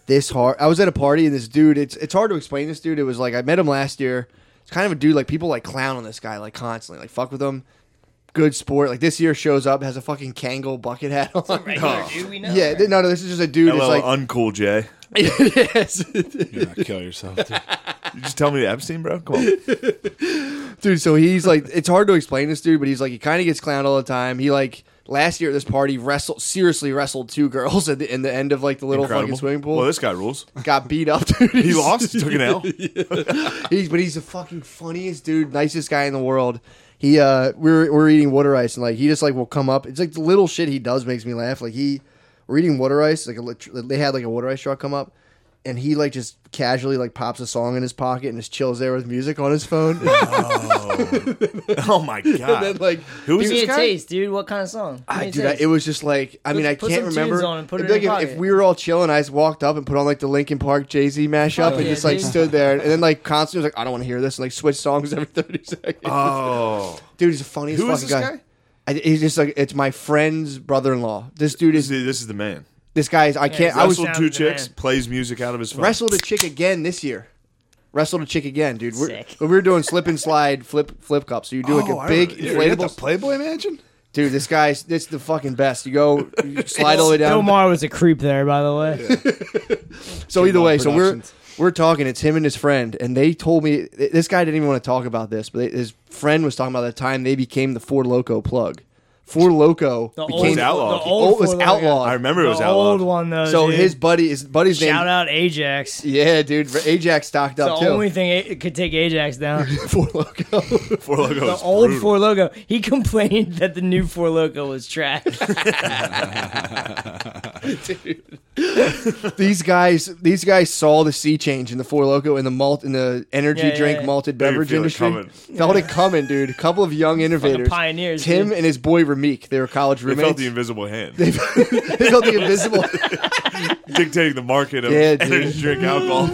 [SPEAKER 1] this hard. I was at a party and this dude. It's it's hard to explain this dude. It was like I met him last year. It's kind of a dude like people like clown on this guy like constantly like fuck with him. Good sport. Like this year shows up has a fucking Kangol bucket hat on.
[SPEAKER 3] Regular dude, we know.
[SPEAKER 1] Oh. Yeah, th- no, no. This is just a dude.
[SPEAKER 2] LL
[SPEAKER 1] It's like
[SPEAKER 2] uncool Jay.
[SPEAKER 1] yes,
[SPEAKER 4] You're gonna kill yourself. dude.
[SPEAKER 2] You just tell me to Epstein, bro. Come on.
[SPEAKER 1] dude. So he's like, it's hard to explain this dude, but he's like, he kind of gets clowned all the time. He like last year at this party wrestled seriously wrestled two girls at the, in the end of like the little fucking swimming pool.
[SPEAKER 2] Well, this guy rules.
[SPEAKER 1] got beat up. Dude.
[SPEAKER 2] He lost. took an L.
[SPEAKER 1] He's but he's the fucking funniest dude, nicest guy in the world. He uh we were, we we're eating water ice and like he just like will come up. It's like the little shit he does makes me laugh. Like he we're eating water ice, like a, lit- they had like a water ice truck come up and he like just casually like pops a song in his pocket and just chills there with music on his phone.
[SPEAKER 2] Oh my
[SPEAKER 1] and then
[SPEAKER 2] god.
[SPEAKER 1] like
[SPEAKER 2] Who
[SPEAKER 3] Give
[SPEAKER 2] is this
[SPEAKER 3] me a
[SPEAKER 2] guy?
[SPEAKER 3] taste, dude. What kind of song? Give
[SPEAKER 1] I,
[SPEAKER 3] me a
[SPEAKER 1] dude, I,
[SPEAKER 3] taste.
[SPEAKER 1] it was just like I mean
[SPEAKER 3] Put-
[SPEAKER 1] I
[SPEAKER 3] put
[SPEAKER 1] can't
[SPEAKER 3] some tunes
[SPEAKER 1] remember.
[SPEAKER 3] on and put
[SPEAKER 1] It'd
[SPEAKER 3] it
[SPEAKER 1] be like
[SPEAKER 3] in your
[SPEAKER 1] if, if
[SPEAKER 3] pocket.
[SPEAKER 1] we were all chilling, I just walked up and put on like the Linkin Park Jay Z mashup
[SPEAKER 3] Fuck
[SPEAKER 1] and
[SPEAKER 3] yeah,
[SPEAKER 1] just like
[SPEAKER 3] dude.
[SPEAKER 1] stood there. And then like constantly was like I don't want to hear this and like switch songs every thirty seconds.
[SPEAKER 3] Uh,
[SPEAKER 2] Oh,
[SPEAKER 1] Dude, he's the funniest
[SPEAKER 2] Who
[SPEAKER 1] fucking
[SPEAKER 2] is this
[SPEAKER 1] guy. I, he's just like it's my friend's brother-in-law. This dude
[SPEAKER 2] this
[SPEAKER 1] is
[SPEAKER 2] is, this is the man.
[SPEAKER 1] this guy is I can't. I was
[SPEAKER 2] Wrestled
[SPEAKER 3] Sound
[SPEAKER 2] two
[SPEAKER 3] of the
[SPEAKER 2] chicks,
[SPEAKER 3] man.
[SPEAKER 2] plays music out of his phone.
[SPEAKER 1] wrestled a chick again this year. Wrestled a chick again, dude. We're,
[SPEAKER 3] Sick.
[SPEAKER 1] we were doing slip and slide, flip flip cup. So you do like
[SPEAKER 2] Oh, I
[SPEAKER 1] a big
[SPEAKER 2] remember. Yeah, you
[SPEAKER 4] You
[SPEAKER 1] inflatable.
[SPEAKER 4] got the Playboy Mansion.
[SPEAKER 1] dude, this guy's this the fucking best. You go you slide all the way
[SPEAKER 3] Bill
[SPEAKER 1] down.
[SPEAKER 3] Maher was a creep there, by the way.
[SPEAKER 1] So either
[SPEAKER 4] Kmart
[SPEAKER 1] way, so we're
[SPEAKER 4] Productions.
[SPEAKER 1] we're talking. It's him and his friend, and they told me th- this guy didn't even want to talk about this, but his friend was talking about the time they became the Four Loco plug. Four Loco
[SPEAKER 3] The
[SPEAKER 1] became
[SPEAKER 3] old,
[SPEAKER 2] outlawed.
[SPEAKER 3] The
[SPEAKER 2] The
[SPEAKER 3] old
[SPEAKER 1] old was
[SPEAKER 3] Four Loko.
[SPEAKER 1] outlawed.
[SPEAKER 2] I remember it was
[SPEAKER 3] the
[SPEAKER 2] outlawed.
[SPEAKER 3] old one though.
[SPEAKER 1] So
[SPEAKER 3] dude.
[SPEAKER 1] his buddy, his buddy's name.
[SPEAKER 3] shout out Ajax.
[SPEAKER 1] Yeah, dude, Ajax stocked
[SPEAKER 3] The
[SPEAKER 1] up too.
[SPEAKER 3] only thing it it could take Ajax down.
[SPEAKER 1] Four Loco.
[SPEAKER 2] Four Loko
[SPEAKER 3] The
[SPEAKER 2] is
[SPEAKER 3] old
[SPEAKER 2] brutal.
[SPEAKER 3] Four Logo. He complained that the new Four Loco was trash.
[SPEAKER 1] these guys, these guys saw the sea change in the Four Loco and the malt in the energy
[SPEAKER 3] Yeah, yeah,
[SPEAKER 1] drink
[SPEAKER 3] yeah.
[SPEAKER 1] malted
[SPEAKER 2] They
[SPEAKER 1] beverage
[SPEAKER 2] feel it
[SPEAKER 1] industry.
[SPEAKER 2] coming.
[SPEAKER 1] Felt it coming, dude. A couple of young innovators,
[SPEAKER 3] pioneers,
[SPEAKER 1] Tim
[SPEAKER 3] dude.
[SPEAKER 1] and his boy Ramik. They were college
[SPEAKER 2] They felt
[SPEAKER 1] roommates.
[SPEAKER 2] the invisible hand
[SPEAKER 1] they felt the invisible,
[SPEAKER 2] dictating the market of
[SPEAKER 1] Yeah, dude.
[SPEAKER 2] energy drink alcohol.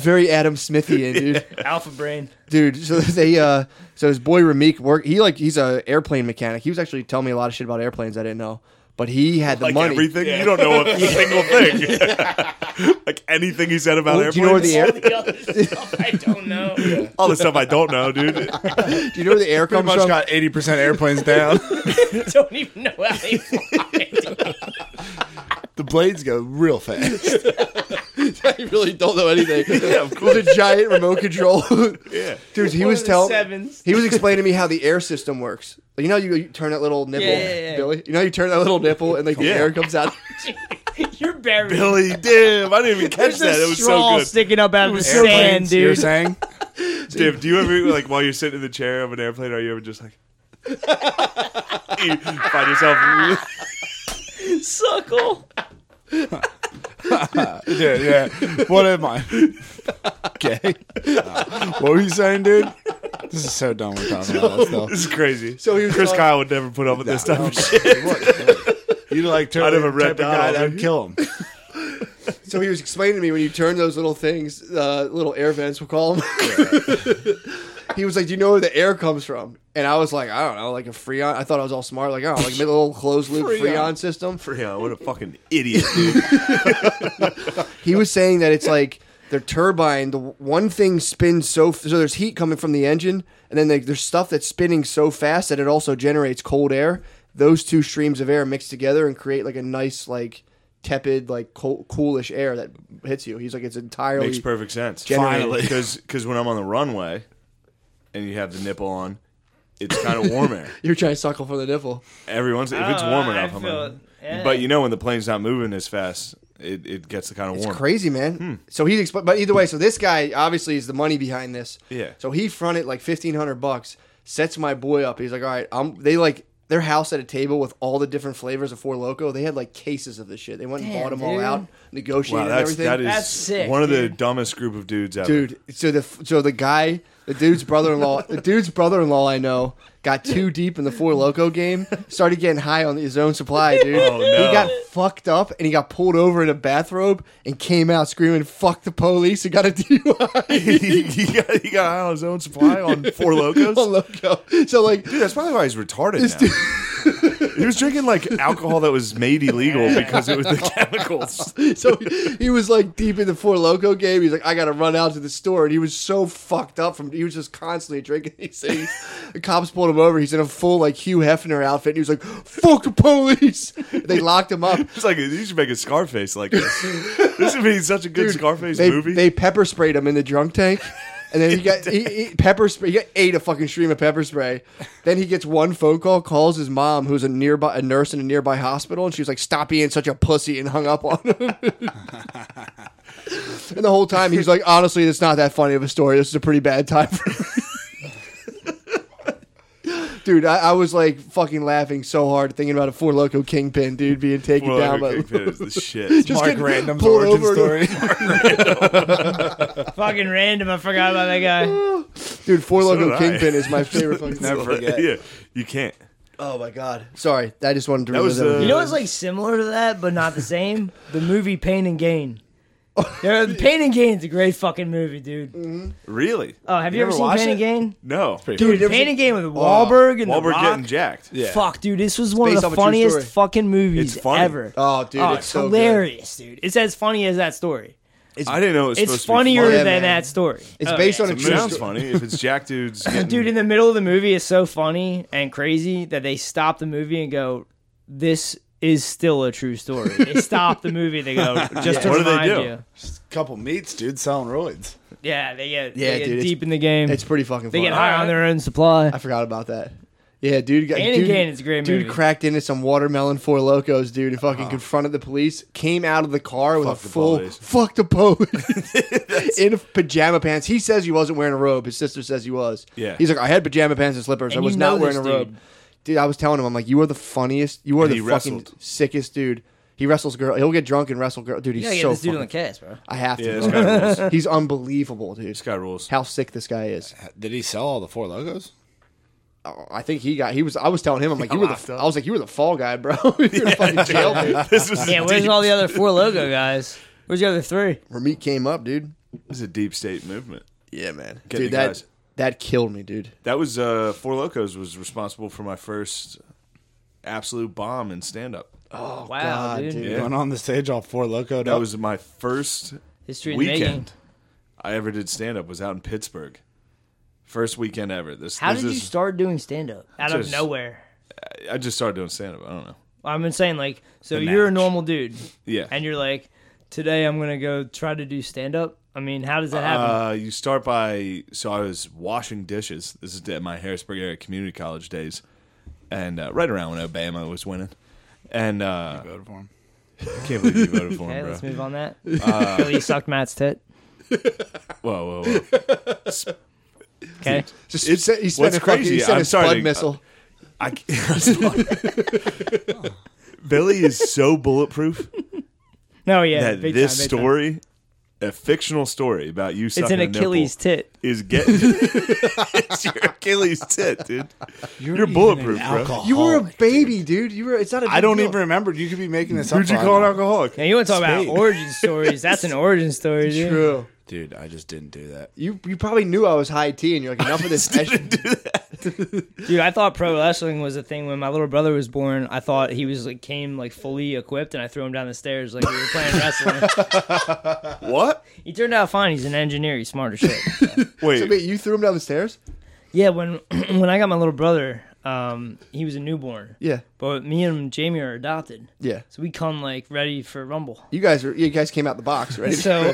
[SPEAKER 1] very Adam Smithian, dude.
[SPEAKER 3] Alpha Brain.
[SPEAKER 1] dude. So they, uh, so his boy Ramik work. He like he's a airplane mechanic. He was actually telling me a lot of shit about airplanes I didn't know, but he had the
[SPEAKER 2] like
[SPEAKER 1] money.
[SPEAKER 2] everything, you don't know a single thing. like anything he said about
[SPEAKER 1] Well,
[SPEAKER 2] airplanes.
[SPEAKER 1] do you know where the air?
[SPEAKER 3] All the other stuff I don't know.
[SPEAKER 2] All the stuff I don't know, dude.
[SPEAKER 1] Do you know where the air
[SPEAKER 4] Pretty
[SPEAKER 1] comes
[SPEAKER 4] much
[SPEAKER 1] from?
[SPEAKER 4] got eighty percent airplanes down.
[SPEAKER 3] don't even know how they fly.
[SPEAKER 4] the blades go real fast.
[SPEAKER 1] I really don't know anything.
[SPEAKER 2] Yeah, of
[SPEAKER 1] It was a giant remote control.
[SPEAKER 2] Yeah.
[SPEAKER 1] Dude, he
[SPEAKER 3] One
[SPEAKER 1] was
[SPEAKER 3] of the
[SPEAKER 1] telling
[SPEAKER 3] sevens.
[SPEAKER 1] he was explaining to me how the air system works. Like, you know, you, you turn that little nipple,
[SPEAKER 3] Yeah, yeah, yeah.
[SPEAKER 1] Billy. You know, you turn that little nipple, and like the
[SPEAKER 2] Yeah.
[SPEAKER 1] air comes out.
[SPEAKER 3] You're buried.
[SPEAKER 2] Billy, damn, I didn't even
[SPEAKER 3] There's
[SPEAKER 2] catch that. It
[SPEAKER 3] a
[SPEAKER 2] was
[SPEAKER 3] straw
[SPEAKER 2] so good.
[SPEAKER 3] sticking up out of the sand,
[SPEAKER 4] Airplanes,
[SPEAKER 3] dude.
[SPEAKER 4] You're saying?
[SPEAKER 2] Dave, do you ever like while you're sitting in the chair of an airplane, are you ever just like you find yourself
[SPEAKER 3] Suckle.
[SPEAKER 4] Yeah, yeah. What am I? Okay. what were you saying, dude? This is so dumb. We're talking about this stuff.
[SPEAKER 2] this is crazy.
[SPEAKER 1] So he was
[SPEAKER 2] Chris
[SPEAKER 1] talking-
[SPEAKER 2] Kyle would never put up with this type of shit.
[SPEAKER 4] You like
[SPEAKER 2] I'd have a red
[SPEAKER 4] type of
[SPEAKER 2] dot
[SPEAKER 4] guy
[SPEAKER 2] on
[SPEAKER 4] that
[SPEAKER 2] me.
[SPEAKER 4] would kill him.
[SPEAKER 1] so he was explaining to me when you turn those little things, uh, little air vents, we'll call them. he was like, "Do you know where the air comes from?" And I was like, "I don't know, like a freon." I thought I was all smart, like, "Oh, like a little closed loop
[SPEAKER 4] Freon.
[SPEAKER 1] freon system."
[SPEAKER 2] Freon, what a fucking idiot, dude.
[SPEAKER 1] He was saying that it's like their turbine. The one thing spins so f- so there's heat coming from the engine, and then like, there's stuff that's spinning so fast that it also generates cold air. Those two streams of air mix together and create like a nice like tepid like cool, coolish air that hits you. He's like it's entirely
[SPEAKER 2] Makes perfect sense.
[SPEAKER 1] Generate.
[SPEAKER 2] because when I'm on the runway and you have the nipple on, it's kind of warm air.
[SPEAKER 1] you're trying to suckle for the nipple.
[SPEAKER 2] Every once if it's
[SPEAKER 3] Oh,
[SPEAKER 2] warm
[SPEAKER 3] I
[SPEAKER 2] enough, I'm
[SPEAKER 3] feel
[SPEAKER 2] like,
[SPEAKER 3] it.
[SPEAKER 2] but you know when the plane's not moving as fast, it, it gets the kind of
[SPEAKER 1] It's
[SPEAKER 2] warm.
[SPEAKER 1] crazy, man.
[SPEAKER 2] Hmm.
[SPEAKER 1] So he's expl- but either way, so this guy obviously is the money behind this.
[SPEAKER 2] Yeah.
[SPEAKER 1] So he fronted like fifteen hundred bucks, sets my boy up. He's like, all right, I'm. They like their house at a table with all the different flavors of Four Loco. They had like cases of this shit. They went and
[SPEAKER 3] Damn,
[SPEAKER 1] bought them all
[SPEAKER 3] dude.
[SPEAKER 1] out, negotiated
[SPEAKER 2] Wow, that's
[SPEAKER 1] everything.
[SPEAKER 2] that is
[SPEAKER 3] That's sick,
[SPEAKER 2] one of the
[SPEAKER 3] dude.
[SPEAKER 2] dumbest group of dudes out
[SPEAKER 1] dude. So the so the guy, the dude's brother in law, the dude's brher in law I know got too deep in the four loco game, started getting high on his own supply, dude.
[SPEAKER 2] Oh, no.
[SPEAKER 1] He got fucked up and he got pulled over in a bathrobe and came out screaming, "Fuck the police!" and got a DUI.
[SPEAKER 2] there. he, he got he got high on his own supply on four locos.
[SPEAKER 1] Four loco. So like.
[SPEAKER 2] Dude, that's probably why he's retarded now. he was drinking like alcohol that was made illegal because it was the chemicals.
[SPEAKER 1] So he was like deep in the four loco game. He's like, I gotta run out to the store, and he was so fucked up from he was just constantly drinking these things. The cops pulled him over. He's in a full like Hugh Hefner outfit, and he was like, "Fuck the police!" They locked him up.
[SPEAKER 2] It's like you should make a Scarface like this. this would be such a good Scarface
[SPEAKER 1] they,
[SPEAKER 2] movie.
[SPEAKER 1] They pepper sprayed him in the drunk tank. And then he got he, he- pepper spray. He got ate a fucking stream of pepper spray. Then he gets one phone call, calls his mom, who's a nearby a nurse in a nearby hospital, and she's like, "Stop being such a pussy," and hung up on him. and the whole time he's like, "Honestly, it's not that funny of a story. This is a pretty bad time for me." dude, I, I was like fucking laughing so hard thinking about a four loco kingpin, dude, being taken
[SPEAKER 2] Four
[SPEAKER 1] down
[SPEAKER 2] Loco
[SPEAKER 1] by
[SPEAKER 2] Kingpin is the shit.
[SPEAKER 1] Just
[SPEAKER 4] Mark
[SPEAKER 1] getting
[SPEAKER 4] Random's
[SPEAKER 1] pulled
[SPEAKER 4] origin
[SPEAKER 1] over to-
[SPEAKER 4] story.
[SPEAKER 3] Fucking random. I forgot about that guy.
[SPEAKER 1] Dude, Four Loco
[SPEAKER 2] did I.
[SPEAKER 1] Kingpin is my favorite fucking
[SPEAKER 4] Never forget.
[SPEAKER 2] yeah, you can't.
[SPEAKER 1] Oh my god. Sorry, I just wanted to
[SPEAKER 2] That was,
[SPEAKER 1] relive everything.
[SPEAKER 3] You know what's like similar to that, but not the same? The movie Pain and Gain. Yeah, Pain and Gain is a great fucking movie, dude.
[SPEAKER 2] Really?
[SPEAKER 3] Oh, have you, ever
[SPEAKER 4] ever
[SPEAKER 3] seen
[SPEAKER 4] watched
[SPEAKER 3] Pain and
[SPEAKER 4] it?
[SPEAKER 3] Gain?
[SPEAKER 2] No.
[SPEAKER 1] Dude, you ever
[SPEAKER 3] Pain
[SPEAKER 1] seen-
[SPEAKER 3] and Gain with Wahlberg and The
[SPEAKER 2] Wahlberg
[SPEAKER 3] Rock.
[SPEAKER 2] getting jacked.
[SPEAKER 4] Yeah.
[SPEAKER 3] Fuck, dude, this was one
[SPEAKER 1] Based
[SPEAKER 3] of
[SPEAKER 1] off
[SPEAKER 3] the
[SPEAKER 1] a true
[SPEAKER 3] funniest
[SPEAKER 1] story.
[SPEAKER 3] fucking movies
[SPEAKER 2] It's funny.
[SPEAKER 3] ever.
[SPEAKER 1] Oh, dude,
[SPEAKER 3] Oh,
[SPEAKER 1] it's so good.
[SPEAKER 3] hilarious, dude. It's as funny as that story.
[SPEAKER 2] I didn't know it was
[SPEAKER 3] It's,
[SPEAKER 2] supposed
[SPEAKER 3] funnier
[SPEAKER 2] to be
[SPEAKER 1] funny. Yeah,
[SPEAKER 3] than
[SPEAKER 1] man.
[SPEAKER 3] that story.
[SPEAKER 1] It's
[SPEAKER 3] Oh,
[SPEAKER 1] based
[SPEAKER 3] yeah.
[SPEAKER 1] on a
[SPEAKER 2] funny.
[SPEAKER 1] true
[SPEAKER 2] It sounds
[SPEAKER 1] story.
[SPEAKER 2] funny if it's jacked dudes. Getting,
[SPEAKER 3] dude in the middle of the movie is so funny and crazy that they stop the movie and go this is still a true story they stop the movie they go just to
[SPEAKER 2] What do they
[SPEAKER 3] remind
[SPEAKER 2] do?
[SPEAKER 3] you
[SPEAKER 4] Couple meats, dude, selling roids.
[SPEAKER 3] yeah they get,
[SPEAKER 1] Yeah,
[SPEAKER 3] they get
[SPEAKER 1] dude, it's-
[SPEAKER 3] deep in the game
[SPEAKER 1] It's pretty fucking
[SPEAKER 3] they
[SPEAKER 1] funny.
[SPEAKER 3] get high on their own supply
[SPEAKER 1] I forgot about that. Yeah, dude. Got,
[SPEAKER 3] And
[SPEAKER 1] dude,
[SPEAKER 3] again, it's a great
[SPEAKER 1] Dude
[SPEAKER 3] movie.
[SPEAKER 1] cracked into some watermelon four locos, dude, and fucking confronted the police. Came out of the car with
[SPEAKER 2] Ah. Fuck
[SPEAKER 1] a
[SPEAKER 2] the
[SPEAKER 1] full
[SPEAKER 2] police.
[SPEAKER 1] fuck the police in pajama pants. He says he wasn't wearing a robe. His sister says he was.
[SPEAKER 2] Yeah.
[SPEAKER 1] he's like, I had pajama pants and slippers.
[SPEAKER 3] And
[SPEAKER 1] I
[SPEAKER 3] you
[SPEAKER 1] was
[SPEAKER 3] know
[SPEAKER 1] not wearing a
[SPEAKER 3] this
[SPEAKER 1] robe.
[SPEAKER 3] dude.
[SPEAKER 1] Dude. I was telling him, I'm like, you are the funniest. You are
[SPEAKER 2] And
[SPEAKER 1] the
[SPEAKER 2] he
[SPEAKER 1] fucking
[SPEAKER 2] wrestled.
[SPEAKER 1] sickest dude. He wrestles girl. He'll get drunk and wrestle girl. Dude, he's
[SPEAKER 3] Yeah, yeah,
[SPEAKER 1] so
[SPEAKER 3] this dude on
[SPEAKER 1] fucking-
[SPEAKER 3] the cast, bro.
[SPEAKER 1] I have to.
[SPEAKER 2] Yeah, this guy rules.
[SPEAKER 1] he's unbelievable, dude.
[SPEAKER 2] This guy rules.
[SPEAKER 1] How sick this guy is.
[SPEAKER 4] Did he sell all the four logos?
[SPEAKER 1] Oh, I think he got. He was. I was telling him. I'm like, you
[SPEAKER 2] got
[SPEAKER 1] were
[SPEAKER 2] locked
[SPEAKER 1] the.
[SPEAKER 2] up.
[SPEAKER 1] I was like, you were the fall guy, bro. you were the fucking jail dude.
[SPEAKER 2] this was
[SPEAKER 3] Yeah,
[SPEAKER 2] a
[SPEAKER 3] where's
[SPEAKER 2] deep,
[SPEAKER 3] all the other four logo guys? Where's the other three?
[SPEAKER 1] Ramit came up, dude.
[SPEAKER 2] this is a deep state movement.
[SPEAKER 1] Yeah, man.
[SPEAKER 2] Get
[SPEAKER 1] dude,
[SPEAKER 2] the
[SPEAKER 1] that
[SPEAKER 2] guys.
[SPEAKER 1] that killed me, dude.
[SPEAKER 2] That was uh, Four Locos was responsible for my first absolute bomb in stand up.
[SPEAKER 3] Oh, wow,
[SPEAKER 1] God,
[SPEAKER 3] dude.
[SPEAKER 2] dude. Yeah.
[SPEAKER 4] Going on the stage all four loco.
[SPEAKER 3] Oh.
[SPEAKER 2] That was my first
[SPEAKER 3] History in the making.
[SPEAKER 2] weekend I ever did stand up was out in Pittsburgh. First weekend ever. This
[SPEAKER 3] How
[SPEAKER 2] this
[SPEAKER 3] did you
[SPEAKER 2] is-
[SPEAKER 3] start doing stand up? Out of
[SPEAKER 2] Just-
[SPEAKER 3] nowhere.
[SPEAKER 2] I just started doing stand up. I don't know.
[SPEAKER 3] I'm insane. Like, so
[SPEAKER 2] The
[SPEAKER 3] you're a
[SPEAKER 2] match.
[SPEAKER 3] normal dude,
[SPEAKER 2] Yeah.
[SPEAKER 3] and you're like, today I'm gonna go try to do stand up. I mean, how does that happen?
[SPEAKER 2] Uh, you start by so I was washing dishes. This is at my Harrisburg area community college days, and uh, right around when Obama was winning. And uh,
[SPEAKER 4] voted for him.
[SPEAKER 2] I can't believe you voted for
[SPEAKER 3] okay,
[SPEAKER 2] him, bro.
[SPEAKER 3] let's move on that.
[SPEAKER 2] Uh,
[SPEAKER 3] Billy sucked Matt's tit.
[SPEAKER 2] Whoa, whoa, whoa!
[SPEAKER 3] Okay,
[SPEAKER 1] Just
[SPEAKER 2] It's-
[SPEAKER 1] he sent
[SPEAKER 2] what's
[SPEAKER 1] a fucking,
[SPEAKER 2] crazy,
[SPEAKER 1] He sent
[SPEAKER 2] I'm uh,
[SPEAKER 1] a
[SPEAKER 2] sorry
[SPEAKER 1] Spud
[SPEAKER 2] to-
[SPEAKER 1] missile.
[SPEAKER 2] I, Billy is so bulletproof
[SPEAKER 3] no, yeah,
[SPEAKER 2] that
[SPEAKER 3] big
[SPEAKER 2] this
[SPEAKER 3] time, big time.
[SPEAKER 2] story, a fictional story about you
[SPEAKER 3] It's
[SPEAKER 2] sucking
[SPEAKER 3] an
[SPEAKER 2] a nipple
[SPEAKER 3] Achilles tit.
[SPEAKER 2] is getting it's your Achilles tit, dude. You're, bulletproof, bro.
[SPEAKER 1] You were a baby, dude. You were. It's not a.
[SPEAKER 4] I
[SPEAKER 1] big
[SPEAKER 4] don't
[SPEAKER 1] deal.
[SPEAKER 4] even remember. You could be making this up.
[SPEAKER 2] Who'd you
[SPEAKER 4] right
[SPEAKER 2] call an
[SPEAKER 4] now.
[SPEAKER 2] alcoholic?
[SPEAKER 3] Now you want to talk
[SPEAKER 4] Spade.
[SPEAKER 3] about origin stories? That's an origin story, dude.
[SPEAKER 1] True.
[SPEAKER 4] Dude, I just didn't do that.
[SPEAKER 1] You you probably knew I was high tea, and you're like enough of this.
[SPEAKER 3] Dude, I thought pro wrestling was a thing when my little brother was born. I thought he was like came like fully equipped, and I threw him down the stairs like we were playing wrestling.
[SPEAKER 2] What?
[SPEAKER 3] he turned out fine. He's an engineer. He's smart as shit.
[SPEAKER 2] Wait,
[SPEAKER 1] Wait, you threw him down the stairs?
[SPEAKER 3] Yeah, when when I got my little brother, um, he was a newborn.
[SPEAKER 1] Yeah,
[SPEAKER 3] But me and Jamie are adopted.
[SPEAKER 1] yeah.
[SPEAKER 3] So we come like ready for Rumble.
[SPEAKER 1] You guys were. You guys came out the box, right?
[SPEAKER 3] So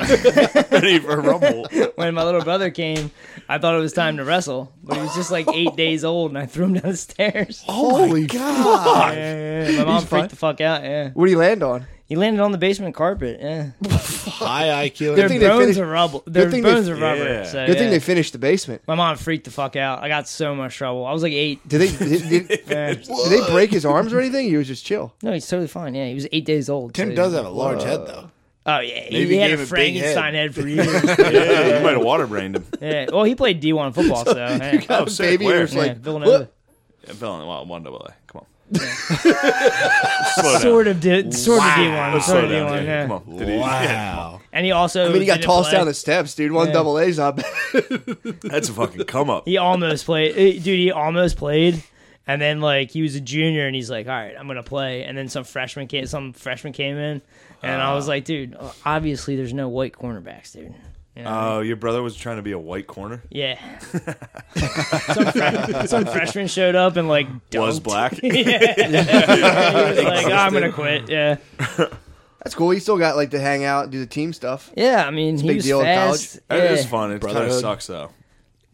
[SPEAKER 2] ready for rumble?
[SPEAKER 3] when my little brother came, I thought it was time to wrestle, but he was just like eight days old, and I threw him down the stairs.
[SPEAKER 1] Holy God!
[SPEAKER 3] Yeah, yeah, yeah. My mom
[SPEAKER 1] Oh. He's
[SPEAKER 3] freaked
[SPEAKER 1] fine.
[SPEAKER 3] the fuck out. Yeah,
[SPEAKER 1] What do you land on?
[SPEAKER 3] he landed on the basement carpet. Yeah,
[SPEAKER 4] High IQ.
[SPEAKER 3] their
[SPEAKER 1] thing they
[SPEAKER 3] bones
[SPEAKER 1] finished-
[SPEAKER 3] are rubble. Their
[SPEAKER 1] thing they-
[SPEAKER 3] bones are rubber.
[SPEAKER 2] Yeah.
[SPEAKER 3] So,
[SPEAKER 1] Good thing
[SPEAKER 3] yeah.
[SPEAKER 1] they finished the basement.
[SPEAKER 3] my mom freaked the fuck out. I got so much trouble. I was like eight.
[SPEAKER 1] Did they? Did, did, did
[SPEAKER 3] Yeah.
[SPEAKER 1] they break his arms or anything? He was just chill.
[SPEAKER 3] No, he's totally fine. Yeah, he was eight days old.
[SPEAKER 4] Tim
[SPEAKER 3] so-
[SPEAKER 4] does have a large head, though.
[SPEAKER 3] Oh yeah, he,
[SPEAKER 4] Maybe
[SPEAKER 3] he had
[SPEAKER 4] gave
[SPEAKER 3] a
[SPEAKER 4] him a big head.
[SPEAKER 3] Frankenstein head for years.
[SPEAKER 2] yeah, you might have water brained him.
[SPEAKER 3] Yeah. Well, he played D1 football, so. yeah.
[SPEAKER 2] Oh,
[SPEAKER 1] The
[SPEAKER 2] sick,
[SPEAKER 1] baby
[SPEAKER 2] where?
[SPEAKER 1] was
[SPEAKER 3] Yeah,
[SPEAKER 1] like,
[SPEAKER 3] Villanova
[SPEAKER 1] "What?"
[SPEAKER 2] I fell in well, one double A. Come on. Slow down.
[SPEAKER 3] sort of did, sort of D1,
[SPEAKER 2] Let's
[SPEAKER 3] sort
[SPEAKER 2] slow
[SPEAKER 3] of
[SPEAKER 2] down.
[SPEAKER 3] D1.
[SPEAKER 2] dude.
[SPEAKER 3] Yeah.
[SPEAKER 2] Come on. Did he- yeah.
[SPEAKER 3] And he also,
[SPEAKER 1] I mean, he got
[SPEAKER 3] didn't
[SPEAKER 1] tossed
[SPEAKER 3] play.
[SPEAKER 1] down the steps, dude. One
[SPEAKER 3] Yeah.
[SPEAKER 1] double A's not bad.
[SPEAKER 2] That's a fucking come up.
[SPEAKER 3] He almost played, eh, dude. He almost played, and then like he was a junior, and he's like, "All right, I'm gonna play." And then some freshman came, some freshman came in, and I was like, "Dude, obviously there's no white cornerbacks, dude." You know?
[SPEAKER 2] Oh, your brother was trying to be a white corner.
[SPEAKER 3] yeah. some, fre- some freshman showed up and like dunked.
[SPEAKER 2] Was black.
[SPEAKER 3] He was like, "Oh, I'm gonna quit. Yeah.
[SPEAKER 1] That's cool. He still got like to hang out, do the team stuff.
[SPEAKER 3] Yeah. I mean, he
[SPEAKER 1] big
[SPEAKER 3] was
[SPEAKER 1] deal in college.
[SPEAKER 3] fast.
[SPEAKER 2] That
[SPEAKER 3] yeah.
[SPEAKER 2] is fun. It kind of
[SPEAKER 1] Brotherhood.
[SPEAKER 2] sucks though.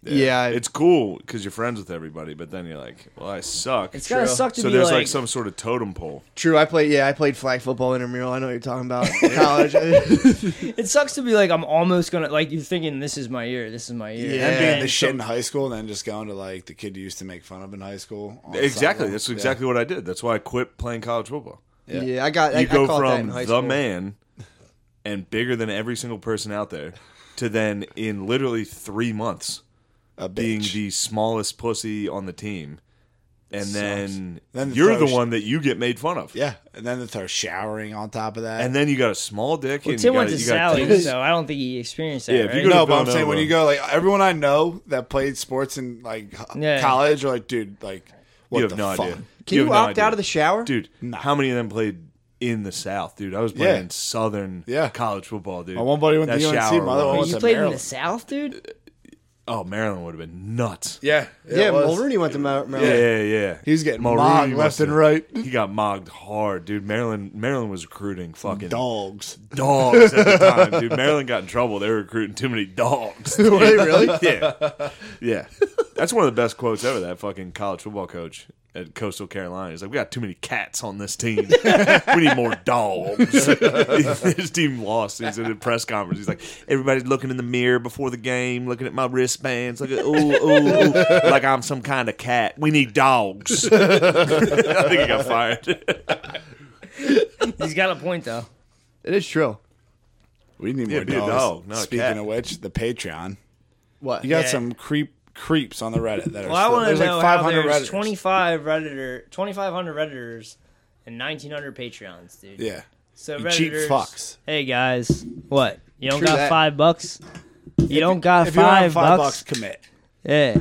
[SPEAKER 1] Yeah,
[SPEAKER 2] it's cool because you're friends with everybody, but then you're like, well, I suck.
[SPEAKER 3] It's gotta suck to
[SPEAKER 2] so
[SPEAKER 3] be
[SPEAKER 2] there's
[SPEAKER 3] like,
[SPEAKER 2] like some sort of totem pole.
[SPEAKER 1] true. I played. Yeah, I played flag football intramural. I know what you're talking about. in college. yeah,
[SPEAKER 3] It sucks to be like I'm almost gonna like you're thinking this is my year, this is my year.
[SPEAKER 1] Yeah.
[SPEAKER 4] And being the
[SPEAKER 3] And
[SPEAKER 4] shit in high school, and then just going to like the kid you used to make fun of in high school. on the
[SPEAKER 2] Exactly.
[SPEAKER 4] sidewalk.
[SPEAKER 2] That's
[SPEAKER 4] Yeah.
[SPEAKER 2] exactly what I did. That's why I quit playing college football.
[SPEAKER 4] Yeah.
[SPEAKER 1] I got. I,
[SPEAKER 2] You go
[SPEAKER 1] I caught that in
[SPEAKER 2] from
[SPEAKER 1] high
[SPEAKER 2] the
[SPEAKER 1] school.
[SPEAKER 2] man and bigger than every single person out there to then in literally three months
[SPEAKER 4] A
[SPEAKER 2] being
[SPEAKER 4] bitch.
[SPEAKER 2] the smallest pussy on the team. And then,
[SPEAKER 4] Then the
[SPEAKER 2] you're
[SPEAKER 4] throw
[SPEAKER 2] the
[SPEAKER 4] sh-
[SPEAKER 2] one that you get made fun of.
[SPEAKER 4] yeah, and then they throw showering on top of that.
[SPEAKER 2] And then you got a small dick.
[SPEAKER 3] Well,
[SPEAKER 2] and
[SPEAKER 3] Tim
[SPEAKER 2] you
[SPEAKER 3] went
[SPEAKER 2] got,
[SPEAKER 3] to
[SPEAKER 2] you got
[SPEAKER 3] Sally,
[SPEAKER 2] titties.
[SPEAKER 3] so I don't think he experienced that.
[SPEAKER 2] Yeah, if you
[SPEAKER 3] right?
[SPEAKER 2] go to
[SPEAKER 4] no, but I'm
[SPEAKER 2] Villanova.
[SPEAKER 4] saying when you go, like everyone I know that played sports in like h-
[SPEAKER 3] Yeah.
[SPEAKER 4] college, are like, dude, like what
[SPEAKER 2] You have
[SPEAKER 4] the
[SPEAKER 2] no
[SPEAKER 4] fuck?
[SPEAKER 2] idea.
[SPEAKER 1] Can you,
[SPEAKER 2] have no
[SPEAKER 1] opt
[SPEAKER 2] idea.
[SPEAKER 1] out of the shower?
[SPEAKER 2] dude? How many of them played in the South, dude? I was
[SPEAKER 4] Yeah.
[SPEAKER 2] playing Southern
[SPEAKER 4] Yeah.
[SPEAKER 2] college football, dude.
[SPEAKER 4] My one buddy went to
[SPEAKER 2] That
[SPEAKER 4] UNC,
[SPEAKER 2] shower
[SPEAKER 4] my other
[SPEAKER 2] was-
[SPEAKER 4] one
[SPEAKER 3] Wait,
[SPEAKER 4] went
[SPEAKER 3] you
[SPEAKER 4] to
[SPEAKER 3] played in the
[SPEAKER 4] Maryland.
[SPEAKER 3] South, dude.
[SPEAKER 2] Oh, Maryland would have been nuts.
[SPEAKER 4] Yeah,
[SPEAKER 1] yeah,
[SPEAKER 4] it was.
[SPEAKER 1] Mulrooney went to Mar- Maryland.
[SPEAKER 2] Yeah, yeah. yeah.
[SPEAKER 4] He was getting
[SPEAKER 2] Mulrooney
[SPEAKER 4] mogged
[SPEAKER 2] must
[SPEAKER 4] left and
[SPEAKER 2] have-
[SPEAKER 4] right.
[SPEAKER 2] He got mogged hard, dude. Maryland, Maryland was recruiting fucking
[SPEAKER 4] Dogs.
[SPEAKER 2] dogs at the time, dude. Maryland got in trouble. They were recruiting too many dogs.
[SPEAKER 1] Wait, really?
[SPEAKER 2] yeah, yeah. That's one of the best quotes ever. That fucking college football coach at Coastal Carolina. He's like, "We got too many cats on this team. we need more dogs." His team lost. He's at a press conference. He's like, "Everybody's looking in the mirror before the game, looking at my wristbands, like, ooh, ooh, ooh, like I'm some kind of cat. We need dogs." I think he got fired.
[SPEAKER 3] He's got a point though.
[SPEAKER 1] It is true.
[SPEAKER 4] We need
[SPEAKER 2] Yeah,
[SPEAKER 4] more
[SPEAKER 2] be a
[SPEAKER 4] dogs.
[SPEAKER 2] dog, not a
[SPEAKER 4] Speaking
[SPEAKER 2] cat.
[SPEAKER 4] of which, the Patreon.
[SPEAKER 1] What?
[SPEAKER 4] You got
[SPEAKER 3] Yeah.
[SPEAKER 4] some creep creeps on the Reddit that are.
[SPEAKER 3] Well, I want
[SPEAKER 4] there's
[SPEAKER 3] to know
[SPEAKER 4] like
[SPEAKER 3] how
[SPEAKER 4] 500
[SPEAKER 3] there's
[SPEAKER 4] Redditors.
[SPEAKER 3] 25 redditor, 2,500 redditors, and 1,900 patreons, dude.
[SPEAKER 4] Yeah.
[SPEAKER 3] So
[SPEAKER 4] You
[SPEAKER 3] redditors,
[SPEAKER 4] cheap fucks.
[SPEAKER 3] Hey guys, what? You don't
[SPEAKER 1] True
[SPEAKER 3] got
[SPEAKER 1] that.
[SPEAKER 3] five bucks? You don't got
[SPEAKER 4] If you don't
[SPEAKER 3] five,
[SPEAKER 4] have five
[SPEAKER 3] bucks?
[SPEAKER 4] bucks, commit.
[SPEAKER 3] Yeah.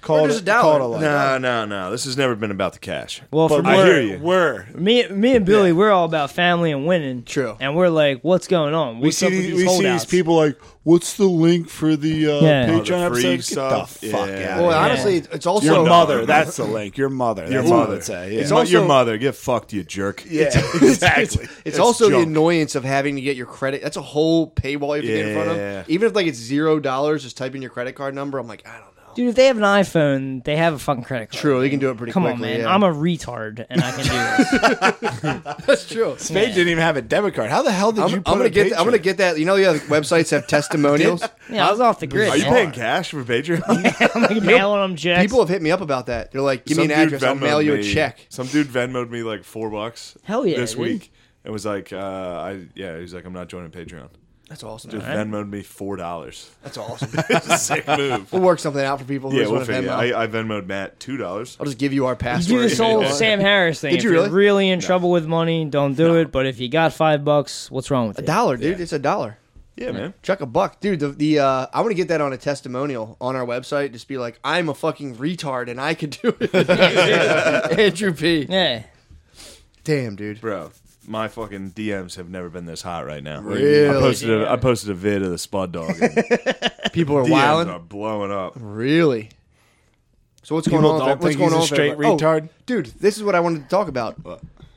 [SPEAKER 4] Call
[SPEAKER 1] there's
[SPEAKER 4] it,
[SPEAKER 1] a dollar.
[SPEAKER 4] Call it a life.
[SPEAKER 2] No, no, no. This has never been about the cash.
[SPEAKER 3] Well, from
[SPEAKER 2] I
[SPEAKER 3] where-
[SPEAKER 2] hear you.
[SPEAKER 4] We're
[SPEAKER 3] Me, me and Billy, we're all about family and winning.
[SPEAKER 1] True.
[SPEAKER 3] And we're like, what's going on?
[SPEAKER 4] we
[SPEAKER 3] What's
[SPEAKER 4] see
[SPEAKER 3] up with
[SPEAKER 4] these,
[SPEAKER 3] these
[SPEAKER 4] we see these
[SPEAKER 3] holdouts?
[SPEAKER 4] people like, what's the link for the uh,
[SPEAKER 3] Yeah.
[SPEAKER 4] Patreon
[SPEAKER 2] Oh, the free
[SPEAKER 4] episode? Get
[SPEAKER 2] stuff?
[SPEAKER 4] the fuck
[SPEAKER 2] Yeah.
[SPEAKER 4] out.
[SPEAKER 1] Well,
[SPEAKER 3] Yeah.
[SPEAKER 1] honestly, it's- it's also
[SPEAKER 4] your
[SPEAKER 2] no.
[SPEAKER 4] mother. That's the link. Your mother.
[SPEAKER 2] Your
[SPEAKER 4] that's What I
[SPEAKER 2] mother.
[SPEAKER 4] would say. Yeah.
[SPEAKER 2] It's also, your
[SPEAKER 1] also-
[SPEAKER 2] mother. Get fucked, you jerk.
[SPEAKER 4] yeah. exactly.
[SPEAKER 1] It's, also
[SPEAKER 4] junk.
[SPEAKER 1] the annoyance of having to get your credit. That's a whole paywall you have to get in front
[SPEAKER 2] Yeah.
[SPEAKER 1] of. Even if like it's zero dollars, just type in your credit card number. I'm like, I don't know.
[SPEAKER 3] Dude, if they have an iPhone, they have a fucking credit card.
[SPEAKER 1] True, you can do it pretty
[SPEAKER 3] Come on,
[SPEAKER 1] quickly,
[SPEAKER 3] man.
[SPEAKER 1] yeah.
[SPEAKER 3] I'm a retard, and I can do this.
[SPEAKER 1] That's true.
[SPEAKER 4] Spade didn't even have a debit card. How the hell did
[SPEAKER 1] I'm,
[SPEAKER 4] you?
[SPEAKER 1] I'm
[SPEAKER 4] put
[SPEAKER 1] gonna
[SPEAKER 4] a
[SPEAKER 1] get. I'm gonna
[SPEAKER 4] Patreon?
[SPEAKER 1] get that. You know, the other websites have testimonials.
[SPEAKER 3] Yeah, I was off the grid.
[SPEAKER 2] Are you
[SPEAKER 3] man.
[SPEAKER 2] paying cash for Patreon?
[SPEAKER 3] I'm like mailing them checks.
[SPEAKER 1] People have hit me up about that. They're like, "Give me an address. I'll
[SPEAKER 2] Venmo'd
[SPEAKER 1] mail you a
[SPEAKER 2] me-
[SPEAKER 1] check."
[SPEAKER 2] Some dude Venmo'd me like four bucks.
[SPEAKER 3] Hell yeah,
[SPEAKER 2] This
[SPEAKER 3] dude.
[SPEAKER 2] week. It was like, uh, I yeah. He was like, I'm not joining Patreon.
[SPEAKER 1] That's awesome.
[SPEAKER 2] Just Venmo'd me four dollars.
[SPEAKER 1] That's awesome.
[SPEAKER 2] Sick move.
[SPEAKER 1] we'll work something out for people. Who
[SPEAKER 2] yeah,
[SPEAKER 1] just
[SPEAKER 2] we'll
[SPEAKER 1] want to
[SPEAKER 2] figure. it out.
[SPEAKER 1] Venmo.
[SPEAKER 2] I, I Venmo'd Matt two dollars.
[SPEAKER 1] I'll just give you our password.
[SPEAKER 3] do this
[SPEAKER 1] if you
[SPEAKER 3] whole
[SPEAKER 1] want.
[SPEAKER 3] Sam Harris thing.
[SPEAKER 1] Did
[SPEAKER 3] if
[SPEAKER 1] you
[SPEAKER 3] you're
[SPEAKER 1] really?
[SPEAKER 3] really in trouble with money, don't do it. But if you got five bucks, what's wrong with
[SPEAKER 1] A
[SPEAKER 3] it?
[SPEAKER 1] dollar, dude. It's a dollar.
[SPEAKER 2] Yeah, man.
[SPEAKER 1] Chuck a buck, dude. The, the uh, I want to get that on a testimonial on our website. Just be like, I'm a fucking retard and I could do it. Andrew P.
[SPEAKER 3] Yeah.
[SPEAKER 1] Damn, dude.
[SPEAKER 2] Bro, my fucking DMs have never been this hot right now.
[SPEAKER 1] Really?
[SPEAKER 2] I posted a, I posted a vid of the Spud Dog. and
[SPEAKER 1] People are
[SPEAKER 2] DMs
[SPEAKER 1] wilding.
[SPEAKER 2] are blowing up.
[SPEAKER 1] Really. So what's
[SPEAKER 4] People
[SPEAKER 1] going on? with
[SPEAKER 4] don't
[SPEAKER 1] that- What's going
[SPEAKER 4] think he's
[SPEAKER 1] on
[SPEAKER 4] a
[SPEAKER 1] with
[SPEAKER 4] straight
[SPEAKER 1] everybody? Oh,
[SPEAKER 4] retard?
[SPEAKER 1] dude. This is what I wanted to talk about.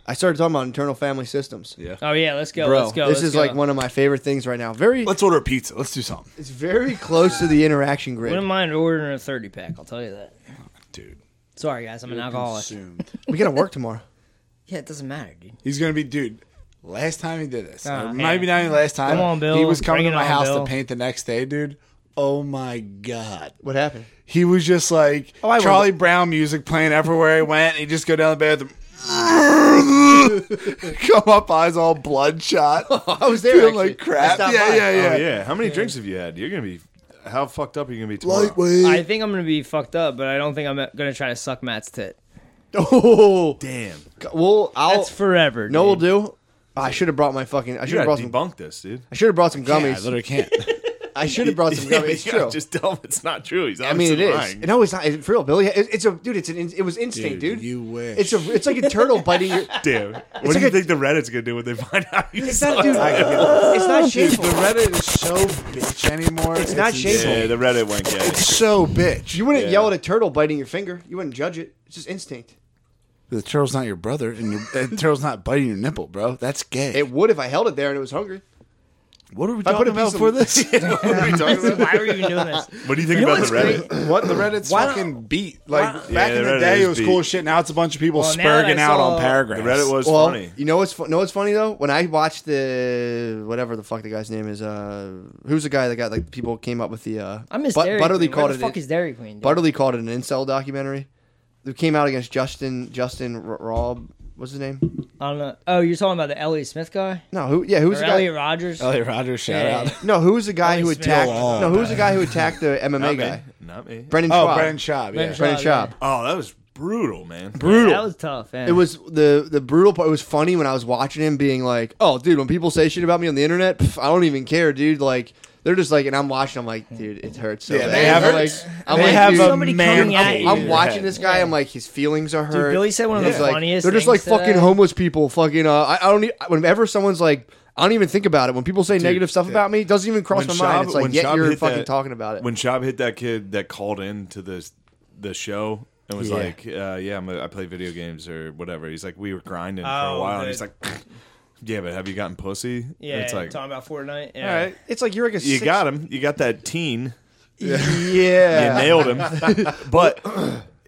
[SPEAKER 1] I started talking about internal family systems.
[SPEAKER 4] Yeah.
[SPEAKER 3] Oh yeah, let's go.
[SPEAKER 1] Bro,
[SPEAKER 3] let's go.
[SPEAKER 1] this
[SPEAKER 3] let's
[SPEAKER 1] is
[SPEAKER 3] go.
[SPEAKER 1] like one of my favorite things right now. Very,
[SPEAKER 4] Let's order a pizza. Let's do something,
[SPEAKER 1] it's very close to the interaction grid.
[SPEAKER 3] Wouldn't mind ordering a thirty pack. I'll tell you that.
[SPEAKER 4] dude.
[SPEAKER 3] Sorry guys, I'm an alcoholic.
[SPEAKER 4] Consumed.
[SPEAKER 1] we gotta work tomorrow.
[SPEAKER 3] Yeah, it doesn't matter, dude.
[SPEAKER 4] He's gonna be, dude. Last time he did this,
[SPEAKER 3] Ah,
[SPEAKER 4] or
[SPEAKER 3] man.
[SPEAKER 4] maybe not even last time.
[SPEAKER 3] Come on, Bill.
[SPEAKER 4] He was coming
[SPEAKER 3] Bring it
[SPEAKER 4] to my
[SPEAKER 3] on,
[SPEAKER 4] house
[SPEAKER 3] Bill.
[SPEAKER 4] to paint the next day, dude. Oh my god.
[SPEAKER 1] What happened?
[SPEAKER 4] He was just like
[SPEAKER 1] I was-
[SPEAKER 4] Charlie Brown music playing everywhere he went. He just go down the bathroom, come up, eyes all bloodshot.
[SPEAKER 1] I was there.
[SPEAKER 4] Feeling
[SPEAKER 1] actually.
[SPEAKER 4] like
[SPEAKER 1] I
[SPEAKER 4] crap.
[SPEAKER 1] stopped
[SPEAKER 4] Yeah,
[SPEAKER 1] by.
[SPEAKER 4] yeah, yeah.
[SPEAKER 2] Oh yeah. How many drinks have you had? You're gonna be how fucked up are you gonna be tomorrow?
[SPEAKER 4] Lightweight.
[SPEAKER 3] I think I'm gonna be fucked up, but I don't think I'm gonna try to suck Matt's tit.
[SPEAKER 1] Oh,
[SPEAKER 2] Damn.
[SPEAKER 1] well, I'll.
[SPEAKER 3] That's forever.
[SPEAKER 1] Oh. No, we'll
[SPEAKER 3] dude.
[SPEAKER 1] do. I should have brought my fucking. I
[SPEAKER 2] You
[SPEAKER 1] should have
[SPEAKER 2] gotta
[SPEAKER 1] brought some.
[SPEAKER 2] debunk this, dude.
[SPEAKER 1] I should have brought some
[SPEAKER 4] Yeah, I
[SPEAKER 1] gummies.
[SPEAKER 4] literally can't.
[SPEAKER 1] I should have brought some
[SPEAKER 2] Yeah,
[SPEAKER 1] gummies. It's
[SPEAKER 2] you gotta
[SPEAKER 1] true.
[SPEAKER 2] Just tell him it's not true. He's
[SPEAKER 1] I mean, it
[SPEAKER 2] obviously
[SPEAKER 1] is.
[SPEAKER 2] lying.
[SPEAKER 1] No, it's not. It's for real, Billy. It- It's a dude. It's an. in- It was instinct, dude.
[SPEAKER 4] Dude, you wish.
[SPEAKER 1] It's a. It's like a turtle biting your.
[SPEAKER 2] Damn. What do you think the Reddit's gonna do when they find out? You
[SPEAKER 1] It's
[SPEAKER 2] suck?
[SPEAKER 1] not, dude. It's not
[SPEAKER 4] Dude, the
[SPEAKER 1] shameful.
[SPEAKER 4] Reddit is so bitch anymore.
[SPEAKER 1] It's not shameful.
[SPEAKER 2] yeah, the Reddit went gay.
[SPEAKER 4] It's so bitch.
[SPEAKER 1] You wouldn't
[SPEAKER 2] Yeah.
[SPEAKER 1] yell at a turtle biting your finger. You wouldn't judge it. It's just instinct.
[SPEAKER 4] the turtle's not your brother, and your, the turtle's not biting your nipple, bro. That's gay.
[SPEAKER 1] It would if I held it there and it was hungry.
[SPEAKER 4] what are we
[SPEAKER 1] I put
[SPEAKER 4] talking
[SPEAKER 1] a
[SPEAKER 4] about
[SPEAKER 1] piece of-
[SPEAKER 4] for this?
[SPEAKER 3] Why are you even doing this?
[SPEAKER 2] What do you think
[SPEAKER 3] You know
[SPEAKER 2] about
[SPEAKER 3] what's
[SPEAKER 2] the Reddit?
[SPEAKER 4] what the Reddit's
[SPEAKER 3] Why don't-
[SPEAKER 4] fucking beat? Like
[SPEAKER 3] why-
[SPEAKER 2] Yeah,
[SPEAKER 4] back in
[SPEAKER 2] the
[SPEAKER 4] the
[SPEAKER 2] Reddit
[SPEAKER 4] day,
[SPEAKER 2] is
[SPEAKER 4] it was cool
[SPEAKER 2] beat.
[SPEAKER 4] shit. Now it's a bunch of people
[SPEAKER 3] Well, now that
[SPEAKER 4] spurging
[SPEAKER 3] I
[SPEAKER 4] out
[SPEAKER 3] saw-
[SPEAKER 4] on
[SPEAKER 2] The
[SPEAKER 4] paragraphs.
[SPEAKER 2] Reddit was
[SPEAKER 1] well,
[SPEAKER 2] funny.
[SPEAKER 1] you know what's fu- know what's funny though? When I watched the whatever the fuck the guy's name is, uh, who's the guy that got like people came up with the uh,
[SPEAKER 3] I miss
[SPEAKER 1] But-
[SPEAKER 3] Dairy
[SPEAKER 1] Butterly
[SPEAKER 3] Queen.
[SPEAKER 1] called
[SPEAKER 3] Where the
[SPEAKER 1] it
[SPEAKER 3] fuck
[SPEAKER 1] it-
[SPEAKER 3] is Dairy Queen? dude?
[SPEAKER 1] Butterly called it an incel documentary. It came out against Justin Justin R- Rob. What's his name?
[SPEAKER 3] I don't know. Oh, you're talking about the Elliot Smith guy
[SPEAKER 1] No, who? Yeah, who's
[SPEAKER 3] or
[SPEAKER 1] the guy? Oh,
[SPEAKER 3] Elliot Rogers?
[SPEAKER 4] Elliot Rogers shout
[SPEAKER 3] Yeah.
[SPEAKER 4] out.
[SPEAKER 1] No, who's the guy
[SPEAKER 3] Elliot
[SPEAKER 1] who
[SPEAKER 3] Smith.
[SPEAKER 1] attacked?
[SPEAKER 4] Oh,
[SPEAKER 1] No, who's the guy who attacked the MMA
[SPEAKER 2] not me.
[SPEAKER 1] guy?
[SPEAKER 2] Not me.
[SPEAKER 1] Brendan
[SPEAKER 4] Oh,
[SPEAKER 1] Schaub.
[SPEAKER 4] Brendan Schaub. Yeah.
[SPEAKER 3] Brendan Schaub.
[SPEAKER 1] Brendan
[SPEAKER 3] yeah.
[SPEAKER 1] Schaub.
[SPEAKER 2] Oh, that was brutal, man.
[SPEAKER 1] Brutal.
[SPEAKER 3] That was tough. Man.
[SPEAKER 1] It was the the brutal part. It was funny when I was watching him being like, "Oh, dude, when people say shit about me on the internet, pff, I don't even care, dude." Like. They're just like, and I'm watching. I'm like, dude, it hurts. So
[SPEAKER 4] Yeah,
[SPEAKER 1] bad.
[SPEAKER 4] they have
[SPEAKER 1] I'm
[SPEAKER 4] a-
[SPEAKER 1] like, I'm
[SPEAKER 4] they
[SPEAKER 1] like,
[SPEAKER 4] have
[SPEAKER 1] dude,
[SPEAKER 4] a
[SPEAKER 3] Somebody
[SPEAKER 4] man
[SPEAKER 3] coming at
[SPEAKER 4] cave
[SPEAKER 3] you.
[SPEAKER 4] in
[SPEAKER 1] I'm
[SPEAKER 4] your
[SPEAKER 1] watching
[SPEAKER 4] head.
[SPEAKER 1] this guy. I'm like, his feelings are hurt.
[SPEAKER 3] Billy said one of the
[SPEAKER 1] He's like-
[SPEAKER 3] funniest
[SPEAKER 1] They're just like
[SPEAKER 3] things
[SPEAKER 1] fucking
[SPEAKER 3] today.
[SPEAKER 1] homeless people. Fucking. Uh, I, I don't. e- Whenever someone's like, I don't even think about it. When people say negative stuff about me, it doesn't even cross my
[SPEAKER 2] When Shab-
[SPEAKER 1] mind. It's
[SPEAKER 2] when
[SPEAKER 1] like, yet
[SPEAKER 2] Shab
[SPEAKER 1] you're
[SPEAKER 2] hit
[SPEAKER 1] fucking
[SPEAKER 2] that-
[SPEAKER 1] talking about it.
[SPEAKER 2] When Shab hit that kid that called in to the the show and was
[SPEAKER 4] Yeah.
[SPEAKER 2] like, uh, "Yeah, I'm a, I play video games or whatever," he's like, "We were grinding for
[SPEAKER 3] Oh,
[SPEAKER 2] a while," and
[SPEAKER 3] the-
[SPEAKER 2] he's like, "Yeah, but have you gotten pussy?" And
[SPEAKER 3] Yeah,
[SPEAKER 2] it's like,
[SPEAKER 3] talking about Fortnite. Yeah.
[SPEAKER 2] all right,
[SPEAKER 1] it's like you're like a.
[SPEAKER 2] you
[SPEAKER 1] six-
[SPEAKER 2] got him. You got that teen.
[SPEAKER 1] Yeah.
[SPEAKER 2] You nailed him. but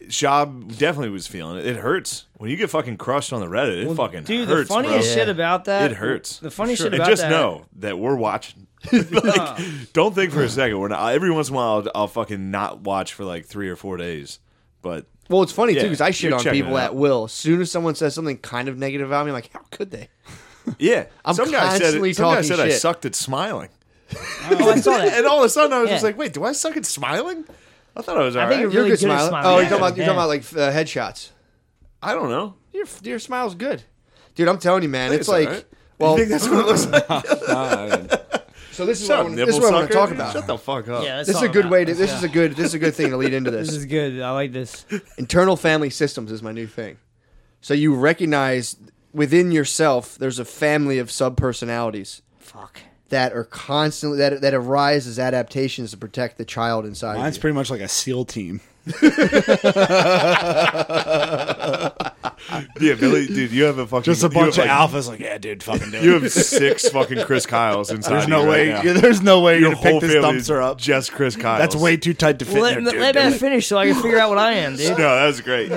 [SPEAKER 2] Shab definitely was feeling it. It hurts when you get fucking crushed on the Reddit. It fucking
[SPEAKER 3] Dude,
[SPEAKER 2] hurts.
[SPEAKER 3] the funniest
[SPEAKER 2] bro.
[SPEAKER 3] shit about that.
[SPEAKER 2] It hurts.
[SPEAKER 3] The funniest
[SPEAKER 2] Sure.
[SPEAKER 3] shit about
[SPEAKER 2] And just
[SPEAKER 3] that.
[SPEAKER 2] know that we're watching. like, don't think for a second. We're not. Every once in a while, I'll, I'll fucking not watch for like three or four days. But
[SPEAKER 1] Well, it's funny too
[SPEAKER 2] Yeah,
[SPEAKER 1] because I shit
[SPEAKER 2] you're
[SPEAKER 1] on
[SPEAKER 2] checking
[SPEAKER 1] people
[SPEAKER 2] it
[SPEAKER 1] at
[SPEAKER 2] out.
[SPEAKER 1] will. As soon as someone says something kind of negative about me, I'm like, how could they?
[SPEAKER 2] yeah,
[SPEAKER 1] I'm
[SPEAKER 2] some guy said
[SPEAKER 1] constantly
[SPEAKER 2] it, some guy
[SPEAKER 1] talking
[SPEAKER 2] said I
[SPEAKER 1] shit.
[SPEAKER 2] sucked at smiling.
[SPEAKER 3] Oh, I saw that.
[SPEAKER 2] and all of a sudden, I was just
[SPEAKER 3] Yeah.
[SPEAKER 2] like, wait, do I suck at smiling? I thought I was
[SPEAKER 3] I
[SPEAKER 2] alright. I,
[SPEAKER 3] think you're really
[SPEAKER 1] You're a good,
[SPEAKER 3] good at
[SPEAKER 1] smiler.
[SPEAKER 3] smiling.
[SPEAKER 1] Oh, you're
[SPEAKER 3] Yeah.
[SPEAKER 1] talking about you're
[SPEAKER 3] Yeah.
[SPEAKER 1] talking about like f- uh, headshots.
[SPEAKER 2] don't know.
[SPEAKER 1] Your your smile's good, dude. I'm telling you, man. It's,
[SPEAKER 2] it's
[SPEAKER 1] like,
[SPEAKER 2] alright.
[SPEAKER 1] well,
[SPEAKER 2] you think that's what it looks like?
[SPEAKER 1] so this is what
[SPEAKER 2] Shut
[SPEAKER 1] I
[SPEAKER 2] up,
[SPEAKER 1] wanna-
[SPEAKER 2] nipple
[SPEAKER 1] this is what I want
[SPEAKER 2] sucker.
[SPEAKER 1] to talk about.
[SPEAKER 2] Shut the fuck up.
[SPEAKER 3] Yeah, that's
[SPEAKER 1] This is
[SPEAKER 3] all
[SPEAKER 1] a good
[SPEAKER 3] about
[SPEAKER 1] way to.
[SPEAKER 3] that.
[SPEAKER 1] This
[SPEAKER 3] Yeah.
[SPEAKER 1] is a good. This is a good thing to lead into
[SPEAKER 3] This is
[SPEAKER 1] this.
[SPEAKER 3] good. I like this.
[SPEAKER 1] Internal family systems is my new thing. So you recognize within yourself there's a family of sub personalities
[SPEAKER 3] Fuck.
[SPEAKER 1] that are constantly that that arise as adaptations to protect the child inside.
[SPEAKER 4] Mine's
[SPEAKER 1] you.
[SPEAKER 4] pretty much like a SEAL team.
[SPEAKER 2] Yeah, Billy, dude, you have a fucking
[SPEAKER 4] Just a
[SPEAKER 2] you have,
[SPEAKER 4] bunch of
[SPEAKER 2] like,
[SPEAKER 4] alphas. Like, yeah, dude, fucking do it.
[SPEAKER 2] You have six fucking Chris Kyles inside.
[SPEAKER 4] there's
[SPEAKER 2] you
[SPEAKER 4] no
[SPEAKER 2] right
[SPEAKER 4] way.
[SPEAKER 2] now.
[SPEAKER 4] There's no way
[SPEAKER 2] Your
[SPEAKER 4] you're gonna
[SPEAKER 2] whole
[SPEAKER 4] pick this
[SPEAKER 2] family is
[SPEAKER 4] dumpster up.
[SPEAKER 2] Just Chris Kyles.
[SPEAKER 4] That's way too tight to fit.
[SPEAKER 3] Let,
[SPEAKER 4] in
[SPEAKER 3] let,
[SPEAKER 4] there, dude.
[SPEAKER 3] me
[SPEAKER 4] Do it.
[SPEAKER 3] finish so I can figure out what I am, dude.
[SPEAKER 2] No, that was great.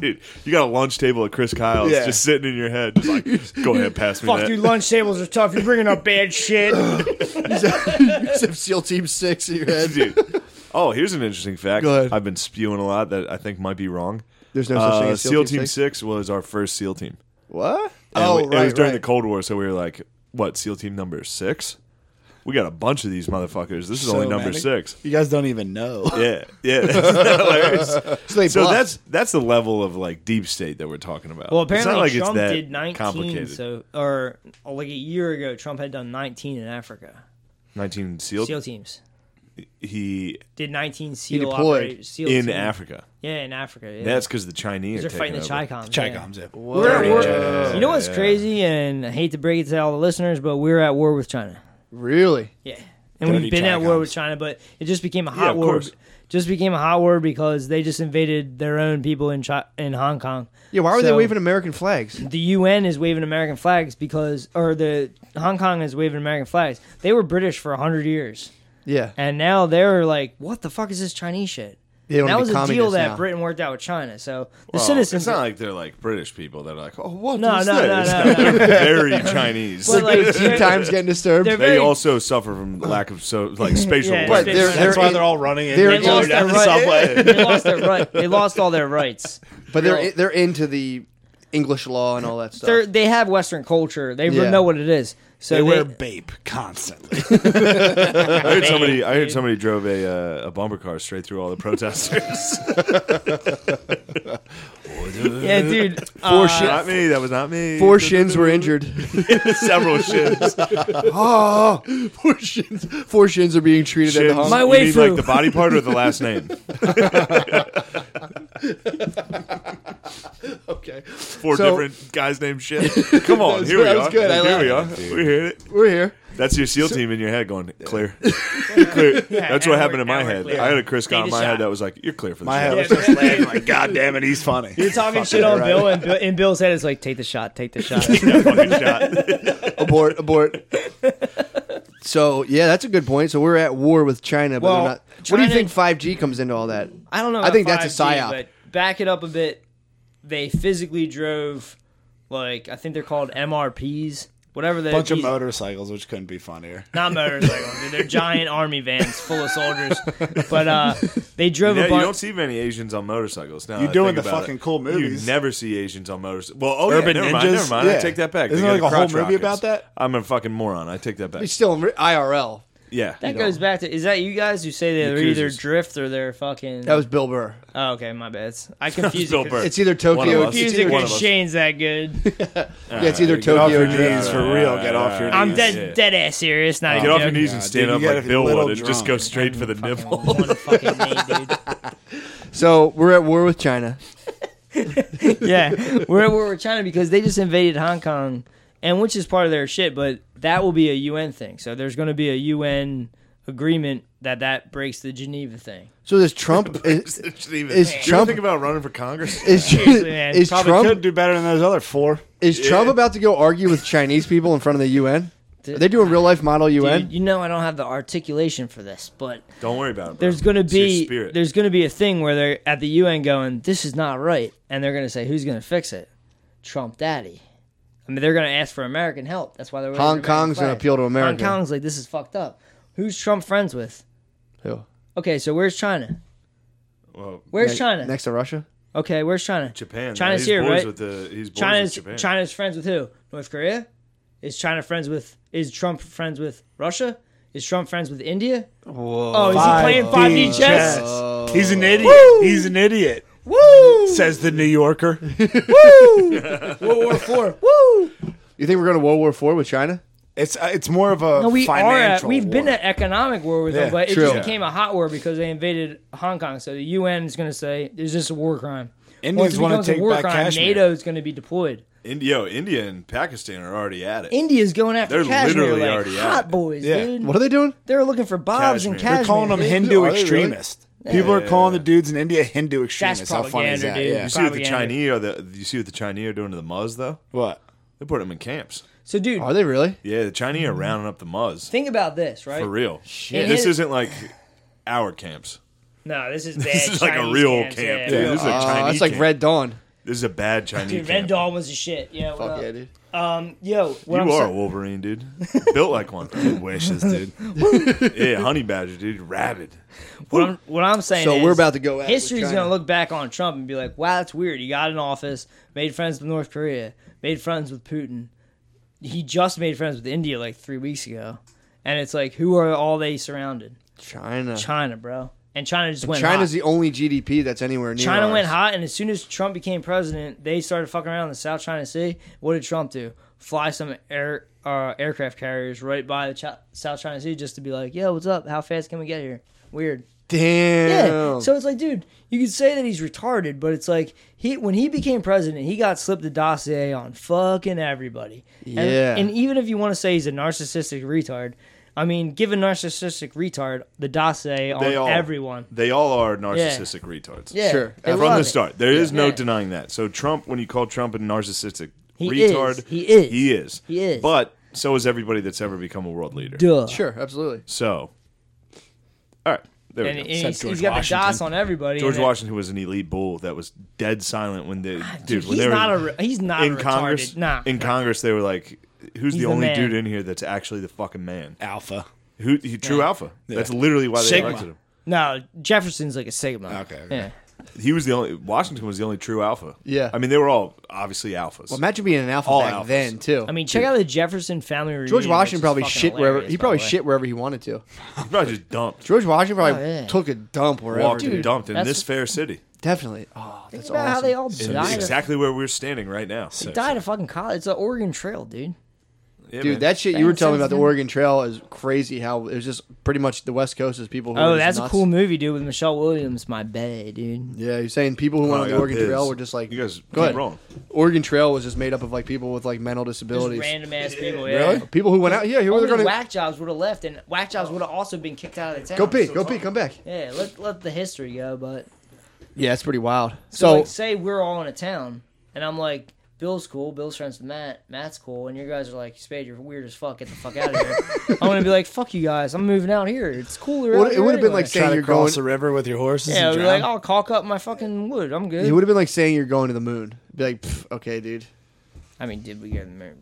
[SPEAKER 2] dude, you got a lunch table at Chris Kyle's
[SPEAKER 4] Yeah.
[SPEAKER 2] just sitting in your head. Just like, go ahead, pass me
[SPEAKER 3] Fuck,
[SPEAKER 2] that.
[SPEAKER 3] dude. Lunch tables are tough. You're bringing up bad shit.
[SPEAKER 1] Except SEAL Team Six in your head.
[SPEAKER 2] Dude. Oh, here's an interesting fact.
[SPEAKER 1] Go ahead.
[SPEAKER 2] I've been spewing a lot that I think might be wrong.
[SPEAKER 1] There's no such
[SPEAKER 2] Uh,
[SPEAKER 1] thing as SEAL Team
[SPEAKER 2] Team
[SPEAKER 1] Six?
[SPEAKER 2] Six was our first SEAL team.
[SPEAKER 1] What?
[SPEAKER 2] And
[SPEAKER 1] oh,
[SPEAKER 2] we-
[SPEAKER 1] right,
[SPEAKER 2] it was during
[SPEAKER 1] right.
[SPEAKER 2] the Cold War, so we were like, what, SEAL team number six? We got a bunch of these motherfuckers. This is only
[SPEAKER 4] So
[SPEAKER 2] number
[SPEAKER 4] many.
[SPEAKER 2] six.
[SPEAKER 4] You guys don't even know.
[SPEAKER 2] Yeah, yeah. Hilarious.
[SPEAKER 1] So, they
[SPEAKER 2] so
[SPEAKER 1] bluffed.
[SPEAKER 2] that's that's the level of like deep state that we're talking about.
[SPEAKER 3] Well,
[SPEAKER 2] It's not
[SPEAKER 3] apparently
[SPEAKER 2] like it's
[SPEAKER 3] Trump
[SPEAKER 2] that
[SPEAKER 3] did 19,
[SPEAKER 2] complicated.
[SPEAKER 3] so or oh, like a year ago, Trump had done 19 in Africa.
[SPEAKER 2] Nineteen SEAL.
[SPEAKER 3] SEAL teams
[SPEAKER 2] He
[SPEAKER 3] did 19 SEAL
[SPEAKER 1] deployed
[SPEAKER 3] operate- SEAL
[SPEAKER 2] in
[SPEAKER 3] team-
[SPEAKER 2] Africa.
[SPEAKER 3] Yeah, in Africa. Yeah.
[SPEAKER 2] That's because the Chinese
[SPEAKER 3] they're
[SPEAKER 2] are
[SPEAKER 3] fighting the
[SPEAKER 2] taking over.
[SPEAKER 3] Chicoms.
[SPEAKER 4] Chai
[SPEAKER 3] yeah.
[SPEAKER 4] comes in.
[SPEAKER 3] We're at
[SPEAKER 2] Dirty
[SPEAKER 3] war.
[SPEAKER 2] China.
[SPEAKER 3] You know what's
[SPEAKER 2] Yeah.
[SPEAKER 3] crazy, and I hate to break it to all the listeners, but we're at war with China.
[SPEAKER 1] really
[SPEAKER 3] Yeah, and
[SPEAKER 4] Dirty
[SPEAKER 3] we've been at
[SPEAKER 4] Chai
[SPEAKER 3] war
[SPEAKER 4] comes.
[SPEAKER 3] with China, but it just became a hot
[SPEAKER 2] of
[SPEAKER 3] war.
[SPEAKER 2] course.
[SPEAKER 3] Just became a hot war because they just invaded their own people in Chi- in Hong Kong.
[SPEAKER 1] yeah. Why were they
[SPEAKER 3] So-
[SPEAKER 1] waving American flags?
[SPEAKER 3] the UN is waving American flags because, or the Hong Kong is waving American flags. They were British for hundred years,
[SPEAKER 1] Yeah,
[SPEAKER 3] and now they're like, "What the fuck is this Chinese shit?"
[SPEAKER 1] They wanna
[SPEAKER 3] that
[SPEAKER 1] be
[SPEAKER 3] was a deal
[SPEAKER 1] communists
[SPEAKER 3] that
[SPEAKER 1] now.
[SPEAKER 3] Britain worked out with China. So the
[SPEAKER 2] Well,
[SPEAKER 3] citizens,
[SPEAKER 2] It's not like they're like British people. They're like, oh, what
[SPEAKER 3] No,
[SPEAKER 2] is
[SPEAKER 3] no, no,
[SPEAKER 2] this?
[SPEAKER 3] no, no.
[SPEAKER 2] They're very Chinese.
[SPEAKER 3] But, like,
[SPEAKER 1] tea
[SPEAKER 3] they're-
[SPEAKER 1] time's getting disturbed.
[SPEAKER 3] they're
[SPEAKER 2] they
[SPEAKER 3] very-
[SPEAKER 2] also suffer from lack of so like spatial
[SPEAKER 3] Yeah,
[SPEAKER 2] awareness.
[SPEAKER 1] but they're,
[SPEAKER 3] That's
[SPEAKER 1] they're
[SPEAKER 4] That's why
[SPEAKER 1] in-
[SPEAKER 4] they're all running in.
[SPEAKER 1] they're
[SPEAKER 4] each
[SPEAKER 3] they
[SPEAKER 1] in-
[SPEAKER 4] other
[SPEAKER 3] lost their
[SPEAKER 4] down the
[SPEAKER 3] right.
[SPEAKER 4] subway.
[SPEAKER 3] they lost their right. They lost all their rights.
[SPEAKER 1] but they're they're into the English law and all that stuff.
[SPEAKER 3] They're, they have Western culture. They
[SPEAKER 1] Yeah.
[SPEAKER 3] know what it is. So
[SPEAKER 4] They
[SPEAKER 3] they,
[SPEAKER 4] wear Bape constantly.
[SPEAKER 2] I heard somebody. I heard somebody drove a uh, a bumper car straight through all the protesters.
[SPEAKER 3] yeah, dude.
[SPEAKER 1] Four
[SPEAKER 3] uh,
[SPEAKER 1] shit-
[SPEAKER 2] not me. That was not me.
[SPEAKER 1] Four shins were injured.
[SPEAKER 2] several shins.
[SPEAKER 1] oh, four shins. Four shins are being treated at the
[SPEAKER 2] shins.
[SPEAKER 1] Hong
[SPEAKER 3] My
[SPEAKER 2] You
[SPEAKER 3] way
[SPEAKER 2] mean,
[SPEAKER 3] through.
[SPEAKER 2] like the body part or the last name.
[SPEAKER 1] Okay,
[SPEAKER 2] Four
[SPEAKER 1] So-
[SPEAKER 2] different guys named shit. Come on,
[SPEAKER 1] was-
[SPEAKER 2] here we
[SPEAKER 1] that
[SPEAKER 2] are.
[SPEAKER 1] was good. I
[SPEAKER 2] Here we are.
[SPEAKER 1] like
[SPEAKER 2] We heard it.
[SPEAKER 1] we're here.
[SPEAKER 2] That's your SEAL team in your head going clear. You're clear. That's
[SPEAKER 3] now
[SPEAKER 2] what happened
[SPEAKER 3] we're-
[SPEAKER 2] in my
[SPEAKER 3] now we're
[SPEAKER 2] head.
[SPEAKER 3] clear.
[SPEAKER 2] I had a Chris Kyle in
[SPEAKER 3] Need
[SPEAKER 2] my
[SPEAKER 3] a
[SPEAKER 2] head
[SPEAKER 3] shot.
[SPEAKER 2] that was like, "You're clear for the
[SPEAKER 4] My head
[SPEAKER 2] shot."
[SPEAKER 4] was just laying like, God damn it, he's funny.
[SPEAKER 3] You're talking shit on Bill, and Bill, in Bill's head, it's like, take the shot, take the shot.
[SPEAKER 2] Fucking shot.
[SPEAKER 1] Abort, abort. So yeah, that's a good point. So we're at war with China, but
[SPEAKER 3] Well,
[SPEAKER 1] we're not. what do you
[SPEAKER 3] China-
[SPEAKER 1] think? Five G comes into all that?
[SPEAKER 3] I don't know.
[SPEAKER 1] I
[SPEAKER 3] about
[SPEAKER 1] think that's a
[SPEAKER 3] 5G,
[SPEAKER 1] psyop.
[SPEAKER 3] But back it up a bit. They physically drove, like I think they're called MRPs, whatever they.
[SPEAKER 4] bunch of
[SPEAKER 3] these-
[SPEAKER 4] motorcycles, which couldn't be funnier.
[SPEAKER 3] Not motorcycles. dude, they're giant army vans full of soldiers. But uh, they drove
[SPEAKER 2] Yeah,
[SPEAKER 3] a
[SPEAKER 2] you don't
[SPEAKER 3] bunch.
[SPEAKER 2] see many Asians on motorcycles now.
[SPEAKER 4] You
[SPEAKER 2] that I
[SPEAKER 4] doing
[SPEAKER 2] think
[SPEAKER 4] the
[SPEAKER 2] about it.
[SPEAKER 4] fucking cool movies.
[SPEAKER 2] You never see Asians on motorcycles. Well, oh
[SPEAKER 4] Urban
[SPEAKER 2] yeah, never mind,
[SPEAKER 4] Ninjas?
[SPEAKER 2] never mind. I
[SPEAKER 4] Yeah.
[SPEAKER 2] take that back.
[SPEAKER 4] Isn't
[SPEAKER 2] They
[SPEAKER 4] there
[SPEAKER 2] got
[SPEAKER 4] like a
[SPEAKER 2] crotch
[SPEAKER 4] whole movie
[SPEAKER 2] rockets.
[SPEAKER 4] about that?
[SPEAKER 2] I'm a fucking moron. I take that back.
[SPEAKER 1] It's still in IRL.
[SPEAKER 2] Yeah,
[SPEAKER 3] that goes back to is that you guys who say they're
[SPEAKER 2] Yakuza's.
[SPEAKER 3] either drift or they're fucking.
[SPEAKER 1] That was Bill Burr.
[SPEAKER 3] oh, okay, my bad. It's- I confuse
[SPEAKER 2] Bill
[SPEAKER 3] it. 'cause-
[SPEAKER 2] Burr.
[SPEAKER 1] It's either
[SPEAKER 2] One of
[SPEAKER 1] Tokyo.
[SPEAKER 2] us.
[SPEAKER 1] It's
[SPEAKER 3] Confuse
[SPEAKER 1] either,
[SPEAKER 3] it
[SPEAKER 2] One of
[SPEAKER 3] because
[SPEAKER 2] us.
[SPEAKER 3] Shane's that good.
[SPEAKER 1] yeah, it's either
[SPEAKER 4] Get off
[SPEAKER 1] Tokyo. Uh,
[SPEAKER 4] your
[SPEAKER 1] or Japan.
[SPEAKER 4] knees for real. Get off your knees.
[SPEAKER 3] I'm dead,
[SPEAKER 2] Yeah.
[SPEAKER 3] dead ass serious. Not
[SPEAKER 2] Get
[SPEAKER 3] a
[SPEAKER 2] off your
[SPEAKER 3] joke.
[SPEAKER 2] knees and
[SPEAKER 4] Nah,
[SPEAKER 2] stand
[SPEAKER 4] dude,
[SPEAKER 2] up
[SPEAKER 4] you
[SPEAKER 2] like
[SPEAKER 4] gotta
[SPEAKER 2] Bill
[SPEAKER 4] be a
[SPEAKER 2] would,
[SPEAKER 4] little
[SPEAKER 2] and just
[SPEAKER 4] drunk.
[SPEAKER 2] go straight for the nipple.
[SPEAKER 3] One fucking knee, dude.
[SPEAKER 1] So we're at war with China.
[SPEAKER 3] yeah, we're at war with China because they just invaded Hong Kong, and which is part of their shit. But that will be a UN thing. So there's going to be a UN agreement that that breaks the Geneva thing.
[SPEAKER 1] So does Trump? is,
[SPEAKER 2] Is
[SPEAKER 1] You ever Trump-
[SPEAKER 2] think
[SPEAKER 1] think
[SPEAKER 2] about running for Congress?
[SPEAKER 1] is,
[SPEAKER 3] man.
[SPEAKER 1] is
[SPEAKER 4] Probably
[SPEAKER 1] Trump
[SPEAKER 4] could do better than those other four.
[SPEAKER 1] is Trump about to go argue with Chinese people in front of the UN? Are they doing real life model UN?
[SPEAKER 3] Dude, you know I don't have the articulation for this, but
[SPEAKER 2] Don't worry about it. Bro.
[SPEAKER 3] there's going to
[SPEAKER 2] It's your
[SPEAKER 3] be
[SPEAKER 2] spirit.
[SPEAKER 3] there's going to be a thing where they're at the UN going, this is not right, and they're going to say, who's going to fix it? Trump Daddy. I mean, they're going to ask for American help. That's why they're
[SPEAKER 1] Hong
[SPEAKER 3] raising the
[SPEAKER 1] Kong's
[SPEAKER 3] flag.
[SPEAKER 1] gonna appeal to America.
[SPEAKER 3] Hong Kong's like, this is fucked up. Who's Trump friends with?
[SPEAKER 1] Who?
[SPEAKER 3] Okay, so where's China?
[SPEAKER 2] Well,
[SPEAKER 3] Where's
[SPEAKER 1] Ne-
[SPEAKER 3] China?
[SPEAKER 1] Next to Russia?
[SPEAKER 3] Okay, where's China?
[SPEAKER 2] Japan.
[SPEAKER 3] China's
[SPEAKER 2] he's
[SPEAKER 3] here,
[SPEAKER 2] boys
[SPEAKER 3] right?
[SPEAKER 2] With the, he's boys
[SPEAKER 3] China's
[SPEAKER 2] with Japan.
[SPEAKER 3] China's friends with who? North Korea? Is China friends with? Is Trump friends with Russia? Is Trump friends with India? Oh, is he playing 5D chess?
[SPEAKER 4] He's an idiot. He's an idiot.
[SPEAKER 3] Woo!
[SPEAKER 4] Says the New Yorker.
[SPEAKER 3] World War Four. Woo!
[SPEAKER 1] You think we're going to World War Four with China?
[SPEAKER 4] It's uh, it's more of a
[SPEAKER 3] No, we are. At,
[SPEAKER 4] financial.
[SPEAKER 3] we've been
[SPEAKER 4] war.
[SPEAKER 3] at economic war with
[SPEAKER 4] Yeah,
[SPEAKER 3] them, but it
[SPEAKER 1] true.
[SPEAKER 3] just
[SPEAKER 1] Yeah.
[SPEAKER 3] became a hot war because they invaded Hong Kong. So the UN is going to say, "Is this a war crime?"
[SPEAKER 4] Indians
[SPEAKER 3] Once it
[SPEAKER 4] wanna
[SPEAKER 3] becomes a
[SPEAKER 4] take
[SPEAKER 3] war
[SPEAKER 4] back
[SPEAKER 3] crime,
[SPEAKER 4] Kashmir.
[SPEAKER 3] NATO is going to be deployed.
[SPEAKER 2] India, yo, India and Pakistan are already at it.
[SPEAKER 3] India's going after
[SPEAKER 2] They're
[SPEAKER 3] Kashmir
[SPEAKER 2] literally
[SPEAKER 3] like
[SPEAKER 2] already at
[SPEAKER 3] hot
[SPEAKER 2] it.
[SPEAKER 3] boys,
[SPEAKER 4] Yeah.
[SPEAKER 3] dude.
[SPEAKER 1] What are they doing?
[SPEAKER 3] They're looking for bobs and
[SPEAKER 2] Kashmir.
[SPEAKER 3] Kashmir.
[SPEAKER 4] They're calling them
[SPEAKER 3] dude.
[SPEAKER 1] Are
[SPEAKER 4] Hindu
[SPEAKER 1] they really?
[SPEAKER 4] extremists. People are calling the dudes in India Hindu extremists. How funny is that?
[SPEAKER 3] propaganda, dude.
[SPEAKER 4] Yeah.
[SPEAKER 2] You see what the
[SPEAKER 3] propaganda.
[SPEAKER 2] Chinese are the you see what the Chinese are doing to the Muzz though?
[SPEAKER 4] What?
[SPEAKER 2] They put them in camps.
[SPEAKER 3] So, dude,
[SPEAKER 1] Are they really?
[SPEAKER 2] Yeah, the Chinese are rounding up the Muzz
[SPEAKER 3] Mm-hmm. think about this, right?
[SPEAKER 2] for real.
[SPEAKER 3] Shit.
[SPEAKER 2] This isn't like our camps.
[SPEAKER 3] No, this is bad.
[SPEAKER 2] This is like a
[SPEAKER 3] Chinese
[SPEAKER 2] real
[SPEAKER 3] camps,
[SPEAKER 2] camp.
[SPEAKER 3] yeah.
[SPEAKER 2] dude. This is a
[SPEAKER 1] Uh,
[SPEAKER 2] Chinese.
[SPEAKER 1] that's like
[SPEAKER 2] camp.
[SPEAKER 1] Red Dawn.
[SPEAKER 2] This is a bad Chinese.
[SPEAKER 3] Dude,
[SPEAKER 2] camp.
[SPEAKER 3] Red Dawn was the shit. Yeah, what up?
[SPEAKER 1] Fuck yeah, dude.
[SPEAKER 3] Um, yo, what
[SPEAKER 2] You
[SPEAKER 3] I'm
[SPEAKER 2] are a
[SPEAKER 3] saying-
[SPEAKER 2] Wolverine, dude. Built like one. Dude, wishes, dude. yeah, honey badger, dude. Rabid.
[SPEAKER 3] what I'm, what I'm saying.
[SPEAKER 1] So
[SPEAKER 3] is
[SPEAKER 1] we're about to go at it with
[SPEAKER 3] History's
[SPEAKER 1] China.
[SPEAKER 3] gonna look back on Trump and be like, "Wow, that's weird. He got in office, made friends with North Korea, made friends with Putin. He just made friends with India like three weeks ago, and it's like, who are all they surrounded?
[SPEAKER 1] China.
[SPEAKER 3] China, bro. And China just went.
[SPEAKER 1] China's
[SPEAKER 3] hot.
[SPEAKER 1] the only GDP that's anywhere near.
[SPEAKER 3] China
[SPEAKER 1] ours.
[SPEAKER 3] went hot, and as soon as Trump became president, they started fucking around in the South China Sea. What did Trump do? Fly some air uh, aircraft carriers right by the Chi- South China Sea just to be like, "Yo, what's up? How fast can we get here?" Weird.
[SPEAKER 1] Damn.
[SPEAKER 3] Yeah. So it's like, dude, you could say that he's retarded, but it's like he when he became president, he got slipped the dossier on fucking everybody. And-
[SPEAKER 1] Yeah.
[SPEAKER 3] And, even if you want to say he's a narcissistic retard, I mean, give a narcissistic retard the dossier on
[SPEAKER 2] They all
[SPEAKER 3] everyone.
[SPEAKER 2] They all are narcissistic retards.
[SPEAKER 3] Yeah.
[SPEAKER 1] Sure.
[SPEAKER 3] they
[SPEAKER 1] From
[SPEAKER 2] From
[SPEAKER 3] love
[SPEAKER 2] the
[SPEAKER 3] it.
[SPEAKER 2] start, there is no
[SPEAKER 3] Yeah.
[SPEAKER 2] denying that. So Trump, when you call Trump a narcissistic
[SPEAKER 3] He
[SPEAKER 2] retard,
[SPEAKER 3] is. He is.
[SPEAKER 2] He is.
[SPEAKER 3] He is.
[SPEAKER 2] But so is everybody that's ever become a world leader.
[SPEAKER 3] Duh.
[SPEAKER 1] Sure, absolutely.
[SPEAKER 2] So, all right, there we
[SPEAKER 3] And, and
[SPEAKER 2] go.
[SPEAKER 3] he's,
[SPEAKER 4] George
[SPEAKER 3] he's got
[SPEAKER 4] Washington.
[SPEAKER 3] the DOS on everybody.
[SPEAKER 2] George
[SPEAKER 3] and it-
[SPEAKER 2] Washington was an elite bull that was dead silent when they, dude, when
[SPEAKER 3] Ah, he's
[SPEAKER 2] they were
[SPEAKER 3] not a re- he's not
[SPEAKER 2] in
[SPEAKER 3] a retarded.
[SPEAKER 2] Congress.
[SPEAKER 3] Nah.
[SPEAKER 2] in Congress, they were like, "Who's
[SPEAKER 3] He's
[SPEAKER 2] the
[SPEAKER 3] the
[SPEAKER 2] only
[SPEAKER 3] man.
[SPEAKER 2] dude in here that's actually the fucking man?
[SPEAKER 4] Alpha.
[SPEAKER 2] Who he, true alpha? That's literally why they
[SPEAKER 4] Sigma.
[SPEAKER 2] elected him.
[SPEAKER 3] no, Jefferson's like a sigma.
[SPEAKER 4] Okay, okay.
[SPEAKER 3] Yeah.
[SPEAKER 2] He was the only Washington was the only true alpha.
[SPEAKER 1] Yeah.
[SPEAKER 2] I mean they were all obviously alphas.
[SPEAKER 1] Well, imagine being an alpha
[SPEAKER 2] All
[SPEAKER 1] back
[SPEAKER 2] alphas.
[SPEAKER 1] then too.
[SPEAKER 3] I mean, check out the Jefferson family reunion.
[SPEAKER 1] George Washington
[SPEAKER 3] which is
[SPEAKER 1] probably
[SPEAKER 3] fucking
[SPEAKER 1] shit wherever
[SPEAKER 3] hilarious,
[SPEAKER 1] he
[SPEAKER 3] by
[SPEAKER 1] probably
[SPEAKER 3] the way.
[SPEAKER 1] shit wherever he wanted to.
[SPEAKER 2] He probably just dumped,
[SPEAKER 1] George Washington probably
[SPEAKER 3] Oh, yeah.
[SPEAKER 1] took a dump wherever.
[SPEAKER 2] walked
[SPEAKER 1] Dude.
[SPEAKER 2] and dumped in
[SPEAKER 3] that's-
[SPEAKER 2] this fair city.
[SPEAKER 1] Definitely. Oh,
[SPEAKER 3] Think
[SPEAKER 1] that's
[SPEAKER 3] about
[SPEAKER 1] awesome.
[SPEAKER 3] how they all
[SPEAKER 2] It's
[SPEAKER 3] died. of-
[SPEAKER 2] exactly where we're standing right now.
[SPEAKER 3] They died of fucking college. It's the Oregon Trail, dude.
[SPEAKER 2] Yeah, man.
[SPEAKER 1] Dude, that shit you were
[SPEAKER 3] That
[SPEAKER 1] telling me about
[SPEAKER 3] sounds
[SPEAKER 1] the
[SPEAKER 3] good.
[SPEAKER 1] Oregon Trail is crazy. How it was just pretty much the West Coast is people. Who
[SPEAKER 3] Oh,
[SPEAKER 1] were just
[SPEAKER 3] that's a
[SPEAKER 1] nuts.
[SPEAKER 3] cool movie, dude, with Michelle Williams. My bae, dude.
[SPEAKER 1] Yeah, you're saying people who
[SPEAKER 2] Oh,
[SPEAKER 1] went
[SPEAKER 2] I
[SPEAKER 1] on the
[SPEAKER 2] got
[SPEAKER 1] Oregon Trail
[SPEAKER 2] pissed.
[SPEAKER 1] were just like
[SPEAKER 2] You guys
[SPEAKER 1] Go
[SPEAKER 2] keep
[SPEAKER 1] ahead.
[SPEAKER 2] wrong.
[SPEAKER 1] Oregon Trail was just made up of like people with like mental
[SPEAKER 3] Just
[SPEAKER 1] disabilities.
[SPEAKER 3] random ass people. Yeah.
[SPEAKER 4] Really?
[SPEAKER 1] People who went out here, who were
[SPEAKER 3] Only
[SPEAKER 1] going to
[SPEAKER 3] whack jobs would have left, and whack jobs would have also been kicked out of the town.
[SPEAKER 1] go pee, go pee, come back.
[SPEAKER 3] Yeah, let let the history go. But
[SPEAKER 1] Yeah, it's pretty wild.
[SPEAKER 3] so,
[SPEAKER 1] So,
[SPEAKER 3] like, say we're all in a town, and I'm like, Bill's cool, Bill's friends with Matt, Matt's cool, and you guys are like, Spade, you're weird as fuck. Get the fuck out of here. I'm gonna be like, fuck you guys. I'm moving out here. It's cooler.
[SPEAKER 1] Well,
[SPEAKER 3] out
[SPEAKER 1] it
[SPEAKER 3] here
[SPEAKER 1] would have been
[SPEAKER 3] anyway."
[SPEAKER 1] like
[SPEAKER 4] Try
[SPEAKER 1] saying
[SPEAKER 4] to
[SPEAKER 1] you're
[SPEAKER 4] cross
[SPEAKER 1] going.
[SPEAKER 4] the river with your horses
[SPEAKER 3] yeah,
[SPEAKER 4] and
[SPEAKER 3] I'd be
[SPEAKER 4] drown.
[SPEAKER 3] like, I'll caulk up my fucking wood. I'm
[SPEAKER 1] It
[SPEAKER 3] good.
[SPEAKER 1] would have been like saying you're going to the moon. Be like, "Pff, okay, dude.
[SPEAKER 3] I mean, did we get the moon?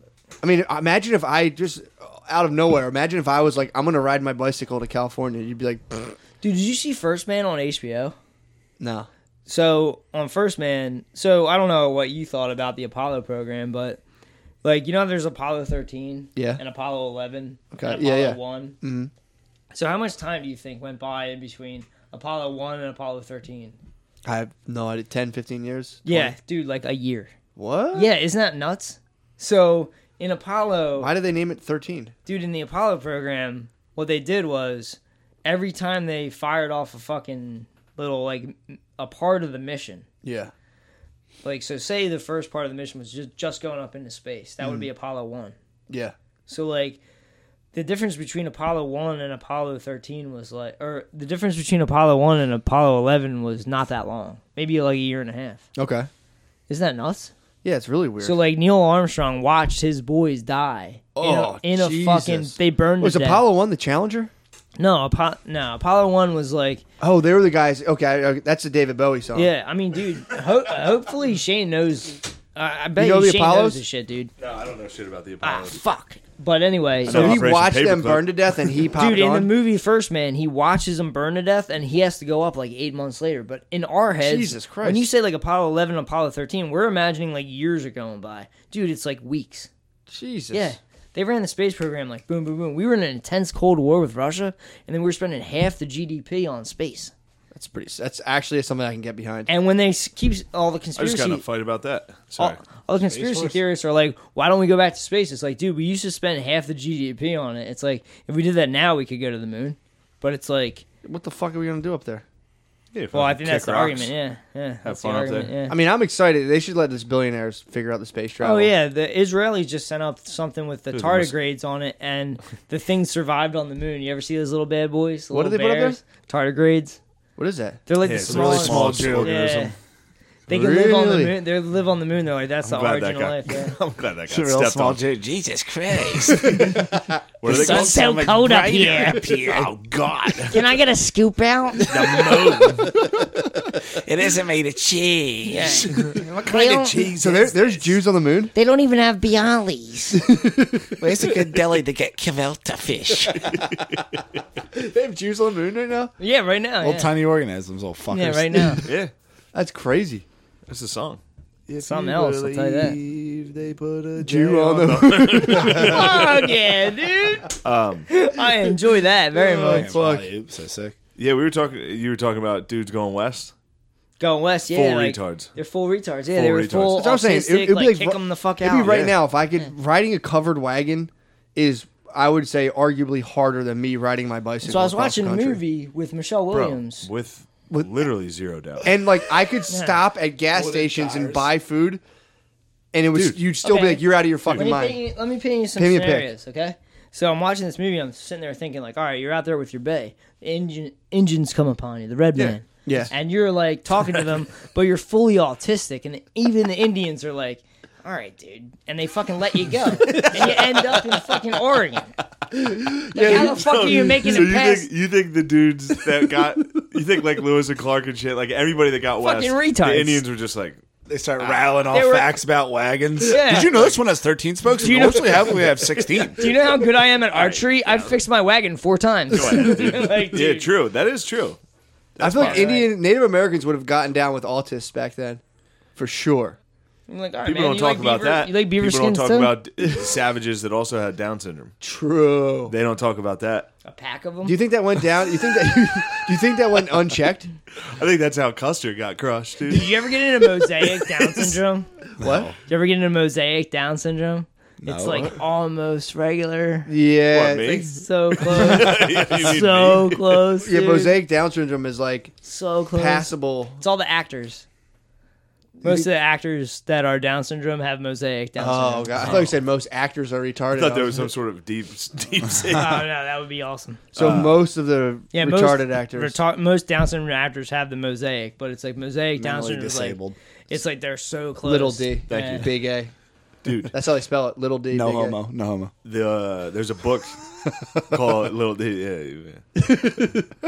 [SPEAKER 1] I mean, imagine if I just out of nowhere. Imagine if I was like, I'm going to ride my bicycle to California. You'd be like, "Pff,
[SPEAKER 3] Dude, did you see First Man on HBO?
[SPEAKER 1] no.
[SPEAKER 3] so on first man so i don't know what you thought about the apollo program but like you know there's apollo 13
[SPEAKER 1] Yeah.
[SPEAKER 3] and apollo 11
[SPEAKER 1] Okay,
[SPEAKER 3] and apollo
[SPEAKER 1] yeah, yeah.
[SPEAKER 3] 1 mm-hmm. so how much time do you think went by in between apollo 1 and apollo 13
[SPEAKER 1] I have no idea. 10, 15 years.
[SPEAKER 3] yeah dude like a year
[SPEAKER 1] What?
[SPEAKER 3] yeah isn't that nuts so in apollo
[SPEAKER 1] Why did they name it 13?
[SPEAKER 3] dude in the apollo program what they did was every time they fired off a fucking little like m- a part of the mission
[SPEAKER 1] Yeah.
[SPEAKER 3] Like, so say the first part of the mission was just, just going up into space. That would
[SPEAKER 1] Hmm.
[SPEAKER 3] be Apollo 1.
[SPEAKER 1] Yeah.
[SPEAKER 3] So, like, the difference between Apollo 1 and Apollo 13 was like, or the difference between Apollo 1 and Apollo 11 was not that long. Maybe like a year and a half.
[SPEAKER 1] Okay.
[SPEAKER 3] Isn't that nuts?
[SPEAKER 1] Yeah, it's really weird.
[SPEAKER 3] So like Neil Armstrong watched his boys die. in a-
[SPEAKER 1] Oh,
[SPEAKER 3] in a,
[SPEAKER 1] Jesus.
[SPEAKER 3] fucking they burned.
[SPEAKER 1] was
[SPEAKER 3] to death.
[SPEAKER 1] Apollo one the Challenger?
[SPEAKER 3] No, Apollo. No, Apollo One was like,
[SPEAKER 1] Oh, they were the guys. Okay, I, I- that's a David Bowie song.
[SPEAKER 3] yeah. I mean, dude. Ho- hopefully, Shane knows. I I bet
[SPEAKER 1] know
[SPEAKER 3] you
[SPEAKER 1] the
[SPEAKER 3] Shane
[SPEAKER 1] Apollos?
[SPEAKER 3] knows this shit, dude.
[SPEAKER 2] No, I don't know shit about the
[SPEAKER 3] Ah,
[SPEAKER 2] Apollo.
[SPEAKER 3] fuck. But anyway,
[SPEAKER 1] So he
[SPEAKER 2] Operation
[SPEAKER 1] watched them
[SPEAKER 2] Paperclip.
[SPEAKER 1] burn to death, and he popped
[SPEAKER 3] dude, in
[SPEAKER 1] on.
[SPEAKER 3] the movie First Man, he watches them burn to death, and he has to go up like eight months later. But in our heads,
[SPEAKER 1] Jesus Christ.
[SPEAKER 3] when you say like Apollo Eleven, Apollo Thirteen, we're imagining like years are going by, dude. It's like weeks.
[SPEAKER 1] Jesus.
[SPEAKER 3] Yeah. They ran the space program like boom, boom, boom. We were in an intense Cold War with Russia, and then we were spending half the GDP on space.
[SPEAKER 1] that's pretty. That's actually something I can get behind.
[SPEAKER 3] And when they s- keep s- all the
[SPEAKER 2] I just
[SPEAKER 3] conspiracy,
[SPEAKER 2] got in a fight about that.
[SPEAKER 3] all,
[SPEAKER 2] Sorry.
[SPEAKER 3] all the conspiracy
[SPEAKER 4] Force?
[SPEAKER 3] theorists are like, why don't we go back to space? It's like, dude, we used to spend half the GDP on it. It's like if we did that now, we could go to the moon. But it's like,
[SPEAKER 1] what the fuck are we gonna do up there?
[SPEAKER 2] Yeah,
[SPEAKER 3] well, I
[SPEAKER 2] fucking
[SPEAKER 3] think that's the
[SPEAKER 2] kick rocks.
[SPEAKER 3] argument. Yeah, yeah, that's the
[SPEAKER 2] fun up there.
[SPEAKER 3] argument. Yeah.
[SPEAKER 1] I mean, I'm excited. They should let this billionaires figure out the space travel.
[SPEAKER 3] Oh yeah, the Israelis just sent up something with the
[SPEAKER 2] the most-
[SPEAKER 3] tardigrades on it, and the thing survived on the moon. You ever see those little bad boys? The
[SPEAKER 1] What do
[SPEAKER 3] little
[SPEAKER 1] they put up there?
[SPEAKER 3] bears? Tardigrades.
[SPEAKER 1] What is that?
[SPEAKER 3] They're like
[SPEAKER 2] Yeah,
[SPEAKER 3] the
[SPEAKER 2] it's a really
[SPEAKER 3] smallest.
[SPEAKER 2] small
[SPEAKER 4] smallest
[SPEAKER 2] organism.
[SPEAKER 3] yeah. They can live on the
[SPEAKER 1] Really?
[SPEAKER 3] moon. They live on the moon. They're like that's
[SPEAKER 2] I'm
[SPEAKER 3] the
[SPEAKER 2] glad that
[SPEAKER 3] original
[SPEAKER 2] guy.
[SPEAKER 3] life. Yeah.
[SPEAKER 2] I'm glad that
[SPEAKER 3] oh,
[SPEAKER 4] It's a
[SPEAKER 2] guy
[SPEAKER 4] real
[SPEAKER 2] stepped
[SPEAKER 4] small
[SPEAKER 2] on.
[SPEAKER 4] J. Jesus Christ.
[SPEAKER 2] What are they called?
[SPEAKER 3] so cold up here.
[SPEAKER 4] up here. Oh, God.
[SPEAKER 3] Can I get a scoop out?
[SPEAKER 4] It isn't made of cheese.
[SPEAKER 3] Yeah.
[SPEAKER 4] What
[SPEAKER 5] They don't-
[SPEAKER 1] So there, there's Jews on the moon.
[SPEAKER 5] They don't even have Bialys.
[SPEAKER 4] Where's a good deli to get Cavelta fish?
[SPEAKER 1] They have Jews on the moon right now.
[SPEAKER 3] yeah, right now.
[SPEAKER 4] Little
[SPEAKER 3] yeah.
[SPEAKER 4] tiny organisms, little fuckers.
[SPEAKER 3] Yeah, right now.
[SPEAKER 2] Yeah,
[SPEAKER 1] That's crazy.
[SPEAKER 2] that's the song.
[SPEAKER 3] Something else, I'll tell you that.
[SPEAKER 2] that. They put a
[SPEAKER 1] Jew on the
[SPEAKER 3] Fuck yeah, dude.
[SPEAKER 2] Um,
[SPEAKER 3] I enjoy that very much.
[SPEAKER 1] fuck.
[SPEAKER 4] Oops, so sick.
[SPEAKER 2] Yeah, we were talking. You were talking about dudes going west.
[SPEAKER 3] Going west, yeah.
[SPEAKER 2] Full
[SPEAKER 3] like,
[SPEAKER 2] retards.
[SPEAKER 3] They're full retards. Yeah,
[SPEAKER 2] Full
[SPEAKER 3] they were
[SPEAKER 2] retards.
[SPEAKER 3] full.
[SPEAKER 1] That's what I'm saying.
[SPEAKER 3] autistic,
[SPEAKER 1] It- it'd be
[SPEAKER 3] like,
[SPEAKER 1] like
[SPEAKER 3] kick
[SPEAKER 1] ri-
[SPEAKER 3] them the fuck
[SPEAKER 1] Maybe
[SPEAKER 3] out.
[SPEAKER 1] right
[SPEAKER 2] Yeah.
[SPEAKER 1] now, if I could riding a covered wagon is, I would say, arguably harder than me riding my bicycle.
[SPEAKER 3] So I was
[SPEAKER 1] across
[SPEAKER 3] watching
[SPEAKER 1] the
[SPEAKER 3] a
[SPEAKER 1] country.
[SPEAKER 3] movie with Michelle
[SPEAKER 2] Bro,
[SPEAKER 3] Williams.
[SPEAKER 2] with, literally zero doubt.
[SPEAKER 1] and like I could stop at gas
[SPEAKER 4] Loaded
[SPEAKER 1] stations and
[SPEAKER 4] tires.
[SPEAKER 1] buy food, and it was
[SPEAKER 2] Dude.
[SPEAKER 1] you'd still be
[SPEAKER 3] Okay.
[SPEAKER 1] like, you're out of your fucking
[SPEAKER 3] Let me,
[SPEAKER 1] mind.
[SPEAKER 3] paint you, let me paint you some
[SPEAKER 1] Paint me a pic.
[SPEAKER 3] scenarios, okay? So I'm watching this movie. I'm sitting there thinking, like, all right, you're out there with your bay. The engine, engines come upon you, the red man.
[SPEAKER 1] Yeah.
[SPEAKER 3] And you're like talking to them, but you're fully autistic. And even the Indians are like, all right, dude. And they fucking let you go. and you end up in fucking Oregon. Like, how the fuck are you making
[SPEAKER 2] so
[SPEAKER 3] it
[SPEAKER 2] you
[SPEAKER 3] past
[SPEAKER 2] think you think the dudes that got you think like Lewis and Clark and shit like everybody that got west
[SPEAKER 3] Fucking retards.
[SPEAKER 2] the Indians were just like
[SPEAKER 4] They start
[SPEAKER 3] Ah,
[SPEAKER 4] rattling off
[SPEAKER 3] They were-
[SPEAKER 4] facts about wagons.
[SPEAKER 3] Yeah.
[SPEAKER 4] Did you know this one has 13 spokes?
[SPEAKER 3] you
[SPEAKER 4] We
[SPEAKER 3] know-
[SPEAKER 4] usually have we have 16.
[SPEAKER 3] Do you know how good I am at archery? I've fixed my wagon four times. like,
[SPEAKER 2] yeah
[SPEAKER 3] dude,
[SPEAKER 2] true that is true
[SPEAKER 1] I feel like
[SPEAKER 3] possible.
[SPEAKER 1] Indian Native Americans would have gotten down with autists back then, for sure.
[SPEAKER 3] I'm like, all right,
[SPEAKER 2] people
[SPEAKER 3] man,
[SPEAKER 2] don't
[SPEAKER 3] you
[SPEAKER 2] talk
[SPEAKER 3] like
[SPEAKER 2] about
[SPEAKER 3] beaver,
[SPEAKER 2] that
[SPEAKER 3] You like beaver
[SPEAKER 2] people
[SPEAKER 3] skins
[SPEAKER 2] don't
[SPEAKER 3] too?
[SPEAKER 2] talk about savages that also had Down syndrome
[SPEAKER 1] True.
[SPEAKER 2] they don't talk about that
[SPEAKER 3] a pack of them.
[SPEAKER 1] Do you think that went down? You think that? do you think that went unchecked?
[SPEAKER 2] I think that's how Custer got crushed dude
[SPEAKER 3] Did you ever get into mosaic Down syndrome?
[SPEAKER 1] What?
[SPEAKER 3] Did you ever get into mosaic Down syndrome? It's
[SPEAKER 4] No.
[SPEAKER 3] like almost regular.
[SPEAKER 1] Yeah.
[SPEAKER 2] What, me?
[SPEAKER 1] it's
[SPEAKER 3] So close.
[SPEAKER 2] You mean
[SPEAKER 3] so
[SPEAKER 2] me?
[SPEAKER 3] close.
[SPEAKER 1] like- yeah.
[SPEAKER 3] dude.
[SPEAKER 1] Mosaic Down syndrome is like
[SPEAKER 3] So close.
[SPEAKER 1] passable.
[SPEAKER 3] It's all the actors. Most of the actors that are Down syndrome have mosaic Down
[SPEAKER 1] Oh
[SPEAKER 3] syndrome.
[SPEAKER 1] god! I thought you said most actors are retarded.
[SPEAKER 2] I thought there was some sort of deep deep
[SPEAKER 3] Oh no, that would be awesome.
[SPEAKER 1] so
[SPEAKER 2] uh,
[SPEAKER 1] most of the
[SPEAKER 3] Yeah, most
[SPEAKER 1] retarded actors.
[SPEAKER 3] retar- most Down syndrome actors have the mosaic, but it's like mosaic Down
[SPEAKER 4] Mentally
[SPEAKER 3] syndrome
[SPEAKER 4] disabled.
[SPEAKER 3] is like it's like they're so close.
[SPEAKER 1] little D.
[SPEAKER 3] Yeah.
[SPEAKER 2] Thank you.
[SPEAKER 1] Big A.
[SPEAKER 2] dude
[SPEAKER 1] That's how they spell it. Little D.
[SPEAKER 4] no
[SPEAKER 1] big A.
[SPEAKER 4] homo. No homo.
[SPEAKER 2] the uh, there's a book called Little yeah, yeah.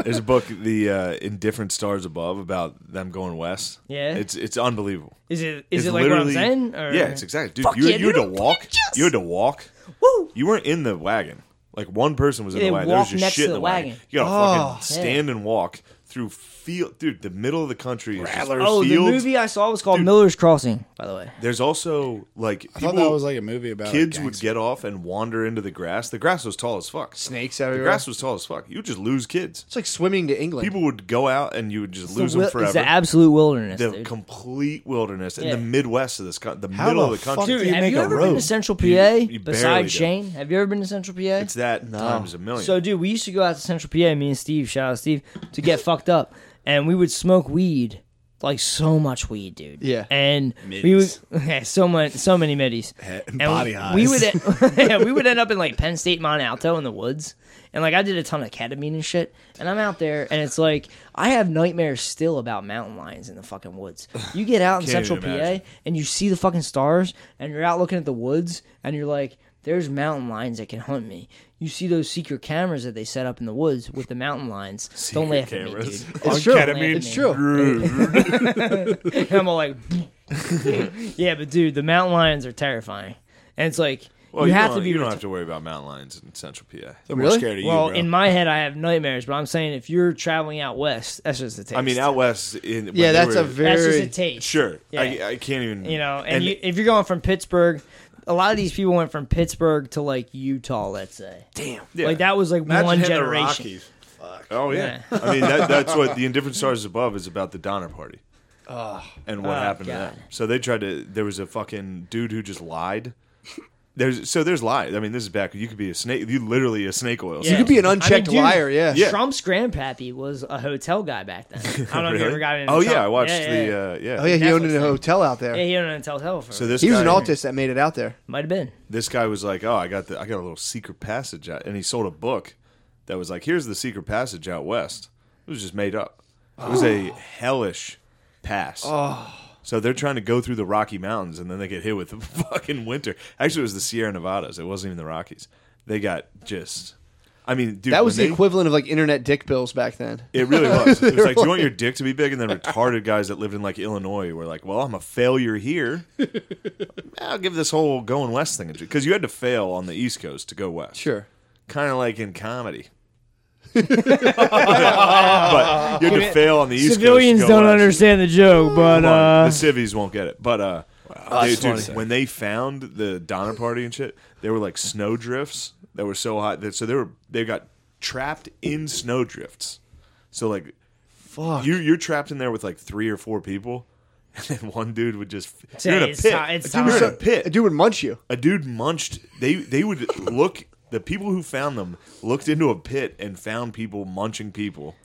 [SPEAKER 2] There's a book the uh, Indifferent Stars Above about them going west.
[SPEAKER 3] Yeah.
[SPEAKER 2] It's it's unbelievable.
[SPEAKER 3] Is it
[SPEAKER 2] It's
[SPEAKER 3] is it like what I'm
[SPEAKER 2] literally-
[SPEAKER 3] saying? Or?
[SPEAKER 2] Yeah, it's exactly. Dude,
[SPEAKER 3] Fuck
[SPEAKER 2] you,
[SPEAKER 3] yeah,
[SPEAKER 2] you had to
[SPEAKER 3] dude.
[SPEAKER 2] walk. You had to walk.
[SPEAKER 3] Woo!
[SPEAKER 2] You weren't in the wagon. Like one person was in
[SPEAKER 3] They
[SPEAKER 2] the wagon. There was
[SPEAKER 3] walked
[SPEAKER 2] just
[SPEAKER 3] next
[SPEAKER 2] shit
[SPEAKER 3] to
[SPEAKER 2] in the
[SPEAKER 3] the
[SPEAKER 2] wagon.
[SPEAKER 3] wagon.
[SPEAKER 2] You gotta
[SPEAKER 1] Oh,
[SPEAKER 2] fucking stand and walk through field, dude. The middle of the country is just
[SPEAKER 4] Rattlers.
[SPEAKER 3] Oh,
[SPEAKER 2] fields.
[SPEAKER 3] the movie I saw was called Miller's Crossing, by the way.
[SPEAKER 2] There's also like
[SPEAKER 4] I
[SPEAKER 2] people,
[SPEAKER 4] thought that was like a movie about
[SPEAKER 2] kids would get off and wander into the grass. The grass was tall as fuck.
[SPEAKER 1] Snakes
[SPEAKER 2] The
[SPEAKER 1] everywhere.
[SPEAKER 2] grass was tall as fuck. You would just lose kids.
[SPEAKER 1] It's like swimming to England.
[SPEAKER 2] People would go out and you would just lose them
[SPEAKER 3] It's the
[SPEAKER 2] forever.
[SPEAKER 3] absolute wilderness,
[SPEAKER 2] the
[SPEAKER 3] dude.
[SPEAKER 2] complete wilderness and
[SPEAKER 3] Yeah.
[SPEAKER 2] the Midwest of this country, the
[SPEAKER 4] How
[SPEAKER 2] middle
[SPEAKER 4] the
[SPEAKER 2] of the
[SPEAKER 4] fuck
[SPEAKER 2] country.
[SPEAKER 4] do
[SPEAKER 3] Dude,
[SPEAKER 4] you
[SPEAKER 3] have
[SPEAKER 4] make
[SPEAKER 3] you
[SPEAKER 4] a
[SPEAKER 3] ever been
[SPEAKER 4] road?
[SPEAKER 3] to Central PA
[SPEAKER 2] you barely
[SPEAKER 3] besides
[SPEAKER 2] do.
[SPEAKER 3] Shane? Have you ever been to Central PA?
[SPEAKER 2] It's that times a million.
[SPEAKER 3] So, dude, we used to go out to Central PA, me and Steve, shout out Steve, to get fucked up. And we would smoke weed like so much weed, dude.
[SPEAKER 1] Yeah.
[SPEAKER 3] and we
[SPEAKER 4] Middies.
[SPEAKER 3] would yeah, so much, so many middies. And
[SPEAKER 4] body
[SPEAKER 3] we,
[SPEAKER 4] highs.
[SPEAKER 3] we would en- yeah, we would end up in like Penn State Mont Alto in the woods, and like I did a ton of ketamine and shit. And I'm out there, and it's like I have nightmares still about mountain lions in the fucking woods. You get out in
[SPEAKER 2] Can't
[SPEAKER 3] Central
[SPEAKER 2] even imagine.
[SPEAKER 3] PA and you see the fucking stars, and you're out looking at the woods, and you're like. There's mountain lions that can hunt me. You see those secret cameras that they set up in the woods with the mountain lions. Don't laugh at me,
[SPEAKER 2] cameras.
[SPEAKER 3] dude.
[SPEAKER 1] It's
[SPEAKER 3] Don't
[SPEAKER 1] true.
[SPEAKER 3] laugh at me.
[SPEAKER 1] It's true.
[SPEAKER 3] And I'm all like, yeah, but dude, the mountain lions are terrifying, and it's like
[SPEAKER 2] Well,
[SPEAKER 3] you, have
[SPEAKER 2] don't,
[SPEAKER 3] to be.
[SPEAKER 2] You don't
[SPEAKER 3] ret-
[SPEAKER 2] have to worry about mountain lions in Central PA.
[SPEAKER 4] They're
[SPEAKER 1] Really?
[SPEAKER 4] more scared of you,
[SPEAKER 3] well,
[SPEAKER 4] bro.
[SPEAKER 3] in my head, I have nightmares, but I'm saying if you're traveling out west, that's just a taste.
[SPEAKER 2] I mean, out west. In, when
[SPEAKER 1] Yeah,
[SPEAKER 2] they
[SPEAKER 1] that's a
[SPEAKER 2] were-
[SPEAKER 1] very
[SPEAKER 3] that's just a taste.
[SPEAKER 2] sure.
[SPEAKER 3] Yeah.
[SPEAKER 2] I, I can't even.
[SPEAKER 3] you know, and, you, if you're going from Pittsburgh, a lot of these people went from Pittsburgh to like Utah, let's say. Damn,
[SPEAKER 2] Yeah.
[SPEAKER 3] like that was like
[SPEAKER 2] Imagine
[SPEAKER 3] one
[SPEAKER 2] hitting the
[SPEAKER 3] generation.
[SPEAKER 2] Rockies. Oh yeah. I mean that, that's what the Indifferent Stars Above is about the Donner Party. and what
[SPEAKER 3] Oh,
[SPEAKER 2] happened
[SPEAKER 3] God.
[SPEAKER 2] to them? So they tried to. There was a fucking dude who just lied. There's so there's lies. I mean, this is back. You could be a snake. You literally a snake oil.
[SPEAKER 3] Yeah.
[SPEAKER 1] You could be an unchecked
[SPEAKER 3] I mean, dude,
[SPEAKER 1] liar. Yeah.
[SPEAKER 2] Yeah.
[SPEAKER 3] Trump's grandpappy was a hotel guy back then. I don't know if you ever got into
[SPEAKER 2] Oh
[SPEAKER 3] Trump.
[SPEAKER 2] yeah, I watched
[SPEAKER 3] yeah,
[SPEAKER 2] the.
[SPEAKER 3] Yeah,
[SPEAKER 2] Uh, yeah.
[SPEAKER 1] Oh yeah, he
[SPEAKER 3] That's
[SPEAKER 1] owned
[SPEAKER 3] what's
[SPEAKER 1] a
[SPEAKER 3] up.
[SPEAKER 1] hotel out
[SPEAKER 3] Yeah,
[SPEAKER 1] there.
[SPEAKER 3] he owned an hotel for.
[SPEAKER 2] So this
[SPEAKER 1] He was
[SPEAKER 2] guy,
[SPEAKER 1] an artist that made it out there.
[SPEAKER 3] might have been.
[SPEAKER 2] This guy was like, "Oh, I got the I got a little secret passage out," and he sold a book that was like, "Here's the secret passage out west." It was just made up. It was
[SPEAKER 1] Oh.
[SPEAKER 2] a hellish pass. So they're trying to go through the Rocky Mountains, and then they get hit with the fucking winter. Actually, it was the Sierra Nevadas. It wasn't even the Rockies. They got just. I mean, dude,
[SPEAKER 1] That was
[SPEAKER 2] when
[SPEAKER 1] the
[SPEAKER 2] they-
[SPEAKER 1] equivalent of like internet dick bills back then.
[SPEAKER 2] It really was. It was like, do you want your dick to be big? And then retarded guys that lived in like Illinois were like, well, I'm a failure here. I'll give this whole going west thing a because you had to fail on the East Coast to go west.
[SPEAKER 1] Sure.
[SPEAKER 2] Kind of like in comedy. but you had to fail on the East
[SPEAKER 3] Civilians
[SPEAKER 2] Coast. to go
[SPEAKER 3] don't
[SPEAKER 2] west.
[SPEAKER 3] understand the joke, but
[SPEAKER 2] Come on,
[SPEAKER 3] uh,
[SPEAKER 2] the civvies won't get it. But uh, they-
[SPEAKER 1] that's
[SPEAKER 2] dude,
[SPEAKER 1] funny.
[SPEAKER 2] when they found the Donner Party and shit, they were like snow drifts that were so hot that so they were they got trapped in snow drifts. So like,
[SPEAKER 1] Fuck.
[SPEAKER 2] you you're trapped in there with like three or four people, and then one dude would just
[SPEAKER 3] Say,
[SPEAKER 2] you're in a
[SPEAKER 3] "It's
[SPEAKER 2] pit.
[SPEAKER 3] ti- it's
[SPEAKER 2] You're in a
[SPEAKER 3] time."
[SPEAKER 2] pit
[SPEAKER 1] A dude would munch you.
[SPEAKER 2] a dude munched they they would look the people who found them looked into a pit and found people munching people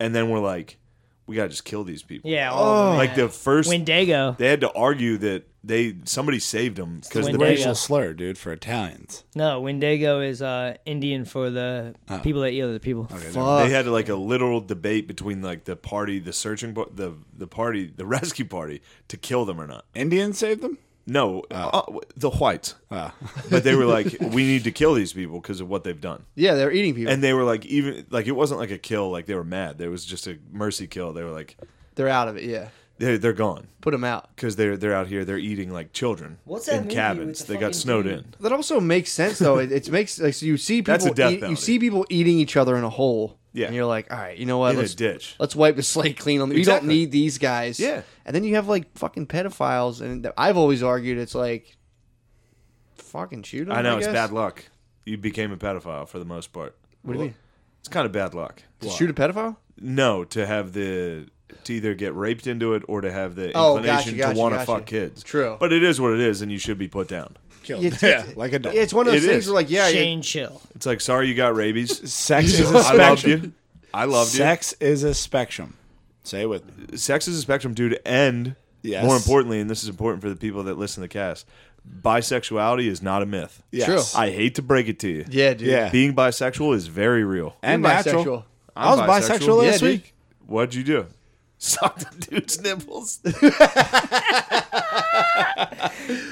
[SPEAKER 2] and then were like we gotta just kill these people
[SPEAKER 3] Yeah, all of them,
[SPEAKER 2] like
[SPEAKER 3] yeah.
[SPEAKER 2] the first
[SPEAKER 3] Wendigo.
[SPEAKER 2] they had to argue that they somebody saved them because
[SPEAKER 3] the
[SPEAKER 2] the
[SPEAKER 3] Wendigo.
[SPEAKER 2] people
[SPEAKER 4] racial slur, dude, for Italians.
[SPEAKER 3] No, Wendigo is uh, Indian for the
[SPEAKER 2] Oh.
[SPEAKER 3] people that yell at the people.
[SPEAKER 2] they had like a literal debate between like the party the searching par- the the party the rescue party to kill them or not
[SPEAKER 4] Indians saved them?
[SPEAKER 2] no uh, the whites but they were like we need to kill these people because of what they've done
[SPEAKER 1] Yeah, they're eating people.
[SPEAKER 2] and they were like even like it wasn't like a kill like they were mad there was just a mercy kill they were like
[SPEAKER 1] they're out of it. Yeah.
[SPEAKER 2] they're, they're gone
[SPEAKER 1] Put them out.
[SPEAKER 2] because they're they're out here they're eating like children
[SPEAKER 3] What's that
[SPEAKER 2] in
[SPEAKER 3] movie
[SPEAKER 2] cabins
[SPEAKER 3] with the
[SPEAKER 2] they got
[SPEAKER 3] fucking
[SPEAKER 2] snowed
[SPEAKER 3] dude?
[SPEAKER 2] in
[SPEAKER 1] That also makes sense though. It, it makes like so you see people
[SPEAKER 2] That's a death
[SPEAKER 1] eat- you
[SPEAKER 2] penalty.
[SPEAKER 1] see people eating each other in a hole.
[SPEAKER 2] Yeah.
[SPEAKER 1] And you're like, all right, you know what?
[SPEAKER 2] in
[SPEAKER 1] let's
[SPEAKER 2] a ditch
[SPEAKER 1] let's wipe the slate clean on. The,
[SPEAKER 2] Exactly.
[SPEAKER 1] You don't need these guys.
[SPEAKER 2] Yeah.
[SPEAKER 1] And then you have like fucking pedophiles, and th- I've always argued it's like fucking shoot 'em,
[SPEAKER 2] i know it's
[SPEAKER 1] guess.
[SPEAKER 2] bad luck you became a pedophile for the most part
[SPEAKER 1] What do you mean?
[SPEAKER 2] it's kind of bad luck
[SPEAKER 1] To shoot a pedophile?
[SPEAKER 2] no to have the to either get raped into it or to have the
[SPEAKER 1] Oh,
[SPEAKER 2] inclination
[SPEAKER 1] gotcha, gotcha,
[SPEAKER 2] to want to
[SPEAKER 1] gotcha.
[SPEAKER 2] fuck kids
[SPEAKER 1] True.
[SPEAKER 2] but it is what it is and you should be put down
[SPEAKER 4] Killed.
[SPEAKER 1] It's-
[SPEAKER 4] yeah,
[SPEAKER 1] it's-
[SPEAKER 4] like a dog.
[SPEAKER 1] It's one of those
[SPEAKER 2] It
[SPEAKER 1] things
[SPEAKER 2] is.
[SPEAKER 1] where like, yeah, it-
[SPEAKER 3] Shane Chill.
[SPEAKER 2] it's like sorry you got rabies
[SPEAKER 4] Sex is a
[SPEAKER 2] i loved
[SPEAKER 4] spectrum.
[SPEAKER 2] you i loved you
[SPEAKER 4] Sex is a spectrum. Say it with me.
[SPEAKER 2] sex is a spectrum, dude, and
[SPEAKER 4] Yes.
[SPEAKER 2] more importantly, and this is important for the people that listen to the cast, bisexuality is not a myth.
[SPEAKER 4] Yes.
[SPEAKER 2] I hate to break it to you.
[SPEAKER 1] yeah, dude.
[SPEAKER 4] Yeah.
[SPEAKER 2] Being bisexual is very real.
[SPEAKER 4] And
[SPEAKER 1] You're
[SPEAKER 4] natural.
[SPEAKER 1] bisexual.
[SPEAKER 4] I was
[SPEAKER 2] I'm
[SPEAKER 4] bisexual,
[SPEAKER 2] bisexual.
[SPEAKER 1] Yeah,
[SPEAKER 4] last
[SPEAKER 1] dude.
[SPEAKER 4] week.
[SPEAKER 2] What'd you do? Suck the dude's nipples.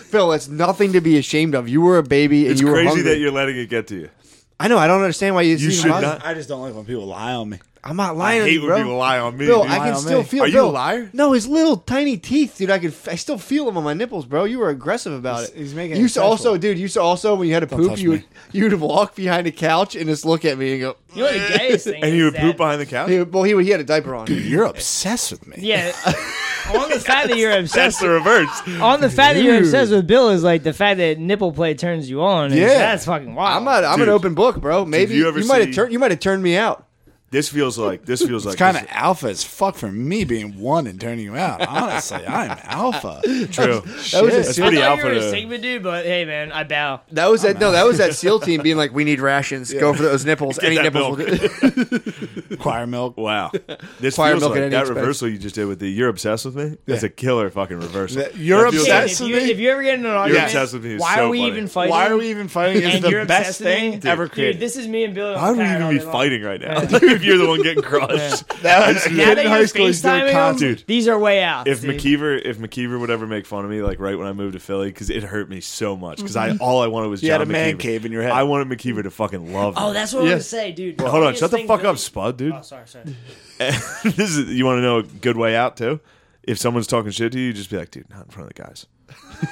[SPEAKER 1] Phil, it's nothing to be ashamed of. You were a baby and
[SPEAKER 2] It's
[SPEAKER 1] you were
[SPEAKER 2] crazy
[SPEAKER 1] hungry.
[SPEAKER 2] that you're letting it get to you.
[SPEAKER 1] I know. I don't understand why you.
[SPEAKER 2] You should not.
[SPEAKER 4] I just don't like when people lie on me.
[SPEAKER 1] I'm not
[SPEAKER 2] I
[SPEAKER 1] lying. to
[SPEAKER 2] hate
[SPEAKER 1] you,
[SPEAKER 2] when
[SPEAKER 1] bro.
[SPEAKER 2] people lie on me.
[SPEAKER 1] Bill,
[SPEAKER 2] dude.
[SPEAKER 1] I
[SPEAKER 4] Lie
[SPEAKER 1] can
[SPEAKER 4] on
[SPEAKER 1] still
[SPEAKER 4] me.
[SPEAKER 1] feel.
[SPEAKER 2] Are you a
[SPEAKER 1] Bill,
[SPEAKER 2] liar?
[SPEAKER 1] No, his little tiny teeth, dude. I could. I still feel them on my nipples, bro. You were aggressive about
[SPEAKER 4] He's-
[SPEAKER 1] it.
[SPEAKER 4] he's making
[SPEAKER 1] You
[SPEAKER 4] it
[SPEAKER 1] used to also,
[SPEAKER 4] sexual.
[SPEAKER 1] dude. You used to also when you had to poop,
[SPEAKER 4] touch
[SPEAKER 1] you
[SPEAKER 4] me.
[SPEAKER 1] would, you would walk behind a couch and just look at me and go.
[SPEAKER 3] You know the gayest thing
[SPEAKER 2] and
[SPEAKER 3] is
[SPEAKER 2] you would
[SPEAKER 3] that,
[SPEAKER 2] poop behind the couch.
[SPEAKER 1] He would- well, he would. He had a diaper on.
[SPEAKER 4] You're obsessed with me.
[SPEAKER 3] Yeah. on the fact that you're
[SPEAKER 2] That's
[SPEAKER 3] obsessed
[SPEAKER 2] the reverse.
[SPEAKER 3] on the fact that you're
[SPEAKER 1] Dude.
[SPEAKER 3] obsessed with Bill is like the fact that nipple play turns you on. Yeah.
[SPEAKER 1] Yeah.
[SPEAKER 3] That's fucking wild.
[SPEAKER 1] I'm not. I'm
[SPEAKER 2] Dude.
[SPEAKER 1] an open book, bro. Maybe
[SPEAKER 2] you
[SPEAKER 1] you,
[SPEAKER 2] ever
[SPEAKER 1] might have
[SPEAKER 2] see-
[SPEAKER 1] turned. You might have turned me out.
[SPEAKER 2] This feels like this feels like
[SPEAKER 4] It's kind of
[SPEAKER 2] this-
[SPEAKER 4] alpha as fuck for me being one and turning you out. Honestly, I'm alpha.
[SPEAKER 2] true.
[SPEAKER 1] That was a seal-
[SPEAKER 2] That's pretty
[SPEAKER 3] I thought you
[SPEAKER 2] alpha.
[SPEAKER 3] were
[SPEAKER 2] to-
[SPEAKER 3] a Sigma dude, but hey, man, I bow.
[SPEAKER 1] That was that. No, that was that SEAL team being like, "We need rations. Go for those nipples. Any
[SPEAKER 2] that
[SPEAKER 1] nipples."
[SPEAKER 2] milk."
[SPEAKER 1] Will do.
[SPEAKER 4] Choir milk.
[SPEAKER 2] Wow, this
[SPEAKER 1] Fire
[SPEAKER 2] feels
[SPEAKER 1] milk at
[SPEAKER 2] like
[SPEAKER 1] any
[SPEAKER 2] that
[SPEAKER 1] expense.
[SPEAKER 2] reversal you just did with the "You're obsessed with me." That's a killer fucking reversal.
[SPEAKER 4] That- You're
[SPEAKER 2] feels
[SPEAKER 3] Yeah,
[SPEAKER 4] obsessed
[SPEAKER 3] if,
[SPEAKER 4] with
[SPEAKER 3] you,
[SPEAKER 4] me?
[SPEAKER 3] if you ever get in an argument,
[SPEAKER 2] obsessed with me is
[SPEAKER 3] why
[SPEAKER 2] so
[SPEAKER 3] are we
[SPEAKER 2] funny.
[SPEAKER 3] even fighting?
[SPEAKER 4] Why are we even fighting? Is
[SPEAKER 3] And
[SPEAKER 4] the
[SPEAKER 3] you're
[SPEAKER 4] best
[SPEAKER 3] obsessed with
[SPEAKER 4] thing
[SPEAKER 3] me?
[SPEAKER 4] ever
[SPEAKER 3] Dude,
[SPEAKER 4] created.
[SPEAKER 3] this is me and Billy. on
[SPEAKER 2] Why would we
[SPEAKER 3] Pat all
[SPEAKER 2] even be
[SPEAKER 3] day long.
[SPEAKER 2] fighting right now? if you're the one getting crushed,
[SPEAKER 4] that was a
[SPEAKER 3] Now that
[SPEAKER 4] kid in high
[SPEAKER 3] you're
[SPEAKER 4] school. He's doing
[SPEAKER 3] FaceTiming
[SPEAKER 4] content.
[SPEAKER 3] him,
[SPEAKER 2] Dude.
[SPEAKER 3] these are way out.
[SPEAKER 2] if
[SPEAKER 3] dude.
[SPEAKER 2] McKeever, if McKeever would ever make fun of me, like right when I moved to Philly, because it hurt me so much, because I all I wanted was
[SPEAKER 4] Mm-hmm. You
[SPEAKER 2] John
[SPEAKER 4] had a man
[SPEAKER 2] McKeever.
[SPEAKER 4] cave in your head.
[SPEAKER 2] I wanted McKeever to fucking love.
[SPEAKER 3] Oh,
[SPEAKER 2] me.
[SPEAKER 3] that's what I was gonna say, dude.
[SPEAKER 2] Well, hold on,
[SPEAKER 3] Funniest
[SPEAKER 2] shut the
[SPEAKER 3] thing
[SPEAKER 2] fuck
[SPEAKER 3] Billy-
[SPEAKER 2] up, Spud, dude.
[SPEAKER 3] Oh, sorry, sorry.
[SPEAKER 2] this is you want to know a good way out too. If someone's talking shit to you, just be like, dude, not in front of the guys.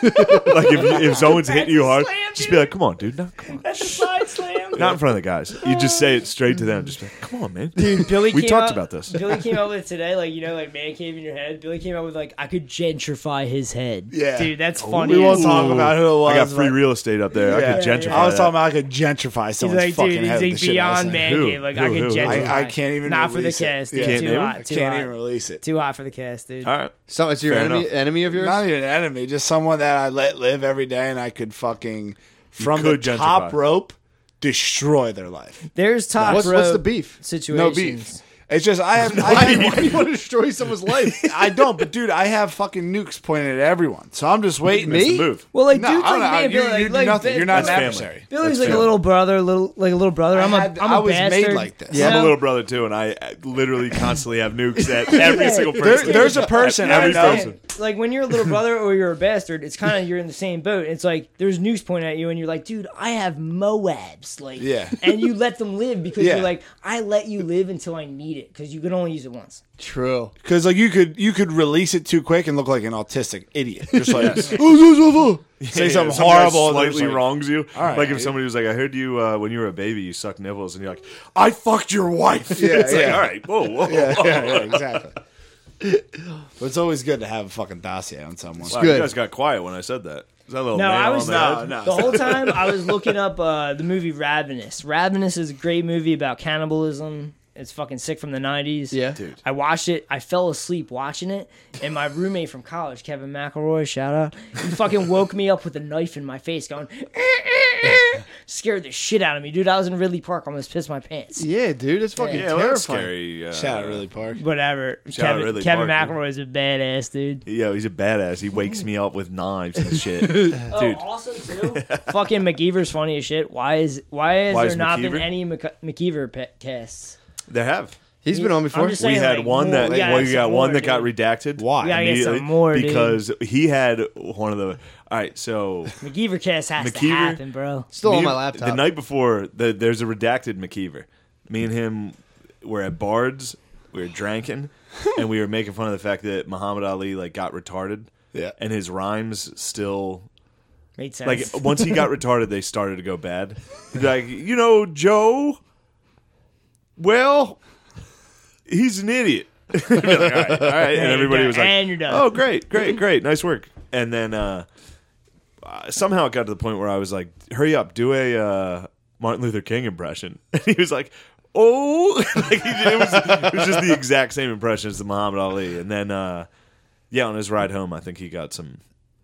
[SPEAKER 2] like if, if someone's hitting you hard,
[SPEAKER 3] Slam,
[SPEAKER 2] just be
[SPEAKER 3] dude.
[SPEAKER 2] like, come on, dude, not, come on.
[SPEAKER 3] That's a side slam.
[SPEAKER 2] not in front of the guys. You just say it straight to them. Just be like, come on, man.
[SPEAKER 3] Dude, Billy
[SPEAKER 2] we
[SPEAKER 3] came out-
[SPEAKER 2] talked about this.
[SPEAKER 3] Billy came out with today, like you know, like man cave in your head. Billy came out with like I could gentrify his head.
[SPEAKER 4] Yeah.
[SPEAKER 3] dude, that's funny.
[SPEAKER 4] We won't
[SPEAKER 3] as
[SPEAKER 4] talk
[SPEAKER 2] Ooh.
[SPEAKER 4] about who it was.
[SPEAKER 2] I got free
[SPEAKER 4] but-
[SPEAKER 2] real estate up there. I could
[SPEAKER 4] Yeah.
[SPEAKER 2] gentrify.
[SPEAKER 4] I was
[SPEAKER 2] that.
[SPEAKER 4] talking about I could gentrify
[SPEAKER 3] He's
[SPEAKER 4] someone's
[SPEAKER 3] like,
[SPEAKER 4] fucking
[SPEAKER 3] dude,
[SPEAKER 4] head.
[SPEAKER 3] he's like
[SPEAKER 4] with the shit I was
[SPEAKER 3] beyond
[SPEAKER 4] saying.
[SPEAKER 3] man
[SPEAKER 2] Who?
[SPEAKER 3] cave. Like,
[SPEAKER 2] Who?
[SPEAKER 3] I could
[SPEAKER 2] Who?
[SPEAKER 3] gentrify.
[SPEAKER 4] I, I can't even.
[SPEAKER 3] Not for the
[SPEAKER 4] release it.
[SPEAKER 3] cast, dude.
[SPEAKER 4] Yeah.
[SPEAKER 2] Can't
[SPEAKER 3] Too
[SPEAKER 2] name
[SPEAKER 3] hot.
[SPEAKER 2] him?
[SPEAKER 3] Too
[SPEAKER 4] Can't
[SPEAKER 3] hot.
[SPEAKER 4] even release it.
[SPEAKER 3] Too hot for the cast, dude.
[SPEAKER 2] All right.
[SPEAKER 1] So it's your
[SPEAKER 2] Fair
[SPEAKER 1] enemy,
[SPEAKER 2] enough.
[SPEAKER 1] enemy of yours.
[SPEAKER 4] Not even an enemy, just someone that I let live every day, and I could fucking from
[SPEAKER 2] could
[SPEAKER 4] the
[SPEAKER 2] gentrify.
[SPEAKER 4] top rope destroy their life.
[SPEAKER 3] There's top
[SPEAKER 1] What's-
[SPEAKER 3] rope
[SPEAKER 1] what's the beef?
[SPEAKER 3] Situations.
[SPEAKER 4] No beef. It's just I have. I,
[SPEAKER 1] Why,
[SPEAKER 4] have-
[SPEAKER 1] why do you want to destroy someone's life?
[SPEAKER 4] I don't, but dude, I have fucking nukes pointed at everyone, so I'm just waiting.
[SPEAKER 2] That's the move.
[SPEAKER 3] Well, like,
[SPEAKER 4] No,
[SPEAKER 3] dude,
[SPEAKER 4] I don't
[SPEAKER 3] like,
[SPEAKER 4] know.
[SPEAKER 3] man,
[SPEAKER 4] You,
[SPEAKER 3] Billy, like,
[SPEAKER 4] you do
[SPEAKER 3] like,
[SPEAKER 4] nothing.
[SPEAKER 3] Bi-
[SPEAKER 4] You're not an
[SPEAKER 2] That's
[SPEAKER 4] adversary.
[SPEAKER 2] family.
[SPEAKER 3] Billy's
[SPEAKER 2] That's
[SPEAKER 3] like a
[SPEAKER 2] family.
[SPEAKER 3] little brother, little like a little brother. I'm a,
[SPEAKER 4] I had-
[SPEAKER 3] am a
[SPEAKER 4] I was made
[SPEAKER 3] bastard.
[SPEAKER 4] like this.
[SPEAKER 3] you
[SPEAKER 2] I'm
[SPEAKER 3] know?
[SPEAKER 2] a little brother too, and I uh, literally constantly have nukes at every single
[SPEAKER 4] There,
[SPEAKER 2] person.
[SPEAKER 4] there's a person
[SPEAKER 2] Every
[SPEAKER 4] I know.
[SPEAKER 2] person.
[SPEAKER 3] Like when you're a little brother or you're a bastard, it's kind of you're in the same boat. It's like there's news pointing at you, and you're like, dude, I have Moabs, like,
[SPEAKER 4] Yeah.
[SPEAKER 3] and you let them live because
[SPEAKER 4] Yeah.
[SPEAKER 3] you're like, I let you live until I need it because you can only use it once.
[SPEAKER 1] True.
[SPEAKER 4] Because like you could you could release it too quick and look like an autistic idiot, just like "Oh, say
[SPEAKER 2] Yeah,
[SPEAKER 4] something
[SPEAKER 2] if somebody
[SPEAKER 4] horrible, and they're just
[SPEAKER 2] slightly
[SPEAKER 4] like,
[SPEAKER 2] wrongs you.
[SPEAKER 4] right.
[SPEAKER 2] like if somebody was like, "I heard you uh, when you were a baby, you sucked nipples," and you're like, "I fucked your wife." Yeah, it's like,
[SPEAKER 4] yeah.
[SPEAKER 2] all right, whoa, whoa,
[SPEAKER 4] Yeah,
[SPEAKER 2] whoa.
[SPEAKER 4] yeah, yeah, exactly. but it's always good to have a fucking dossier on someone.
[SPEAKER 2] Wow,
[SPEAKER 1] Good.
[SPEAKER 2] You guys got quiet when I said that. Is that a little
[SPEAKER 3] No,
[SPEAKER 2] nail
[SPEAKER 3] I was
[SPEAKER 2] on the
[SPEAKER 3] no,
[SPEAKER 2] head?
[SPEAKER 3] The whole time I was looking up uh, the movie Ravenous. Ravenous is a great movie about cannibalism. It's fucking sick from the '90s.
[SPEAKER 1] Yeah. Dude.
[SPEAKER 3] I watched it. I fell asleep watching it, and my roommate from college, Kevin McElroy, shout out, he fucking woke me up with a knife in my face, going, "Eh, eh, eh," scared the shit out of me, dude. I was in Ridley Park, almost pissed my pants.
[SPEAKER 1] Yeah, dude, that's fucking
[SPEAKER 2] Yeah, well, that's
[SPEAKER 1] terrifying.
[SPEAKER 2] scary. Uh,
[SPEAKER 4] Shout out, really, Park.
[SPEAKER 3] Whatever.
[SPEAKER 2] Shout out
[SPEAKER 3] Kevin,
[SPEAKER 2] Ridley
[SPEAKER 3] Kevin
[SPEAKER 2] Park, dude.
[SPEAKER 3] McElroy's a badass dude.
[SPEAKER 2] Yo, he's a badass. He wakes me up with knives and shit, dude.
[SPEAKER 3] Also, too, fucking McGeever's funny as shit. Why is why has
[SPEAKER 2] Why
[SPEAKER 3] there
[SPEAKER 2] is
[SPEAKER 3] not been
[SPEAKER 2] McKeever?
[SPEAKER 3] any Mc- McKeever pe- casts?
[SPEAKER 2] They have.
[SPEAKER 1] He's been on before.
[SPEAKER 3] I'm just
[SPEAKER 2] We
[SPEAKER 3] saying,
[SPEAKER 2] had
[SPEAKER 3] like,
[SPEAKER 2] one
[SPEAKER 3] more-
[SPEAKER 2] that
[SPEAKER 3] we gotta
[SPEAKER 2] well,
[SPEAKER 3] have
[SPEAKER 2] you got
[SPEAKER 3] some
[SPEAKER 2] one
[SPEAKER 3] more,
[SPEAKER 2] that got
[SPEAKER 3] dude.
[SPEAKER 2] redacted.
[SPEAKER 4] Why? We
[SPEAKER 3] gotta get some
[SPEAKER 2] Immediately,
[SPEAKER 3] more, dude.
[SPEAKER 2] because he had one of the. All right, so
[SPEAKER 3] McGeever cast has to
[SPEAKER 2] McKeever?
[SPEAKER 3] happen, bro.
[SPEAKER 1] Still on
[SPEAKER 2] Me-
[SPEAKER 1] my laptop.
[SPEAKER 2] The night before, the, there's a redacted McKeever. Me and him were at Bard's. We were drinking, and we were making fun of the fact that Muhammad Ali like got retarded.
[SPEAKER 4] Yeah.
[SPEAKER 2] and his rhymes still
[SPEAKER 3] Made sense.
[SPEAKER 2] like once he got retarded, they started to go bad. He'd be like, you know, Joe. Well, he's an idiot. He'd be like, all right, all right, and
[SPEAKER 3] you're
[SPEAKER 2] everybody
[SPEAKER 3] done.
[SPEAKER 2] was like,
[SPEAKER 3] And you're done.
[SPEAKER 2] "Oh, great, great, great, nice work." And then uh, uh, somehow it got to the point where I was like, "Hurry up, do a uh, Martin Luther King impression." And he was like, "Oh," like, he- it, was, it was just the exact same impression as the Muhammad Ali. And then, uh, yeah, on his ride home, I think he got some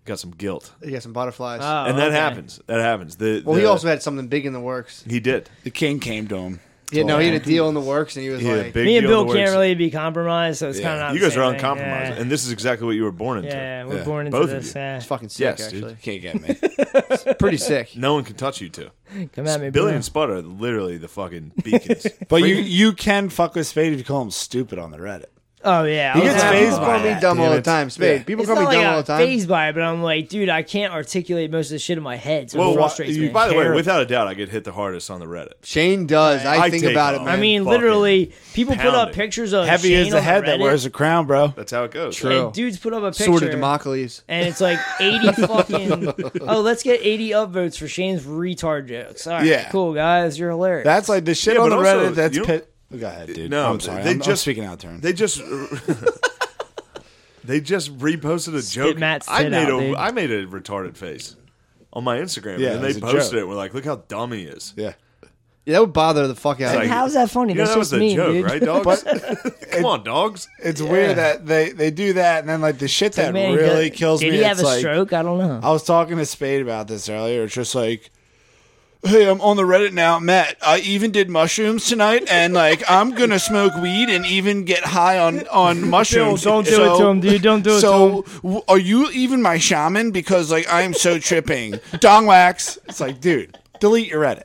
[SPEAKER 2] got some guilt
[SPEAKER 1] he got some butterflies.
[SPEAKER 3] Oh,
[SPEAKER 2] and that
[SPEAKER 3] okay.
[SPEAKER 2] happens. That happens. The,
[SPEAKER 1] well, he
[SPEAKER 2] the-
[SPEAKER 1] also had something big in the works.
[SPEAKER 2] he did.
[SPEAKER 4] The king came to him.
[SPEAKER 1] Yeah, no,
[SPEAKER 4] Oh.
[SPEAKER 1] he had a deal in the works, and he was
[SPEAKER 2] He had a
[SPEAKER 1] like,
[SPEAKER 2] big
[SPEAKER 3] Me and
[SPEAKER 2] deal in
[SPEAKER 3] Bill
[SPEAKER 2] the
[SPEAKER 3] can't
[SPEAKER 2] works.
[SPEAKER 3] really be compromised, so it's
[SPEAKER 4] Yeah.
[SPEAKER 3] kind of
[SPEAKER 2] You guys are
[SPEAKER 3] on
[SPEAKER 2] uncompromising,
[SPEAKER 3] Yeah,
[SPEAKER 2] and this is exactly what you were born into.
[SPEAKER 3] yeah we're
[SPEAKER 4] Yeah.
[SPEAKER 3] born into
[SPEAKER 2] Both of
[SPEAKER 3] this.
[SPEAKER 2] you.
[SPEAKER 3] Yeah.
[SPEAKER 1] "It's fucking sick,
[SPEAKER 2] Yes, dude.
[SPEAKER 1] actually.
[SPEAKER 4] Can't get me.
[SPEAKER 1] Pretty sick."
[SPEAKER 2] No one can touch you two.
[SPEAKER 3] Come at me,
[SPEAKER 2] Billy
[SPEAKER 3] bro.
[SPEAKER 2] and Spud are literally the fucking beacons.
[SPEAKER 4] But you you can fuck with Spade if you call him stupid on the Reddit.
[SPEAKER 3] Oh yeah,
[SPEAKER 4] He gets
[SPEAKER 1] Yeah,
[SPEAKER 4] phased
[SPEAKER 1] people
[SPEAKER 4] by
[SPEAKER 1] call
[SPEAKER 4] that,
[SPEAKER 1] me dumb
[SPEAKER 2] damn
[SPEAKER 1] all the
[SPEAKER 2] it.
[SPEAKER 1] time. Spade.
[SPEAKER 4] Yeah.
[SPEAKER 1] People
[SPEAKER 3] It's
[SPEAKER 1] call
[SPEAKER 3] not
[SPEAKER 1] me
[SPEAKER 3] like
[SPEAKER 1] dumb all the
[SPEAKER 3] I'm
[SPEAKER 1] time.
[SPEAKER 3] phased by it, but I'm like, dude, I can't articulate most of the shit in my head, so
[SPEAKER 2] Well,
[SPEAKER 3] it
[SPEAKER 2] why-
[SPEAKER 3] frustrates me.
[SPEAKER 2] you- by the way,
[SPEAKER 4] Terrible.
[SPEAKER 2] without a doubt, I get hit the hardest on the Reddit.
[SPEAKER 1] Shane does. I,
[SPEAKER 2] I
[SPEAKER 1] think
[SPEAKER 2] take
[SPEAKER 1] about it,
[SPEAKER 2] off.
[SPEAKER 1] man.
[SPEAKER 3] I mean,
[SPEAKER 2] fucking
[SPEAKER 3] literally, people put up
[SPEAKER 2] pounded.
[SPEAKER 3] pictures of
[SPEAKER 4] Heavy
[SPEAKER 3] Shane
[SPEAKER 4] is the
[SPEAKER 3] on
[SPEAKER 4] head that
[SPEAKER 3] Reddit,
[SPEAKER 4] wears a crown, bro.
[SPEAKER 2] That's how it goes.
[SPEAKER 1] True.
[SPEAKER 3] and dudes put up a
[SPEAKER 1] Sword of
[SPEAKER 3] picture,
[SPEAKER 1] Democles.
[SPEAKER 3] and it's like 80 fucking. Oh, let's get 80 upvotes for Shane's retard jokes. All right,
[SPEAKER 4] Yeah.
[SPEAKER 3] cool guys, you're hilarious.
[SPEAKER 4] That's like the shit
[SPEAKER 2] Yeah,
[SPEAKER 4] on
[SPEAKER 2] but
[SPEAKER 4] the
[SPEAKER 2] also,
[SPEAKER 4] Reddit. That's
[SPEAKER 2] you
[SPEAKER 4] pit. Go ahead, dude.
[SPEAKER 2] No,
[SPEAKER 4] I'm sorry.
[SPEAKER 2] they
[SPEAKER 4] I'm, I'm
[SPEAKER 2] just-
[SPEAKER 4] speaking out of turn.
[SPEAKER 2] They just they just reposted a joke.
[SPEAKER 3] Matt's
[SPEAKER 2] I
[SPEAKER 3] tit
[SPEAKER 2] made
[SPEAKER 3] out,
[SPEAKER 2] a I
[SPEAKER 3] dude.
[SPEAKER 2] made a retarded face on my Instagram,
[SPEAKER 4] Yeah,
[SPEAKER 2] and
[SPEAKER 4] it
[SPEAKER 2] they
[SPEAKER 4] was a
[SPEAKER 2] posted
[SPEAKER 4] joke.
[SPEAKER 2] it. We're like, look how dumb he is.
[SPEAKER 4] yeah.
[SPEAKER 1] Yeah, that would bother the fuck out of
[SPEAKER 2] like-
[SPEAKER 1] me.
[SPEAKER 3] How's that funny?
[SPEAKER 2] You know,
[SPEAKER 3] That's
[SPEAKER 2] that was
[SPEAKER 3] just
[SPEAKER 2] a
[SPEAKER 3] mean,
[SPEAKER 2] joke,
[SPEAKER 3] dude.
[SPEAKER 2] right, dogs? Come on, dogs.
[SPEAKER 4] It's weird that they they do that, and then like the shit that
[SPEAKER 3] Man,
[SPEAKER 4] really
[SPEAKER 3] did-
[SPEAKER 4] kills
[SPEAKER 3] did
[SPEAKER 4] me.
[SPEAKER 3] he have
[SPEAKER 4] it's
[SPEAKER 3] a
[SPEAKER 4] like,
[SPEAKER 3] stroke? I don't know.
[SPEAKER 4] I was talking to Spade about this earlier. It's just like, hey, I'm on the Reddit now, Matt. I even did mushrooms tonight, and like I'm gonna smoke weed and even get high on on
[SPEAKER 2] Oh,
[SPEAKER 4] mushrooms.
[SPEAKER 3] don't do it to him, dude. Don't do it to
[SPEAKER 4] So, w- are you even my shaman? Because like I am so tripping. Dong wax. It's like, dude, delete your Reddit.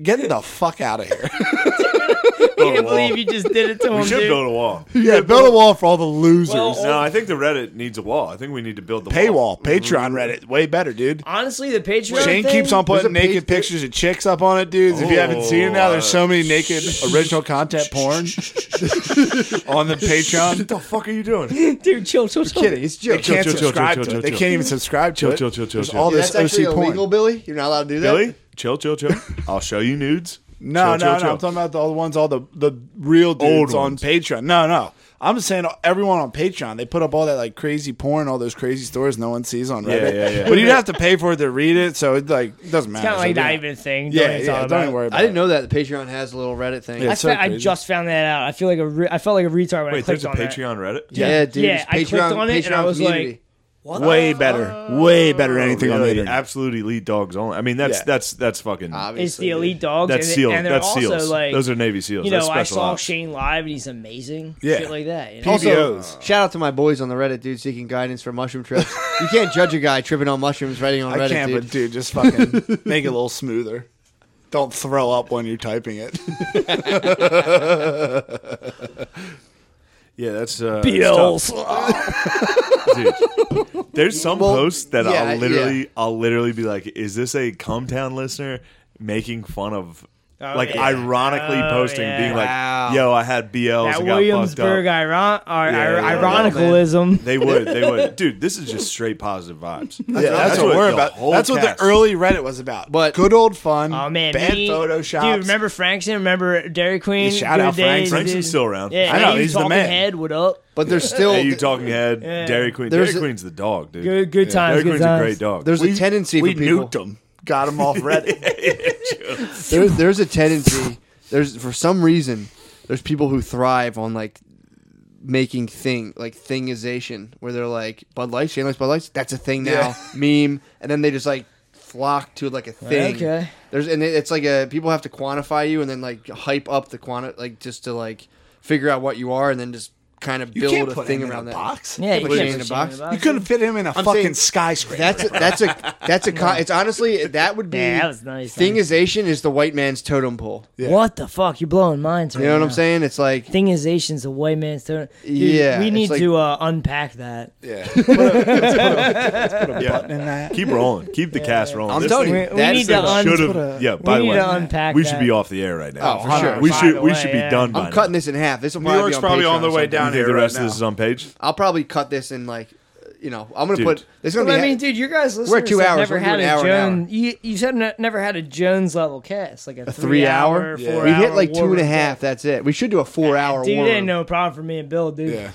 [SPEAKER 4] Get the fuck out of here.
[SPEAKER 2] Build a
[SPEAKER 3] can't
[SPEAKER 2] wall.
[SPEAKER 3] believe you just did it to him,
[SPEAKER 2] We should
[SPEAKER 3] dude. Oh,
[SPEAKER 2] build a wall.
[SPEAKER 4] yeah, build a wall for all the losers.
[SPEAKER 2] No, I think the Reddit needs a wall. I think we need to build the wall.
[SPEAKER 4] Paywall, Patreon, Reddit, way better, dude.
[SPEAKER 3] Honestly, the Patreon
[SPEAKER 4] Shane
[SPEAKER 3] thing,
[SPEAKER 4] keeps on putting
[SPEAKER 1] There's a
[SPEAKER 4] naked
[SPEAKER 1] page-
[SPEAKER 4] pictures of chicks up on it, dudes. if you haven't seen it now, there's so many naked original content porn on the Patreon.
[SPEAKER 2] What the fuck are you doing?
[SPEAKER 3] dude. Chill, chill, chill.
[SPEAKER 1] kidding. It's a
[SPEAKER 4] They
[SPEAKER 1] joke.
[SPEAKER 4] can't
[SPEAKER 2] chill, chill,
[SPEAKER 4] subscribe
[SPEAKER 2] chill,
[SPEAKER 4] to
[SPEAKER 2] chill,
[SPEAKER 4] it. They
[SPEAKER 2] chill.
[SPEAKER 4] can't even subscribe to
[SPEAKER 2] Chill,
[SPEAKER 4] it.
[SPEAKER 2] chill, chill, chill,
[SPEAKER 4] There's
[SPEAKER 2] chill.
[SPEAKER 4] all
[SPEAKER 1] Yeah,
[SPEAKER 4] this
[SPEAKER 1] that's actually
[SPEAKER 4] OC porn.
[SPEAKER 1] illegal, Billy. You're not allowed to do that.
[SPEAKER 2] Billy, chill, chill, chill. I'll show you nudes. Chill, chill,
[SPEAKER 4] No, no, no.
[SPEAKER 2] chill.
[SPEAKER 4] I'm talking about the, all the ones, all the, the real
[SPEAKER 2] Old
[SPEAKER 4] dudes on
[SPEAKER 2] ones.
[SPEAKER 4] Patreon. No, no. I'm just saying everyone on Patreon, they put up all that like crazy porn, all those crazy stories no one sees on Reddit.
[SPEAKER 2] yeah, yeah.
[SPEAKER 4] But you'd have to pay for it to read it, so it like doesn't matter.
[SPEAKER 3] Kind of
[SPEAKER 4] So
[SPEAKER 3] like
[SPEAKER 4] do
[SPEAKER 3] that
[SPEAKER 4] it.
[SPEAKER 3] even thing. Don't
[SPEAKER 4] Yeah,
[SPEAKER 3] even talk
[SPEAKER 4] yeah. Don't
[SPEAKER 3] about
[SPEAKER 4] even
[SPEAKER 3] it.
[SPEAKER 4] worry about
[SPEAKER 1] I didn't
[SPEAKER 4] it.
[SPEAKER 1] know that the Patreon has a little Reddit thing.
[SPEAKER 4] Yeah.
[SPEAKER 1] Yeah,
[SPEAKER 3] I,
[SPEAKER 4] It's so
[SPEAKER 3] fe- I
[SPEAKER 4] crazy.
[SPEAKER 3] just found that out. I feel like a re- I felt like a retard when I
[SPEAKER 2] Wait,
[SPEAKER 3] clicked
[SPEAKER 2] there's a
[SPEAKER 3] on that.
[SPEAKER 2] Patreon Reddit?
[SPEAKER 1] dude.
[SPEAKER 3] Yeah,
[SPEAKER 1] it's
[SPEAKER 3] I clicked
[SPEAKER 1] Patreon,
[SPEAKER 3] on it and I
[SPEAKER 1] Patreon
[SPEAKER 3] was like,
[SPEAKER 1] community.
[SPEAKER 4] Way better. Way better than anything on the
[SPEAKER 2] Really,
[SPEAKER 4] internet.
[SPEAKER 2] Absolute elite dogs only. I mean, that's
[SPEAKER 4] Yeah.
[SPEAKER 2] that's that's fucking.
[SPEAKER 3] It's
[SPEAKER 1] obviously,
[SPEAKER 3] the
[SPEAKER 1] dude.
[SPEAKER 3] elite dogs.
[SPEAKER 2] That's
[SPEAKER 3] and,
[SPEAKER 2] sealed.
[SPEAKER 3] And they're
[SPEAKER 2] That's
[SPEAKER 3] also
[SPEAKER 2] seals.
[SPEAKER 3] like
[SPEAKER 2] Those are Navy seals.
[SPEAKER 3] You know,
[SPEAKER 2] That's
[SPEAKER 3] I
[SPEAKER 2] special
[SPEAKER 3] saw
[SPEAKER 2] ops.
[SPEAKER 3] Shane live and he's amazing.
[SPEAKER 4] Yeah.
[SPEAKER 3] Shit like that. You know?
[SPEAKER 1] Also,
[SPEAKER 4] PBOs.
[SPEAKER 1] shout out to my boys on the Reddit, dude, seeking guidance for mushroom trips. you can't judge a guy tripping on mushrooms writing on
[SPEAKER 4] I
[SPEAKER 1] Reddit,
[SPEAKER 4] can't,
[SPEAKER 1] dude.
[SPEAKER 4] but dude, just fucking make it a little smoother. Don't throw up when you're typing it.
[SPEAKER 2] Yeah, that's uh,
[SPEAKER 3] Bills.
[SPEAKER 2] it's tough, dude. There's some posts that
[SPEAKER 1] yeah,
[SPEAKER 2] I'll literally, I'll literally be like, "Is this a Cumtown listener making fun of?" like
[SPEAKER 3] Oh, yeah.
[SPEAKER 2] ironically
[SPEAKER 3] Oh,
[SPEAKER 2] posting,
[SPEAKER 3] yeah.
[SPEAKER 2] being like,
[SPEAKER 1] Wow.
[SPEAKER 2] "Yo, I had BLs
[SPEAKER 3] That
[SPEAKER 2] and got
[SPEAKER 3] Williamsburg
[SPEAKER 2] fucked up."
[SPEAKER 3] iron- or,
[SPEAKER 2] Yeah,
[SPEAKER 3] ir-
[SPEAKER 2] yeah, yeah.
[SPEAKER 3] ironicalism.
[SPEAKER 2] They would, they would, dude. This is just straight positive vibes. That's,
[SPEAKER 4] yeah, that's, what, we're
[SPEAKER 2] the
[SPEAKER 4] about.
[SPEAKER 2] whole
[SPEAKER 4] That's what
[SPEAKER 2] cast-
[SPEAKER 4] the early Reddit was about.
[SPEAKER 1] But-
[SPEAKER 4] good old fun.
[SPEAKER 3] Oh man,
[SPEAKER 4] bad
[SPEAKER 3] me,
[SPEAKER 4] Photoshop.
[SPEAKER 3] Dude, remember Frankson? Remember Dairy Queen?
[SPEAKER 4] Yeah, shout
[SPEAKER 3] Good
[SPEAKER 4] out
[SPEAKER 3] days,
[SPEAKER 4] Frankson.
[SPEAKER 2] Frankson's
[SPEAKER 3] dude.
[SPEAKER 2] still around.
[SPEAKER 3] Yeah,
[SPEAKER 4] I know,
[SPEAKER 3] hey, you
[SPEAKER 4] he's the
[SPEAKER 3] talking
[SPEAKER 4] man.
[SPEAKER 3] Head, what up?
[SPEAKER 1] but there's still
[SPEAKER 2] Hey, you talking head? Dairy Queen.
[SPEAKER 1] There's
[SPEAKER 2] Dairy
[SPEAKER 1] a-
[SPEAKER 2] Queen's the dog, dude.
[SPEAKER 3] Good, good times,
[SPEAKER 2] Dairy
[SPEAKER 3] good
[SPEAKER 2] Queen's a great
[SPEAKER 3] times.
[SPEAKER 2] dog.
[SPEAKER 1] there's a tendency
[SPEAKER 4] we
[SPEAKER 1] for people.
[SPEAKER 4] nuked them, got them off Reddit.
[SPEAKER 1] There's there's a tendency. There's for some reason there's people who thrive on like making thing like thingization where they're like Bud Lights, Shane likes Bud Lights. That's a thing now. Meme, and then they just like flock to like a thing.
[SPEAKER 3] Okay.
[SPEAKER 1] There's and it- it's like a people have to quantify you and then like hype up the quanti like just to like figure out what you are and then just kind of
[SPEAKER 4] you
[SPEAKER 1] build
[SPEAKER 4] can't
[SPEAKER 1] a
[SPEAKER 4] put
[SPEAKER 1] thing
[SPEAKER 4] him in
[SPEAKER 1] around
[SPEAKER 4] a
[SPEAKER 1] that.
[SPEAKER 4] box.
[SPEAKER 3] Yeah,
[SPEAKER 1] Put
[SPEAKER 3] you
[SPEAKER 1] it
[SPEAKER 3] can't
[SPEAKER 1] in a
[SPEAKER 3] put
[SPEAKER 1] box.
[SPEAKER 3] shit
[SPEAKER 4] You couldn't fit him in a fucking
[SPEAKER 1] saying-
[SPEAKER 4] skyscraper.
[SPEAKER 1] That's a, that's a that's a con- it's honestly that would be
[SPEAKER 3] Yeah, that was nice.
[SPEAKER 1] thingization is the white man's totem pole.
[SPEAKER 4] Yeah.
[SPEAKER 3] What the fuck? You're blowing minds. Right
[SPEAKER 1] You know what I'm
[SPEAKER 3] now.
[SPEAKER 1] saying? It's like
[SPEAKER 3] Thingization's a white man's term. Dude,
[SPEAKER 1] Yeah,
[SPEAKER 3] we
[SPEAKER 1] it's
[SPEAKER 3] need
[SPEAKER 1] like-
[SPEAKER 3] to uh, unpack that.
[SPEAKER 4] yeah. Put a-
[SPEAKER 2] Yeah.
[SPEAKER 4] button in that.
[SPEAKER 2] Keep rolling. Keep the cast rolling.
[SPEAKER 1] I'm telling you,
[SPEAKER 3] We, we
[SPEAKER 1] That
[SPEAKER 3] need
[SPEAKER 1] is the
[SPEAKER 3] to un-
[SPEAKER 2] should have. Yeah. By
[SPEAKER 3] we
[SPEAKER 2] the
[SPEAKER 3] need
[SPEAKER 2] way,
[SPEAKER 3] to unpack.
[SPEAKER 2] we should
[SPEAKER 3] that.
[SPEAKER 2] be off the air right now.
[SPEAKER 1] Oh, for sure.
[SPEAKER 2] We
[SPEAKER 3] By
[SPEAKER 2] should.
[SPEAKER 3] the
[SPEAKER 2] We
[SPEAKER 3] way,
[SPEAKER 2] should be
[SPEAKER 3] yeah.
[SPEAKER 2] done. by
[SPEAKER 1] I'm cutting this in half. This will
[SPEAKER 4] New
[SPEAKER 1] probably be
[SPEAKER 4] York's
[SPEAKER 1] on
[SPEAKER 4] probably
[SPEAKER 1] Patreon
[SPEAKER 4] on their
[SPEAKER 1] or
[SPEAKER 4] way
[SPEAKER 1] something.
[SPEAKER 2] now. You
[SPEAKER 4] down
[SPEAKER 2] think
[SPEAKER 4] here
[SPEAKER 2] the
[SPEAKER 4] right
[SPEAKER 2] rest
[SPEAKER 4] now.
[SPEAKER 2] of this is on page?
[SPEAKER 1] I'll probably cut this in like, you know, I'm gonna
[SPEAKER 2] Dude.
[SPEAKER 1] put. There's gonna
[SPEAKER 3] Well, I
[SPEAKER 1] be.
[SPEAKER 3] mean, dude, your guys listeners
[SPEAKER 1] two
[SPEAKER 3] have
[SPEAKER 1] hours.
[SPEAKER 3] never
[SPEAKER 1] We're
[SPEAKER 3] had
[SPEAKER 1] doing
[SPEAKER 3] a
[SPEAKER 1] hour and hour.
[SPEAKER 3] Jones. You, you've had ne- never had a Jones level cast, like a,
[SPEAKER 1] three-hour?
[SPEAKER 3] three-hour, four-hour.
[SPEAKER 1] we hit like two and
[SPEAKER 3] warm-up
[SPEAKER 1] a half.
[SPEAKER 3] cast.
[SPEAKER 1] That's it. We should do a four-hour.
[SPEAKER 3] Dude, it
[SPEAKER 1] warm.
[SPEAKER 3] ain't no problem for me and Bill, dude.
[SPEAKER 4] Yeah.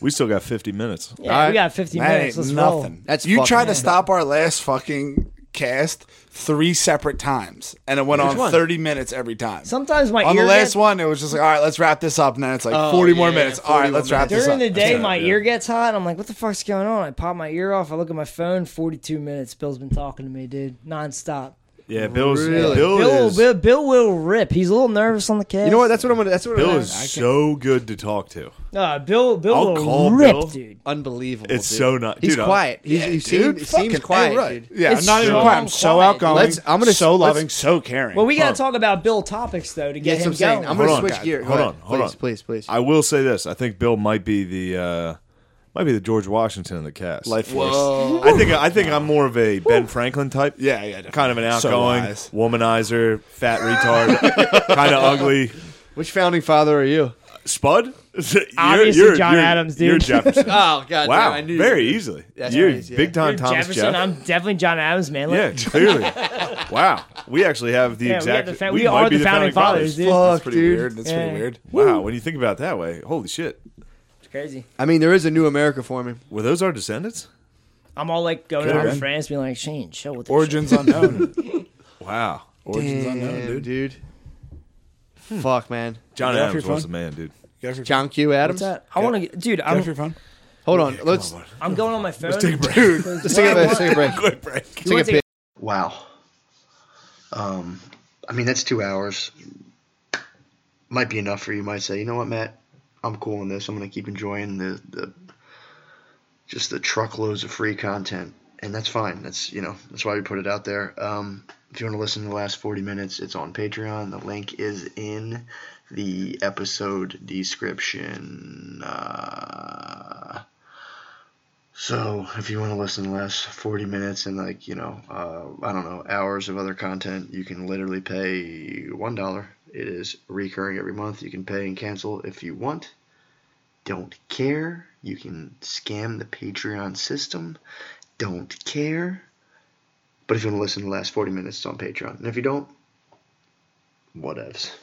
[SPEAKER 2] We still got 50 minutes.
[SPEAKER 3] Yeah,
[SPEAKER 1] All right.
[SPEAKER 3] we got 15
[SPEAKER 4] That
[SPEAKER 3] minutes.
[SPEAKER 4] ain't
[SPEAKER 3] Let's roll.
[SPEAKER 4] nothing.
[SPEAKER 1] That's
[SPEAKER 4] you
[SPEAKER 1] fucking
[SPEAKER 4] tried to
[SPEAKER 1] nothing.
[SPEAKER 4] stop our last fucking cast three separate times, and it went on
[SPEAKER 1] one?
[SPEAKER 4] thirty minutes every time.
[SPEAKER 3] Sometimes my
[SPEAKER 4] on the
[SPEAKER 3] ear
[SPEAKER 4] last
[SPEAKER 3] gets, Oh,
[SPEAKER 4] one, it was just like, all right, let's wrap this up. And then it's like 40 more
[SPEAKER 1] yeah,
[SPEAKER 4] minutes. All right,
[SPEAKER 1] 40
[SPEAKER 4] let's
[SPEAKER 1] more
[SPEAKER 4] wrap this
[SPEAKER 3] during
[SPEAKER 4] up.
[SPEAKER 3] the day, my
[SPEAKER 2] yeah.
[SPEAKER 3] ear gets hot. I'm like, what the fuck's going on? I pop my ear off. I look at my phone. 42 minutes. Bill's been talking to me, dude, nonstop.
[SPEAKER 2] Yeah, Bill's
[SPEAKER 1] Really?
[SPEAKER 2] Bill,
[SPEAKER 3] Bill,
[SPEAKER 2] is
[SPEAKER 3] Bill, Bill will rip. He's a little nervous on the cast.
[SPEAKER 1] You know what? That's what I'm gonna. That's what
[SPEAKER 2] Bill
[SPEAKER 1] I'm
[SPEAKER 2] is so good to talk to.
[SPEAKER 3] Uh, Bill, Bill
[SPEAKER 2] I'll
[SPEAKER 3] will
[SPEAKER 2] call
[SPEAKER 3] rip,
[SPEAKER 2] Bill.
[SPEAKER 3] dude.
[SPEAKER 1] unbelievable.
[SPEAKER 2] It's
[SPEAKER 1] dude.
[SPEAKER 2] so not-
[SPEAKER 1] He's
[SPEAKER 2] dude, I-
[SPEAKER 1] quiet. He's, he seems,
[SPEAKER 4] Dude,
[SPEAKER 1] he
[SPEAKER 4] fucking
[SPEAKER 1] seems quiet,
[SPEAKER 4] A right.
[SPEAKER 1] dude.
[SPEAKER 4] Yeah,
[SPEAKER 3] It's
[SPEAKER 4] I'm not even
[SPEAKER 3] so
[SPEAKER 4] quiet. I'm so
[SPEAKER 3] quiet.
[SPEAKER 4] outgoing.
[SPEAKER 1] Let's- I'm gonna-
[SPEAKER 4] so
[SPEAKER 1] let's-
[SPEAKER 4] loving, so caring.
[SPEAKER 3] Well, we got
[SPEAKER 2] Huh.
[SPEAKER 3] to talk about Bill topics though to get
[SPEAKER 1] That's what
[SPEAKER 3] him
[SPEAKER 1] I'm saying.
[SPEAKER 3] going.
[SPEAKER 1] I'm
[SPEAKER 2] Hold
[SPEAKER 1] gonna
[SPEAKER 2] on,
[SPEAKER 1] switch
[SPEAKER 2] guys.
[SPEAKER 1] gear.
[SPEAKER 2] Hold
[SPEAKER 1] Go
[SPEAKER 2] on,
[SPEAKER 1] ahead.
[SPEAKER 2] hold on.
[SPEAKER 1] please, please, please.
[SPEAKER 2] I will say this. I think Bill might be the uh, might be the George Washington of the cast.
[SPEAKER 4] life force.
[SPEAKER 2] I think I think I'm more of a Ben Franklin type.
[SPEAKER 4] Yeah, yeah, definitely.
[SPEAKER 2] Kind of an
[SPEAKER 4] So
[SPEAKER 2] outgoing
[SPEAKER 4] wise.
[SPEAKER 2] womanizer, fat retard, kind of ugly.
[SPEAKER 1] Which founding father are you?
[SPEAKER 2] Spud? You're-
[SPEAKER 3] Obviously
[SPEAKER 2] you're-
[SPEAKER 3] John
[SPEAKER 2] you're-
[SPEAKER 3] Adams, dude.
[SPEAKER 2] You're Jefferson.
[SPEAKER 1] Oh God!
[SPEAKER 2] wow,
[SPEAKER 1] damn, I knew you
[SPEAKER 2] very
[SPEAKER 1] were-
[SPEAKER 2] easily.
[SPEAKER 1] That's
[SPEAKER 2] you're
[SPEAKER 1] crazy, yeah.
[SPEAKER 2] big time
[SPEAKER 3] You're
[SPEAKER 2] Thomas
[SPEAKER 3] Jefferson.
[SPEAKER 2] Jeff.
[SPEAKER 3] I'm definitely John Adams, man. Look,
[SPEAKER 2] yeah, clearly. wow, we actually have the
[SPEAKER 3] Yeah, we
[SPEAKER 2] exact.
[SPEAKER 3] got the fa- we are
[SPEAKER 2] might be
[SPEAKER 3] the founding fathers, dude.
[SPEAKER 4] That's
[SPEAKER 1] Fuck,
[SPEAKER 4] pretty
[SPEAKER 1] dude.
[SPEAKER 4] weird. That's
[SPEAKER 3] Yeah.
[SPEAKER 4] pretty weird.
[SPEAKER 2] Wow, when you think about it that way, holy shit.
[SPEAKER 3] It's crazy.
[SPEAKER 1] I mean, there is a new America forming.
[SPEAKER 2] Were those our descendants?
[SPEAKER 3] I'm all like going
[SPEAKER 2] Good,
[SPEAKER 3] over to
[SPEAKER 2] man.
[SPEAKER 3] France, being like, Shane, show what the
[SPEAKER 4] Origins unknown.
[SPEAKER 2] Wow.
[SPEAKER 4] Origins unknown,
[SPEAKER 1] Damn,
[SPEAKER 4] dude.
[SPEAKER 1] dude. Fuck, man.
[SPEAKER 2] John
[SPEAKER 4] Get off
[SPEAKER 2] Adams
[SPEAKER 4] your
[SPEAKER 2] was the
[SPEAKER 4] phone.
[SPEAKER 2] man, dude.
[SPEAKER 4] Get off your,
[SPEAKER 1] John Q. Adams.
[SPEAKER 3] What's that? I want to, dude.
[SPEAKER 4] get off
[SPEAKER 3] I'm,
[SPEAKER 4] your phone.
[SPEAKER 1] Hold on. let's
[SPEAKER 3] I'm going on my phone.
[SPEAKER 4] Dude,
[SPEAKER 1] let's take a, let's take a break.
[SPEAKER 2] Quick break.
[SPEAKER 3] You wanna
[SPEAKER 1] Take a pic.
[SPEAKER 6] Wow. Um, I mean, that's two hours. Might be enough for you. Might say, you know what, Matt, I'm cool on this. I'm gonna keep enjoying the, the just the truckloads of free content, and that's fine. That's you know that's why we put it out there. Um, if you want to listen to the last 40 minutes, it's on Patreon. The link is in the episode description. Uh, so if you want to listen to the last 40 minutes and like, you know, uh, I don't know, hours of other content, you can literally pay $1. It is recurring every month. You can pay and cancel if you want. Don't care. You can scam the Patreon system. Don't care. But if you want to listen to the last 40 minutes, it's on Patreon. And if you don't, whatevs.